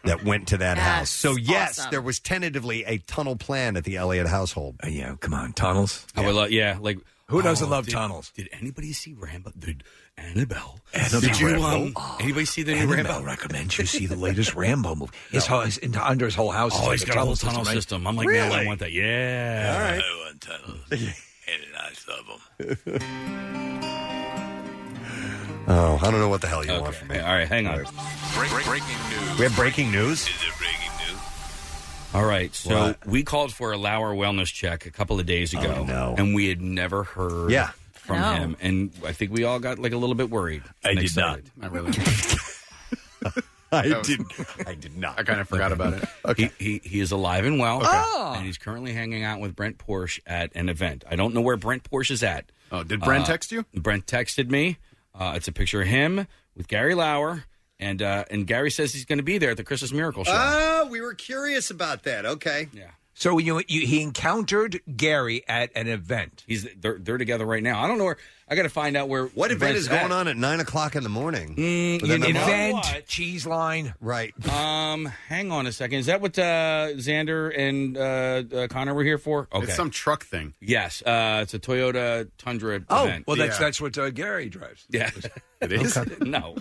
Speaker 3: that went to that house. So yes,
Speaker 9: awesome.
Speaker 3: there was tentatively a tunnel plan at the Elliott household.
Speaker 5: Uh, yeah, come on, tunnels.
Speaker 9: I would love, yeah, like
Speaker 5: Who doesn't
Speaker 9: oh,
Speaker 5: love
Speaker 9: did-
Speaker 5: tunnels?
Speaker 9: Did anybody see Rambo? Did Annabelle?
Speaker 5: Annabelle.
Speaker 9: Did you
Speaker 5: Rambo?
Speaker 9: um, anybody see the new
Speaker 5: Annabelle
Speaker 9: Rambo?
Speaker 5: recommends you see the latest Rambo movie. His whole, his, under his whole house. is
Speaker 9: Oh,
Speaker 5: like
Speaker 9: he's got a whole tunnel
Speaker 5: right?
Speaker 9: system. I'm like, man, I want that. Yeah.
Speaker 3: All right.
Speaker 10: I want tunnels. and I love them.
Speaker 3: Oh, I don't know what the hell you want from me.
Speaker 9: All right, hang on.
Speaker 10: Break, break, breaking news.
Speaker 3: We have breaking news.
Speaker 9: All right, so
Speaker 3: What? Oh,
Speaker 9: we called for a Lauer wellness check a couple of days ago, and we had never heard
Speaker 3: Yeah.
Speaker 9: from
Speaker 3: No.
Speaker 9: him, and I think we all got like a little bit worried. I did not. I really.
Speaker 3: I did. I did not.
Speaker 8: I kind of forgot about it.
Speaker 9: Okay. He, he he is alive and well,
Speaker 8: Okay. Oh.
Speaker 9: and he's currently hanging out with Brent Porsche at an event. I don't know where Brent Porsche is at.
Speaker 8: Oh, did Brent
Speaker 9: Uh,
Speaker 8: text you?
Speaker 9: Brent texted me. Uh, it's a picture of him with Gary Lauer, and uh, and Gary says he's going to be there at the Christmas Miracle Show.
Speaker 3: Ah, we were curious about that. Okay.
Speaker 9: Yeah.
Speaker 5: So you, you he encountered Gary at an event.
Speaker 9: He's they're, they're together right now. I don't know where. I got to find out where.
Speaker 3: What event
Speaker 9: Brent's
Speaker 3: is going
Speaker 9: at.
Speaker 3: on at nine o'clock in the morning?
Speaker 9: Mm,
Speaker 3: With
Speaker 9: you know
Speaker 3: MMR?
Speaker 9: what?
Speaker 5: cheese line.
Speaker 3: Right.
Speaker 9: Um, hang on a second. Is that what uh, Xander and uh, uh, Connor were here for? Okay.
Speaker 8: It's some truck thing.
Speaker 9: Yes, uh, it's a Toyota Tundra.
Speaker 5: Oh,
Speaker 9: event.
Speaker 5: well, that's that's what uh, Gary drives.
Speaker 9: Yeah,
Speaker 3: it is.
Speaker 9: No,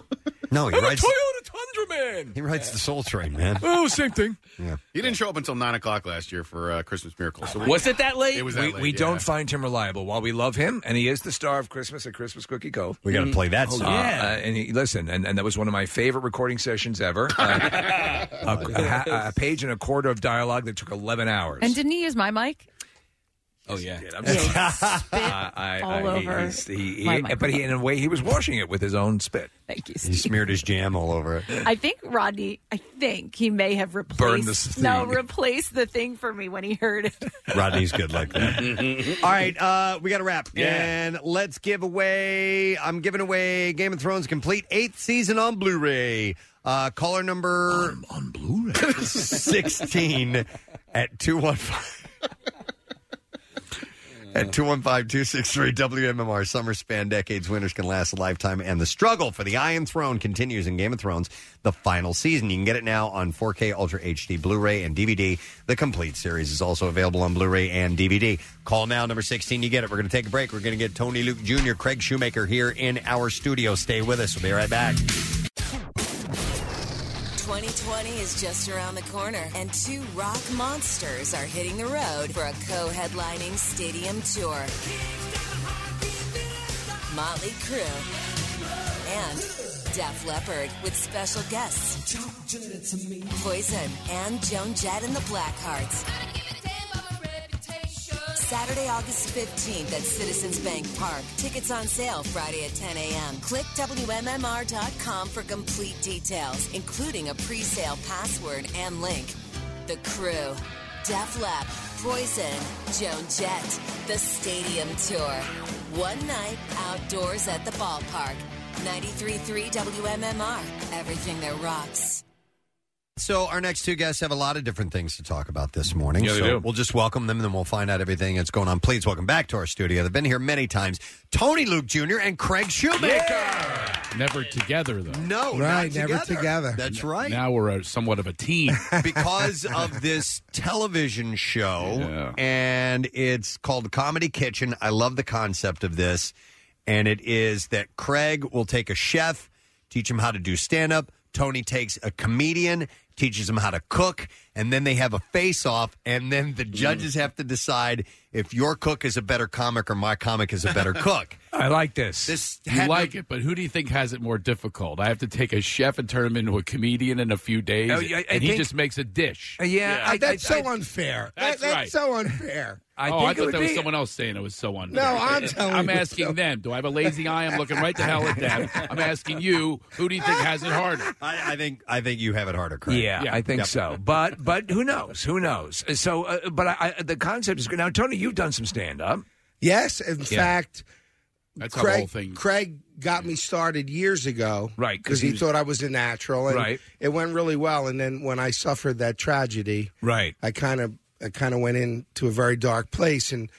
Speaker 3: no,
Speaker 5: I'm a Toyota Tundra man.
Speaker 3: He writes the Soul Train, man.
Speaker 5: Oh, same thing.
Speaker 3: Yeah.
Speaker 8: He didn't show up until nine o'clock last year for uh, Christmas Miracle. So
Speaker 5: Was
Speaker 9: it that late?
Speaker 8: It was that
Speaker 5: we
Speaker 8: late.
Speaker 5: we
Speaker 8: yeah.
Speaker 5: don't find him reliable. While we love him, and he is the star of Christmas at Christmas Cookie Cove.
Speaker 3: We gotta play that
Speaker 5: Oh,
Speaker 3: song.
Speaker 5: yeah. Uh, and he, listen, and, and that was one of my favorite recording sessions ever. Uh, a, a ha- a page and a quarter of dialogue that took eleven hours.
Speaker 4: And didn't he use my mic?
Speaker 9: Oh yeah,
Speaker 5: I'm
Speaker 4: Yeah,
Speaker 5: sorry.
Speaker 4: he spit
Speaker 5: I- Uh, I-
Speaker 4: all
Speaker 5: I- he-
Speaker 4: over
Speaker 5: he's- he-
Speaker 4: my
Speaker 5: he-
Speaker 4: mic.
Speaker 5: but he, in a way, he was washing it with his own spit.
Speaker 4: Thank you.
Speaker 3: He smeared his jam all over it.
Speaker 4: I think Rodney. I think he may have replaced.
Speaker 3: Burn this
Speaker 4: No,
Speaker 3: thing.
Speaker 4: replaced the thing for me when he heard it.
Speaker 3: Rodney's good like that.
Speaker 9: Mm-hmm.
Speaker 3: All right, uh, we got to wrap.
Speaker 4: Yeah.
Speaker 3: And let's give away. I'm giving away Game of Thrones complete eighth season on Blu-ray. Uh, caller number on, Blu-ray sixteen at two one five. At 215-263 WMMR, summer span decades, winners can last a lifetime, and the struggle for the Iron Throne continues in Game of Thrones, the final season. You can get it now on 4K Ultra HD Blu-ray and DVD. The complete series is also available on Blu-ray and DVD. Call now, number 16, you get it. We're going to take a break. We're going to get Tony Luke Jr., Craig Shoemaker here in our studio. Stay with us. We'll be right back.
Speaker 21: 2020 is just around the corner, and two rock monsters are hitting the road for a co headlining stadium tour. Motley Crue and Def Leppard with special guests Poison and Joan Jett and the Blackhearts. Saturday, August 15th at Citizens Bank Park. Tickets on sale Friday at 10 a.m. Click WMMR.com for complete details, including a pre sale password and link. The crew, Def Lap, Poison, Joan Jett, the Stadium Tour. One night outdoors at the ballpark. 93.3 WMMR. Everything that rocks.
Speaker 3: So our next two guests have a lot of different things to talk about this morning.
Speaker 22: Yeah, they
Speaker 3: so
Speaker 22: do.
Speaker 3: we'll just welcome them and then we'll find out everything that's going on. Please welcome back to our studio. They've been here many times. Tony Luke Jr. and Craig Shoemaker.
Speaker 20: Never together, though.
Speaker 3: No, not
Speaker 20: Right, never
Speaker 3: together. That's right.
Speaker 20: Now we're a, somewhat of a team.
Speaker 3: because of this television show, and it's called Comedy Kitchen. I love the concept of this, and it is that Craig will take a chef, teach him how to do stand up. Tony takes a comedian, teaches him how to cook, and then they have a face off, and then the judges have to decide if your cook is a better comic or my comic is a better cook.
Speaker 5: I like this.
Speaker 20: This you like it, but who do you think has it more difficult? I have to take a chef and turn him into a comedian in a few days,
Speaker 5: Oh, yeah, I
Speaker 20: and he
Speaker 5: think- Uh,
Speaker 20: just makes a dish.
Speaker 5: Yeah, I-
Speaker 20: that's
Speaker 5: I-
Speaker 20: so
Speaker 5: I-
Speaker 20: unfair.
Speaker 5: That's
Speaker 20: That- that's right.
Speaker 5: so
Speaker 20: unfair.
Speaker 5: I
Speaker 20: oh,
Speaker 5: think
Speaker 20: I
Speaker 5: it
Speaker 20: thought
Speaker 5: would
Speaker 20: that was
Speaker 5: be-
Speaker 20: someone else saying it was so unfair.
Speaker 5: No, I'm telling
Speaker 20: I'm
Speaker 5: you.
Speaker 20: asking them. Do I have a lazy eye? I'm looking right the hell at them. I'm asking you. Who do you think has it harder?
Speaker 3: I, I think I think you have it harder, Craig.
Speaker 5: Yeah, I think so. But but who knows? Who knows? So, uh, but I, I, the concept is good. Now, Tony, you've done some stand up.
Speaker 23: Yes, in
Speaker 5: Yeah.
Speaker 23: fact,
Speaker 5: That's how the
Speaker 23: Craig,
Speaker 5: whole thing-
Speaker 23: Craig got me started years ago,
Speaker 5: Right, 'cause
Speaker 23: Because
Speaker 5: he
Speaker 23: he
Speaker 5: was-
Speaker 23: thought I was a natural, and
Speaker 5: Right.
Speaker 23: it went really well. And then when I suffered that tragedy,
Speaker 5: right,
Speaker 23: I kind of I kind of went into a very dark place, and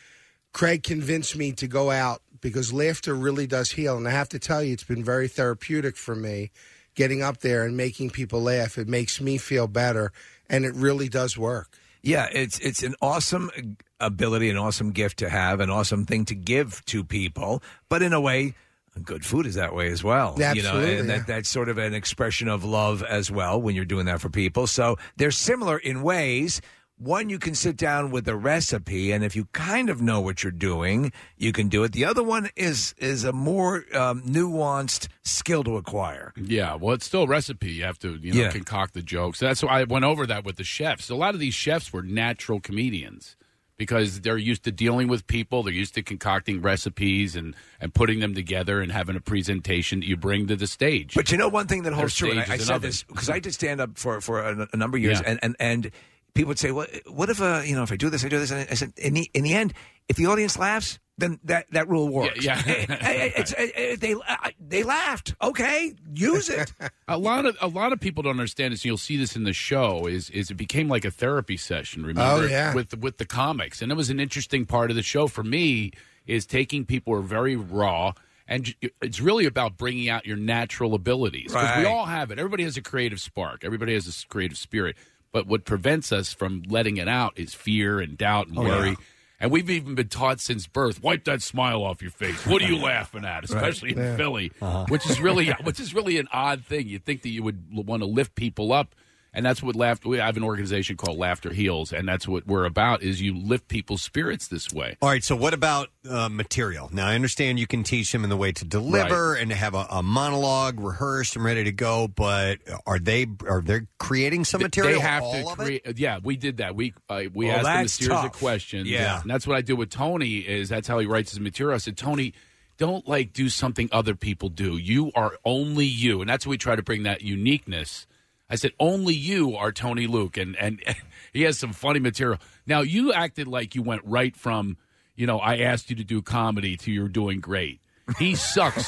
Speaker 23: Craig convinced me to go out because laughter really does heal. And I have to tell you, it's been very therapeutic for me. Getting up there and making people laugh, it makes me feel better, and it really does work.
Speaker 5: Yeah, it's it's an awesome ability, an awesome gift to have, an awesome thing to give to people. But in a way, good food is that way as well. you
Speaker 23: Absolutely,
Speaker 5: know, and
Speaker 23: yeah.
Speaker 5: that, that's sort of an expression of love as well when you're doing that for people. So they're similar in ways. One, you can sit down with a recipe, and if you kind of know what you're doing, you can do it. The other one is is a more um, nuanced skill to acquire.
Speaker 20: Yeah, well, it's still a recipe. You have to, you know,
Speaker 5: Yeah.
Speaker 20: concoct the jokes. That's why I went over that with the chefs. A lot of these chefs were natural comedians because they're used to dealing with people. They're used to concocting recipes and and putting them together and having a presentation that you bring to the stage.
Speaker 5: But you know, one thing that
Speaker 20: Their
Speaker 5: holds true, and I,
Speaker 20: stage
Speaker 5: I
Speaker 20: is an
Speaker 5: said
Speaker 20: oven.
Speaker 5: this because I did stand up for for a, a number of years,
Speaker 20: Yeah.
Speaker 5: and, and and people would say, "What what if uh, you know if I do this, I do this?" And I said, in the in the end, if the audience laughs, then that that rule works.
Speaker 20: Yeah, yeah.
Speaker 5: Eh, eh, it's, eh, eh, they I- they laughed. Oh, Okay, use it.
Speaker 20: a lot of a lot of people don't understand this. And you'll see this in the show. Is is it became like a therapy session? Remember,
Speaker 23: Oh, yeah.
Speaker 20: with with the comics, and it was an interesting part of the show for me. Is taking people who are very raw, and j- it's really about bringing out your natural abilities because we
Speaker 5: Right.
Speaker 20: all have it. Everybody has a creative spark. Everybody has a s- creative spirit. But what prevents us from letting it out is fear and doubt and
Speaker 5: Oh, yeah.
Speaker 20: worry. And we've even been taught since birth: wipe that smile off your face. What are you laughing at? Especially in
Speaker 23: Yeah.
Speaker 20: Philly,
Speaker 23: Uh-huh.
Speaker 20: which is really which is really an odd thing. You think that you would l- want to lift people up, and that's what laughter. We have an organization called Laughter Heals, and that's what we're about: is you lift people's spirits this way.
Speaker 3: All right. So, what about uh, material? Now, I understand you can teach them in the way to deliver and to have a, a monologue rehearsed and ready to go. But are they are they creating some
Speaker 20: Th-
Speaker 3: material?
Speaker 20: They have
Speaker 3: all
Speaker 20: to
Speaker 3: of it?
Speaker 20: create. uh, Yeah, we did that. We uh, we
Speaker 3: Well,
Speaker 20: asked him a
Speaker 3: that's
Speaker 20: series of
Speaker 3: tough.
Speaker 20: questions.
Speaker 3: Yeah.
Speaker 20: and that's what I do with Tony. Is that's how he writes his material. I said, Tony, don't like do something other people do. You are only you, and that's what we try to bring that uniqueness. I said, only you are Tony Luke, and and he has some funny material. Now you acted like you went right from, you know, I asked you to do comedy to you're doing great. He sucks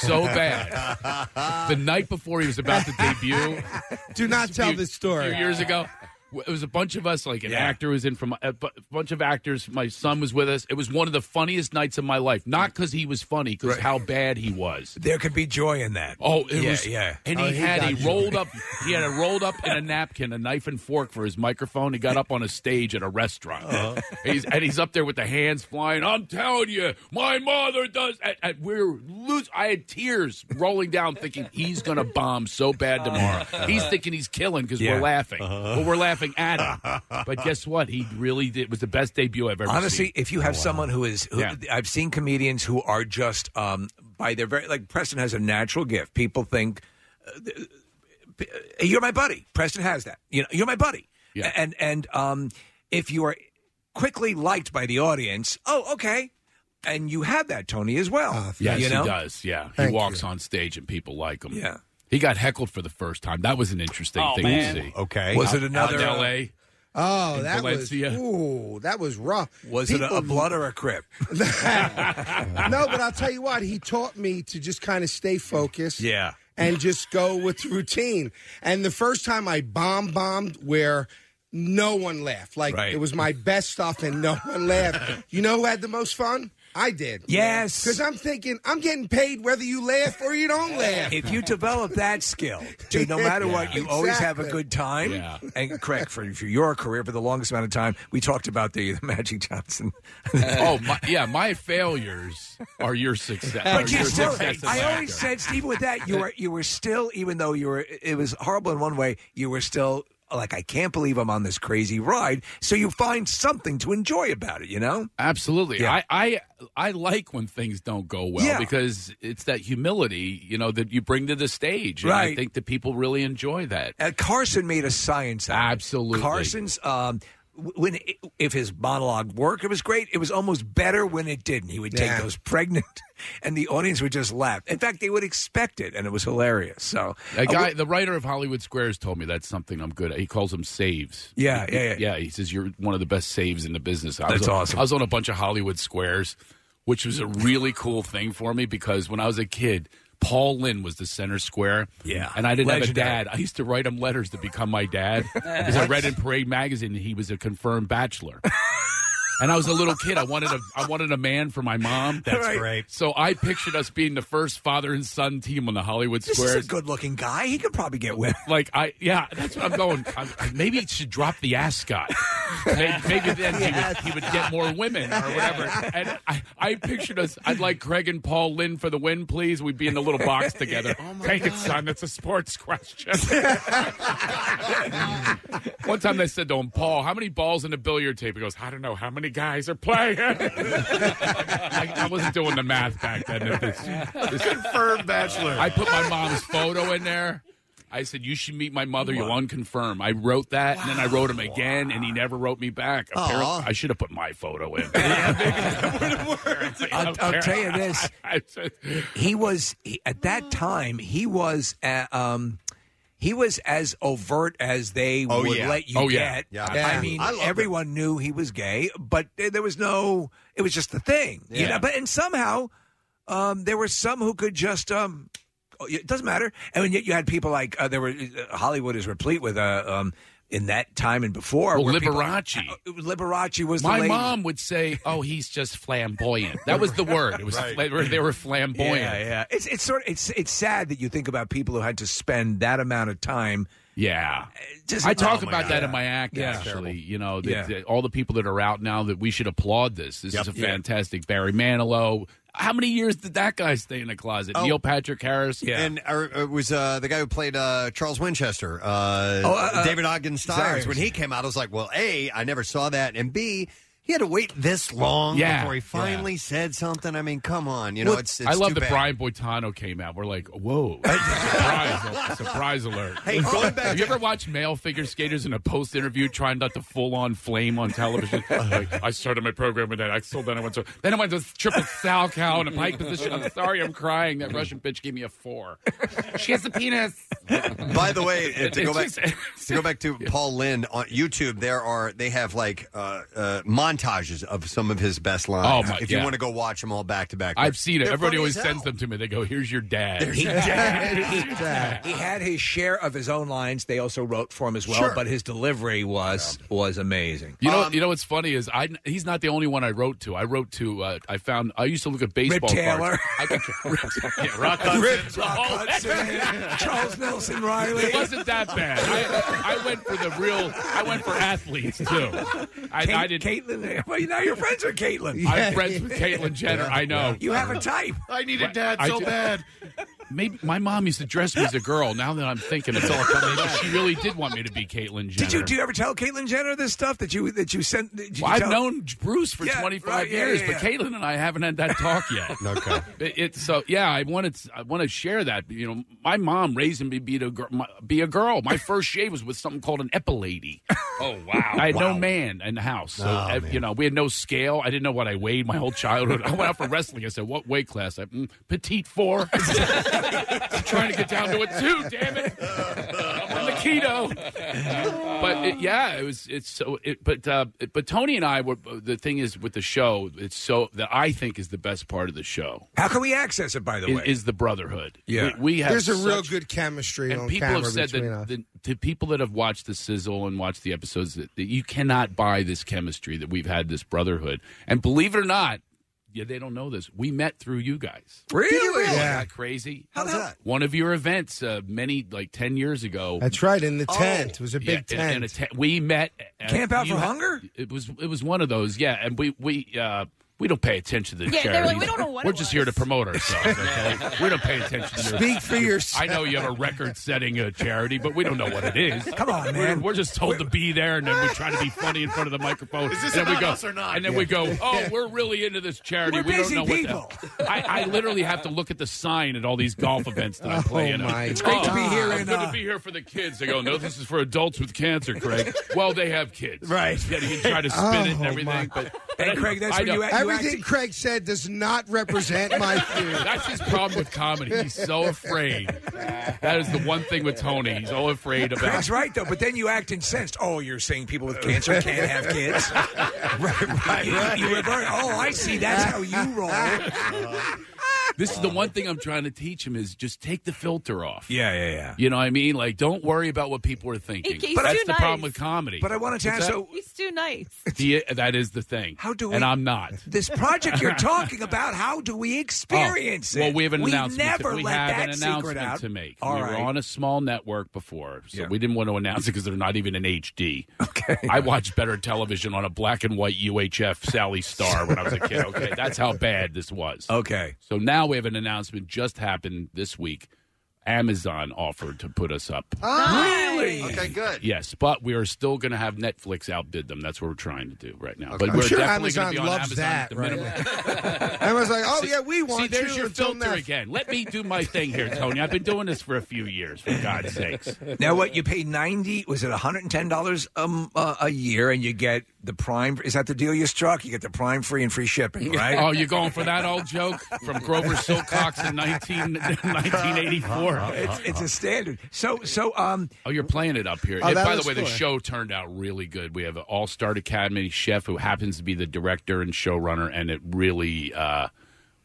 Speaker 20: so bad. the night before he was about to debut,
Speaker 23: Do not
Speaker 20: a
Speaker 23: tell
Speaker 20: few-
Speaker 23: this story.
Speaker 20: few years ago, it was a bunch of us, like an actor was in from a bu- bunch of actors. My son was with us. It was one of the funniest nights of my life. Not because he was funny, because how bad he was.
Speaker 5: There could be joy in that.
Speaker 20: Oh, it
Speaker 5: yeah,
Speaker 20: was
Speaker 5: yeah.
Speaker 20: And he had he rolled up he had a rolled up in a napkin, a knife and fork for his microphone. He got up on a stage at a restaurant.
Speaker 5: Uh-huh.
Speaker 20: He's, and he's up there with the hands flying. I'm telling you, my mother does. And, and we're lose. I had tears rolling down, thinking he's going to bomb so bad tomorrow. He's thinking he's killing because
Speaker 5: Uh-huh. Yeah.
Speaker 20: we're laughing,
Speaker 5: Uh-huh.
Speaker 20: but we're laughing at him. But guess what? He really did. It was the best debut I've ever.
Speaker 5: Honestly,
Speaker 20: seen.
Speaker 5: if you have someone who is, who,
Speaker 20: Yeah.
Speaker 5: I've seen comedians who are just um, by their very like Preston has a natural gift. People think uh, th- uh, you're my buddy. Preston has that. You know, you're my buddy. Yeah. And and um, if you are quickly liked by the audience, oh okay, and you have that Tony as well.
Speaker 20: Yes,
Speaker 5: you know?
Speaker 20: he does. Yeah,
Speaker 5: Thank
Speaker 20: he walks on stage and people like him.
Speaker 5: Yeah.
Speaker 20: He got heckled for the first time. That was an interesting
Speaker 23: Oh,
Speaker 20: thing
Speaker 23: man.
Speaker 20: to see.
Speaker 3: Okay.
Speaker 23: Was it
Speaker 20: Out-
Speaker 23: another,
Speaker 20: out in
Speaker 23: uh,
Speaker 20: L.A.?
Speaker 23: Oh,
Speaker 20: In
Speaker 23: that
Speaker 20: Valencia.
Speaker 23: was ooh, that was rough.
Speaker 5: Was it a, a blood or a crip?
Speaker 23: no, but I'll tell you what, he taught me to just kind of stay focused.
Speaker 5: Yeah.
Speaker 23: And just go with routine. And the first time I bomb bombed where no one laughed. Like
Speaker 5: Right.
Speaker 23: it was my best stuff and no one laughed. you know who had the most fun? I did.
Speaker 5: Yes.
Speaker 23: Because I'm thinking, I'm getting paid whether you laugh or you don't laugh.
Speaker 5: If you develop that skill, dude, no matter what, you always have a
Speaker 23: Exactly.
Speaker 5: good time. And Craig, for, for your career, for the longest amount of time, we talked about the, the Magic Johnson.
Speaker 20: oh, my, yeah. My failures are your success.
Speaker 5: But
Speaker 20: are
Speaker 5: you
Speaker 20: your
Speaker 5: still,
Speaker 20: success as an
Speaker 5: I always
Speaker 20: actor.
Speaker 5: said, Steve, with that, you were you were still, even though you were, it was horrible in one way, you were still like, I can't believe I'm on this crazy ride. So you find something to enjoy about it, you know?
Speaker 20: Absolutely.
Speaker 5: Yeah.
Speaker 20: I, I I like when things don't go well
Speaker 5: Yeah.
Speaker 20: because it's that humility, you know, that you bring to the stage. And I
Speaker 5: Right.
Speaker 20: think that people really enjoy that.
Speaker 5: Uh, Carson made a science out of it.
Speaker 20: Absolutely.
Speaker 5: Carson's um, w- when if his monologue worked, it was great. It was almost better when it didn't. He would take
Speaker 23: Yeah.
Speaker 5: those pregnant, and the audience would just laugh. In fact, they would expect it, and it was hilarious. So
Speaker 20: A
Speaker 5: Uh,
Speaker 20: guy,
Speaker 5: we-
Speaker 20: the writer of Hollywood Squares, told me that's something I'm good at. He calls them saves.
Speaker 5: Yeah,
Speaker 20: He-
Speaker 5: yeah, yeah.
Speaker 20: He says you're one of the best saves in the business. I was
Speaker 5: That's
Speaker 20: on-
Speaker 5: awesome.
Speaker 20: I was on a bunch of Hollywood Squares, which was a really cool thing for me because when I was a kid, Paul Lynn was the center square.
Speaker 5: Yeah.
Speaker 20: and I didn't have
Speaker 5: Legendary.
Speaker 20: a dad. I used to write him letters to become my dad because I read in Parade magazine that he was a confirmed bachelor. And I was a little kid. I wanted a I wanted a man for my mom.
Speaker 23: That's Right. great.
Speaker 20: So I pictured us being the first father and son team on the Hollywood
Speaker 5: this
Speaker 20: Squares
Speaker 5: is a good-looking guy. He could probably get with.
Speaker 20: like I yeah, that's what I'm going. I'm, maybe it should drop the ascot. Maybe, maybe then he would, he would get more women or whatever. And I, I pictured us. I'd like Craig and Paul Lynn for the win, please. We'd be in the little box together. Take it, son. That's a sports question. One time they said to him, Paul, how many balls in a billiard table? He goes, I don't know. How many guys are playing? I, I wasn't doing the math back then. Confirmed bachelor. I put my mom's photo in there. I said, You should meet my mother. You'll unconfirm. I wrote that, and then I wrote him again, and he never wrote me back. Apparently,
Speaker 5: Aw.
Speaker 20: I should have put my photo in.
Speaker 5: I'll, I'll tell you this: he was he, at that time. He was uh, um, he was as overt as they
Speaker 23: Oh,
Speaker 5: would
Speaker 23: yeah.
Speaker 5: let you
Speaker 23: Oh, yeah.
Speaker 5: get.
Speaker 23: Yeah,
Speaker 5: I
Speaker 23: absolutely.
Speaker 5: mean,
Speaker 23: I loved it.
Speaker 5: everyone knew he was gay, but th- there was no. It was just the thing, you
Speaker 23: Yeah.
Speaker 5: know. But and somehow, um, there were some who could just. Um, oh, it doesn't matter. And yet you had people like uh, there were uh, Hollywood is replete with uh, um, in that time and before
Speaker 20: Well,
Speaker 5: where people-
Speaker 20: Liberace.
Speaker 5: Uh, Liberace was the
Speaker 20: My
Speaker 5: lady.
Speaker 20: mom would say, "Oh, he's just flamboyant." That was the word. It was
Speaker 5: Right.
Speaker 20: fla- they were flamboyant.
Speaker 5: Yeah, yeah. It's it's sort of it's it's sad that you think about people who had to spend that amount of time.
Speaker 20: Yeah,
Speaker 5: Just-
Speaker 20: I talk
Speaker 5: Oh, my
Speaker 20: about
Speaker 5: God.
Speaker 20: that in my act.
Speaker 5: Yeah.
Speaker 20: Actually, you know, the,
Speaker 5: Yeah.
Speaker 20: the- all the people that are out now that we should applaud this. This
Speaker 5: Yep.
Speaker 20: is a
Speaker 5: Yeah.
Speaker 20: fantastic Barry Manilow. How many years did that guy stay in the closet?
Speaker 3: Oh.
Speaker 20: Neil Patrick Harris.
Speaker 3: And uh, it was uh, the guy who played uh, Charles Winchester, uh,
Speaker 20: uh,
Speaker 3: David Ogden Stiers.
Speaker 20: Stiers.
Speaker 3: When he came out, I was like, well, A, I never saw that. And B, he had to wait this long
Speaker 20: Yeah.
Speaker 3: before he
Speaker 20: Yeah.
Speaker 3: finally said something. I mean, come on. You know,
Speaker 20: Well,
Speaker 3: it's, it's
Speaker 20: I love
Speaker 3: too
Speaker 20: that
Speaker 3: bad.
Speaker 20: Brian Boitano came out. We're like, whoa, surprise, surprise alert!
Speaker 3: Hey, going back
Speaker 20: have you ever watched male figure skaters in a post interview trying not to full on flame on television? Like, I started my program with that axle, then I went to then I went to triple sal cow in a pike position. I'm sorry, I'm crying. That Russian bitch gave me a four. She has a penis.
Speaker 3: By the way, uh, to
Speaker 20: It's
Speaker 3: go back
Speaker 20: just-
Speaker 3: to go back to Paul Lynn on YouTube, there are they have like uh, uh, montages of some of his best lines.
Speaker 20: Oh, my-
Speaker 3: if you
Speaker 20: yeah.
Speaker 3: want to go watch them all back to back,
Speaker 20: I've seen it.
Speaker 3: They're
Speaker 20: Everybody
Speaker 3: funny
Speaker 20: always
Speaker 3: as hell.
Speaker 20: sends them to me. They go, "Here's your dad."
Speaker 5: He, he had his share of his own lines. They also wrote for him as well,
Speaker 20: Sure.
Speaker 5: but his delivery was was amazing.
Speaker 20: You know, you know what's funny is I he's not the only one I wrote to. I wrote to uh, I found I used to look at baseball
Speaker 5: Taylor.
Speaker 20: cards. I could- Rip, yeah, Rock Hudson.
Speaker 5: Rip
Speaker 20: Oh,
Speaker 5: Rock Hudson, Charles Nelson Riley.
Speaker 20: It wasn't that bad. I, I went for the real. I went for athletes too. I, I did.
Speaker 5: Caitlyn. Well, now you're friends with Caitlyn.
Speaker 20: I'm friends with Caitlyn Jenner. I know.
Speaker 5: You have a type.
Speaker 20: I
Speaker 5: need a
Speaker 20: dad so bad. Maybe my mom used to dress me as a girl. Now that I'm thinking, it's all coming back. She really did want me to be Caitlyn Jenner.
Speaker 5: Did you do you ever tell Caitlyn Jenner this stuff that you that you sent? Did you
Speaker 20: Well, I've
Speaker 5: tell-
Speaker 20: known Bruce for
Speaker 5: Yeah,
Speaker 20: 25
Speaker 5: right, yeah,
Speaker 20: years,
Speaker 5: yeah, yeah.
Speaker 20: but Caitlin and I haven't had that talk yet.
Speaker 3: okay.
Speaker 20: It, it- so yeah, I wanted to, I want to share that. You know, my mom raised me to be a gir- my, be a girl. My first shave was with something called an epilady. Oh wow! I had no man in the house, so
Speaker 24: Oh,
Speaker 20: eh, you know we had no scale. I didn't know what I weighed my whole childhood. I went out for wrestling. I said, "What weight class?" I mm, petite four. I'm trying to get down to a two. Damn it! I'm on the keto. But it, yeah, it was. It's so. It, but uh, it- but Tony and I were. The thing is with the show, it's so that I think is the best part of the show.
Speaker 5: How can we access it? By the
Speaker 20: is,
Speaker 5: way,
Speaker 20: is the brotherhood.
Speaker 5: Yeah.
Speaker 20: we, we have
Speaker 23: There's a
Speaker 20: such-
Speaker 23: real good chemistry
Speaker 20: and
Speaker 23: on
Speaker 20: people
Speaker 23: camera
Speaker 20: have said
Speaker 23: between
Speaker 20: that
Speaker 23: us.
Speaker 20: the, to people that have watched the sizzle and watched the episodes that, that you cannot buy this chemistry that we've had this brotherhood. And believe it or not, yeah, they don't know this. We met through you guys.
Speaker 23: Really?
Speaker 20: Isn't
Speaker 23: Yeah.
Speaker 20: that crazy?
Speaker 23: How's that?
Speaker 20: One of your events, uh, many like ten years ago.
Speaker 23: That's right. In the tent, it was a
Speaker 20: Yeah,
Speaker 23: big
Speaker 20: in-
Speaker 23: tent.
Speaker 20: in a tent. We met. at-
Speaker 23: Camp Out
Speaker 20: you
Speaker 23: for
Speaker 20: had-
Speaker 23: Hunger?
Speaker 20: It was. It was one of those. Yeah, and we we. Uh, we don't pay attention to the
Speaker 23: Yeah, they were like,
Speaker 20: charities.
Speaker 23: "We don't know what
Speaker 20: We're
Speaker 23: it
Speaker 20: just here to promote ourselves. Okay, we don't pay attention. to your-
Speaker 23: Speak for yourself.
Speaker 20: I know you have a record-setting uh, charity, but we don't know what it is.
Speaker 5: Come on,
Speaker 20: We're-
Speaker 5: man.
Speaker 20: We're, just told to be there, and then we try to be funny in front of the microphone.
Speaker 5: Is this
Speaker 20: and then we
Speaker 5: about
Speaker 20: go,
Speaker 5: us or not?
Speaker 20: And then
Speaker 5: Yeah.
Speaker 20: we go, oh, we're really into this charity.
Speaker 5: We're
Speaker 20: we
Speaker 5: busy
Speaker 20: don't know what the, I, I literally have to look at the sign at all these golf events that I play
Speaker 5: Oh,
Speaker 20: in.
Speaker 5: my It's great to be here
Speaker 20: I'm
Speaker 5: in,
Speaker 20: good
Speaker 5: uh,
Speaker 20: to be here for the kids. They go, no, this is for adults with cancer, Craig. Well, they have kids, right? Yeah, you can try to spin it and
Speaker 23: Oh,
Speaker 20: everything, but.
Speaker 5: Hey, Craig, that's
Speaker 20: I
Speaker 5: when you
Speaker 20: know.
Speaker 5: act- you
Speaker 23: Everything Craig said does not represent my view.
Speaker 20: That's his problem with comedy. He's so afraid. That is the one thing with Tony. He's all afraid about.
Speaker 5: Craig's right though, but then you act incensed. Oh, you're saying people with cancer can't have kids. right, right, You, you revert. Oh, I see. That's how you roll.
Speaker 20: This is the one thing I'm trying to teach him is just take the filter off.
Speaker 5: Yeah, yeah, yeah.
Speaker 20: You know what I mean? Like, don't worry about what people are thinking.
Speaker 4: He's
Speaker 20: But
Speaker 4: too
Speaker 20: that's the
Speaker 4: nice.
Speaker 20: problem with comedy.
Speaker 5: But I wanted to
Speaker 20: What's
Speaker 5: ask,
Speaker 20: that?
Speaker 5: so-
Speaker 4: He's too nice.
Speaker 20: The- that is the thing. How do
Speaker 5: we-
Speaker 20: And I'm not.
Speaker 5: This project you're talking about, how do we experience
Speaker 20: Oh,
Speaker 5: it?
Speaker 20: Well, we have an announcement. to-
Speaker 5: never
Speaker 20: we
Speaker 5: let
Speaker 20: have
Speaker 5: that
Speaker 20: an
Speaker 5: secret
Speaker 20: announcement
Speaker 5: out.
Speaker 20: to make.
Speaker 5: All
Speaker 20: we
Speaker 5: right.
Speaker 20: were on a small network before, so
Speaker 5: Yeah.
Speaker 20: we didn't want to announce it because they're not even an HD. Okay. I watched better television on a black and white UHF Sally Star when I was a kid. Okay, that's how bad this was.
Speaker 5: Okay.
Speaker 20: So now we have an announcement just happened this week. Amazon offered to put us up.
Speaker 5: Really?
Speaker 3: Okay, good.
Speaker 20: Yes, but we are still going to have Netflix outbid them. That's what we're trying to do right now.
Speaker 23: Okay.
Speaker 20: But
Speaker 23: I'm
Speaker 20: we're
Speaker 23: sure
Speaker 20: definitely gonna
Speaker 23: Amazon
Speaker 20: be on
Speaker 23: loves
Speaker 20: Amazon
Speaker 23: that,
Speaker 20: at the
Speaker 23: right?
Speaker 20: minimum.
Speaker 23: I was like, oh,
Speaker 20: See-
Speaker 23: yeah, we want
Speaker 20: See, there's
Speaker 23: you
Speaker 20: your
Speaker 23: until
Speaker 20: filter
Speaker 23: now.
Speaker 20: again. Let me do my thing here, Tony. I've been doing this for a few years, for God's sakes.
Speaker 5: Now, what you pay ninety? Was it one hundred and ten dollars um, uh, a year, and you get the prime is that the deal you struck? You get the prime free and free shipping, right?
Speaker 20: Oh, you going for that old joke from Grover Silcox in 19, 1984?
Speaker 5: It's, it's a standard. So, so um.
Speaker 20: Oh, you're playing it up here.
Speaker 5: Oh,
Speaker 20: Yeah,
Speaker 5: that
Speaker 20: by the
Speaker 5: was
Speaker 20: way, the
Speaker 5: cool.
Speaker 20: show turned out really good. We have an all-star academy chef who happens to be the director and showrunner, and it really. Uh,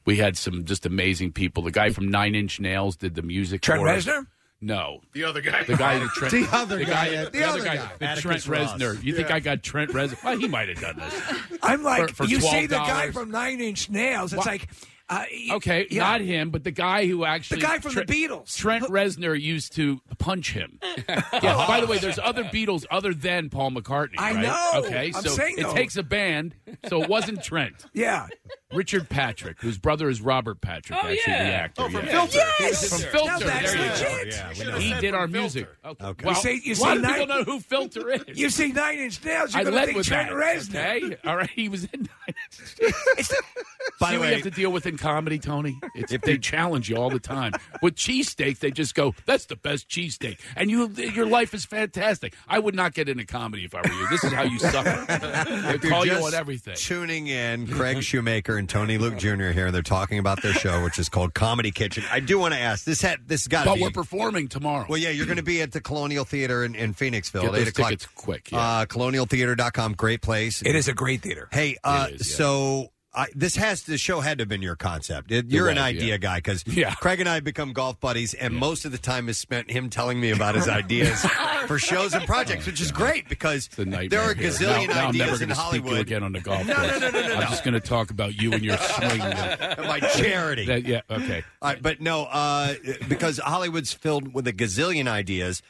Speaker 20: we had some just amazing people. The guy from Nine Inch Nails did the music.
Speaker 5: Trent
Speaker 20: for us.
Speaker 5: Reznor?
Speaker 20: No,
Speaker 8: The other guy.
Speaker 20: The guy that Trent.
Speaker 8: The other guy, yeah.
Speaker 20: The, other guy. The
Speaker 8: Atticus
Speaker 20: Trent
Speaker 8: Ross.
Speaker 20: Reznor. You think
Speaker 8: Yeah.
Speaker 20: I got Trent Reznor? Well, he might have done this.
Speaker 5: I'm like,
Speaker 20: For- for
Speaker 5: you see the guy
Speaker 20: $12.
Speaker 5: from Nine Inch Nails. It's
Speaker 20: Wha-
Speaker 5: like, uh, y-
Speaker 20: Okay,
Speaker 5: yeah.
Speaker 20: not him, but the guy who actually
Speaker 5: The guy from the
Speaker 20: Beatles. Trent Reznor used to punch him. yeah. By the way, there's other Beatles other than Paul McCartney.
Speaker 5: I
Speaker 20: right?
Speaker 5: know.
Speaker 20: Okay,
Speaker 5: I'm
Speaker 20: so
Speaker 5: saying,
Speaker 20: it
Speaker 5: though.
Speaker 20: takes a band, so it wasn't Trent.
Speaker 5: Yeah.
Speaker 20: Richard Patrick, whose brother is Robert Patrick,
Speaker 5: Oh,
Speaker 20: actually the
Speaker 5: yeah.
Speaker 20: actor.
Speaker 5: Oh, from
Speaker 20: yeah.
Speaker 5: Filter. Yes!
Speaker 20: From
Speaker 5: Now
Speaker 20: Filter.
Speaker 5: that's
Speaker 20: there you go.
Speaker 5: legit.
Speaker 20: Yeah,
Speaker 5: Should've
Speaker 20: we know.
Speaker 5: said
Speaker 20: he did
Speaker 5: from
Speaker 20: our
Speaker 5: Filter.
Speaker 20: music. Okay.
Speaker 5: Okay.
Speaker 20: Well,
Speaker 5: You say- you
Speaker 20: a
Speaker 5: say
Speaker 20: lot of
Speaker 5: nine-
Speaker 20: people know who Filter is.
Speaker 5: You see Nine Inch Nails,
Speaker 20: I
Speaker 5: you're going to
Speaker 20: led
Speaker 5: think
Speaker 20: with
Speaker 5: Trent
Speaker 20: that.
Speaker 5: Reznor.
Speaker 20: Okay, all right. He was in Nine Inch Nails. See what you have to deal with in comedy, Tony? It's, if they challenge you all the time with cheesesteak, they just go, "That's the best cheesesteak," and you, your life is fantastic. I would not get into comedy if I were you. This is how you suffer.
Speaker 3: If
Speaker 20: they
Speaker 3: you're
Speaker 20: call you
Speaker 3: just
Speaker 20: on everything.
Speaker 3: Tuning in, Craig Shoemaker and Tony Luke Jr. here. They're talking about their show, which is called Comedy Kitchen. I do want to ask this. Had this got?
Speaker 20: But
Speaker 3: be,
Speaker 20: we're performing tomorrow.
Speaker 3: Well, yeah, you're going to be at the Colonial Theater in, in Phoenixville.
Speaker 20: Get
Speaker 3: at
Speaker 20: those
Speaker 3: 8 o'clock.
Speaker 20: tickets quick,
Speaker 3: Uh, colonialtheater.com. Great place.
Speaker 5: It is a great theater.
Speaker 3: Hey, uh, so I, this has the show had to have been your concept. It- you're an
Speaker 20: was,
Speaker 3: idea
Speaker 20: yeah.
Speaker 3: guy because Craig and I have become golf buddies, and most of the time is spent him telling me about his ideas for shows and projects, which is great because there are a
Speaker 20: here.
Speaker 3: gazillion
Speaker 20: Now- now I'm never
Speaker 3: ideas in
Speaker 20: gonna speak to you
Speaker 3: Hollywood.
Speaker 20: again on the golf
Speaker 3: No, no,
Speaker 20: course.
Speaker 3: no, no, no,
Speaker 20: I'm
Speaker 3: no.
Speaker 20: just going to talk about you and your swing.
Speaker 3: my charity.
Speaker 20: That- yeah. Okay.
Speaker 3: All right, but no, uh, because Hollywood's filled with a gazillion ideas,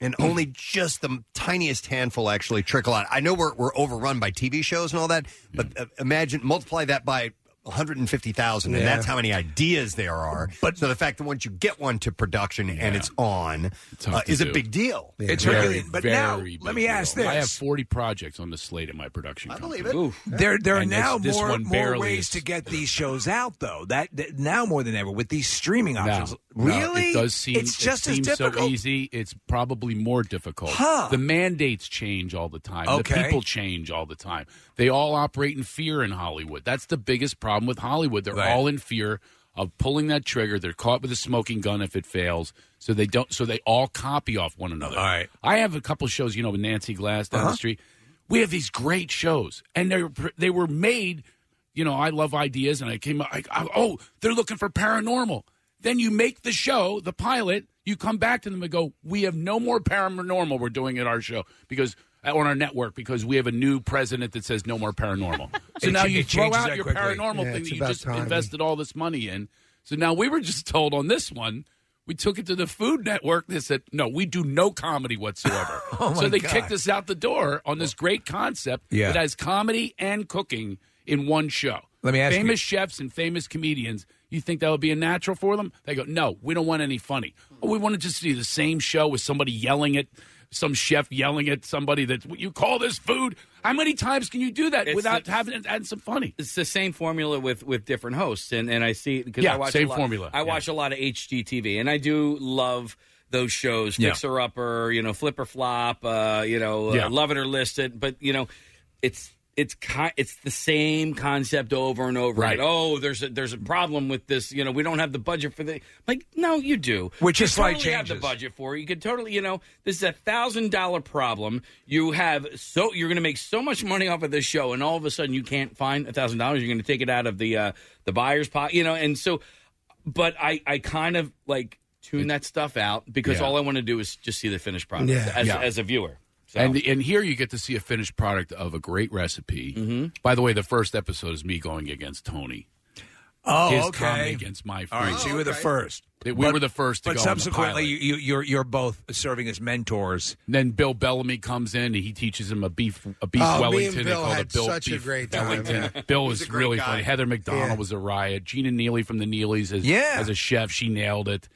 Speaker 3: and only just the tiniest handful actually trickle out. I know we're we're overrun by TV shows and all that, but uh, imagine multiply that by. 150,000, and
Speaker 5: Yeah.
Speaker 3: that's how many ideas there are. But so the fact that once you get one to production and it's on uh,
Speaker 20: to
Speaker 3: is a
Speaker 20: do.
Speaker 3: big deal.
Speaker 5: It's really- but now, let me ask
Speaker 20: I
Speaker 5: this.
Speaker 20: have 40 projects on the slate at my production. I
Speaker 3: believe
Speaker 5: it. There, there are now
Speaker 20: this,
Speaker 5: more,
Speaker 20: one
Speaker 5: more
Speaker 20: barely
Speaker 5: ways
Speaker 20: is-
Speaker 5: to get these shows out, though. That, that now more than ever with these streaming options.
Speaker 20: No,
Speaker 5: really,
Speaker 20: it does seem
Speaker 5: it's
Speaker 20: it
Speaker 5: just as
Speaker 20: seems
Speaker 5: difficult.
Speaker 20: so easy. It's probably more difficult.
Speaker 5: Huh.
Speaker 20: The mandates change all the time.
Speaker 5: Okay.
Speaker 20: The people change all the time. They all operate in fear in Hollywood. That's the biggest problem with Hollywood. They're all in fear of pulling that trigger. They're caught with a smoking gun if it fails. So they don't. So they all copy off one another. All right. I have a couple shows. You know, with Nancy Glass down
Speaker 5: Uh-huh.
Speaker 20: the street. We have these great shows, and they were they were made you know, I love ideas, and I came up, I, I, oh, they're looking for paranormal. Then you make the show, the pilot, you come back to them and go, we have no more paranormal we're doing at our show because uh, on our network because we have a new president that says no more paranormal. so
Speaker 5: It
Speaker 20: now
Speaker 5: ch-
Speaker 20: you
Speaker 5: it
Speaker 20: throw
Speaker 5: changes
Speaker 20: out
Speaker 5: that
Speaker 20: your
Speaker 5: quickly.
Speaker 20: paranormal
Speaker 5: Yeah,
Speaker 20: thing
Speaker 5: it's
Speaker 20: that you
Speaker 5: about
Speaker 20: just
Speaker 5: timing.
Speaker 20: invested all this money in. So now we were just told on this one, we took it to the Food Network. They said, no, we do no comedy whatsoever.
Speaker 5: Oh, my
Speaker 20: so they
Speaker 5: God.
Speaker 20: kicked us out the door on this great concept
Speaker 5: Yeah.
Speaker 20: that has comedy and cooking in one show.
Speaker 5: Let me ask you-
Speaker 20: famous chefs and famous comedians. You think that would be a natural for them? They go, no, we don't want any funny. Oh, we want to just do the same show with somebody yelling at some chef yelling at somebody that you call this food. How many times can you do that
Speaker 24: It's
Speaker 20: without
Speaker 24: the-
Speaker 20: having adding some funny?
Speaker 24: It's the same formula with with different hosts, and and I see because
Speaker 20: Yeah,
Speaker 24: I watch
Speaker 20: same
Speaker 24: a lot,
Speaker 20: formula.
Speaker 24: I watch a lot of HGTV, and I do love those shows,
Speaker 20: Yeah.
Speaker 24: Fixer Upper, you know, Flip or Flop, uh, you know,
Speaker 20: Yeah.
Speaker 24: uh, Love It or List It, but you know, it's. It's ki- it's the same concept over and over
Speaker 20: Right.
Speaker 24: again. Oh, there's a, there's a problem with this. You know, we don't have the budget for the like. No, you do.
Speaker 5: Which
Speaker 24: you
Speaker 5: is
Speaker 24: totally
Speaker 5: slight
Speaker 24: have the
Speaker 5: changes.
Speaker 24: budget for. You could totally, you know, this is a thousand dollar problem. You have so you're going to make so much money off of this show, and all of a sudden you can't find a thousand dollars. You're going to take it out of the uh, the buyer's pot, you know. And so, but I I kind of like tune that stuff out because
Speaker 20: Yeah.
Speaker 24: all I want to do is just see the finished product
Speaker 20: Yeah.
Speaker 24: As,
Speaker 20: Yeah.
Speaker 24: as a viewer. So.
Speaker 20: And and here you get to see a finished product of a great recipe.
Speaker 5: Mm-hmm.
Speaker 20: By the way, the first episode is me going against Tony.
Speaker 5: Oh,
Speaker 20: His
Speaker 5: okay.
Speaker 20: comedy against my
Speaker 5: All right,
Speaker 20: food.
Speaker 5: so you were the
Speaker 20: Okay.
Speaker 5: first.
Speaker 20: That we
Speaker 5: But-
Speaker 20: were the first to
Speaker 5: but
Speaker 20: go on the
Speaker 5: subsequently,
Speaker 20: pilot.
Speaker 5: you, you, you're you're both serving as mentors.
Speaker 20: Then Bill Bellamy comes in and he teaches him a beef a beef
Speaker 5: Oh, me
Speaker 20: Wellington.
Speaker 5: and
Speaker 20: They
Speaker 5: Bill
Speaker 20: call it
Speaker 5: had
Speaker 20: Bill
Speaker 5: such a
Speaker 20: beef
Speaker 5: great time,
Speaker 20: Wellington.
Speaker 5: yeah.
Speaker 20: Bill
Speaker 5: He's
Speaker 20: was
Speaker 5: a great
Speaker 20: really
Speaker 5: guy.
Speaker 20: funny. Heather McDonald
Speaker 5: Yeah.
Speaker 20: was a riot. Gina Neely from the Neelys as,
Speaker 5: Yeah.
Speaker 20: as a chef, she nailed it.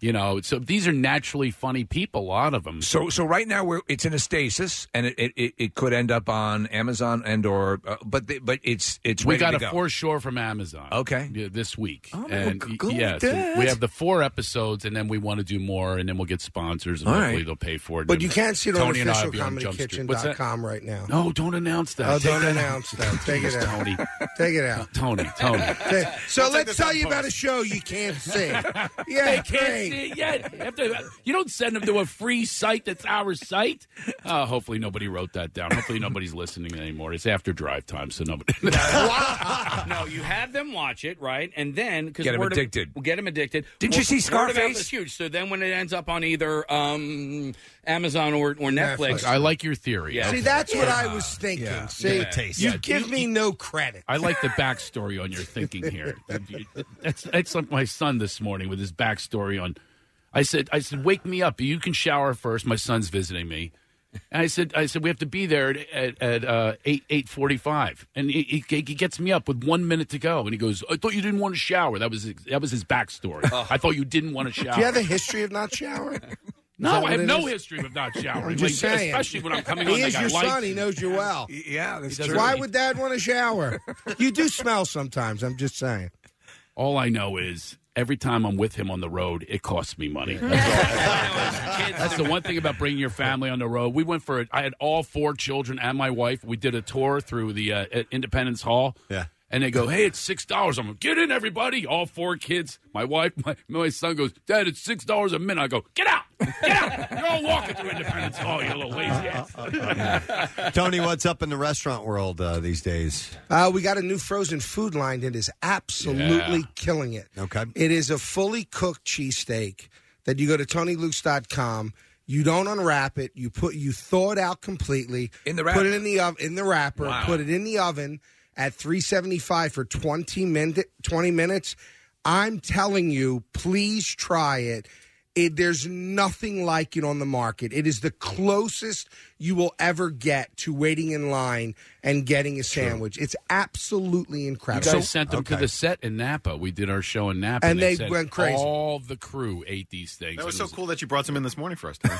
Speaker 20: You know, so these are naturally funny people. A lot of them.
Speaker 5: So so right now we're it's in a stasis, and it it, it, it could end up on Amazon and or uh, but the, but it's it's
Speaker 20: we
Speaker 5: ready
Speaker 20: got
Speaker 5: to
Speaker 20: a
Speaker 5: go.
Speaker 20: foreshore from Amazon.
Speaker 5: Okay.
Speaker 20: Yeah, this week.
Speaker 5: Oh,
Speaker 20: and
Speaker 5: good,
Speaker 20: yeah, so
Speaker 5: Dad.
Speaker 20: we have the four episodes, and then we want to do more, and then we'll get sponsors, and
Speaker 23: All
Speaker 20: hopefully
Speaker 23: right.
Speaker 20: they'll pay for it.
Speaker 23: But
Speaker 20: And
Speaker 23: you can't see it on
Speaker 20: Tony and I will be on Jump Street. What's that?
Speaker 23: officialcommunication.com right now.
Speaker 20: No, don't announce that.
Speaker 23: Oh,
Speaker 20: Take
Speaker 23: don't
Speaker 20: that out.
Speaker 23: announce that. Take it
Speaker 20: Jeez,
Speaker 23: out.
Speaker 20: Tony.
Speaker 23: Take it out.
Speaker 20: Tony, Tony.
Speaker 23: Okay, So
Speaker 20: We'll take
Speaker 23: let's
Speaker 20: this
Speaker 23: tell
Speaker 20: out
Speaker 23: you about a
Speaker 20: post.
Speaker 23: show you can't see. Yeah,
Speaker 20: they can't
Speaker 23: great.
Speaker 20: see it yet. You, have to- you don't send them to a free site that's our site. Uh, hopefully nobody wrote that down. Hopefully nobody's listening anymore. It's after drive time, so nobody.
Speaker 24: no, you have them watch it, right? And then because
Speaker 20: Get 'em
Speaker 24: word of-
Speaker 20: addicted.
Speaker 24: Well, get them addicted.
Speaker 20: Didn't you
Speaker 24: Word-
Speaker 20: see
Speaker 24: word of mouth
Speaker 20: Scarface?
Speaker 24: is huge. So then when it ends up on either um, Amazon or, or Netflix,
Speaker 20: I like your theory.
Speaker 24: Yeah.
Speaker 23: See, that's what
Speaker 20: Yeah.
Speaker 23: I was thinking.
Speaker 20: Yeah.
Speaker 23: See,
Speaker 20: Yeah. Taste.
Speaker 23: you
Speaker 20: Yeah.
Speaker 23: give me no credit.
Speaker 20: I like the backstory on your thinking here. That's that's like my son this morning with his backstory on. I said, I said, wake me up. You can shower first. My son's visiting me. And I said, I said, we have to be there at at, at uh, eight eight forty five. And he, he, he gets me up with one minute to go, and he goes, I thought you didn't want to shower. That was his, that was his backstory. I thought you didn't want to shower.
Speaker 23: Oh. Do you have a history of not showering? Is that
Speaker 20: no, I
Speaker 23: what
Speaker 20: have
Speaker 23: it
Speaker 20: no
Speaker 23: is?
Speaker 20: history of not showering.
Speaker 23: I'm just
Speaker 20: Like,
Speaker 23: saying.
Speaker 20: especially when I'm coming on.
Speaker 23: He
Speaker 20: like,
Speaker 23: is
Speaker 20: I
Speaker 23: your
Speaker 20: like
Speaker 23: son.
Speaker 20: you.
Speaker 23: He knows you well.
Speaker 20: Yeah, that's true.
Speaker 23: Why would Dad want to shower? You do smell sometimes. I'm just saying.
Speaker 20: All I know is every time I'm with him on the road, it costs me money. That's the one thing about bringing your family on the road. We went for it. I had all four children and my wife. We did a tour through the uh, at Independence Hall. Yeah. And they go, hey, it's six dollars. I'm like, get in, everybody. All four kids. My wife, my, my son goes, Dad, it's six dollars a minute. I go, get out, get out. You're all walking through Independence Hall, you little lazy ass.
Speaker 3: Tony, what's up in the restaurant world uh, these days?
Speaker 23: Uh, we got a new frozen food line that is absolutely
Speaker 3: Yeah.
Speaker 23: killing it.
Speaker 3: Okay.
Speaker 23: It is a fully cooked cheesesteak that you go to tonylukes.com. You don't unwrap it. You put you thaw it out completely.
Speaker 5: In the
Speaker 23: Put
Speaker 5: wrapper?
Speaker 23: it in the oven in the wrapper.
Speaker 5: Wow.
Speaker 23: Put it in the oven at 375 for 20 minute 20 minutes. I'm telling you, please try it. It, there's nothing like it on the market. It is the closest you will ever get to waiting in line and getting a sandwich. It's absolutely
Speaker 20: You
Speaker 23: incredible.
Speaker 20: guys sent them to the set in Napa. We did our show in Napa,
Speaker 23: And they
Speaker 20: said
Speaker 23: went crazy.
Speaker 20: All the crew ate these things.
Speaker 8: That was
Speaker 20: And
Speaker 8: so
Speaker 20: it
Speaker 8: cool that you brought some in this morning for us. Tony.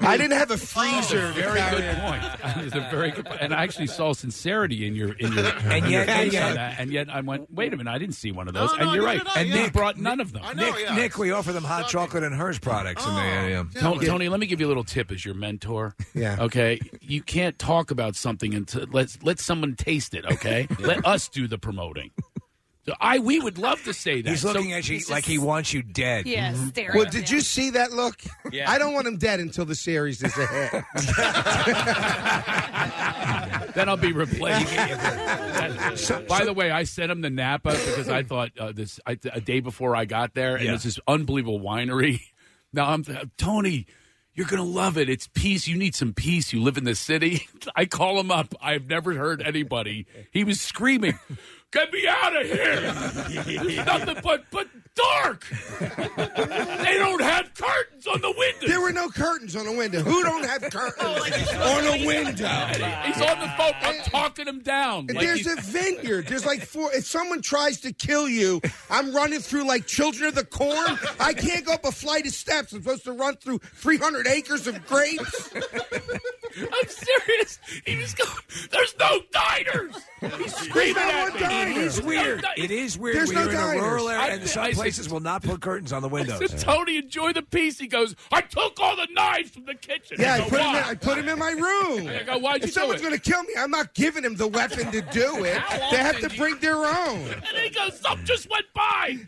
Speaker 23: I didn't have a freezer.
Speaker 20: Very good point. It's a very good point. And I actually saw sincerity in your in your and
Speaker 5: yet-
Speaker 20: your
Speaker 5: and
Speaker 20: face on
Speaker 5: yet-
Speaker 20: that. And yet I went, wait a minute, I didn't see one of those.
Speaker 5: No,
Speaker 20: and
Speaker 5: no,
Speaker 20: you're
Speaker 5: no,
Speaker 20: right.
Speaker 5: no, no,
Speaker 20: and
Speaker 5: yeah.
Speaker 20: they brought none of them.
Speaker 5: Nick, Nick, we offer them hot chocolate and hers products. in the Oh, yeah.
Speaker 20: Tony, Tony, let me give you a little tip as your mentor.
Speaker 23: Yeah.
Speaker 20: Okay. You can't talk about something until let let someone taste it. Okay. Let us do the promoting. So I we would love to say that.
Speaker 5: He's looking
Speaker 20: So-
Speaker 5: at you like he wants you dead.
Speaker 23: Yeah,
Speaker 20: Mm-hmm.
Speaker 5: Mhm.
Speaker 23: staring Well, did you see that look?
Speaker 5: Yeah.
Speaker 23: I don't want him dead until the series is ahead.
Speaker 20: Then I'll be replaced. By the way, I sent him to Napa because I thought uh, this I, a day before I got there, and it's this unbelievable winery. Now I'm Tony. You're gonna love it. It's peace. You need some peace. You live in the city. I call him up. I've never heard anybody. He was screaming, "Get me out of here! There's nothing but but dark. They don't have curtains on the windows."
Speaker 23: there were no curtains on the window. Who don't have curtains on Oh, a window?
Speaker 20: He's on the phone. I'm talking him down.
Speaker 23: And
Speaker 20: Like
Speaker 23: there's
Speaker 20: he's-
Speaker 23: a vineyard. There's like four. If someone tries to kill you, I'm running through like children of the corn. I can't go up a flight of steps. I'm supposed to run through 300 acres of grapes.
Speaker 20: I'm serious. He was going. There's no diners. He's
Speaker 5: There's
Speaker 20: screaming
Speaker 5: no
Speaker 20: at
Speaker 5: one
Speaker 20: me.
Speaker 5: diner. It is
Speaker 20: There's no
Speaker 5: weird.
Speaker 20: di-
Speaker 5: It is weird
Speaker 23: There's
Speaker 5: when
Speaker 23: no
Speaker 5: you're in
Speaker 23: diners.
Speaker 5: a rural
Speaker 20: I
Speaker 5: area and
Speaker 20: said- I
Speaker 5: some
Speaker 20: said-
Speaker 5: places will not put curtains on the
Speaker 20: I
Speaker 5: windows.
Speaker 20: said, Tony, enjoy the piece. He goes, I took all the knives from the kitchen.
Speaker 23: Yeah, I
Speaker 20: go,
Speaker 23: put him. In,
Speaker 20: "Why?"
Speaker 23: I put him in my room.
Speaker 20: I go, "Why'd you
Speaker 23: if
Speaker 20: do
Speaker 23: someone's
Speaker 20: it?"
Speaker 23: going to kill me, I'm not giving him the weapon to do it.
Speaker 20: How
Speaker 23: They have
Speaker 20: often
Speaker 23: to
Speaker 20: do you-
Speaker 23: bring their own.
Speaker 20: And he goes, some just went by.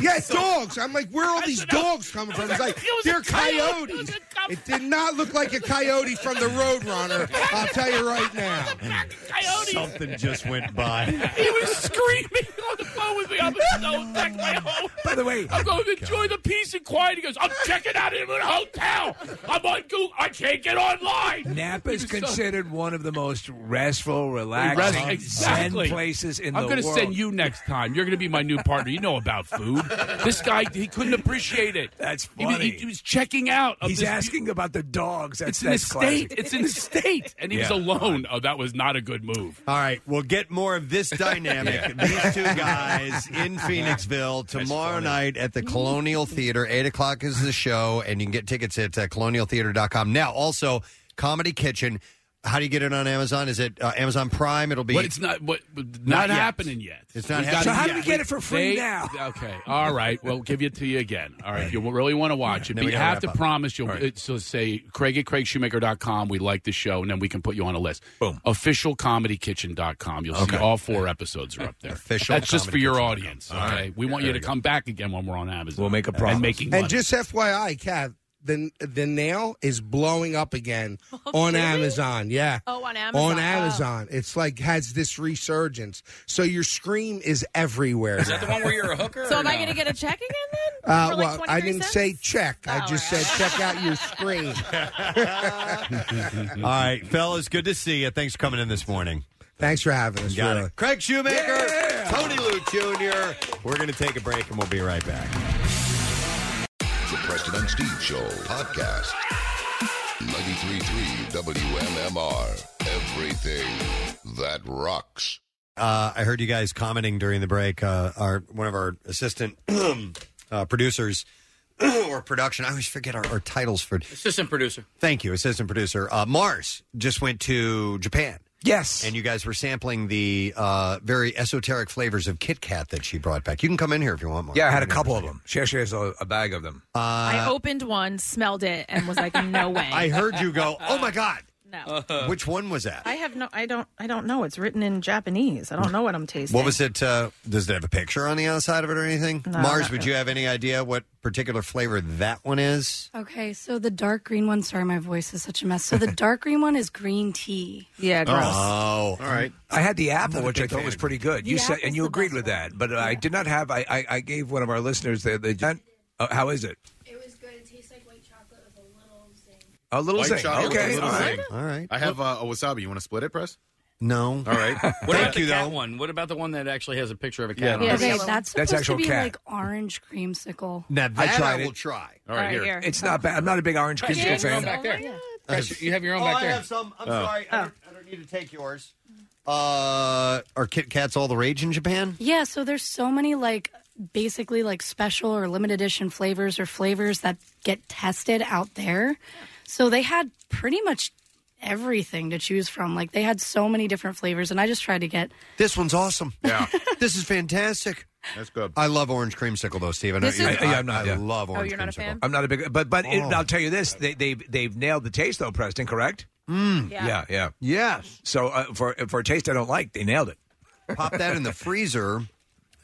Speaker 23: Yeah, dogs. I'm like, where are all
Speaker 20: I
Speaker 23: these
Speaker 20: said, "Oh,
Speaker 23: dogs coming from? It's like
Speaker 20: it was a
Speaker 23: they're
Speaker 20: coyote. It was
Speaker 23: coyotes.
Speaker 20: a cop-
Speaker 23: It did not look like a coyote from the Roadrunner. I'll tell you right now.
Speaker 20: Coyote.
Speaker 3: Something just went by.
Speaker 20: He was screaming on the phone with me. I'm so back my home.
Speaker 5: By the way, Oh
Speaker 20: I'm going to enjoy the peace and quiet. He goes, I'm checking out in a hotel. I'm on Google. I can't get online.
Speaker 5: Napa is
Speaker 20: He was so-
Speaker 5: considered one of the most restful, relaxing,
Speaker 20: Rest-
Speaker 5: zen places in
Speaker 20: I'm
Speaker 5: the
Speaker 20: gonna
Speaker 5: world.
Speaker 20: send you next time. You're going to be my new partner. You know about food. This guy, he couldn't appreciate it.
Speaker 5: That's
Speaker 20: He was-
Speaker 5: funny.
Speaker 20: He, he was checking out. Of
Speaker 5: He's
Speaker 20: this-
Speaker 5: asking about the dogs. That's,
Speaker 20: It's in the
Speaker 5: that's classic.
Speaker 20: state. It's in the state, and he was
Speaker 5: Yeah.
Speaker 20: alone. Oh, that was not a good move.
Speaker 3: All right, we'll get more of this dynamic, these two guys in Phoenixville tomorrow night at the Colonial Theater. Eight o'clock is the show, and you can get tickets at uh, colonialtheater.com. Now, also, Comedy Kitchen. How do you get it on Amazon? Is it uh, Amazon Prime? It'll be.
Speaker 20: But it's not what, not,
Speaker 3: yet.
Speaker 20: happening yet.
Speaker 3: It's not
Speaker 20: We've got
Speaker 3: happening.
Speaker 20: it
Speaker 3: yet.
Speaker 20: yet. They- Okay. All right. We'll give it to you again. All right. If you really want to watch it, Then but we you gotta have to wrap up. promise you'll All right. it- so say Craig at CraigShoemaker.com. We like the show, and then we can put you on a list. Boom. OfficialComedyKitchen.com. You'll
Speaker 3: Okay.
Speaker 20: see all four episodes are up there.
Speaker 3: Official
Speaker 20: That's just for your audience.
Speaker 23: All
Speaker 20: Okay.
Speaker 23: right.
Speaker 20: We want
Speaker 23: There
Speaker 20: you
Speaker 23: we
Speaker 20: to
Speaker 23: go.
Speaker 20: come back again when we're on Amazon. We'll
Speaker 5: make a
Speaker 20: And making money.
Speaker 23: And just FYI, Cav, the the nail is blowing up again
Speaker 4: Oh,
Speaker 23: on
Speaker 4: really?
Speaker 23: Amazon. Yeah.
Speaker 4: Oh,
Speaker 23: On
Speaker 4: on Amazon.
Speaker 23: Amazon. It's like has this resurgence. So your scream is everywhere. Is
Speaker 24: that the one where you're a hooker?
Speaker 4: So
Speaker 23: or
Speaker 4: am I
Speaker 23: no?
Speaker 4: going to get a check again then?
Speaker 23: Uh,
Speaker 4: For like
Speaker 23: well, I
Speaker 4: 23
Speaker 23: didn't
Speaker 4: cents? Oh,
Speaker 23: say check. I just said check out your screen.
Speaker 3: All right, fellas, good to see you. Thanks for coming in this morning.
Speaker 23: Thanks for having us.
Speaker 3: Got
Speaker 23: really.
Speaker 3: it. Craig Shoemaker, Tony Luke Jr. We're going to take a break and we'll be right back.
Speaker 2: The Preston and Steve Show podcast. 93.3 WMMR. Everything that rocks.
Speaker 3: Uh, I heard you guys commenting during the break. Uh, our one of our assistant uh, producers or production. I always forget our, our titles for.
Speaker 24: Assistant producer.
Speaker 3: Thank you, assistant producer uh, Mars just went to Japan.
Speaker 5: Yes,
Speaker 3: and you guys were sampling the uh, very esoteric flavors of Kit Kat that she brought back. You can come in here if you want, Mars.
Speaker 5: Yeah, I had a couple of them. Share shares a, a bag of them.
Speaker 3: Uh,
Speaker 4: I opened one, smelled it, and was like, no way.
Speaker 3: I heard you go, oh my God.
Speaker 4: No.
Speaker 3: Which one was that?
Speaker 6: I have no. I don't. I don't know. It's written in Japanese. I don't know what I'm tasting.
Speaker 3: What was it? Uh, does it have a picture on the outside of it or anything?
Speaker 6: No,
Speaker 3: Mars,
Speaker 6: not
Speaker 3: would you have any idea what particular flavor that one is?
Speaker 11: Okay, so the dark green one. Sorry, my voice is such a mess. So the dark green one is green tea.
Speaker 6: Yeah,
Speaker 3: Oh, all
Speaker 5: right. I had the apple, which I thought was pretty good. You said, and you agreed with that, but I did not have. I, I, I gave one of our listeners the. the uh, how is it? It was good.
Speaker 8: White
Speaker 5: It tastes like
Speaker 8: chocolate
Speaker 5: white
Speaker 8: with a
Speaker 5: chocolate with
Speaker 8: little
Speaker 5: a zing.
Speaker 8: zing.
Speaker 3: All right.
Speaker 8: I have uh, a wasabi. You want to split it, press?
Speaker 3: No.
Speaker 8: All right.
Speaker 24: What about the cat one? What about the one that actually has a picture of a
Speaker 5: Yeah,
Speaker 24: cat?
Speaker 5: Yeah,
Speaker 24: on it?
Speaker 11: Okay, that's supposed to be like orange creamsicle.
Speaker 3: Now
Speaker 5: I tried it.
Speaker 3: try.
Speaker 24: All right, All right, here. here.
Speaker 5: It's not bad. I'm not a big orange
Speaker 24: Press, you
Speaker 5: creamsicle
Speaker 24: have your own
Speaker 5: fan.
Speaker 24: back there. Press, you have your own
Speaker 3: Oh,
Speaker 24: back
Speaker 3: I
Speaker 24: there.
Speaker 3: have some. I'm sorry. I don't, I don't need to take yours. Uh, are Kit Kats all the rage in Japan?
Speaker 11: Yeah, so there's so many like basically like special or limited edition flavors or flavors that get tested out there. So they had pretty much everything to choose from. Like they had so many different flavors and I just tried to get
Speaker 3: This one's awesome.
Speaker 8: Yeah.
Speaker 3: this is fantastic.
Speaker 8: That's good.
Speaker 3: I love orange creamsicle, though, Steve. I, know
Speaker 5: This
Speaker 3: you-
Speaker 5: is-
Speaker 3: I,
Speaker 5: Yeah, I'm not,
Speaker 3: I
Speaker 5: yeah.
Speaker 3: love
Speaker 5: Oh,
Speaker 3: orange
Speaker 5: you're not
Speaker 3: creamsicle.
Speaker 5: I'm not a big, but but it,
Speaker 3: Oh.
Speaker 5: I'll tell you this: they, they've they've nailed the taste though, Preston. Correct?
Speaker 3: Mm.
Speaker 5: Yeah, yeah, yes. So uh, for for a taste I don't like, they nailed it.
Speaker 3: Pop that in the freezer,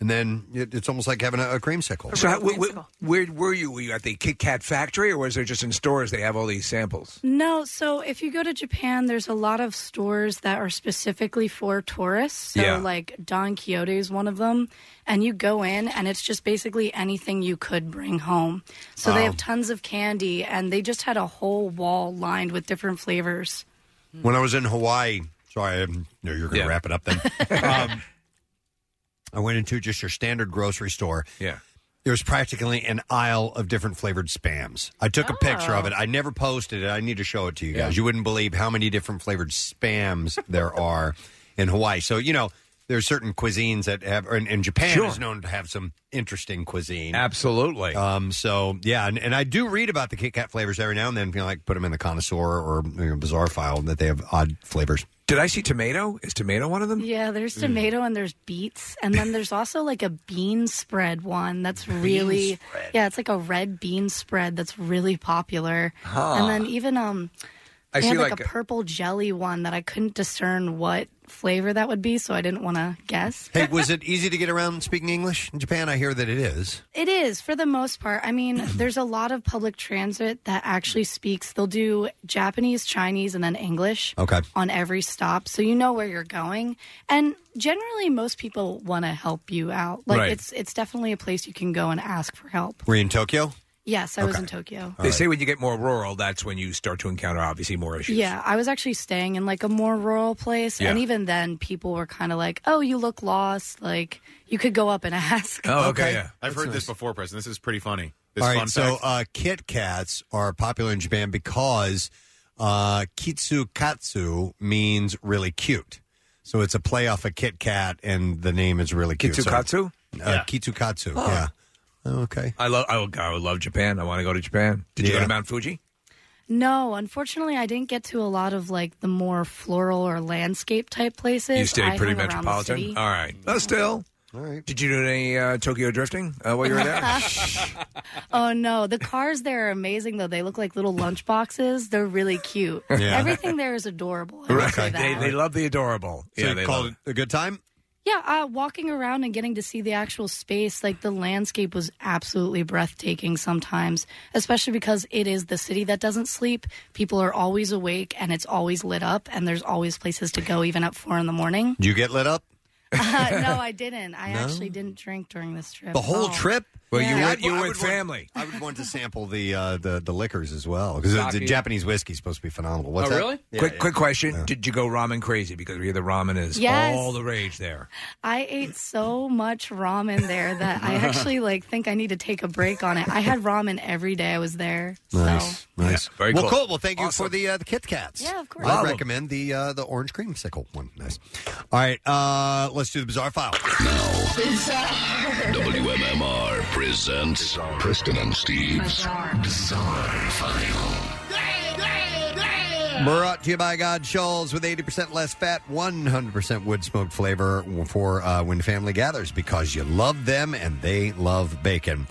Speaker 3: and then it, it's almost like having a, a creamsicle.
Speaker 5: So how, wh- wh- where were you? Were you at the Kit Kat factory, or was there just in stores they have all these samples?
Speaker 11: No, so if you go to Japan, there's a lot of stores that are specifically for tourists. So, Yeah. like Don Quixote is one of them. And you go in, and it's just basically anything you could bring home. So, they
Speaker 3: Wow.
Speaker 11: have tons of candy, and they just had a whole wall lined with different flavors.
Speaker 3: when I was in Hawaii. Sorry, I'm, no, you're going to wrap it up then. um, I went into just your standard grocery store.
Speaker 5: Yeah.
Speaker 3: There was practically an aisle of different flavored spams. I took a picture of it.
Speaker 5: Oh.
Speaker 3: I never posted it. I need to show it to you guys. You wouldn't believe how many different flavored spams there are in Hawaii. So, you know, there's certain cuisines that have, and, and Japan
Speaker 5: Sure.
Speaker 3: is known to have some interesting cuisine.
Speaker 5: Absolutely.
Speaker 3: Um, so yeah, and, and I do read about the Kit Kat flavors every now and then. You know, like put them in the connoisseur or you know, bizarre file that they have odd flavors.
Speaker 5: Did I see tomato? Is tomato one of them?
Speaker 11: Yeah, there's
Speaker 5: Mm.
Speaker 11: tomato and there's beets, and then there's also like a bean spread one that's really yeah, it's like a red bean spread that's really popular.
Speaker 5: Huh.
Speaker 11: And then even um,
Speaker 5: I
Speaker 11: they
Speaker 5: see,
Speaker 11: had like,
Speaker 5: like,
Speaker 11: a
Speaker 5: a-
Speaker 11: purple jelly one that I couldn't discern what flavor that would be, so I didn't want to guess.
Speaker 3: Hey, was it easy to get around speaking English in Japan? I hear that it is.
Speaker 11: It is for the most part. I mean, there's a lot of public transit that actually speaks. They'll do Japanese, Chinese, and then English.
Speaker 3: Okay.
Speaker 11: on every stop so you know where you're going and generally most people want to help you out like
Speaker 3: Right.
Speaker 11: it's it's definitely a place you can go and ask for help
Speaker 3: Were you in Tokyo?
Speaker 11: yes i was
Speaker 5: Okay.
Speaker 11: in tokyo
Speaker 5: They say when you get more rural, that's when you start to encounter obviously more issues.
Speaker 11: yeah i was actually staying in like a more rural place and
Speaker 5: Yeah.
Speaker 11: even then people were kind of like oh you look lost like you could go up and ask
Speaker 5: Oh.
Speaker 3: Oh,
Speaker 8: I've heard this before, Preston. This is pretty funny. This
Speaker 3: All right,
Speaker 8: fun
Speaker 3: so
Speaker 8: fact.
Speaker 3: uh, Kit Kats are popular in Japan because uh, Kitsukatsu means really cute. So it's a play off of Kit Kat, and the name is really cute. So-
Speaker 5: Kitsukatsu? Oh.
Speaker 3: uh, Kitsukatsu, yeah. Oh, Okay.
Speaker 5: I love. I would, I would love Japan. I want to go to Japan. Did you go
Speaker 3: Yeah.
Speaker 5: to Mount Fuji?
Speaker 11: No, unfortunately, I didn't get to a lot of like the more floral or landscape type places.
Speaker 5: You stayed
Speaker 11: I
Speaker 5: pretty
Speaker 11: hung around the
Speaker 5: metropolitan.
Speaker 11: city.
Speaker 5: All right. But still. All right. Did you do any uh, Tokyo drifting uh, while you were there?
Speaker 11: oh no, the cars there are amazing though. They look like little lunch boxes. They're really cute.
Speaker 5: Yeah.
Speaker 11: Everything there is adorable. I will
Speaker 5: right.
Speaker 11: say that.
Speaker 5: They, they love the adorable.
Speaker 3: So
Speaker 5: yeah,
Speaker 3: you
Speaker 5: they
Speaker 3: called
Speaker 5: love
Speaker 3: it a good time?
Speaker 11: Yeah, uh, walking around and getting to see the actual space, like the landscape was absolutely breathtaking sometimes, especially because it is the city that doesn't sleep. People are always awake and it's always lit up, and there's always places to go even at four in the morning.
Speaker 3: Did you get lit up?
Speaker 11: Uh, no, I didn't. I
Speaker 3: No?
Speaker 11: actually didn't drink during this trip.
Speaker 3: The whole
Speaker 11: at all.
Speaker 3: trip?
Speaker 5: Oh. Well, you
Speaker 11: Yeah.
Speaker 5: went, you
Speaker 11: I
Speaker 5: went
Speaker 11: would want-
Speaker 5: family.
Speaker 3: I would want to sample the uh, the the liquors as well because Oh, the,
Speaker 5: Sake.
Speaker 3: Japanese whiskey is supposed to be phenomenal. What's that? Yeah,
Speaker 5: quick,
Speaker 3: Oh, yeah.
Speaker 5: quick question: Did you go ramen crazy? Because we hear the ramen is
Speaker 11: Yes.
Speaker 5: all the rage there.
Speaker 11: I ate so much ramen there that I actually like think I need to take a break on it. I had ramen every day I was there.
Speaker 3: Nice, nice.
Speaker 5: very
Speaker 3: well,
Speaker 5: cool.
Speaker 3: cool. Well, thank you
Speaker 5: Awesome.
Speaker 3: for the uh, the Kit Kats.
Speaker 11: Yeah, of course.
Speaker 3: I
Speaker 11: Wow.
Speaker 3: recommend the uh, the orange creamsicle one. Nice. All right, uh, let's do the bizarre file.
Speaker 2: WMMR presents Preston and Steve's Bizarre File.
Speaker 3: Brought to you by God Shoals with 80% less fat, 100% wood smoked flavor for uh, when family gathers because you love them and they love bacon.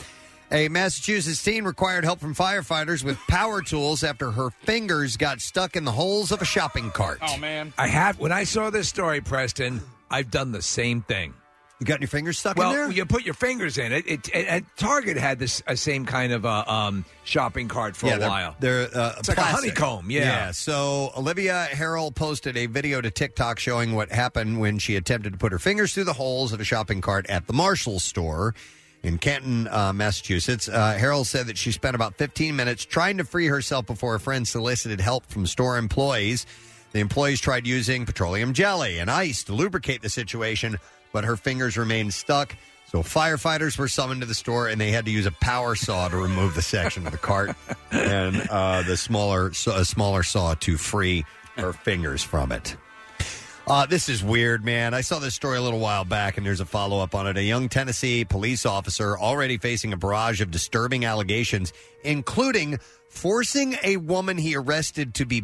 Speaker 3: A Massachusetts teen required help from firefighters with power tools after her fingers got stuck in the holes of a shopping cart.
Speaker 5: Oh man, I have. When I saw this story, Preston, I've done the same thing.
Speaker 3: You got your fingers stuck
Speaker 5: well,
Speaker 3: in there?
Speaker 5: you put your fingers in it. it, it, and Target had this uh, same kind of uh, um, shopping cart for
Speaker 3: yeah,
Speaker 5: a
Speaker 3: they're-
Speaker 5: while.
Speaker 3: They're, uh,
Speaker 5: It's like a
Speaker 3: plastic.
Speaker 5: honeycomb, yeah.
Speaker 3: So Olivia Harrell posted a video to TikTok showing what happened when she attempted to put her fingers through the holes of a shopping cart at the Marshall store in Canton, uh, Massachusetts. Uh, Harrell said that she spent about 15 minutes trying to free herself before a friend solicited help from store employees. The employees tried using petroleum jelly and ice to lubricate the situation, but her fingers remained stuck. So firefighters were summoned to the store, and they had to use a power saw to remove the section of the cart and uh, the smaller a smaller saw to free her fingers from it. Uh, this is weird, man. I saw this story a little while back, and there's a follow up on it. A young Tennessee police officer already facing a barrage of disturbing allegations, including forcing a woman he arrested to be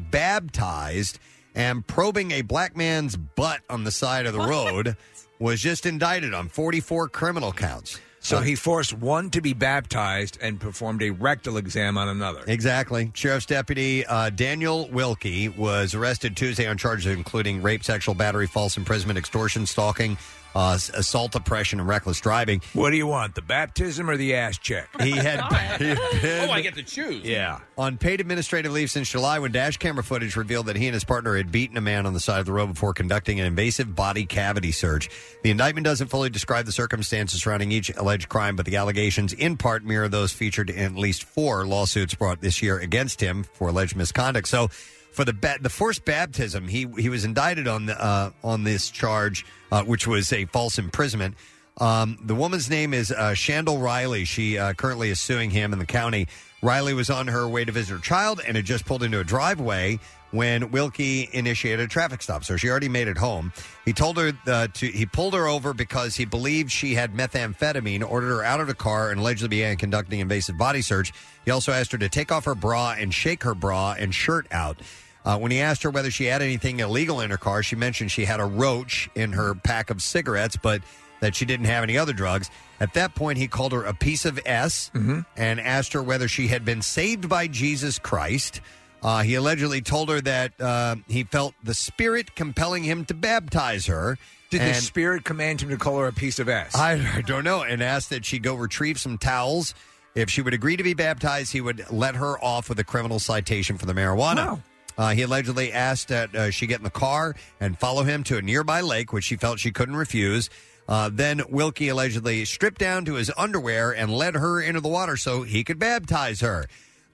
Speaker 3: baptized and probing a black man's butt on the side of the road, was just indicted on 44 criminal counts. Uh,
Speaker 5: So he forced one to be baptized and performed a rectal exam on another.
Speaker 3: Exactly. Sheriff's Deputy uh, Daniel Wilkie was arrested Tuesday on charges including rape, sexual battery, false imprisonment, extortion, stalking, uh, s- assault, oppression, and reckless driving.
Speaker 5: What do you want, the baptism or the ass check?
Speaker 3: He had, he had been
Speaker 24: Oh, I get to choose.
Speaker 5: Yeah.
Speaker 3: on paid administrative leave since July when dash camera footage revealed that he and his partner had beaten a man on the side of the road before conducting an invasive body cavity search. The indictment doesn't fully describe the circumstances surrounding each alleged crime, but the allegations in part mirror those featured in at least four lawsuits brought this year against him for alleged misconduct. So, for the ba- the forced baptism, he he was indicted on the, uh, on this charge, uh, which was a false imprisonment. Um, the woman's name is uh, Shandell Riley. She uh, currently is suing him in the county. Riley was on her way to visit her child and had just pulled into a driveway when Wilkie initiated a traffic stop. So she already made it home. He told her uh, to he pulled her over because he believed she had methamphetamine, ordered her out of the car, and allegedly began conducting invasive body search. He also asked her to take off her bra and shake her bra and shirt out. Uh, when he asked her whether she had anything illegal in her car, she mentioned she had a roach in her pack of cigarettes, but that she didn't have any other drugs. At that point, he called her a piece of S
Speaker 5: Mm-hmm.
Speaker 3: and asked her whether she had been saved by Jesus Christ. Uh, he allegedly told her that uh, he felt the spirit compelling him to baptize her.
Speaker 5: Did the
Speaker 3: and-
Speaker 5: spirit command him to call her a piece of ass?
Speaker 3: I, I don't know. And asked that she go retrieve some towels. If she would agree to be baptized, he would let her off with a criminal citation for the marijuana. Uh, he allegedly asked that uh, she get in the car and follow him to a nearby lake, which she felt she couldn't refuse. Uh, then Wilkie allegedly stripped down to his underwear and led her into the water so he could baptize her.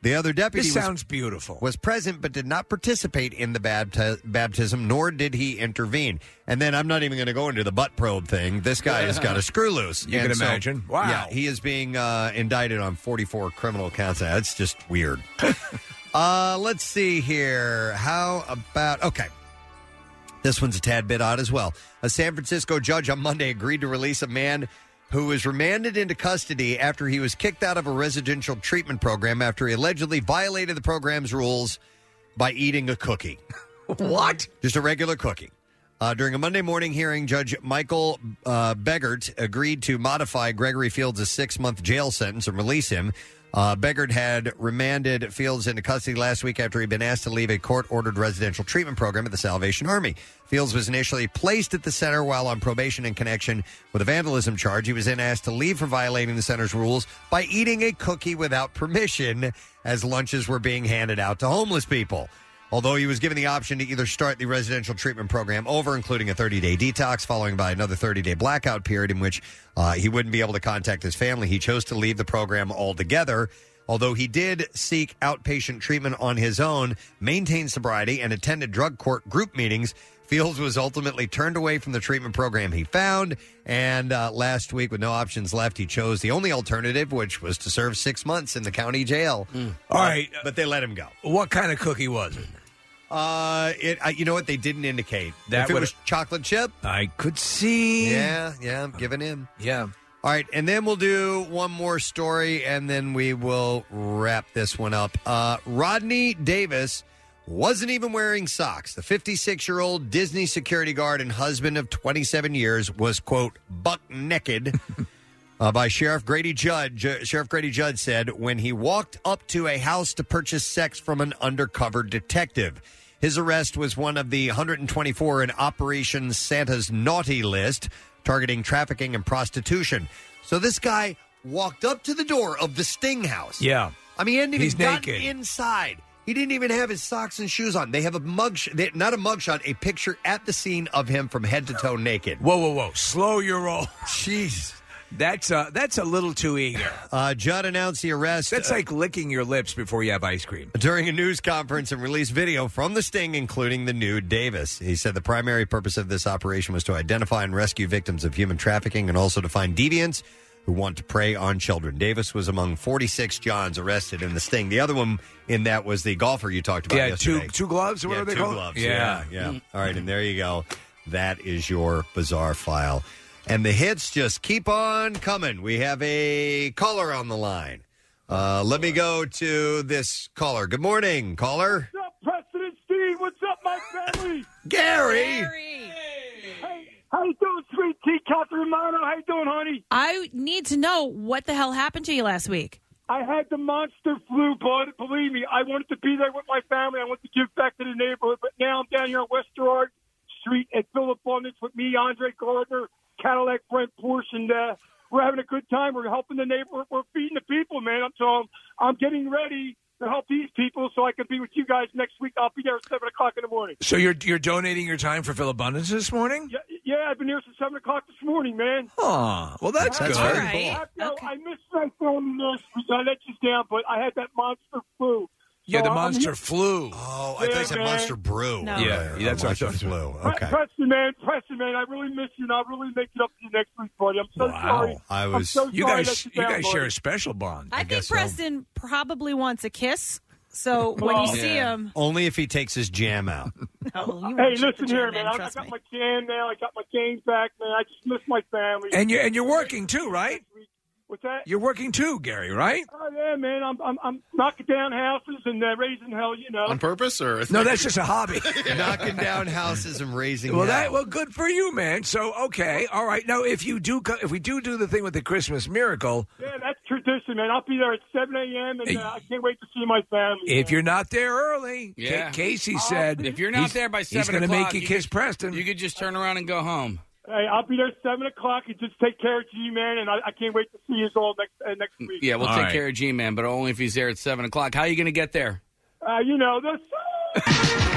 Speaker 3: The other deputy
Speaker 5: This
Speaker 3: was-
Speaker 5: sounds beautiful.
Speaker 3: was present but did not participate in the bapti- baptism, nor did he intervene. And then I'm not even going to go into the butt probe thing. This guy has got a screw loose.
Speaker 5: You can
Speaker 3: And so-
Speaker 5: imagine. Wow.
Speaker 3: Yeah, he is being uh, indicted on 44 criminal counts. That's just weird. uh, let's see here. How about. Okay. This one's a tad bit odd as well. A San Francisco judge on Monday agreed to release a man who was remanded into custody after he was kicked out of a residential treatment program after he allegedly violated the program's rules by eating a cookie.
Speaker 5: what?
Speaker 3: Just a regular cookie. Uh, during a Monday morning hearing, Judge Michael uh, Beggart agreed to modify Gregory Fields' six month jail sentence and release him. Uh, Beggart had remanded Fields into custody last week after he'd been asked to leave a court ordered residential treatment program at the Salvation Army. Fields was initially placed at the center while on probation in connection with a vandalism charge. He was then asked to leave for violating the center's rules by eating a cookie without permission as lunches were being handed out to homeless people. Although he was given the option to either start the residential treatment program over, including a 30 day detox, following by another 30 day blackout period in which uh, he wouldn't be able to contact his family, he chose to leave the program altogether. Although he did seek outpatient treatment on his own, maintained sobriety, and attended drug court group meetings, Fields was ultimately turned away from the treatment program he found. And uh, last week, with no options left, he chose the only alternative, which was to serve six months in the county jail.
Speaker 5: All right.
Speaker 3: But they let him go.
Speaker 5: What kind of cookie was it?
Speaker 3: Uh, it. I, you know what? They didn't indicate.
Speaker 5: That
Speaker 3: if it
Speaker 5: would-
Speaker 3: was chocolate chip,
Speaker 5: I could see.
Speaker 3: Yeah, yeah. I'm giving in.
Speaker 5: Yeah.
Speaker 3: All right, and then we'll do one more story, and then we will wrap this one up. Uh, Rodney Davis wasn't even wearing socks. The 56 year old Disney security guard and husband of 27 years was quote buck naked. uh, by Sheriff Grady Judd. Ju- Sheriff Grady Judd said when he walked up to a house to purchase sex from an undercover detective. His arrest was one of the 124 in Operation Santa's naughty list, targeting trafficking and prostitution. So this guy walked up to the door of the Sting House.
Speaker 5: Yeah.
Speaker 3: I mean, he hadn't even
Speaker 5: He's
Speaker 3: gotten
Speaker 5: naked.
Speaker 3: inside. He didn't even have his socks and shoes on. They have a mug, sh- they- not a mugshot, a picture at the scene of him from head to toe naked.
Speaker 5: Whoa, whoa, whoa! Slow your roll. Jeez, that's uh, that's a little too eager.
Speaker 3: Uh, Judd announced the arrest. uh,
Speaker 5: That's like licking your lips before you have ice cream.
Speaker 3: during a news conference and released video from the sting, including the nude Davis. He said the primary purpose of this operation was to identify and rescue victims of human trafficking and also to find deviants who want to prey on children. Davis was among 46 Johns arrested in the sting. The other one in that was the golfer you talked about
Speaker 5: Yeah,
Speaker 3: yesterday.
Speaker 5: two two gloves. Or
Speaker 3: yeah,
Speaker 5: what are they
Speaker 3: two
Speaker 5: called? Mm.
Speaker 3: gloves. Yeah, yeah. All right, and there you go. That is your bizarre file. And the hits just keep on coming. We have a caller on the line. Uh, let me go to this caller. Good morning, caller.
Speaker 12: What's up, President Steve? What's up, my family?
Speaker 3: Gary.
Speaker 12: Hey, how you doing, sweet tea, Catherine Romano? How you doing, honey?
Speaker 4: I need to know what the hell happened to you last week.
Speaker 12: I had the monster flu, bud. Believe me, I wanted to be there with my family. I wanted to give back to the neighborhood, but now I'm down here on West Gerard Street at Philip Abundance with me, Andre Gardner, Cadillac Brent Porsche, and uh, we're having a good time. We're helping the neighborhood. We're feeding the people, man. I'm so I'm, I'm getting ready to help these people so I can be with you guys next week. I'll be there at seven o'clock in the morning.
Speaker 5: So you're you're donating your time for Phil Abundance this morning?
Speaker 12: Yeah, yeah, I've been here since seven o'clock this morning, man.
Speaker 5: Aw, well that's,
Speaker 12: That's
Speaker 5: good.
Speaker 12: very cool. I, know, I missed my phone nurse. I let you down, but I had that monster flu. So um,
Speaker 5: Yeah, the
Speaker 12: I'm
Speaker 5: monster
Speaker 12: here-
Speaker 5: flu.
Speaker 3: Oh,
Speaker 12: I thought you said Yeah, man. Monster
Speaker 3: Brew.
Speaker 12: No.
Speaker 5: Yeah,
Speaker 3: earlier.
Speaker 5: yeah, that's
Speaker 3: Oh,
Speaker 5: what I thought.
Speaker 3: Monster Flu.
Speaker 12: Pre-
Speaker 3: Okay.
Speaker 12: Preston, man, Preston, man, I really miss you, and I'll really make it up to you next week, buddy. I'm so sorry.
Speaker 3: I
Speaker 12: I'm
Speaker 3: was-
Speaker 12: so
Speaker 5: you
Speaker 12: sorry I
Speaker 5: guys,
Speaker 12: let you,
Speaker 5: you
Speaker 12: down,
Speaker 5: guys
Speaker 12: buddy.
Speaker 5: share a special bond.
Speaker 4: I, think Preston probably wants a kiss. So when you see him,
Speaker 3: Only if he takes his jam out.
Speaker 4: no, you
Speaker 12: Hey,
Speaker 4: won't shoot
Speaker 12: listen
Speaker 4: the
Speaker 12: here,
Speaker 4: German,
Speaker 12: man. I, I
Speaker 4: trust
Speaker 12: got
Speaker 4: me.
Speaker 12: my jam now. I got my game back, man. I just miss my family.
Speaker 5: And you and you're working too, right?
Speaker 12: What's that?
Speaker 5: You're working too, Gary, right?
Speaker 12: Oh yeah, man. I'm I'm, I'm knocking down houses and uh, raising hell, you know.
Speaker 8: on purpose or
Speaker 5: No, that's just a hobby.
Speaker 3: Knocking down houses and raising
Speaker 5: Well,
Speaker 3: hell.
Speaker 5: that well, good for you, man. So, okay, all right. Now, if you do, co- if we do do the thing with the Christmas miracle,
Speaker 12: Yeah, that's tradition, man. I'll be there at 7 a.m. and uh, I can't wait to see my family.
Speaker 5: if you're not there early, Ca-
Speaker 12: Yeah.
Speaker 5: Casey said,
Speaker 12: If you're not
Speaker 5: he's-
Speaker 12: there by
Speaker 5: he's
Speaker 12: 7
Speaker 5: gonna
Speaker 12: o'clock,
Speaker 5: make you,
Speaker 12: you
Speaker 5: kiss Preston.
Speaker 12: you
Speaker 24: could just turn around and go home.
Speaker 12: Hey, I'll be there seven o'clock. And just take care of G man, and I, I can't wait to see you all next uh, next week.
Speaker 24: Yeah, we'll
Speaker 12: uh,
Speaker 24: take care of G Man, but only if he's there at seven o'clock. How are you going to get there?
Speaker 12: Uh, you know this.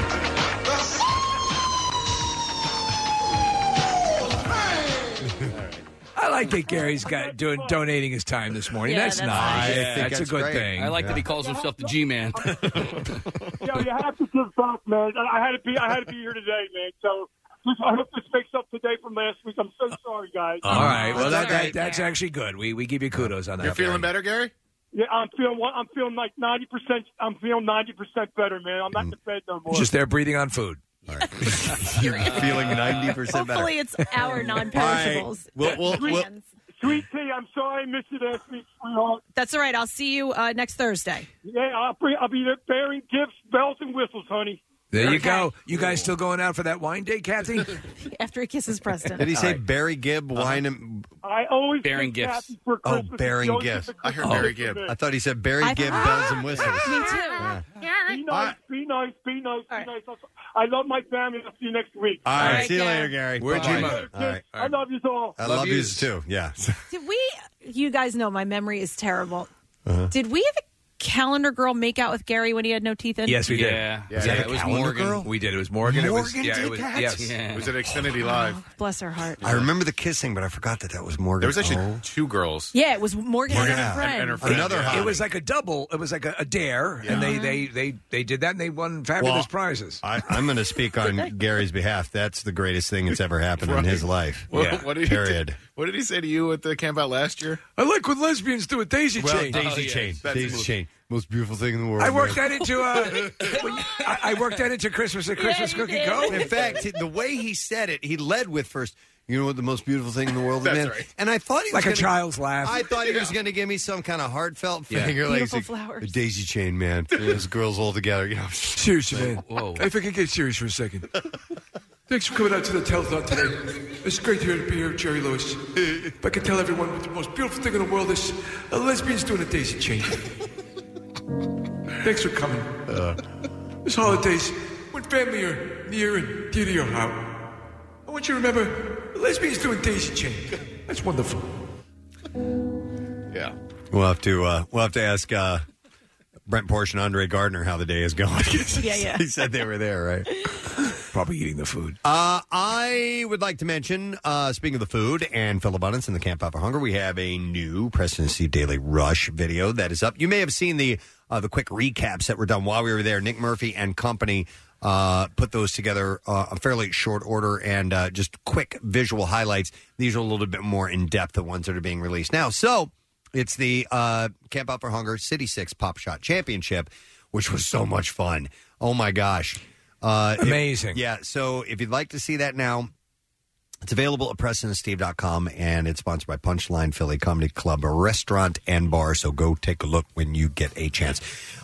Speaker 5: I like that Gary's got doing donating his time this morning.
Speaker 12: Yeah,
Speaker 5: that's,
Speaker 12: that's
Speaker 5: nice.
Speaker 12: nice. I
Speaker 5: Yeah,
Speaker 12: think
Speaker 5: that's,
Speaker 12: that's
Speaker 5: a good
Speaker 12: great.
Speaker 5: thing.
Speaker 24: I like that he calls himself the G Man.
Speaker 12: Yo, you have to give back, man. I I had to be I had to be here today, man. So just, I hope this makes up today from last week. I'm so sorry, guys.
Speaker 5: Uh, All right. Well, that,
Speaker 12: that's
Speaker 5: that, that's actually good. We we give you kudos on that.
Speaker 12: You're feeling
Speaker 5: Gary.
Speaker 8: better, Gary?
Speaker 12: Yeah, I'm feeling one- I'm feeling like ninety percent. I'm feeling ninety percent better, man. I'm not in the
Speaker 3: Mm.
Speaker 12: bed no more.
Speaker 5: Just there breathing on food.
Speaker 3: You're feeling 90% better.
Speaker 4: hopefully it's our
Speaker 3: All right.
Speaker 4: non-perishables.
Speaker 3: We'll, we'll, we'll,
Speaker 12: Sweet tea, I'm sorry I missed you last week, sweetheart.
Speaker 6: That's all right. I'll see you uh, next Thursday.
Speaker 12: Yeah, I'll be, I'll be there bearing gifts, bells, and whistles, honey.
Speaker 5: There you go. You guys still going out for that wine day, Kathy?
Speaker 6: After he kisses Preston.
Speaker 3: Did he say
Speaker 5: All right. Uh-huh.
Speaker 3: Barry Gibb wine and
Speaker 12: I always
Speaker 3: Bearing
Speaker 12: get
Speaker 3: gifts.
Speaker 12: happy for
Speaker 3: oh
Speaker 12: Christmas and
Speaker 3: Baring
Speaker 12: Joseph
Speaker 3: Gibb?
Speaker 12: and Christmas for me.
Speaker 3: I thought he said Barry
Speaker 12: I
Speaker 3: Gibb
Speaker 12: thought-
Speaker 3: bells and whistles.
Speaker 12: Yeah. Be nice, be nice, be nice, be nice. I love my family. I'll see you next week.
Speaker 3: All right, see you later, Gary.
Speaker 5: Where'd
Speaker 3: Bye.
Speaker 5: you mother?
Speaker 3: All right.
Speaker 12: I love you all.
Speaker 3: I love, yous too. Yeah.
Speaker 6: Oh. Did we? You guys know my memory is terrible.
Speaker 3: Uh-huh.
Speaker 6: Did we have a calendar girl make out with Gary when he had no teeth in?
Speaker 5: Yes, we did.
Speaker 20: Yeah.
Speaker 5: Was
Speaker 20: Yeah,
Speaker 5: that
Speaker 20: it
Speaker 5: a
Speaker 20: was
Speaker 5: calendar
Speaker 20: Morgan.
Speaker 5: girl? We did. It was Morgan. it was,
Speaker 20: Morgan
Speaker 5: yeah,
Speaker 20: did
Speaker 5: it was,
Speaker 20: that?
Speaker 5: Yes.
Speaker 20: Yeah.
Speaker 5: It was
Speaker 8: at Xfinity Live.
Speaker 6: Bless her heart.
Speaker 3: I remember the kissing, but I forgot that that was Morgan.
Speaker 8: There was actually
Speaker 3: Oh.
Speaker 8: two girls.
Speaker 6: Yeah, it was Morgan,
Speaker 3: Morgan
Speaker 6: and her
Speaker 3: Allen.
Speaker 6: friend.
Speaker 3: And her friend, Another yeah.
Speaker 5: It was like a double. It was like a, a dare, and they, they they they did that, and they won fabulous
Speaker 3: Well,
Speaker 5: prizes.
Speaker 3: I, I'm going to speak on Gary's behalf. That's the greatest thing that's ever happened in his life.
Speaker 8: What, what did he
Speaker 3: Period.
Speaker 8: He, what did he say to you at the camp out last year? oh,
Speaker 5: I like when lesbians do a daisy
Speaker 3: Well,
Speaker 5: chain. Oh,
Speaker 3: daisy chain.
Speaker 8: That's
Speaker 3: daisy
Speaker 8: most-
Speaker 3: chain. Most beautiful thing in the world.
Speaker 5: I worked
Speaker 3: man.
Speaker 5: that into uh, when- I, I worked that into Christmas and Christmas cookie go.
Speaker 3: In fact, the way he said it, he led with first. You know what the most beautiful thing in the world is,
Speaker 5: That's
Speaker 3: man?
Speaker 5: right.
Speaker 3: And I thought he was
Speaker 5: Like a
Speaker 3: gonna-
Speaker 5: child's laugh.
Speaker 3: I thought he was going to give me some kind of heartfelt
Speaker 5: Yeah.
Speaker 3: finger, like
Speaker 5: Beautiful
Speaker 3: he's like,
Speaker 5: flowers.
Speaker 3: the daisy chain, man. Those girls all together. You know,
Speaker 5: Seriously, man.
Speaker 3: Whoa.
Speaker 5: If I could get serious for a second. Thanks for coming out to the telethon today. It's great to be here, Jerry Lewis. If I could tell everyone what the most beautiful thing in the world is a lesbian's doing a daisy chain. Thanks for coming.
Speaker 3: Uh.
Speaker 5: This holidays, when family are near and dear to your heart, I want you to remember a lesbian's doing daisy chain. That's wonderful.
Speaker 8: Yeah.
Speaker 3: We'll have to uh, we'll have to ask uh, Brent Porsche and Andre Gardner how the day is going.
Speaker 6: Yeah, yeah.
Speaker 3: he said they were there, right?
Speaker 5: Probably eating the food.
Speaker 3: Uh, I would like to mention, uh, speaking of the food and Phil Abundance and the Camp Out for Hunger, we have a new Preston and Steve Daily Rush video that is up. You may have seen the uh, the quick recaps that were done while we were there. Nick Murphy and company uh, put those together uh, in fairly short order and uh, just quick visual highlights. These are a little bit more in depth, the ones that are being released now. So it's the uh, Camp Out for Hunger City Six Pop Shot Championship, which was so much fun. Oh my gosh. Uh, it-
Speaker 5: Amazing.
Speaker 3: yeah. So if you'd like to see that now, it's available at PrestonandSteve.com and it's sponsored by Punchline Philly Comedy Club, a restaurant and bar. So go take a look when you get a chance.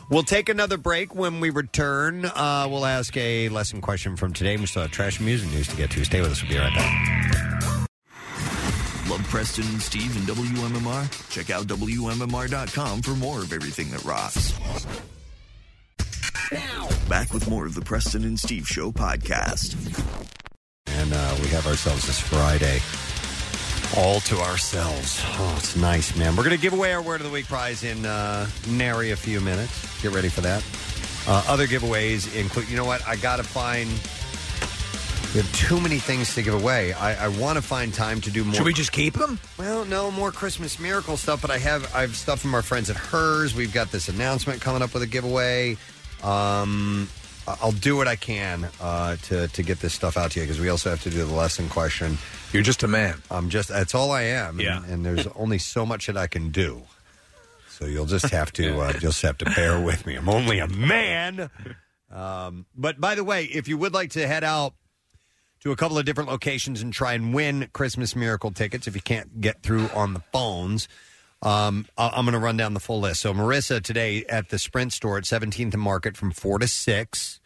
Speaker 3: We'll take another break when we return. Uh, we'll ask a lesson question from today. We still have trash and music news to get to. Stay with us. We'll be right back.
Speaker 7: Love Preston and Steve and WMMR? Check out WMMR.com for more of everything that rocks. Back with more of the Preston and Steve Show podcast.
Speaker 3: And uh, we have ourselves this Friday all to ourselves. Oh, it's nice, man. We're going to give away our Word of the Week prize in uh, nary a few minutes. Get ready for that. Uh, other giveaways include, you know what? I got to find. We have too many things to give away. I, I want to find time to do more.
Speaker 5: Should we just keep them?
Speaker 3: Well, no more Christmas miracle stuff, but I have I have stuff from our friends at Hers. We've got this announcement coming up with a giveaway. Um, I- I'll do what I can uh, to to get this stuff out to you because we also have to do the lesson question.
Speaker 5: You're just a man.
Speaker 3: I'm just that's all I am. Yeah, and, and there's only so much that I can do. So you'll just have to uh, just have to bear with me. I'm only a man. Um, but by the way, if you would like to head out to a couple of different locations and try and win Christmas Miracle tickets if you can't get through on the phones. Um, I- I'm going to run down the full list. So, Marissa today at the Sprint store at 17th and Market from 4 to 6.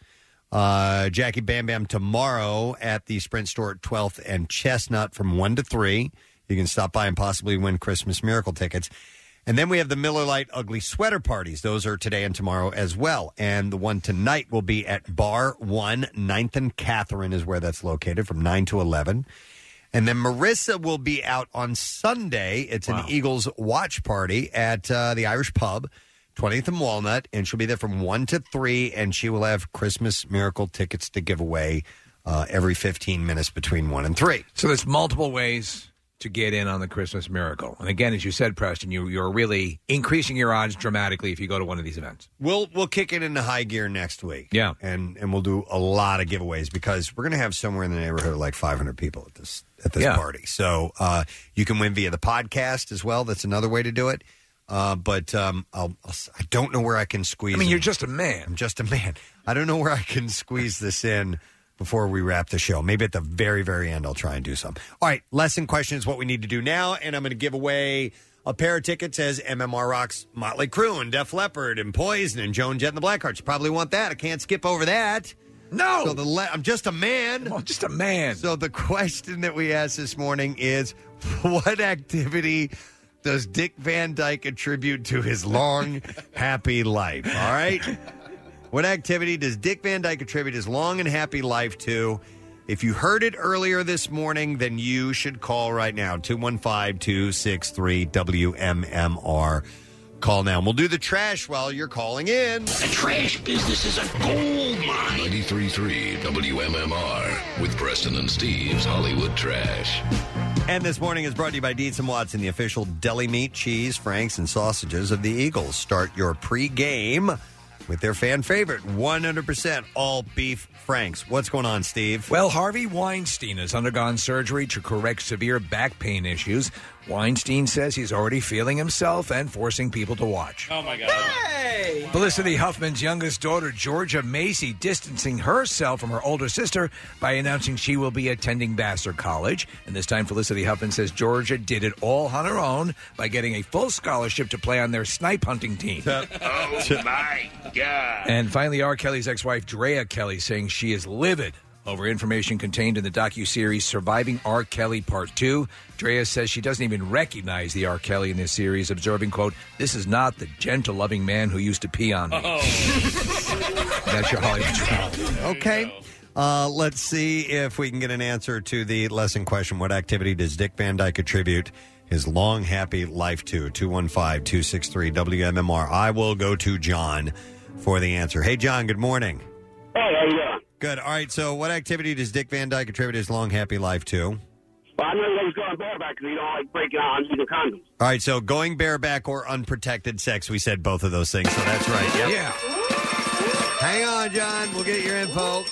Speaker 3: Uh, Jackie Bam Bam tomorrow at the Sprint store at 12th and Chestnut from 1 to 3. You can stop by and possibly win Christmas Miracle tickets. And then we have the Miller Lite Ugly Sweater Parties. Those are today and tomorrow as well. And the one tonight will be at Bar 1, 9th and Catherine is where that's located from 9 to 11. And then Marissa will be out on Sunday. It's an Eagles watch party at uh, the Irish Pub, 20th and Walnut. And she'll be there from 1 to 3. And she will have Christmas Miracle tickets to give away uh, every 15 minutes between 1 and 3.
Speaker 5: So there's multiple ways to get in on the Christmas miracle. And again, as you said, Preston, you, you're really increasing your odds dramatically if you go to one of these events.
Speaker 3: We'll we'll kick it into high gear next week.
Speaker 5: Yeah.
Speaker 3: and and we'll do a lot of giveaways because we're going to have somewhere in the neighborhood of like 500 people at this at this
Speaker 5: Yeah.
Speaker 3: party. So uh, you can win via the podcast as well. That's another way to do it. Uh, but um, I'll, I'll si don't know where I can squeeze.
Speaker 5: I mean, you're
Speaker 3: in-
Speaker 5: just a man.
Speaker 3: I'm just a man. I don't know where I can squeeze this in before we wrap the show. Maybe at the very, very end, I'll try and do some. All right, lesson question is what we need to do now, and I'm going to give away a pair of tickets as MMR rocks Motley Crue and Def Leppard and Poison and Joan Jett and the Blackhearts. You probably want that. I can't skip over that.
Speaker 5: No,
Speaker 3: so the le- I'm just a man.
Speaker 5: I'm just a man.
Speaker 3: So the question that we asked this morning is, what activity does Dick Van Dyke attribute to his long, happy life? All right. What activity does Dick Van Dyke attribute his long and happy life to? If you heard it earlier this morning, then you should call right now 215 263 WMMR. Call now. And we'll do the trash while you're calling in.
Speaker 2: The trash business is a gold mine. 93.3 WMMR with Preston and Steve's Hollywood Trash.
Speaker 3: And this morning is brought to you by Dietz and Watson, the official deli meat, cheese, franks, and sausages of the Eagles. Start your pregame with their fan favorite, 100% all beef franks. What's going on, Steve?
Speaker 5: Well, Harvey Weinstein has undergone surgery to correct severe back pain issues. Weinstein says he's already feeling himself and forcing people to watch.
Speaker 24: Oh my God! Hey!
Speaker 5: Felicity Huffman's youngest daughter, Georgia Macy, distancing herself from her older sister by announcing she will be attending Vassar College. And this time, Felicity Huffman says Georgia did it all on her own by getting a full scholarship to play on their snipe hunting team.
Speaker 2: Oh my God.
Speaker 5: And finally, R. Kelly's ex-wife Drea Kelly saying she is livid over information contained in the docuseries Surviving R. Kelly Part 2. Drea says she doesn't even recognize the R. Kelly in this series, observing, quote, this is not the gentle loving man who used to pee on me. That's your Hollywood travel.
Speaker 3: Okay. Uh, let's see if we can get an answer to the lesson question. What activity does Dick Van Dyke attribute his long, happy life to? 215 263 WMMR. I will go to John for the answer. Hey, John, good morning.
Speaker 13: Hey, how you doing?
Speaker 3: Good. All right. So, what activity does Dick Van Dyke attribute his long, happy life to?
Speaker 13: Well, I know you guys going bareback because you don't like breaking out and using condoms.
Speaker 3: All right. So, going bareback or unprotected sex, we said both of those things. So, that's right. Yep.
Speaker 5: Yeah.
Speaker 3: Hang on, John. We'll get your info.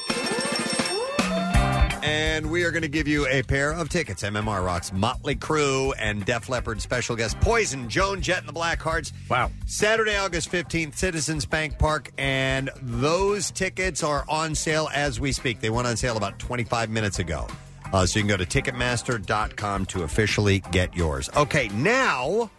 Speaker 3: And we are going to give you a pair of tickets. MMR Rocks, Motley Crue, and Def Leppard special guest Poison, Joan Jett, and the Blackhearts.
Speaker 5: Wow.
Speaker 3: Saturday, August 15th, Citizens Bank Park. And those tickets are on sale as we speak. They went on sale about 25 minutes ago. Uh, so you can go to Ticketmaster.com to officially get yours. Okay, now,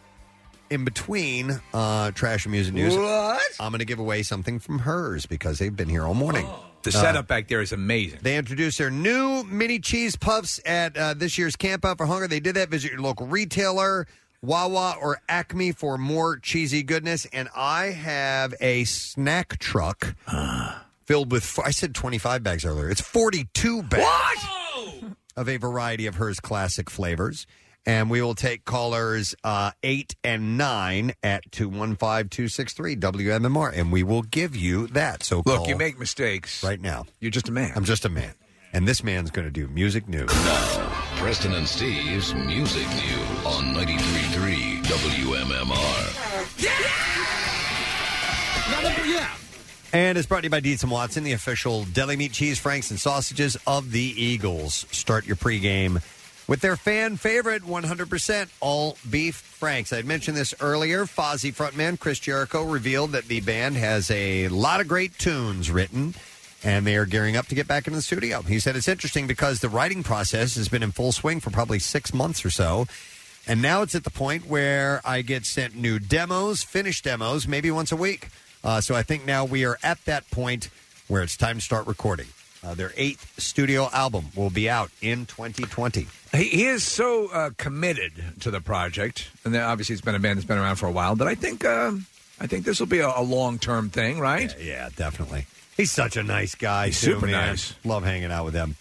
Speaker 3: in between uh, trash and music news,
Speaker 5: What?
Speaker 3: I'm going to give away something from hers because they've been here all morning.
Speaker 5: The
Speaker 3: Uh,
Speaker 5: setup back there is amazing.
Speaker 3: They introduced their new mini cheese puffs at uh, this year's Camp Out for Hunger. They did that. Visit your local retailer, Wawa or Acme for more cheesy goodness. And I have a snack truck filled with, f- I said 25 bags earlier. It's 42 bags of a variety of hers classic flavors. And we will take callers uh, 8 and 9 at 215 263 WMMR. And we will give you that. So
Speaker 5: Look,
Speaker 3: call
Speaker 5: you make mistakes.
Speaker 3: right now.
Speaker 5: You're just a man.
Speaker 3: I'm just a man. And this man's going to do music news.
Speaker 2: Preston and Steve's Music News on 93.3 WMMR.
Speaker 20: Yeah.
Speaker 3: And it's brought to you by Dietz and Watson, the official deli meat, cheese, franks, and sausages of the Eagles. Start your pregame with their fan favorite 100% all beef franks. I had mentioned this earlier. Fozzy frontman Chris Jericho revealed that the band has a lot of great tunes written. And they are gearing up to get back into the studio. He said it's interesting because the writing process has been in full swing for probably six months or so. And now it's at the point where I get sent new demos, finished demos, maybe once a week. Uh, so I think now we are at that point where it's time to start recording. Uh, their eighth studio album will be out in 2020.
Speaker 5: He, he is so uh, committed to the project, and then obviously it's been a band that's been around for a while. But I think um, I think this will be a, a long term thing, right?
Speaker 3: Yeah, definitely. He's such a nice guy.
Speaker 5: He's
Speaker 3: too,
Speaker 5: super
Speaker 3: man.
Speaker 5: nice.
Speaker 3: Love hanging out with them.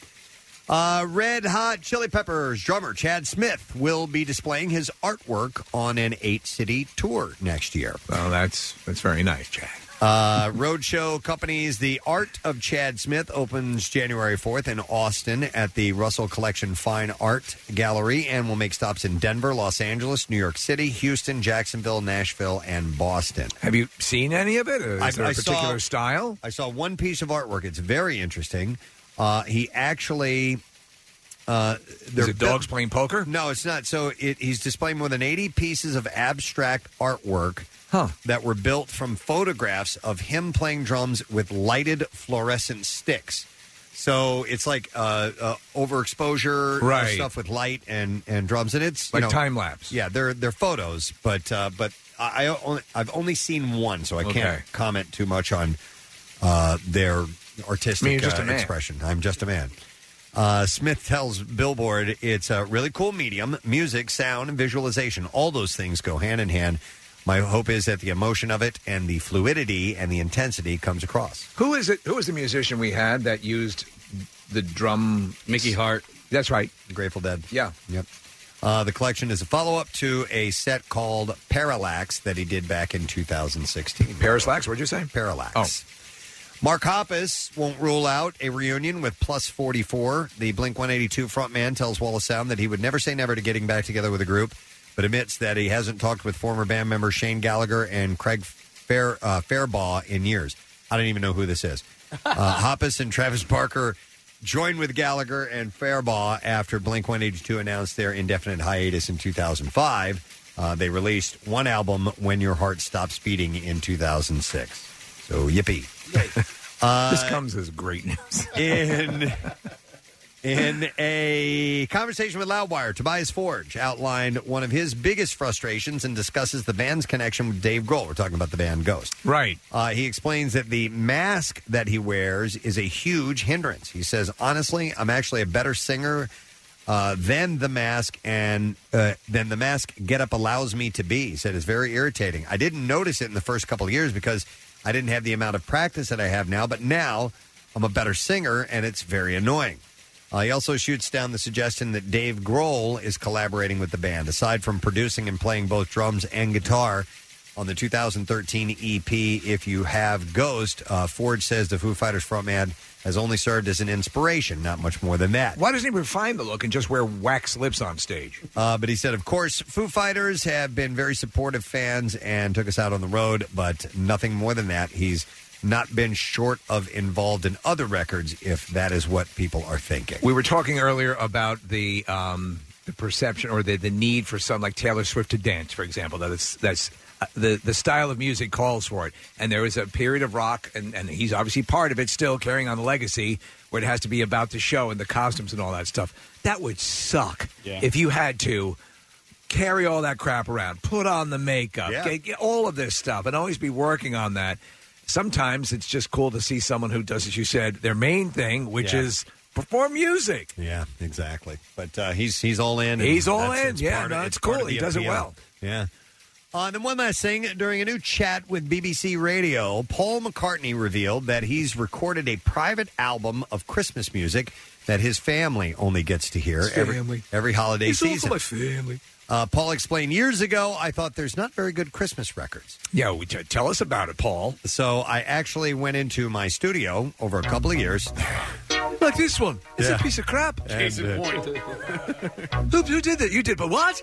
Speaker 3: Uh, Red Hot Chili Peppers drummer Chad Smith will be displaying his artwork on an eight city tour next year.
Speaker 5: Well, that's that's very nice, Jack.
Speaker 3: Uh, Roadshow companies The Art of Chad Smith opens January 4th in Austin at the Russell Collection Fine Art Gallery and will make stops in Denver, Los Angeles, New York City, Houston, Jacksonville, Nashville, and Boston.
Speaker 5: Have you seen any of it? Or Is
Speaker 3: I-
Speaker 5: there a
Speaker 3: I saw-
Speaker 5: particular style?
Speaker 3: I saw one piece of artwork. It's very interesting. Uh, he actually. Uh,
Speaker 5: Is it dogs playing poker?
Speaker 3: No, it's not. So it, he's displaying more than 80 pieces of abstract artwork that were built from photographs of him playing drums with lighted fluorescent sticks. So it's like uh, uh, overexposure uh,
Speaker 5: Right.
Speaker 3: stuff with light and, and drums, and it's you
Speaker 5: Like
Speaker 3: know-
Speaker 5: time lapse.
Speaker 3: Yeah, they're they're photos, but uh, but I I only, I've only seen one, so I
Speaker 5: Okay.
Speaker 3: can't comment too much on uh, their artistic
Speaker 5: I mean, you're just
Speaker 3: uh,
Speaker 5: a man.
Speaker 3: expression. I'm just a man. Uh, Smith tells Billboard it's a really cool medium. Music, sound, and visualization. All those things go hand in hand. My hope is that the emotion of it and the fluidity and the intensity comes across.
Speaker 5: Who is it? Who is the musician we had that used the drum?
Speaker 24: Mickey Hart.
Speaker 5: That's right.
Speaker 3: Grateful Dead.
Speaker 5: Yeah.
Speaker 3: Yep. Uh, the collection is a follow up to a set called Parallax that he did back in 2016.
Speaker 5: Parallax, what'd you say? Oh.
Speaker 3: Parallax. Mark Hoppus won't rule out a reunion with Plus 44. The Blink 182 frontman tells Wall of Sound that he would never say never to getting back together with a group, but admits that he hasn't talked with former band member Shane Gallagher and Craig Fair, uh, Fairbaugh in years. I don't even know who this is. Uh, Hoppus and Travis Barker joined with Gallagher and Fairbaugh after Blink 182 announced their indefinite hiatus in 2005. Uh, they released one album, When Your Heart Stops Beating, in 2006. So, yippee. Uh,
Speaker 5: this comes as great news.
Speaker 3: in in a conversation with Loudwire, Tobias Forge outlined one of his biggest frustrations and discusses the band's connection with Dave Grohl. We're talking about the band Ghost.
Speaker 5: Right.
Speaker 3: Uh, he explains that the mask that he wears is a huge hindrance. He says, honestly, I'm actually a better singer uh, than the mask and uh, than the mask getup allows me to be. He said it's very irritating. I didn't notice it in the first couple of years because I didn't have the amount of practice that I have now, but now I'm a better singer and it's very annoying. Uh, he also shoots down the suggestion that Dave Grohl is collaborating with the band. Aside from producing and playing both drums and guitar on the 2013 EP, E If You Have Ghost, uh, Forge says the Foo Fighters frontman has only served as an inspiration, not much more than that.
Speaker 5: Why doesn't he refine the look and just wear wax lips on stage?
Speaker 3: Uh, but he said, of course, Foo Fighters have been very supportive fans and took us out on the road, but nothing more than that. He's not been short of involved in other records, if that is what people are thinking.
Speaker 5: We were talking earlier about the um, the perception or the, the need for some like Taylor Swift to dance, for example. That it's, that's uh, the the style of music calls for it, and there was a period of rock, and, and he's obviously part of it, still carrying on the legacy where it has to be about the show and the costumes and all that stuff. That would suck
Speaker 1: Yeah.
Speaker 5: if you had to carry all that crap around, put on the makeup,
Speaker 1: Yeah.
Speaker 5: get, get all of this stuff, and always be working on that. Sometimes it's just cool to see someone who does, as you said, their main thing, which
Speaker 3: Yeah.
Speaker 5: is perform music.
Speaker 3: Yeah, exactly. But uh, he's he's all in. and
Speaker 5: He's all
Speaker 3: that's-
Speaker 5: in.
Speaker 3: it's
Speaker 5: Yeah,
Speaker 3: part of-
Speaker 5: no, it's
Speaker 3: part
Speaker 5: cool.
Speaker 3: of
Speaker 5: He
Speaker 3: the
Speaker 5: does it
Speaker 3: appeal.
Speaker 5: well.
Speaker 3: Yeah. Uh, and then one last thing. During a new chat with BBC Radio, Paul McCartney revealed that he's recorded a private album of Christmas music that his family only gets to hear
Speaker 5: His
Speaker 3: every,
Speaker 5: family.
Speaker 3: every holiday
Speaker 5: It's all for
Speaker 3: season.
Speaker 5: my family.
Speaker 3: Uh, Paul explained years ago, I thought there's not very good Christmas records.
Speaker 5: Yeah, we, t- tell us about it, Paul.
Speaker 3: So I actually went into my studio over a couple of years.
Speaker 5: Like this one. It's
Speaker 3: Yeah.
Speaker 5: a piece of crap.
Speaker 3: Case in And, uh,
Speaker 5: who, who did that? You did, but what?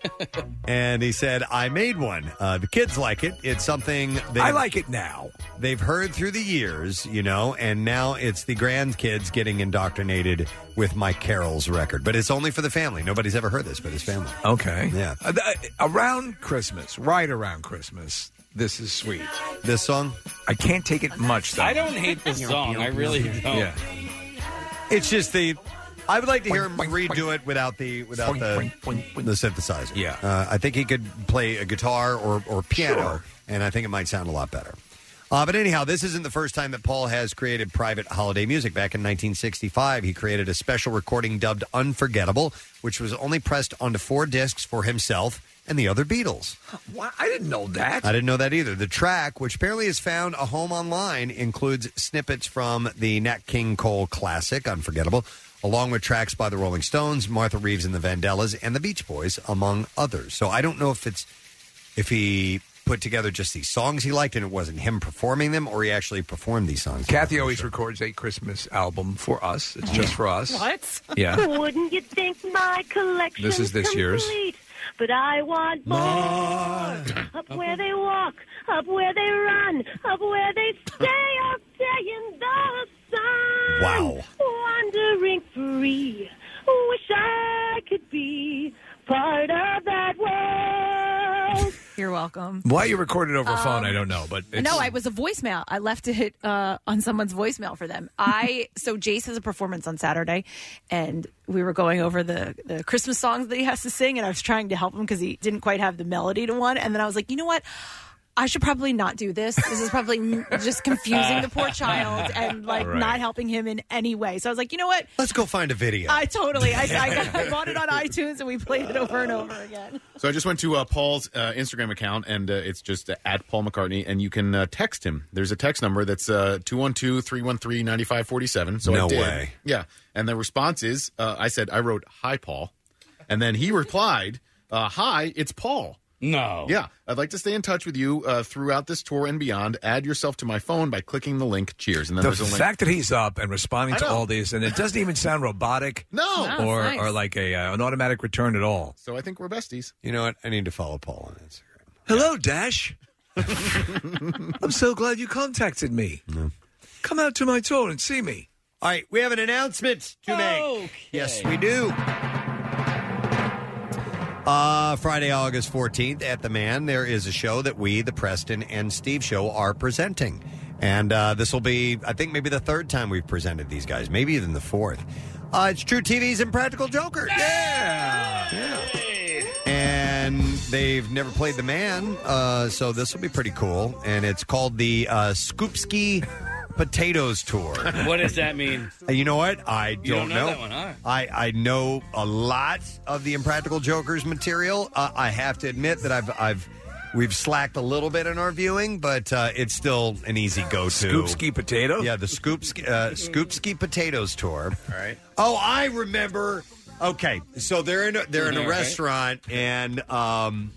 Speaker 3: and he said, I made one. Uh, the kids like it. It's something they
Speaker 5: I like it now.
Speaker 3: They've heard through the years, you know, and now it's the grandkids getting indoctrinated with my Carol's record. But it's only for the family. Nobody's ever heard this, but his family.
Speaker 5: Okay.
Speaker 3: Yeah.
Speaker 5: Uh, th- uh, around Christmas, right around Christmas, this is sweet.
Speaker 3: This song?
Speaker 5: I can't take it much, though.
Speaker 24: I don't hate this song. I really don't.
Speaker 5: Yeah.
Speaker 3: It's just the. I would like to hear him redo it without the without the, the synthesizer. Yeah, uh, I think he could play a guitar or or piano, and I think it might sound a lot better. Uh, but anyhow, this isn't the first time that Paul has created private holiday music. Back in 1965, he created a special recording dubbed "Unforgettable," which was only pressed onto four discs for himself and the other Beatles.
Speaker 5: Why? I didn't know that.
Speaker 3: I didn't know that either. The track, which apparently has found a home online, includes snippets from the Nat King Cole classic, Unforgettable, along with tracks by the Rolling Stones, Martha Reeves and the Vandellas, and the Beach Boys, among others. So I don't know if it's if he put together just these songs he liked and it wasn't him performing them or he actually performed these songs.
Speaker 5: Kathy always records a Christmas album for us. It's just for us.
Speaker 14: What?
Speaker 5: Yeah.
Speaker 14: Wouldn't you think my collection
Speaker 5: This is this year's.
Speaker 14: complete? But I want more. Up where they walk, up where they run, up where they stay all day in the sun.
Speaker 3: Wow.
Speaker 14: Wandering free, wish I could be part of that world.
Speaker 4: You're welcome.
Speaker 5: Why you recorded over a phone,
Speaker 4: Um,
Speaker 5: I don't know, but it's,
Speaker 4: No, I was a voicemail. I left it uh, on someone's voicemail for them. I so Jace has a performance on Saturday, and we were going over the the Christmas songs that he has to sing, and I was trying to help him because he didn't quite have the melody to one, and then I was like, you know what? I should probably not do this. This is probably m- just confusing the poor child and like
Speaker 3: Right.
Speaker 4: not helping him in any way. So I was like, you know what?
Speaker 3: Let's go find a video.
Speaker 4: I totally. I, I, I bought it on iTunes and we played it over and over again.
Speaker 8: So I just went to uh, Paul's uh, Instagram account, and uh, it's just uh, at Paul McCartney, and you can uh, text him. There's a text number that's uh, 212 313 9547. So I
Speaker 3: No
Speaker 8: did.
Speaker 3: way.
Speaker 8: Yeah. And the response is uh, I said, I wrote, Hi, Paul. And then he replied, uh, Hi, it's Paul.
Speaker 24: No.
Speaker 8: Yeah. I'd like to stay in touch with you uh, throughout this tour and beyond. Add yourself to my phone by clicking the link. Cheers. And then
Speaker 5: the
Speaker 8: there's a link.
Speaker 5: fact that he's up and responding
Speaker 8: I
Speaker 5: to
Speaker 8: know.
Speaker 5: all these, and it doesn't even sound robotic,
Speaker 8: No. No, it's
Speaker 5: or
Speaker 8: nice.
Speaker 5: or like a uh, an automatic return at all.
Speaker 8: so I think we're besties.
Speaker 3: You know what? I need to follow Paul on Instagram.
Speaker 5: Hello, Dash. I'm so glad you contacted me. Come out to my tour and see me.
Speaker 3: All right, we have an announcement to make. Yes, we do. Uh, Friday, August 14th at The Man, there is a show that we, the Preston and Steve Show, are presenting. And uh, this will be, I think, maybe the third time we've presented these guys, maybe even the fourth. Uh, it's True TV's Impractical Jokers. Yeah! And they've never played The Man, uh, so this will be pretty cool. And it's called the uh, Scoopski Potatoes Tour.
Speaker 24: What does that mean?
Speaker 3: Uh, You know what? I don't,
Speaker 24: You don't know that one, huh?
Speaker 3: I, I know a lot of the Impractical Jokers material. Uh, I have to admit that I've I've we've slacked a little bit in our viewing, but uh, it's still an easy go to.
Speaker 5: Scoopski potato.
Speaker 3: Yeah, the Scoopski uh, Scoopski Potatoes tour. All
Speaker 8: right.
Speaker 3: Oh, I remember. Okay, so they're in a, they're in a
Speaker 5: All right.
Speaker 3: restaurant, and um,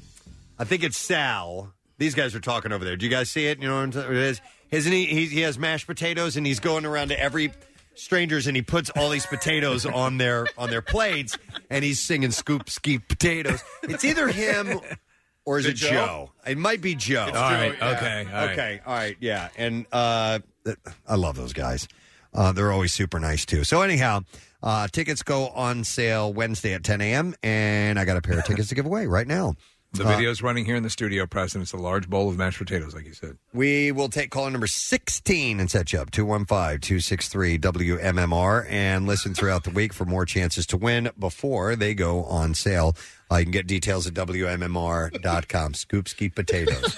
Speaker 3: I think it's Sal. These guys are talking over there. Do you guys see it? You know what I'm t- it is? Isn't he, he? He has mashed potatoes, and he's going around to every strangers, and he puts all these potatoes on their on their plates, and he's singing Scoopski potatoes. It's either him or is it,
Speaker 5: Is it
Speaker 3: Joe?
Speaker 5: Joe?
Speaker 3: It might be Joe.
Speaker 5: It's All Joe, right, yeah. okay, all right.
Speaker 3: okay, all right, yeah. And uh, th- I love those guys. Uh, they're always super nice too. So anyhow, uh, tickets go on sale Wednesday at 10 a.m. And I got a pair of tickets to give away right now.
Speaker 5: The
Speaker 3: Uh,
Speaker 5: video's running here in the studio, Preston. It's a large bowl of mashed potatoes, like you said.
Speaker 3: We will take caller number 16 and set you up 215 263 WMMR and listen throughout the week for more chances to win before they go on sale. Uh, you can get details at WMMR.com. Scoopski Potatoes.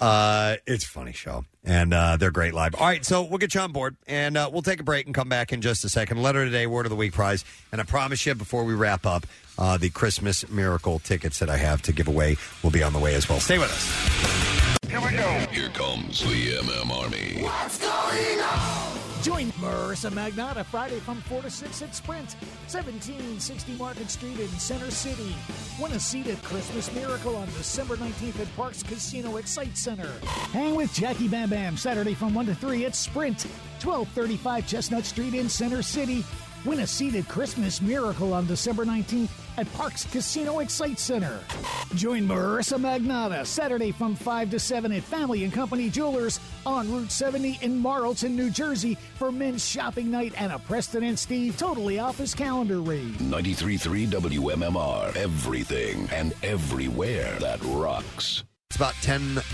Speaker 3: uh, it's a funny show, and uh, they're great live. All right, so we'll get you on board, and uh, we'll take a break and come back in just a second. Letter today, word of the week prize, and I promise you, before we wrap up, uh, the Christmas miracle tickets that I have to give away will be on the way as well. Stay with us.
Speaker 2: Here we go. Here comes the MM Army. What's going on?
Speaker 1: Join Marissa Magnata Friday from 4 to 6 at Sprint, 1760 Market Street in Center City. Win a seat at Christmas Miracle on December 19th at Parks Casino Excite Center. Hang with Jackie Bam Bam Saturday from 1 to 3 at Sprint, 1235 Chestnut Street in Center City. Win a seat at Christmas Miracle on December 19th at Parks Casino Excite Center. Join Marissa Magnata Saturday from 5 to 7 at Family and Company Jewelers on Route 70 in Marlton, New Jersey for men's shopping night and a Preston and Steve totally office calendar read.
Speaker 2: 93.3 WMMR. Everything and everywhere that rocks.
Speaker 3: It's about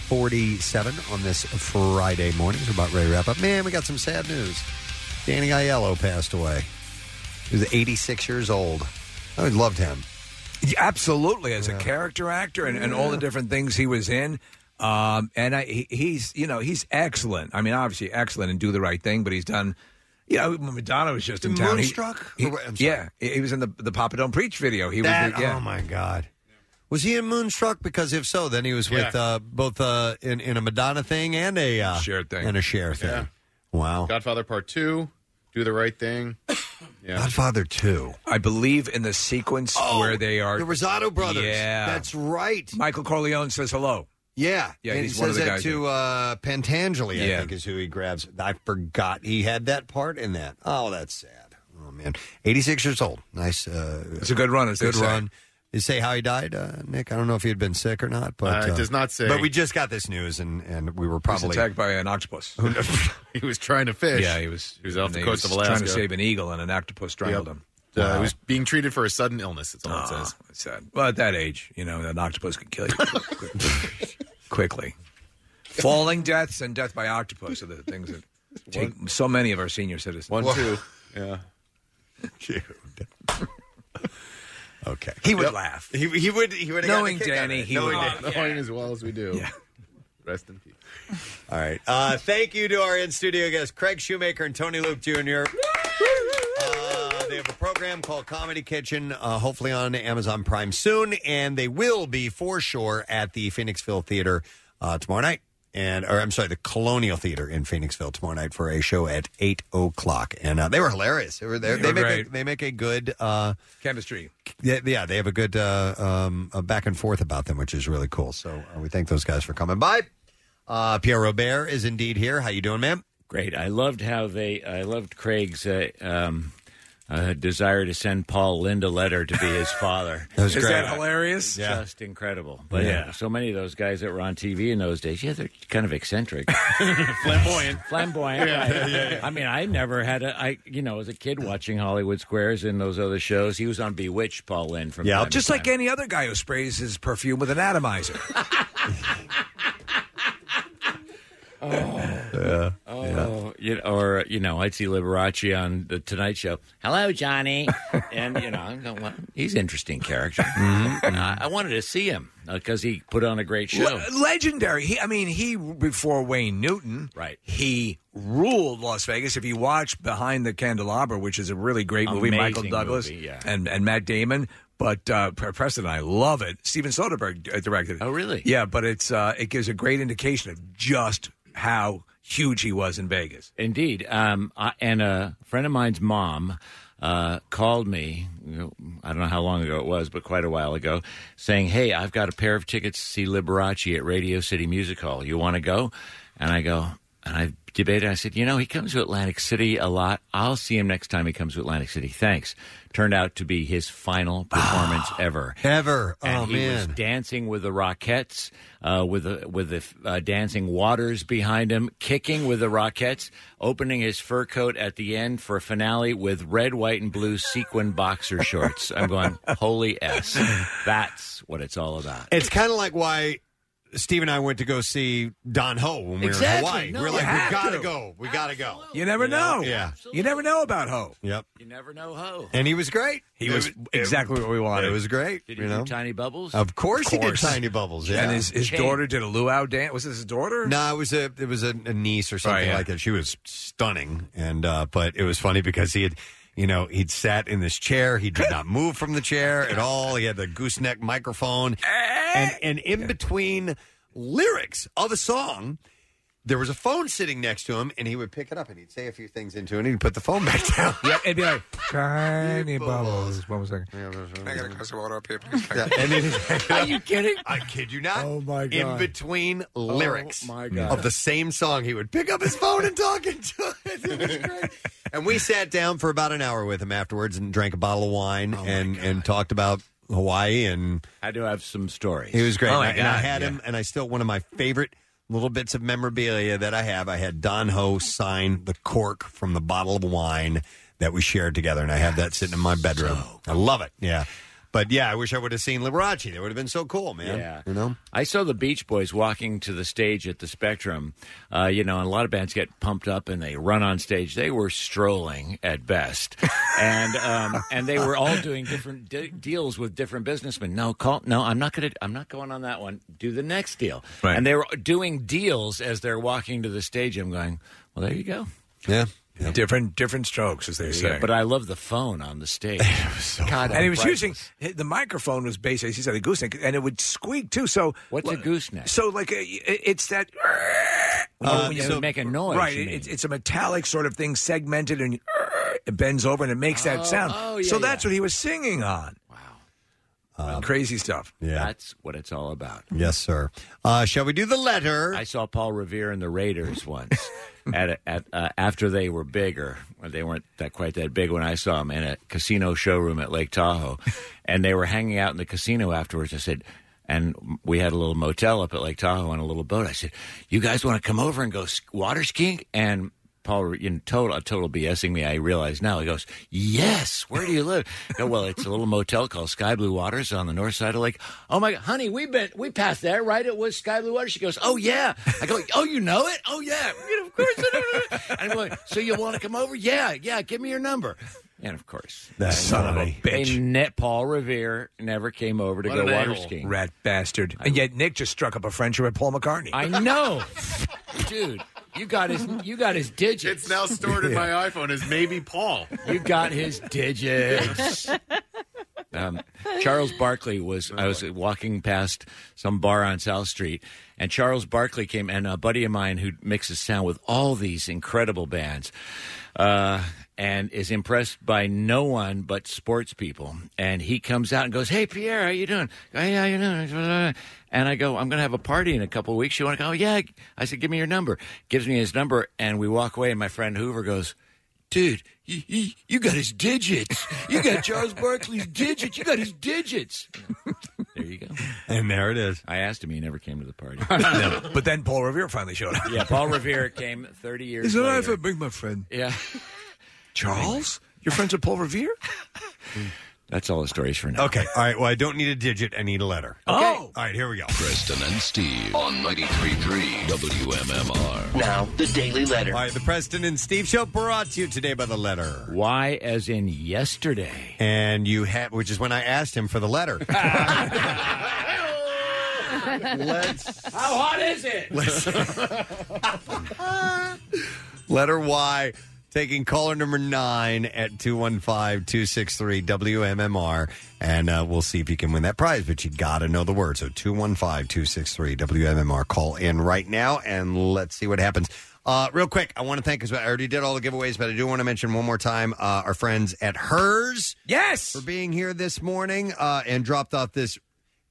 Speaker 3: 1047 on this Friday morning. We're about ready to wrap up. Man, we got some sad news. Danny Aiello passed away. He was 86 years old. I always loved him.
Speaker 5: Yeah, absolutely, as a character actor and, and all the different things he was in. Um, and I, he, he's, you know, he's excellent. I mean, obviously excellent and do the right thing, but he's done. You know, when Madonna was just in town. he-
Speaker 3: Moonstruck?
Speaker 5: he-
Speaker 3: Or what- I'm sorry.
Speaker 5: yeah, he he was in the the Papa Don't Preach video. He
Speaker 3: That-
Speaker 5: was. the- yeah.
Speaker 3: oh, my God. Was he in Moonstruck? Because if so, then he was with
Speaker 5: Yeah.
Speaker 3: uh, both uh, in, in a Madonna thing and a uh, share thing. And a share thing.
Speaker 8: Yeah.
Speaker 3: Wow.
Speaker 8: Godfather Part 2, Do the Right Thing. Yeah.
Speaker 3: Godfather Two. Oh,
Speaker 5: I believe in the sequence where they are
Speaker 3: the Rosado brothers.
Speaker 5: Yeah,
Speaker 3: That's right.
Speaker 5: Michael Corleone says hello.
Speaker 3: Yeah,
Speaker 5: Yeah,
Speaker 3: And
Speaker 5: he's
Speaker 3: he
Speaker 5: one of
Speaker 3: says
Speaker 5: the
Speaker 3: that
Speaker 5: guys
Speaker 3: to uh, Pentangeli. I
Speaker 5: Yeah.
Speaker 3: think is who he grabs. I forgot he had that part in that. Oh, that's sad. Oh man, eighty-six years old. Nice. Uh,
Speaker 5: It's a good run, as they
Speaker 3: good
Speaker 5: say.
Speaker 3: run. You say how he died, uh, Nick? I don't know if he had been sick or not, but
Speaker 8: Uh, it does not say.
Speaker 3: But we just got this news, and and we were
Speaker 5: Probably
Speaker 3: probably
Speaker 5: attacked by an octopus.
Speaker 8: he was trying to fish.
Speaker 5: Yeah, he was.
Speaker 8: He was off
Speaker 5: and
Speaker 8: the
Speaker 5: he
Speaker 8: coast
Speaker 5: was
Speaker 8: of Alaska.
Speaker 5: trying to save an eagle, and an octopus strangled
Speaker 8: Yep.
Speaker 5: him.
Speaker 8: Uh, It was being treated for a sudden illness. That's all it
Speaker 15: Uh-huh.
Speaker 8: says.
Speaker 5: It's sad. Well, at that age, you know, an octopus could kill you quickly. Falling deaths and death by octopus are the things that take so many of our senior citizens.
Speaker 8: One, two. Yeah.
Speaker 3: Okay.
Speaker 5: He would laugh.
Speaker 3: He, he would. He would.
Speaker 5: Knowing Danny, he would.
Speaker 8: Knowing as well as we do. Rest in peace.
Speaker 3: All right. Uh, thank you to our in studio guests, Craig Shoemaker and Tony Luke Jr. Uh, they have a program called Comedy Kitchen, uh, hopefully on Amazon Prime soon, and they will be for sure at the Phoenixville Theater uh, tomorrow night. And or I'm sorry, the Colonial Theater in Phoenixville tomorrow night for a show at eight o'clock. And uh, they were hilarious. They were there.
Speaker 5: They
Speaker 3: They,
Speaker 5: were
Speaker 3: make a,
Speaker 5: great.
Speaker 3: they make a good uh,
Speaker 5: Chemistry.
Speaker 3: yeah, yeah, they have a good uh, um, uh back and forth about them, which is really cool. So uh, we thank those guys for coming by. Uh, Pierre Robert is indeed here. How you doing, ma'am?
Speaker 15: Great. I loved how they. I loved Craig's uh, um, uh, desire to send Paul Linda letter to be his father.
Speaker 3: That was
Speaker 15: Is
Speaker 3: great.
Speaker 15: that
Speaker 5: hilarious?
Speaker 15: Just incredible. But
Speaker 3: Yeah.
Speaker 15: yeah. so many of those guys that were on TV in those days, yeah, they're kind of eccentric.
Speaker 20: Flamboyant.
Speaker 15: Flamboyant.
Speaker 20: Yeah,
Speaker 15: right.
Speaker 20: yeah, yeah.
Speaker 15: I mean, I never had a. I you know, as a kid watching Hollywood Squares and those other shows, he was on Bewitched. Paul Lynn from time to
Speaker 5: Just like
Speaker 15: time.
Speaker 5: any other guy who sprays his perfume with an atomizer.
Speaker 15: Yeah. Oh, you know, or you know, I'd see Liberace on the Tonight Show. Hello, Johnny, and you know, I'm going, well, he's an interesting character. And I, I wanted to see him because he put on a great show.
Speaker 5: Le- legendary. He, I mean, he before Wayne Newton, right? He ruled Las Vegas. If you watch Behind the Candelabra, which is a really great movie,
Speaker 15: Amazing
Speaker 5: Michael Douglas
Speaker 15: movie, yeah.
Speaker 5: and and Matt Damon. But uh, Pre- Preston and I love it. Steven Soderbergh uh, directed it. Oh,
Speaker 15: really?
Speaker 5: Yeah, but it's uh, it gives a great indication of just how huge he was in Vegas.
Speaker 15: Indeed. Um, I, and a friend of mine's mom uh, called me, you know, I don't know how long ago it was, but quite a while ago, saying, Hey, I've got a pair of tickets to see Liberace at Radio City Music Hall. You want to go? And I go, and I debated. I said, You know, he comes to Atlantic City a lot. I'll see him next time he comes to Atlantic City. Thanks. Turned out to be his final performance ever.
Speaker 3: Ever.
Speaker 15: And
Speaker 3: oh,
Speaker 15: he was
Speaker 3: man.
Speaker 15: dancing with the Rockettes, uh, with the, with the uh, dancing waters behind him, kicking with the Rockettes, opening his fur coat at the end for a finale with red, white, and blue sequin boxer shorts. I'm going, holy s, that's what it's all about.
Speaker 3: It's kind of like why Steve and I went to go see Don Ho when we were in
Speaker 15: Exactly.
Speaker 3: Hawaii.
Speaker 15: No,
Speaker 3: we're
Speaker 15: you
Speaker 3: like, we
Speaker 15: have
Speaker 3: gotta
Speaker 15: to.
Speaker 3: go. We gotta go.
Speaker 5: You never know.
Speaker 3: Yeah.
Speaker 5: you never know about Ho.
Speaker 3: Yep.
Speaker 15: You never know how.
Speaker 3: And he was great.
Speaker 5: He
Speaker 3: It
Speaker 5: was exactly what we wanted.
Speaker 3: It was great.
Speaker 15: Did
Speaker 3: you
Speaker 15: he do
Speaker 3: know?
Speaker 15: tiny bubbles?
Speaker 3: Of course, he did
Speaker 15: Course.
Speaker 3: tiny bubbles. Yeah.
Speaker 5: And his, his daughter did a luau dance. Was this his daughter?
Speaker 3: No, it was a it was a, a niece or something
Speaker 5: Right, yeah.
Speaker 3: like that. She was stunning, and uh, but it was funny because he had, you know, he'd sat in this chair. He did not move from the chair at all. He had the gooseneck microphone,
Speaker 5: Eh?
Speaker 3: and and in between lyrics of a song. There was a phone sitting next to him, and he would pick it up and he'd say a few things into it, and he'd put the phone back down.
Speaker 5: Yeah, it'd be like tiny bubbles. One second. I got a glass of water up here.
Speaker 3: Yeah, and then-
Speaker 5: Are you
Speaker 15: kidding?
Speaker 3: I kid you not.
Speaker 5: Oh my
Speaker 3: In between
Speaker 14: Oh,
Speaker 3: lyrics
Speaker 5: Oh, my
Speaker 3: God. of the same song, he would pick up his phone and talk into it. It was great. and we sat down for about an hour with him afterwards and drank a bottle of wine and, and talked about Hawaii and
Speaker 15: Oh, I do have some stories.
Speaker 3: it was great.
Speaker 15: Oh,
Speaker 3: and, I,
Speaker 15: my
Speaker 3: and I
Speaker 15: God,
Speaker 3: had
Speaker 15: yeah.
Speaker 3: him and I still one of my favorite little bits of memorabilia that I have. I had Don Ho sign the cork from the bottle of wine that we shared together and I have that sitting in my bedroom. I love it. Yeah. But yeah, I wish I would have seen Liberace. That would have been so cool, man.
Speaker 15: Yeah.
Speaker 3: You know?
Speaker 15: I saw the Beach Boys walking to the stage at the Spectrum. Uh, you know, and a lot of bands get pumped up and they run on stage. They were strolling at best, and um, and they were all doing different de- deals with different businessmen. No, call. No, I'm not gonna. I'm not going on that one. Do the next deal.
Speaker 5: Right.
Speaker 15: And they were doing deals as they're walking to the stage. I'm going. Well, there you go.
Speaker 3: Yeah.
Speaker 5: Different different strokes, as they say.
Speaker 15: But I love the phone on the stage. God,
Speaker 5: and he was
Speaker 15: I'm
Speaker 5: using the microphone was basically he said a gooseneck, and it would squeak too. So
Speaker 15: what's a gooseneck?
Speaker 5: So like a, it's that
Speaker 3: Uh,
Speaker 15: Oh, when you make a noise,
Speaker 5: right?
Speaker 15: you mean.
Speaker 5: It's, it's a metallic sort of thing, segmented, and it bends over and it makes that
Speaker 15: Oh,
Speaker 5: sound.
Speaker 15: oh, yeah,
Speaker 5: so that's what he was singing on. Wow, crazy stuff.
Speaker 3: Yeah.
Speaker 15: That's what it's all about.
Speaker 3: Yes, sir. Uh, shall we do the letter?
Speaker 15: I saw Paul Revere and the Raiders once at a, at uh, after they were bigger. Well, they weren't that quite that big when I saw them in a casino showroom at Lake Tahoe, and they were hanging out in the casino afterwards. I said. And we had a little motel up at Lake Tahoe on a little boat. I said, "You guys want to come over and go sk- water skiing?" And Paul, Re- in total, total BSing me, I realize now. He goes, "Yes, where do you live?" I go, well, it's a little motel called Sky Blue Waters on the north side of Lake. Oh my, God, honey, we been we passed there, right? It was Sky Blue Waters. She goes, "Oh yeah." I go, "Oh, you know it? Oh yeah, You know, of course." I know it." And I'm like, "So you want to come over? Yeah, yeah. Give me your number." And of course,
Speaker 5: That son of a bitch.
Speaker 15: And Net Paul Revere never came over to go water skiing.
Speaker 5: Rat bastard. And yet Nick just struck up a friendship with Paul McCartney.
Speaker 15: I know, dude. You got his. You got his digits.
Speaker 8: It's now stored in my iPhone as maybe Paul.
Speaker 15: You got his digits. Um, Charles Barkley was. I was walking past some bar on South Street, and Charles Barkley came, and a buddy of mine who mixes sound with all these incredible bands, uh, and is impressed by no one but sports people. And he comes out and goes, "Hey, Pierre, how you doing? Hey, how you doing?" And I go, "I'm going to have a party in a couple weeks. You want to go? "Oh, Yeah." I said, "Give me your number." Gives me his number, and we walk away. And my friend Hoover goes dude, you, you, you got his digits. You got Charles Barkley's digits. You got his digits. There you go.
Speaker 3: And there it is.
Speaker 15: I asked him. He never came to the party.
Speaker 5: No, but then Paul Revere finally showed up.
Speaker 15: Yeah, Paul Revere came 30 years
Speaker 5: Is it
Speaker 15: later.
Speaker 5: all right if I bring my friend?
Speaker 15: Yeah.
Speaker 5: Charles? You're friends with Paul Revere?
Speaker 15: That's all the stories for now.
Speaker 3: Okay. All right. Well, I don't need a digit. I need a letter.
Speaker 5: Oh.
Speaker 3: All right. Here we go.
Speaker 2: Preston and Steve on 93.3 WMMR. Now, the Daily Letter.
Speaker 3: All right. The Preston and Steve Show brought to you today by the letter.
Speaker 15: Why, as in yesterday.
Speaker 3: And you had, which is when I asked him for the letter. Let's.
Speaker 24: How hot is it?
Speaker 3: Letter Y, taking caller number nine at 215 263 WMMR. And uh, we'll see if you can win that prize, but you got to know the word. So 215 263 WMMR. Call in right now and let's see what happens. Uh, real quick, I want to thank, because I already did all the giveaways, but I do want to mention one more time uh, our friends at HERS.
Speaker 5: Yes!
Speaker 3: For being here this morning uh, and dropped off this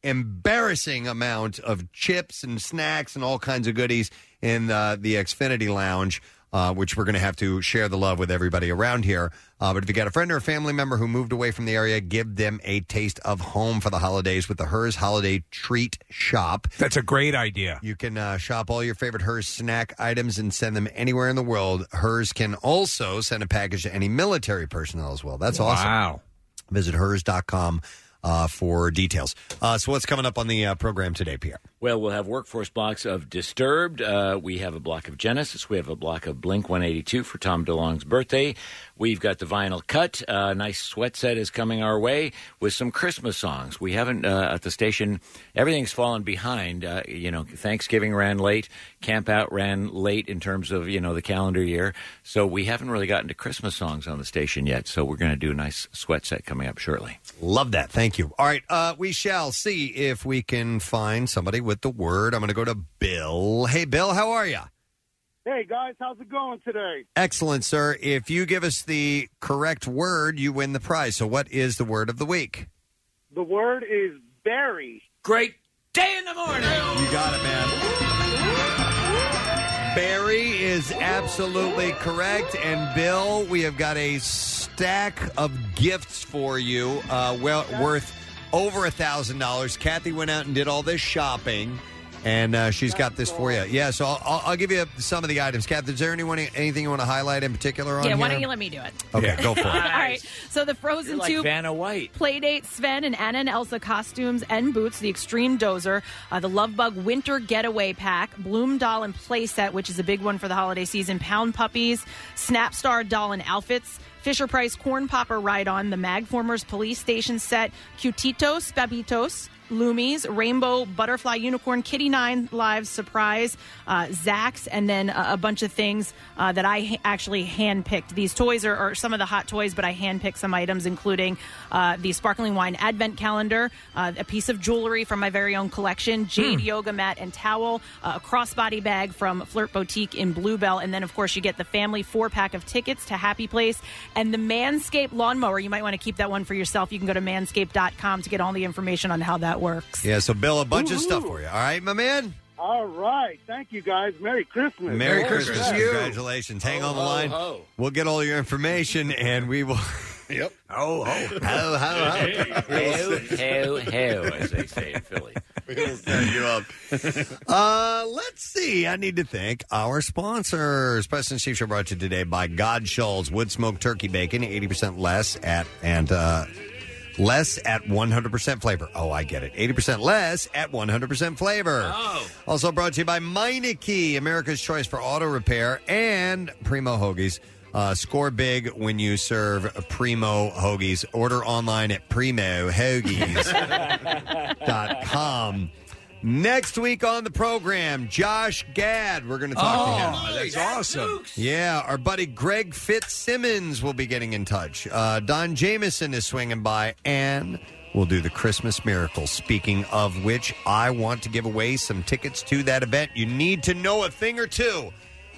Speaker 3: embarrassing amount of chips and snacks and all kinds of goodies in uh, the Xfinity Lounge, uh, which we're going to have to share the love with everybody around here. Uh, but if you got a friend or a family member who moved away from the area, give them a taste of home for the holidays with the Hers Holiday Treat Shop.
Speaker 5: That's a great idea.
Speaker 3: You can uh, shop all your favorite Hers snack items and send them anywhere in the world. Hers can also send a package to any military personnel as well. That's awesome.
Speaker 5: Wow.
Speaker 3: Visit hers.com uh, for details. Uh, so, what's coming up on the uh, program today, Pierre?
Speaker 15: Well, we'll have workforce blocks of Disturbed. Uh, we have a block of Genesis. We have a block of Blink 182 for Tom DeLong's birthday. We've got the vinyl cut. Uh, A nice sweat set is coming our way with some Christmas songs. We haven't uh, at the station. Everything's fallen behind. Uh, you know, Thanksgiving ran late. Camp Out ran late in terms of you know the calendar year. So we haven't really gotten to Christmas songs on the station yet. So we're going to do a nice sweat set coming up shortly.
Speaker 3: Love that. Thank you. All right. Uh, we shall see if we can find somebody with the word. I'm going to go to Bill. Hey, Bill, how are you?
Speaker 12: Hey guys, how's it going today?
Speaker 3: Excellent, sir. If you give us the correct word, you win the prize. So, what is the word of the week?
Speaker 12: The word is berry.
Speaker 24: Great day in the morning.
Speaker 3: You got it, man. Barry is absolutely correct. And Bill, we have got a stack of gifts for you, uh, well worth over a thousand dollars. Kathy went out and did all this shopping, and uh, she's got this for you. Yeah, so I'll, I'll, I'll give you some of the items. Kathy, is there anyone anything you want to highlight in particular on
Speaker 4: Yeah,
Speaker 3: here?
Speaker 4: why don't you let me do it?
Speaker 3: Okay, go for it.
Speaker 4: All right. So the Frozen
Speaker 15: You're like
Speaker 4: 2
Speaker 15: Vanna White.
Speaker 4: Playdate, Sven and Anna and Elsa costumes and boots, the Extreme Dozer, uh, the Love Bug Winter Getaway Pack, Bloom Doll and Playset, which is a big one for the holiday season, Pound Puppies, Snapstar Doll and Outfits, Fisher Price Corn Popper Ride On, the Magformers Police Station Set, Cutitos, Babitos, Loomies, Rainbow, Butterfly, Unicorn, Kitty Nine Lives, Surprise, uh, Zax, and then uh, a bunch of things uh, that I ha- actually handpicked. These toys are, are some of the hot toys, but I handpicked some items, including uh, the sparkling wine advent calendar, uh, a piece of jewelry from my very own collection, jade yoga mat and towel, uh, a crossbody bag from Flirt Boutique in Bluebell, and then, of course, you get the family four pack of tickets to Happy Place and the Manscaped lawnmower. You might want to keep that one for yourself. You can go to manscaped.com to get all the information on how that works.
Speaker 3: Yeah, so Bill, a bunch of
Speaker 12: Woohoo.
Speaker 3: stuff for you. All right, my man.
Speaker 12: All right, thank you guys. Merry Christmas.
Speaker 3: Merry Christmas.
Speaker 12: To you.
Speaker 3: Congratulations. Hang on the
Speaker 12: ho,
Speaker 3: line.
Speaker 12: ho.
Speaker 3: We'll get all your information and we will.
Speaker 8: Yep.
Speaker 5: Oh, oh.
Speaker 3: Ho, ho, ho.
Speaker 15: Ho, ho, ho, as they say in Philly.
Speaker 3: It'll set you up. Uh, let's see. I need to thank our sponsors. President Steve Show brought to you today by God Shoals Wood Smoked Turkey Bacon, 80% less at and uh, less at 100% flavor. Oh, I get it. 80% less at 100% flavor.
Speaker 6: Oh.
Speaker 3: Also brought to you by Meineke, America's choice for auto repair, and Primo Hoagies. Uh, score big when you serve Primo Hoagies. Order online at Primo Hoagies com. Next week on the program, Josh Gad. We're going to talk
Speaker 15: Oh,
Speaker 3: to him.
Speaker 5: that's awesome.
Speaker 3: Yeah, our buddy Greg Fitzsimmons will be getting in touch. Uh, Don Jameson is swinging by, and we'll do the Christmas miracle. Speaking of which, I want to give away some tickets to that event. You need to know a thing or two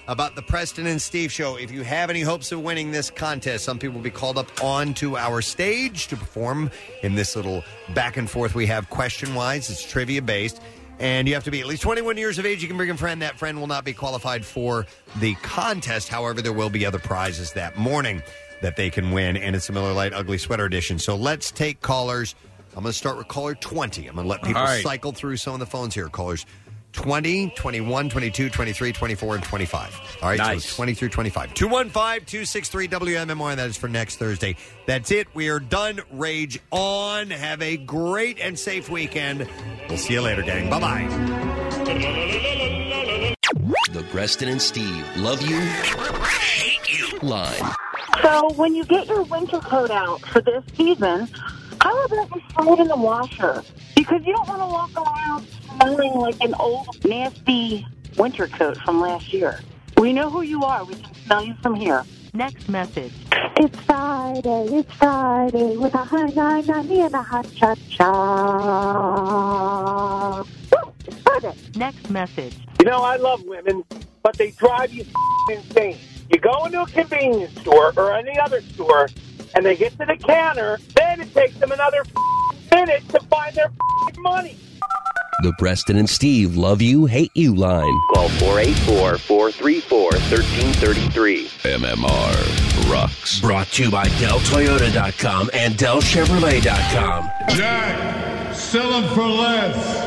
Speaker 3: about the Preston and Steve show. If you have any hopes of winning this contest, some people will be called up onto our stage to perform in this little back and forth we have question wise. It's trivia based. And you have to be at least 21 years of age. You can bring a friend. That friend will not be qualified for the contest. However, there will be other prizes that morning that they can win. And it's a Miller Lite Ugly Sweater Edition. So let's take callers. I'm going to start with caller 20. I'm going to let people
Speaker 6: All right.
Speaker 3: cycle through some of the phones here. Callers 20, 21, 22, 23, 24, and 25. All right,
Speaker 6: Nice.
Speaker 3: so 20 through 25. 215 263 WMMR. That is for next Thursday. That's it. We are done. Rage on. Have a great and safe weekend. We'll see you later, gang. Bye bye.
Speaker 9: The Preston and Steve love you, hate you line.
Speaker 18: So when you get your winter coat out for this season, how about you throw it in the washer? Because you don't want to walk around smelling like an old nasty winter coat from last year. We know who you are. We can smell you from here. Next message.
Speaker 12: It's Friday, it's Friday, with a high nine on me and a hot cha cha.
Speaker 25: Next message.
Speaker 12: You know, I love women, but they drive you insane. You go into a convenience store or any other store, and they get to the counter, then it takes them another minute to find their money.
Speaker 9: The Preston and Steve love you, hate you line.
Speaker 2: Call 484 434 1333.
Speaker 9: MMR rocks. Brought to you by DellToyota.com and DellChevrolet.com.
Speaker 14: Jack, sell them for less.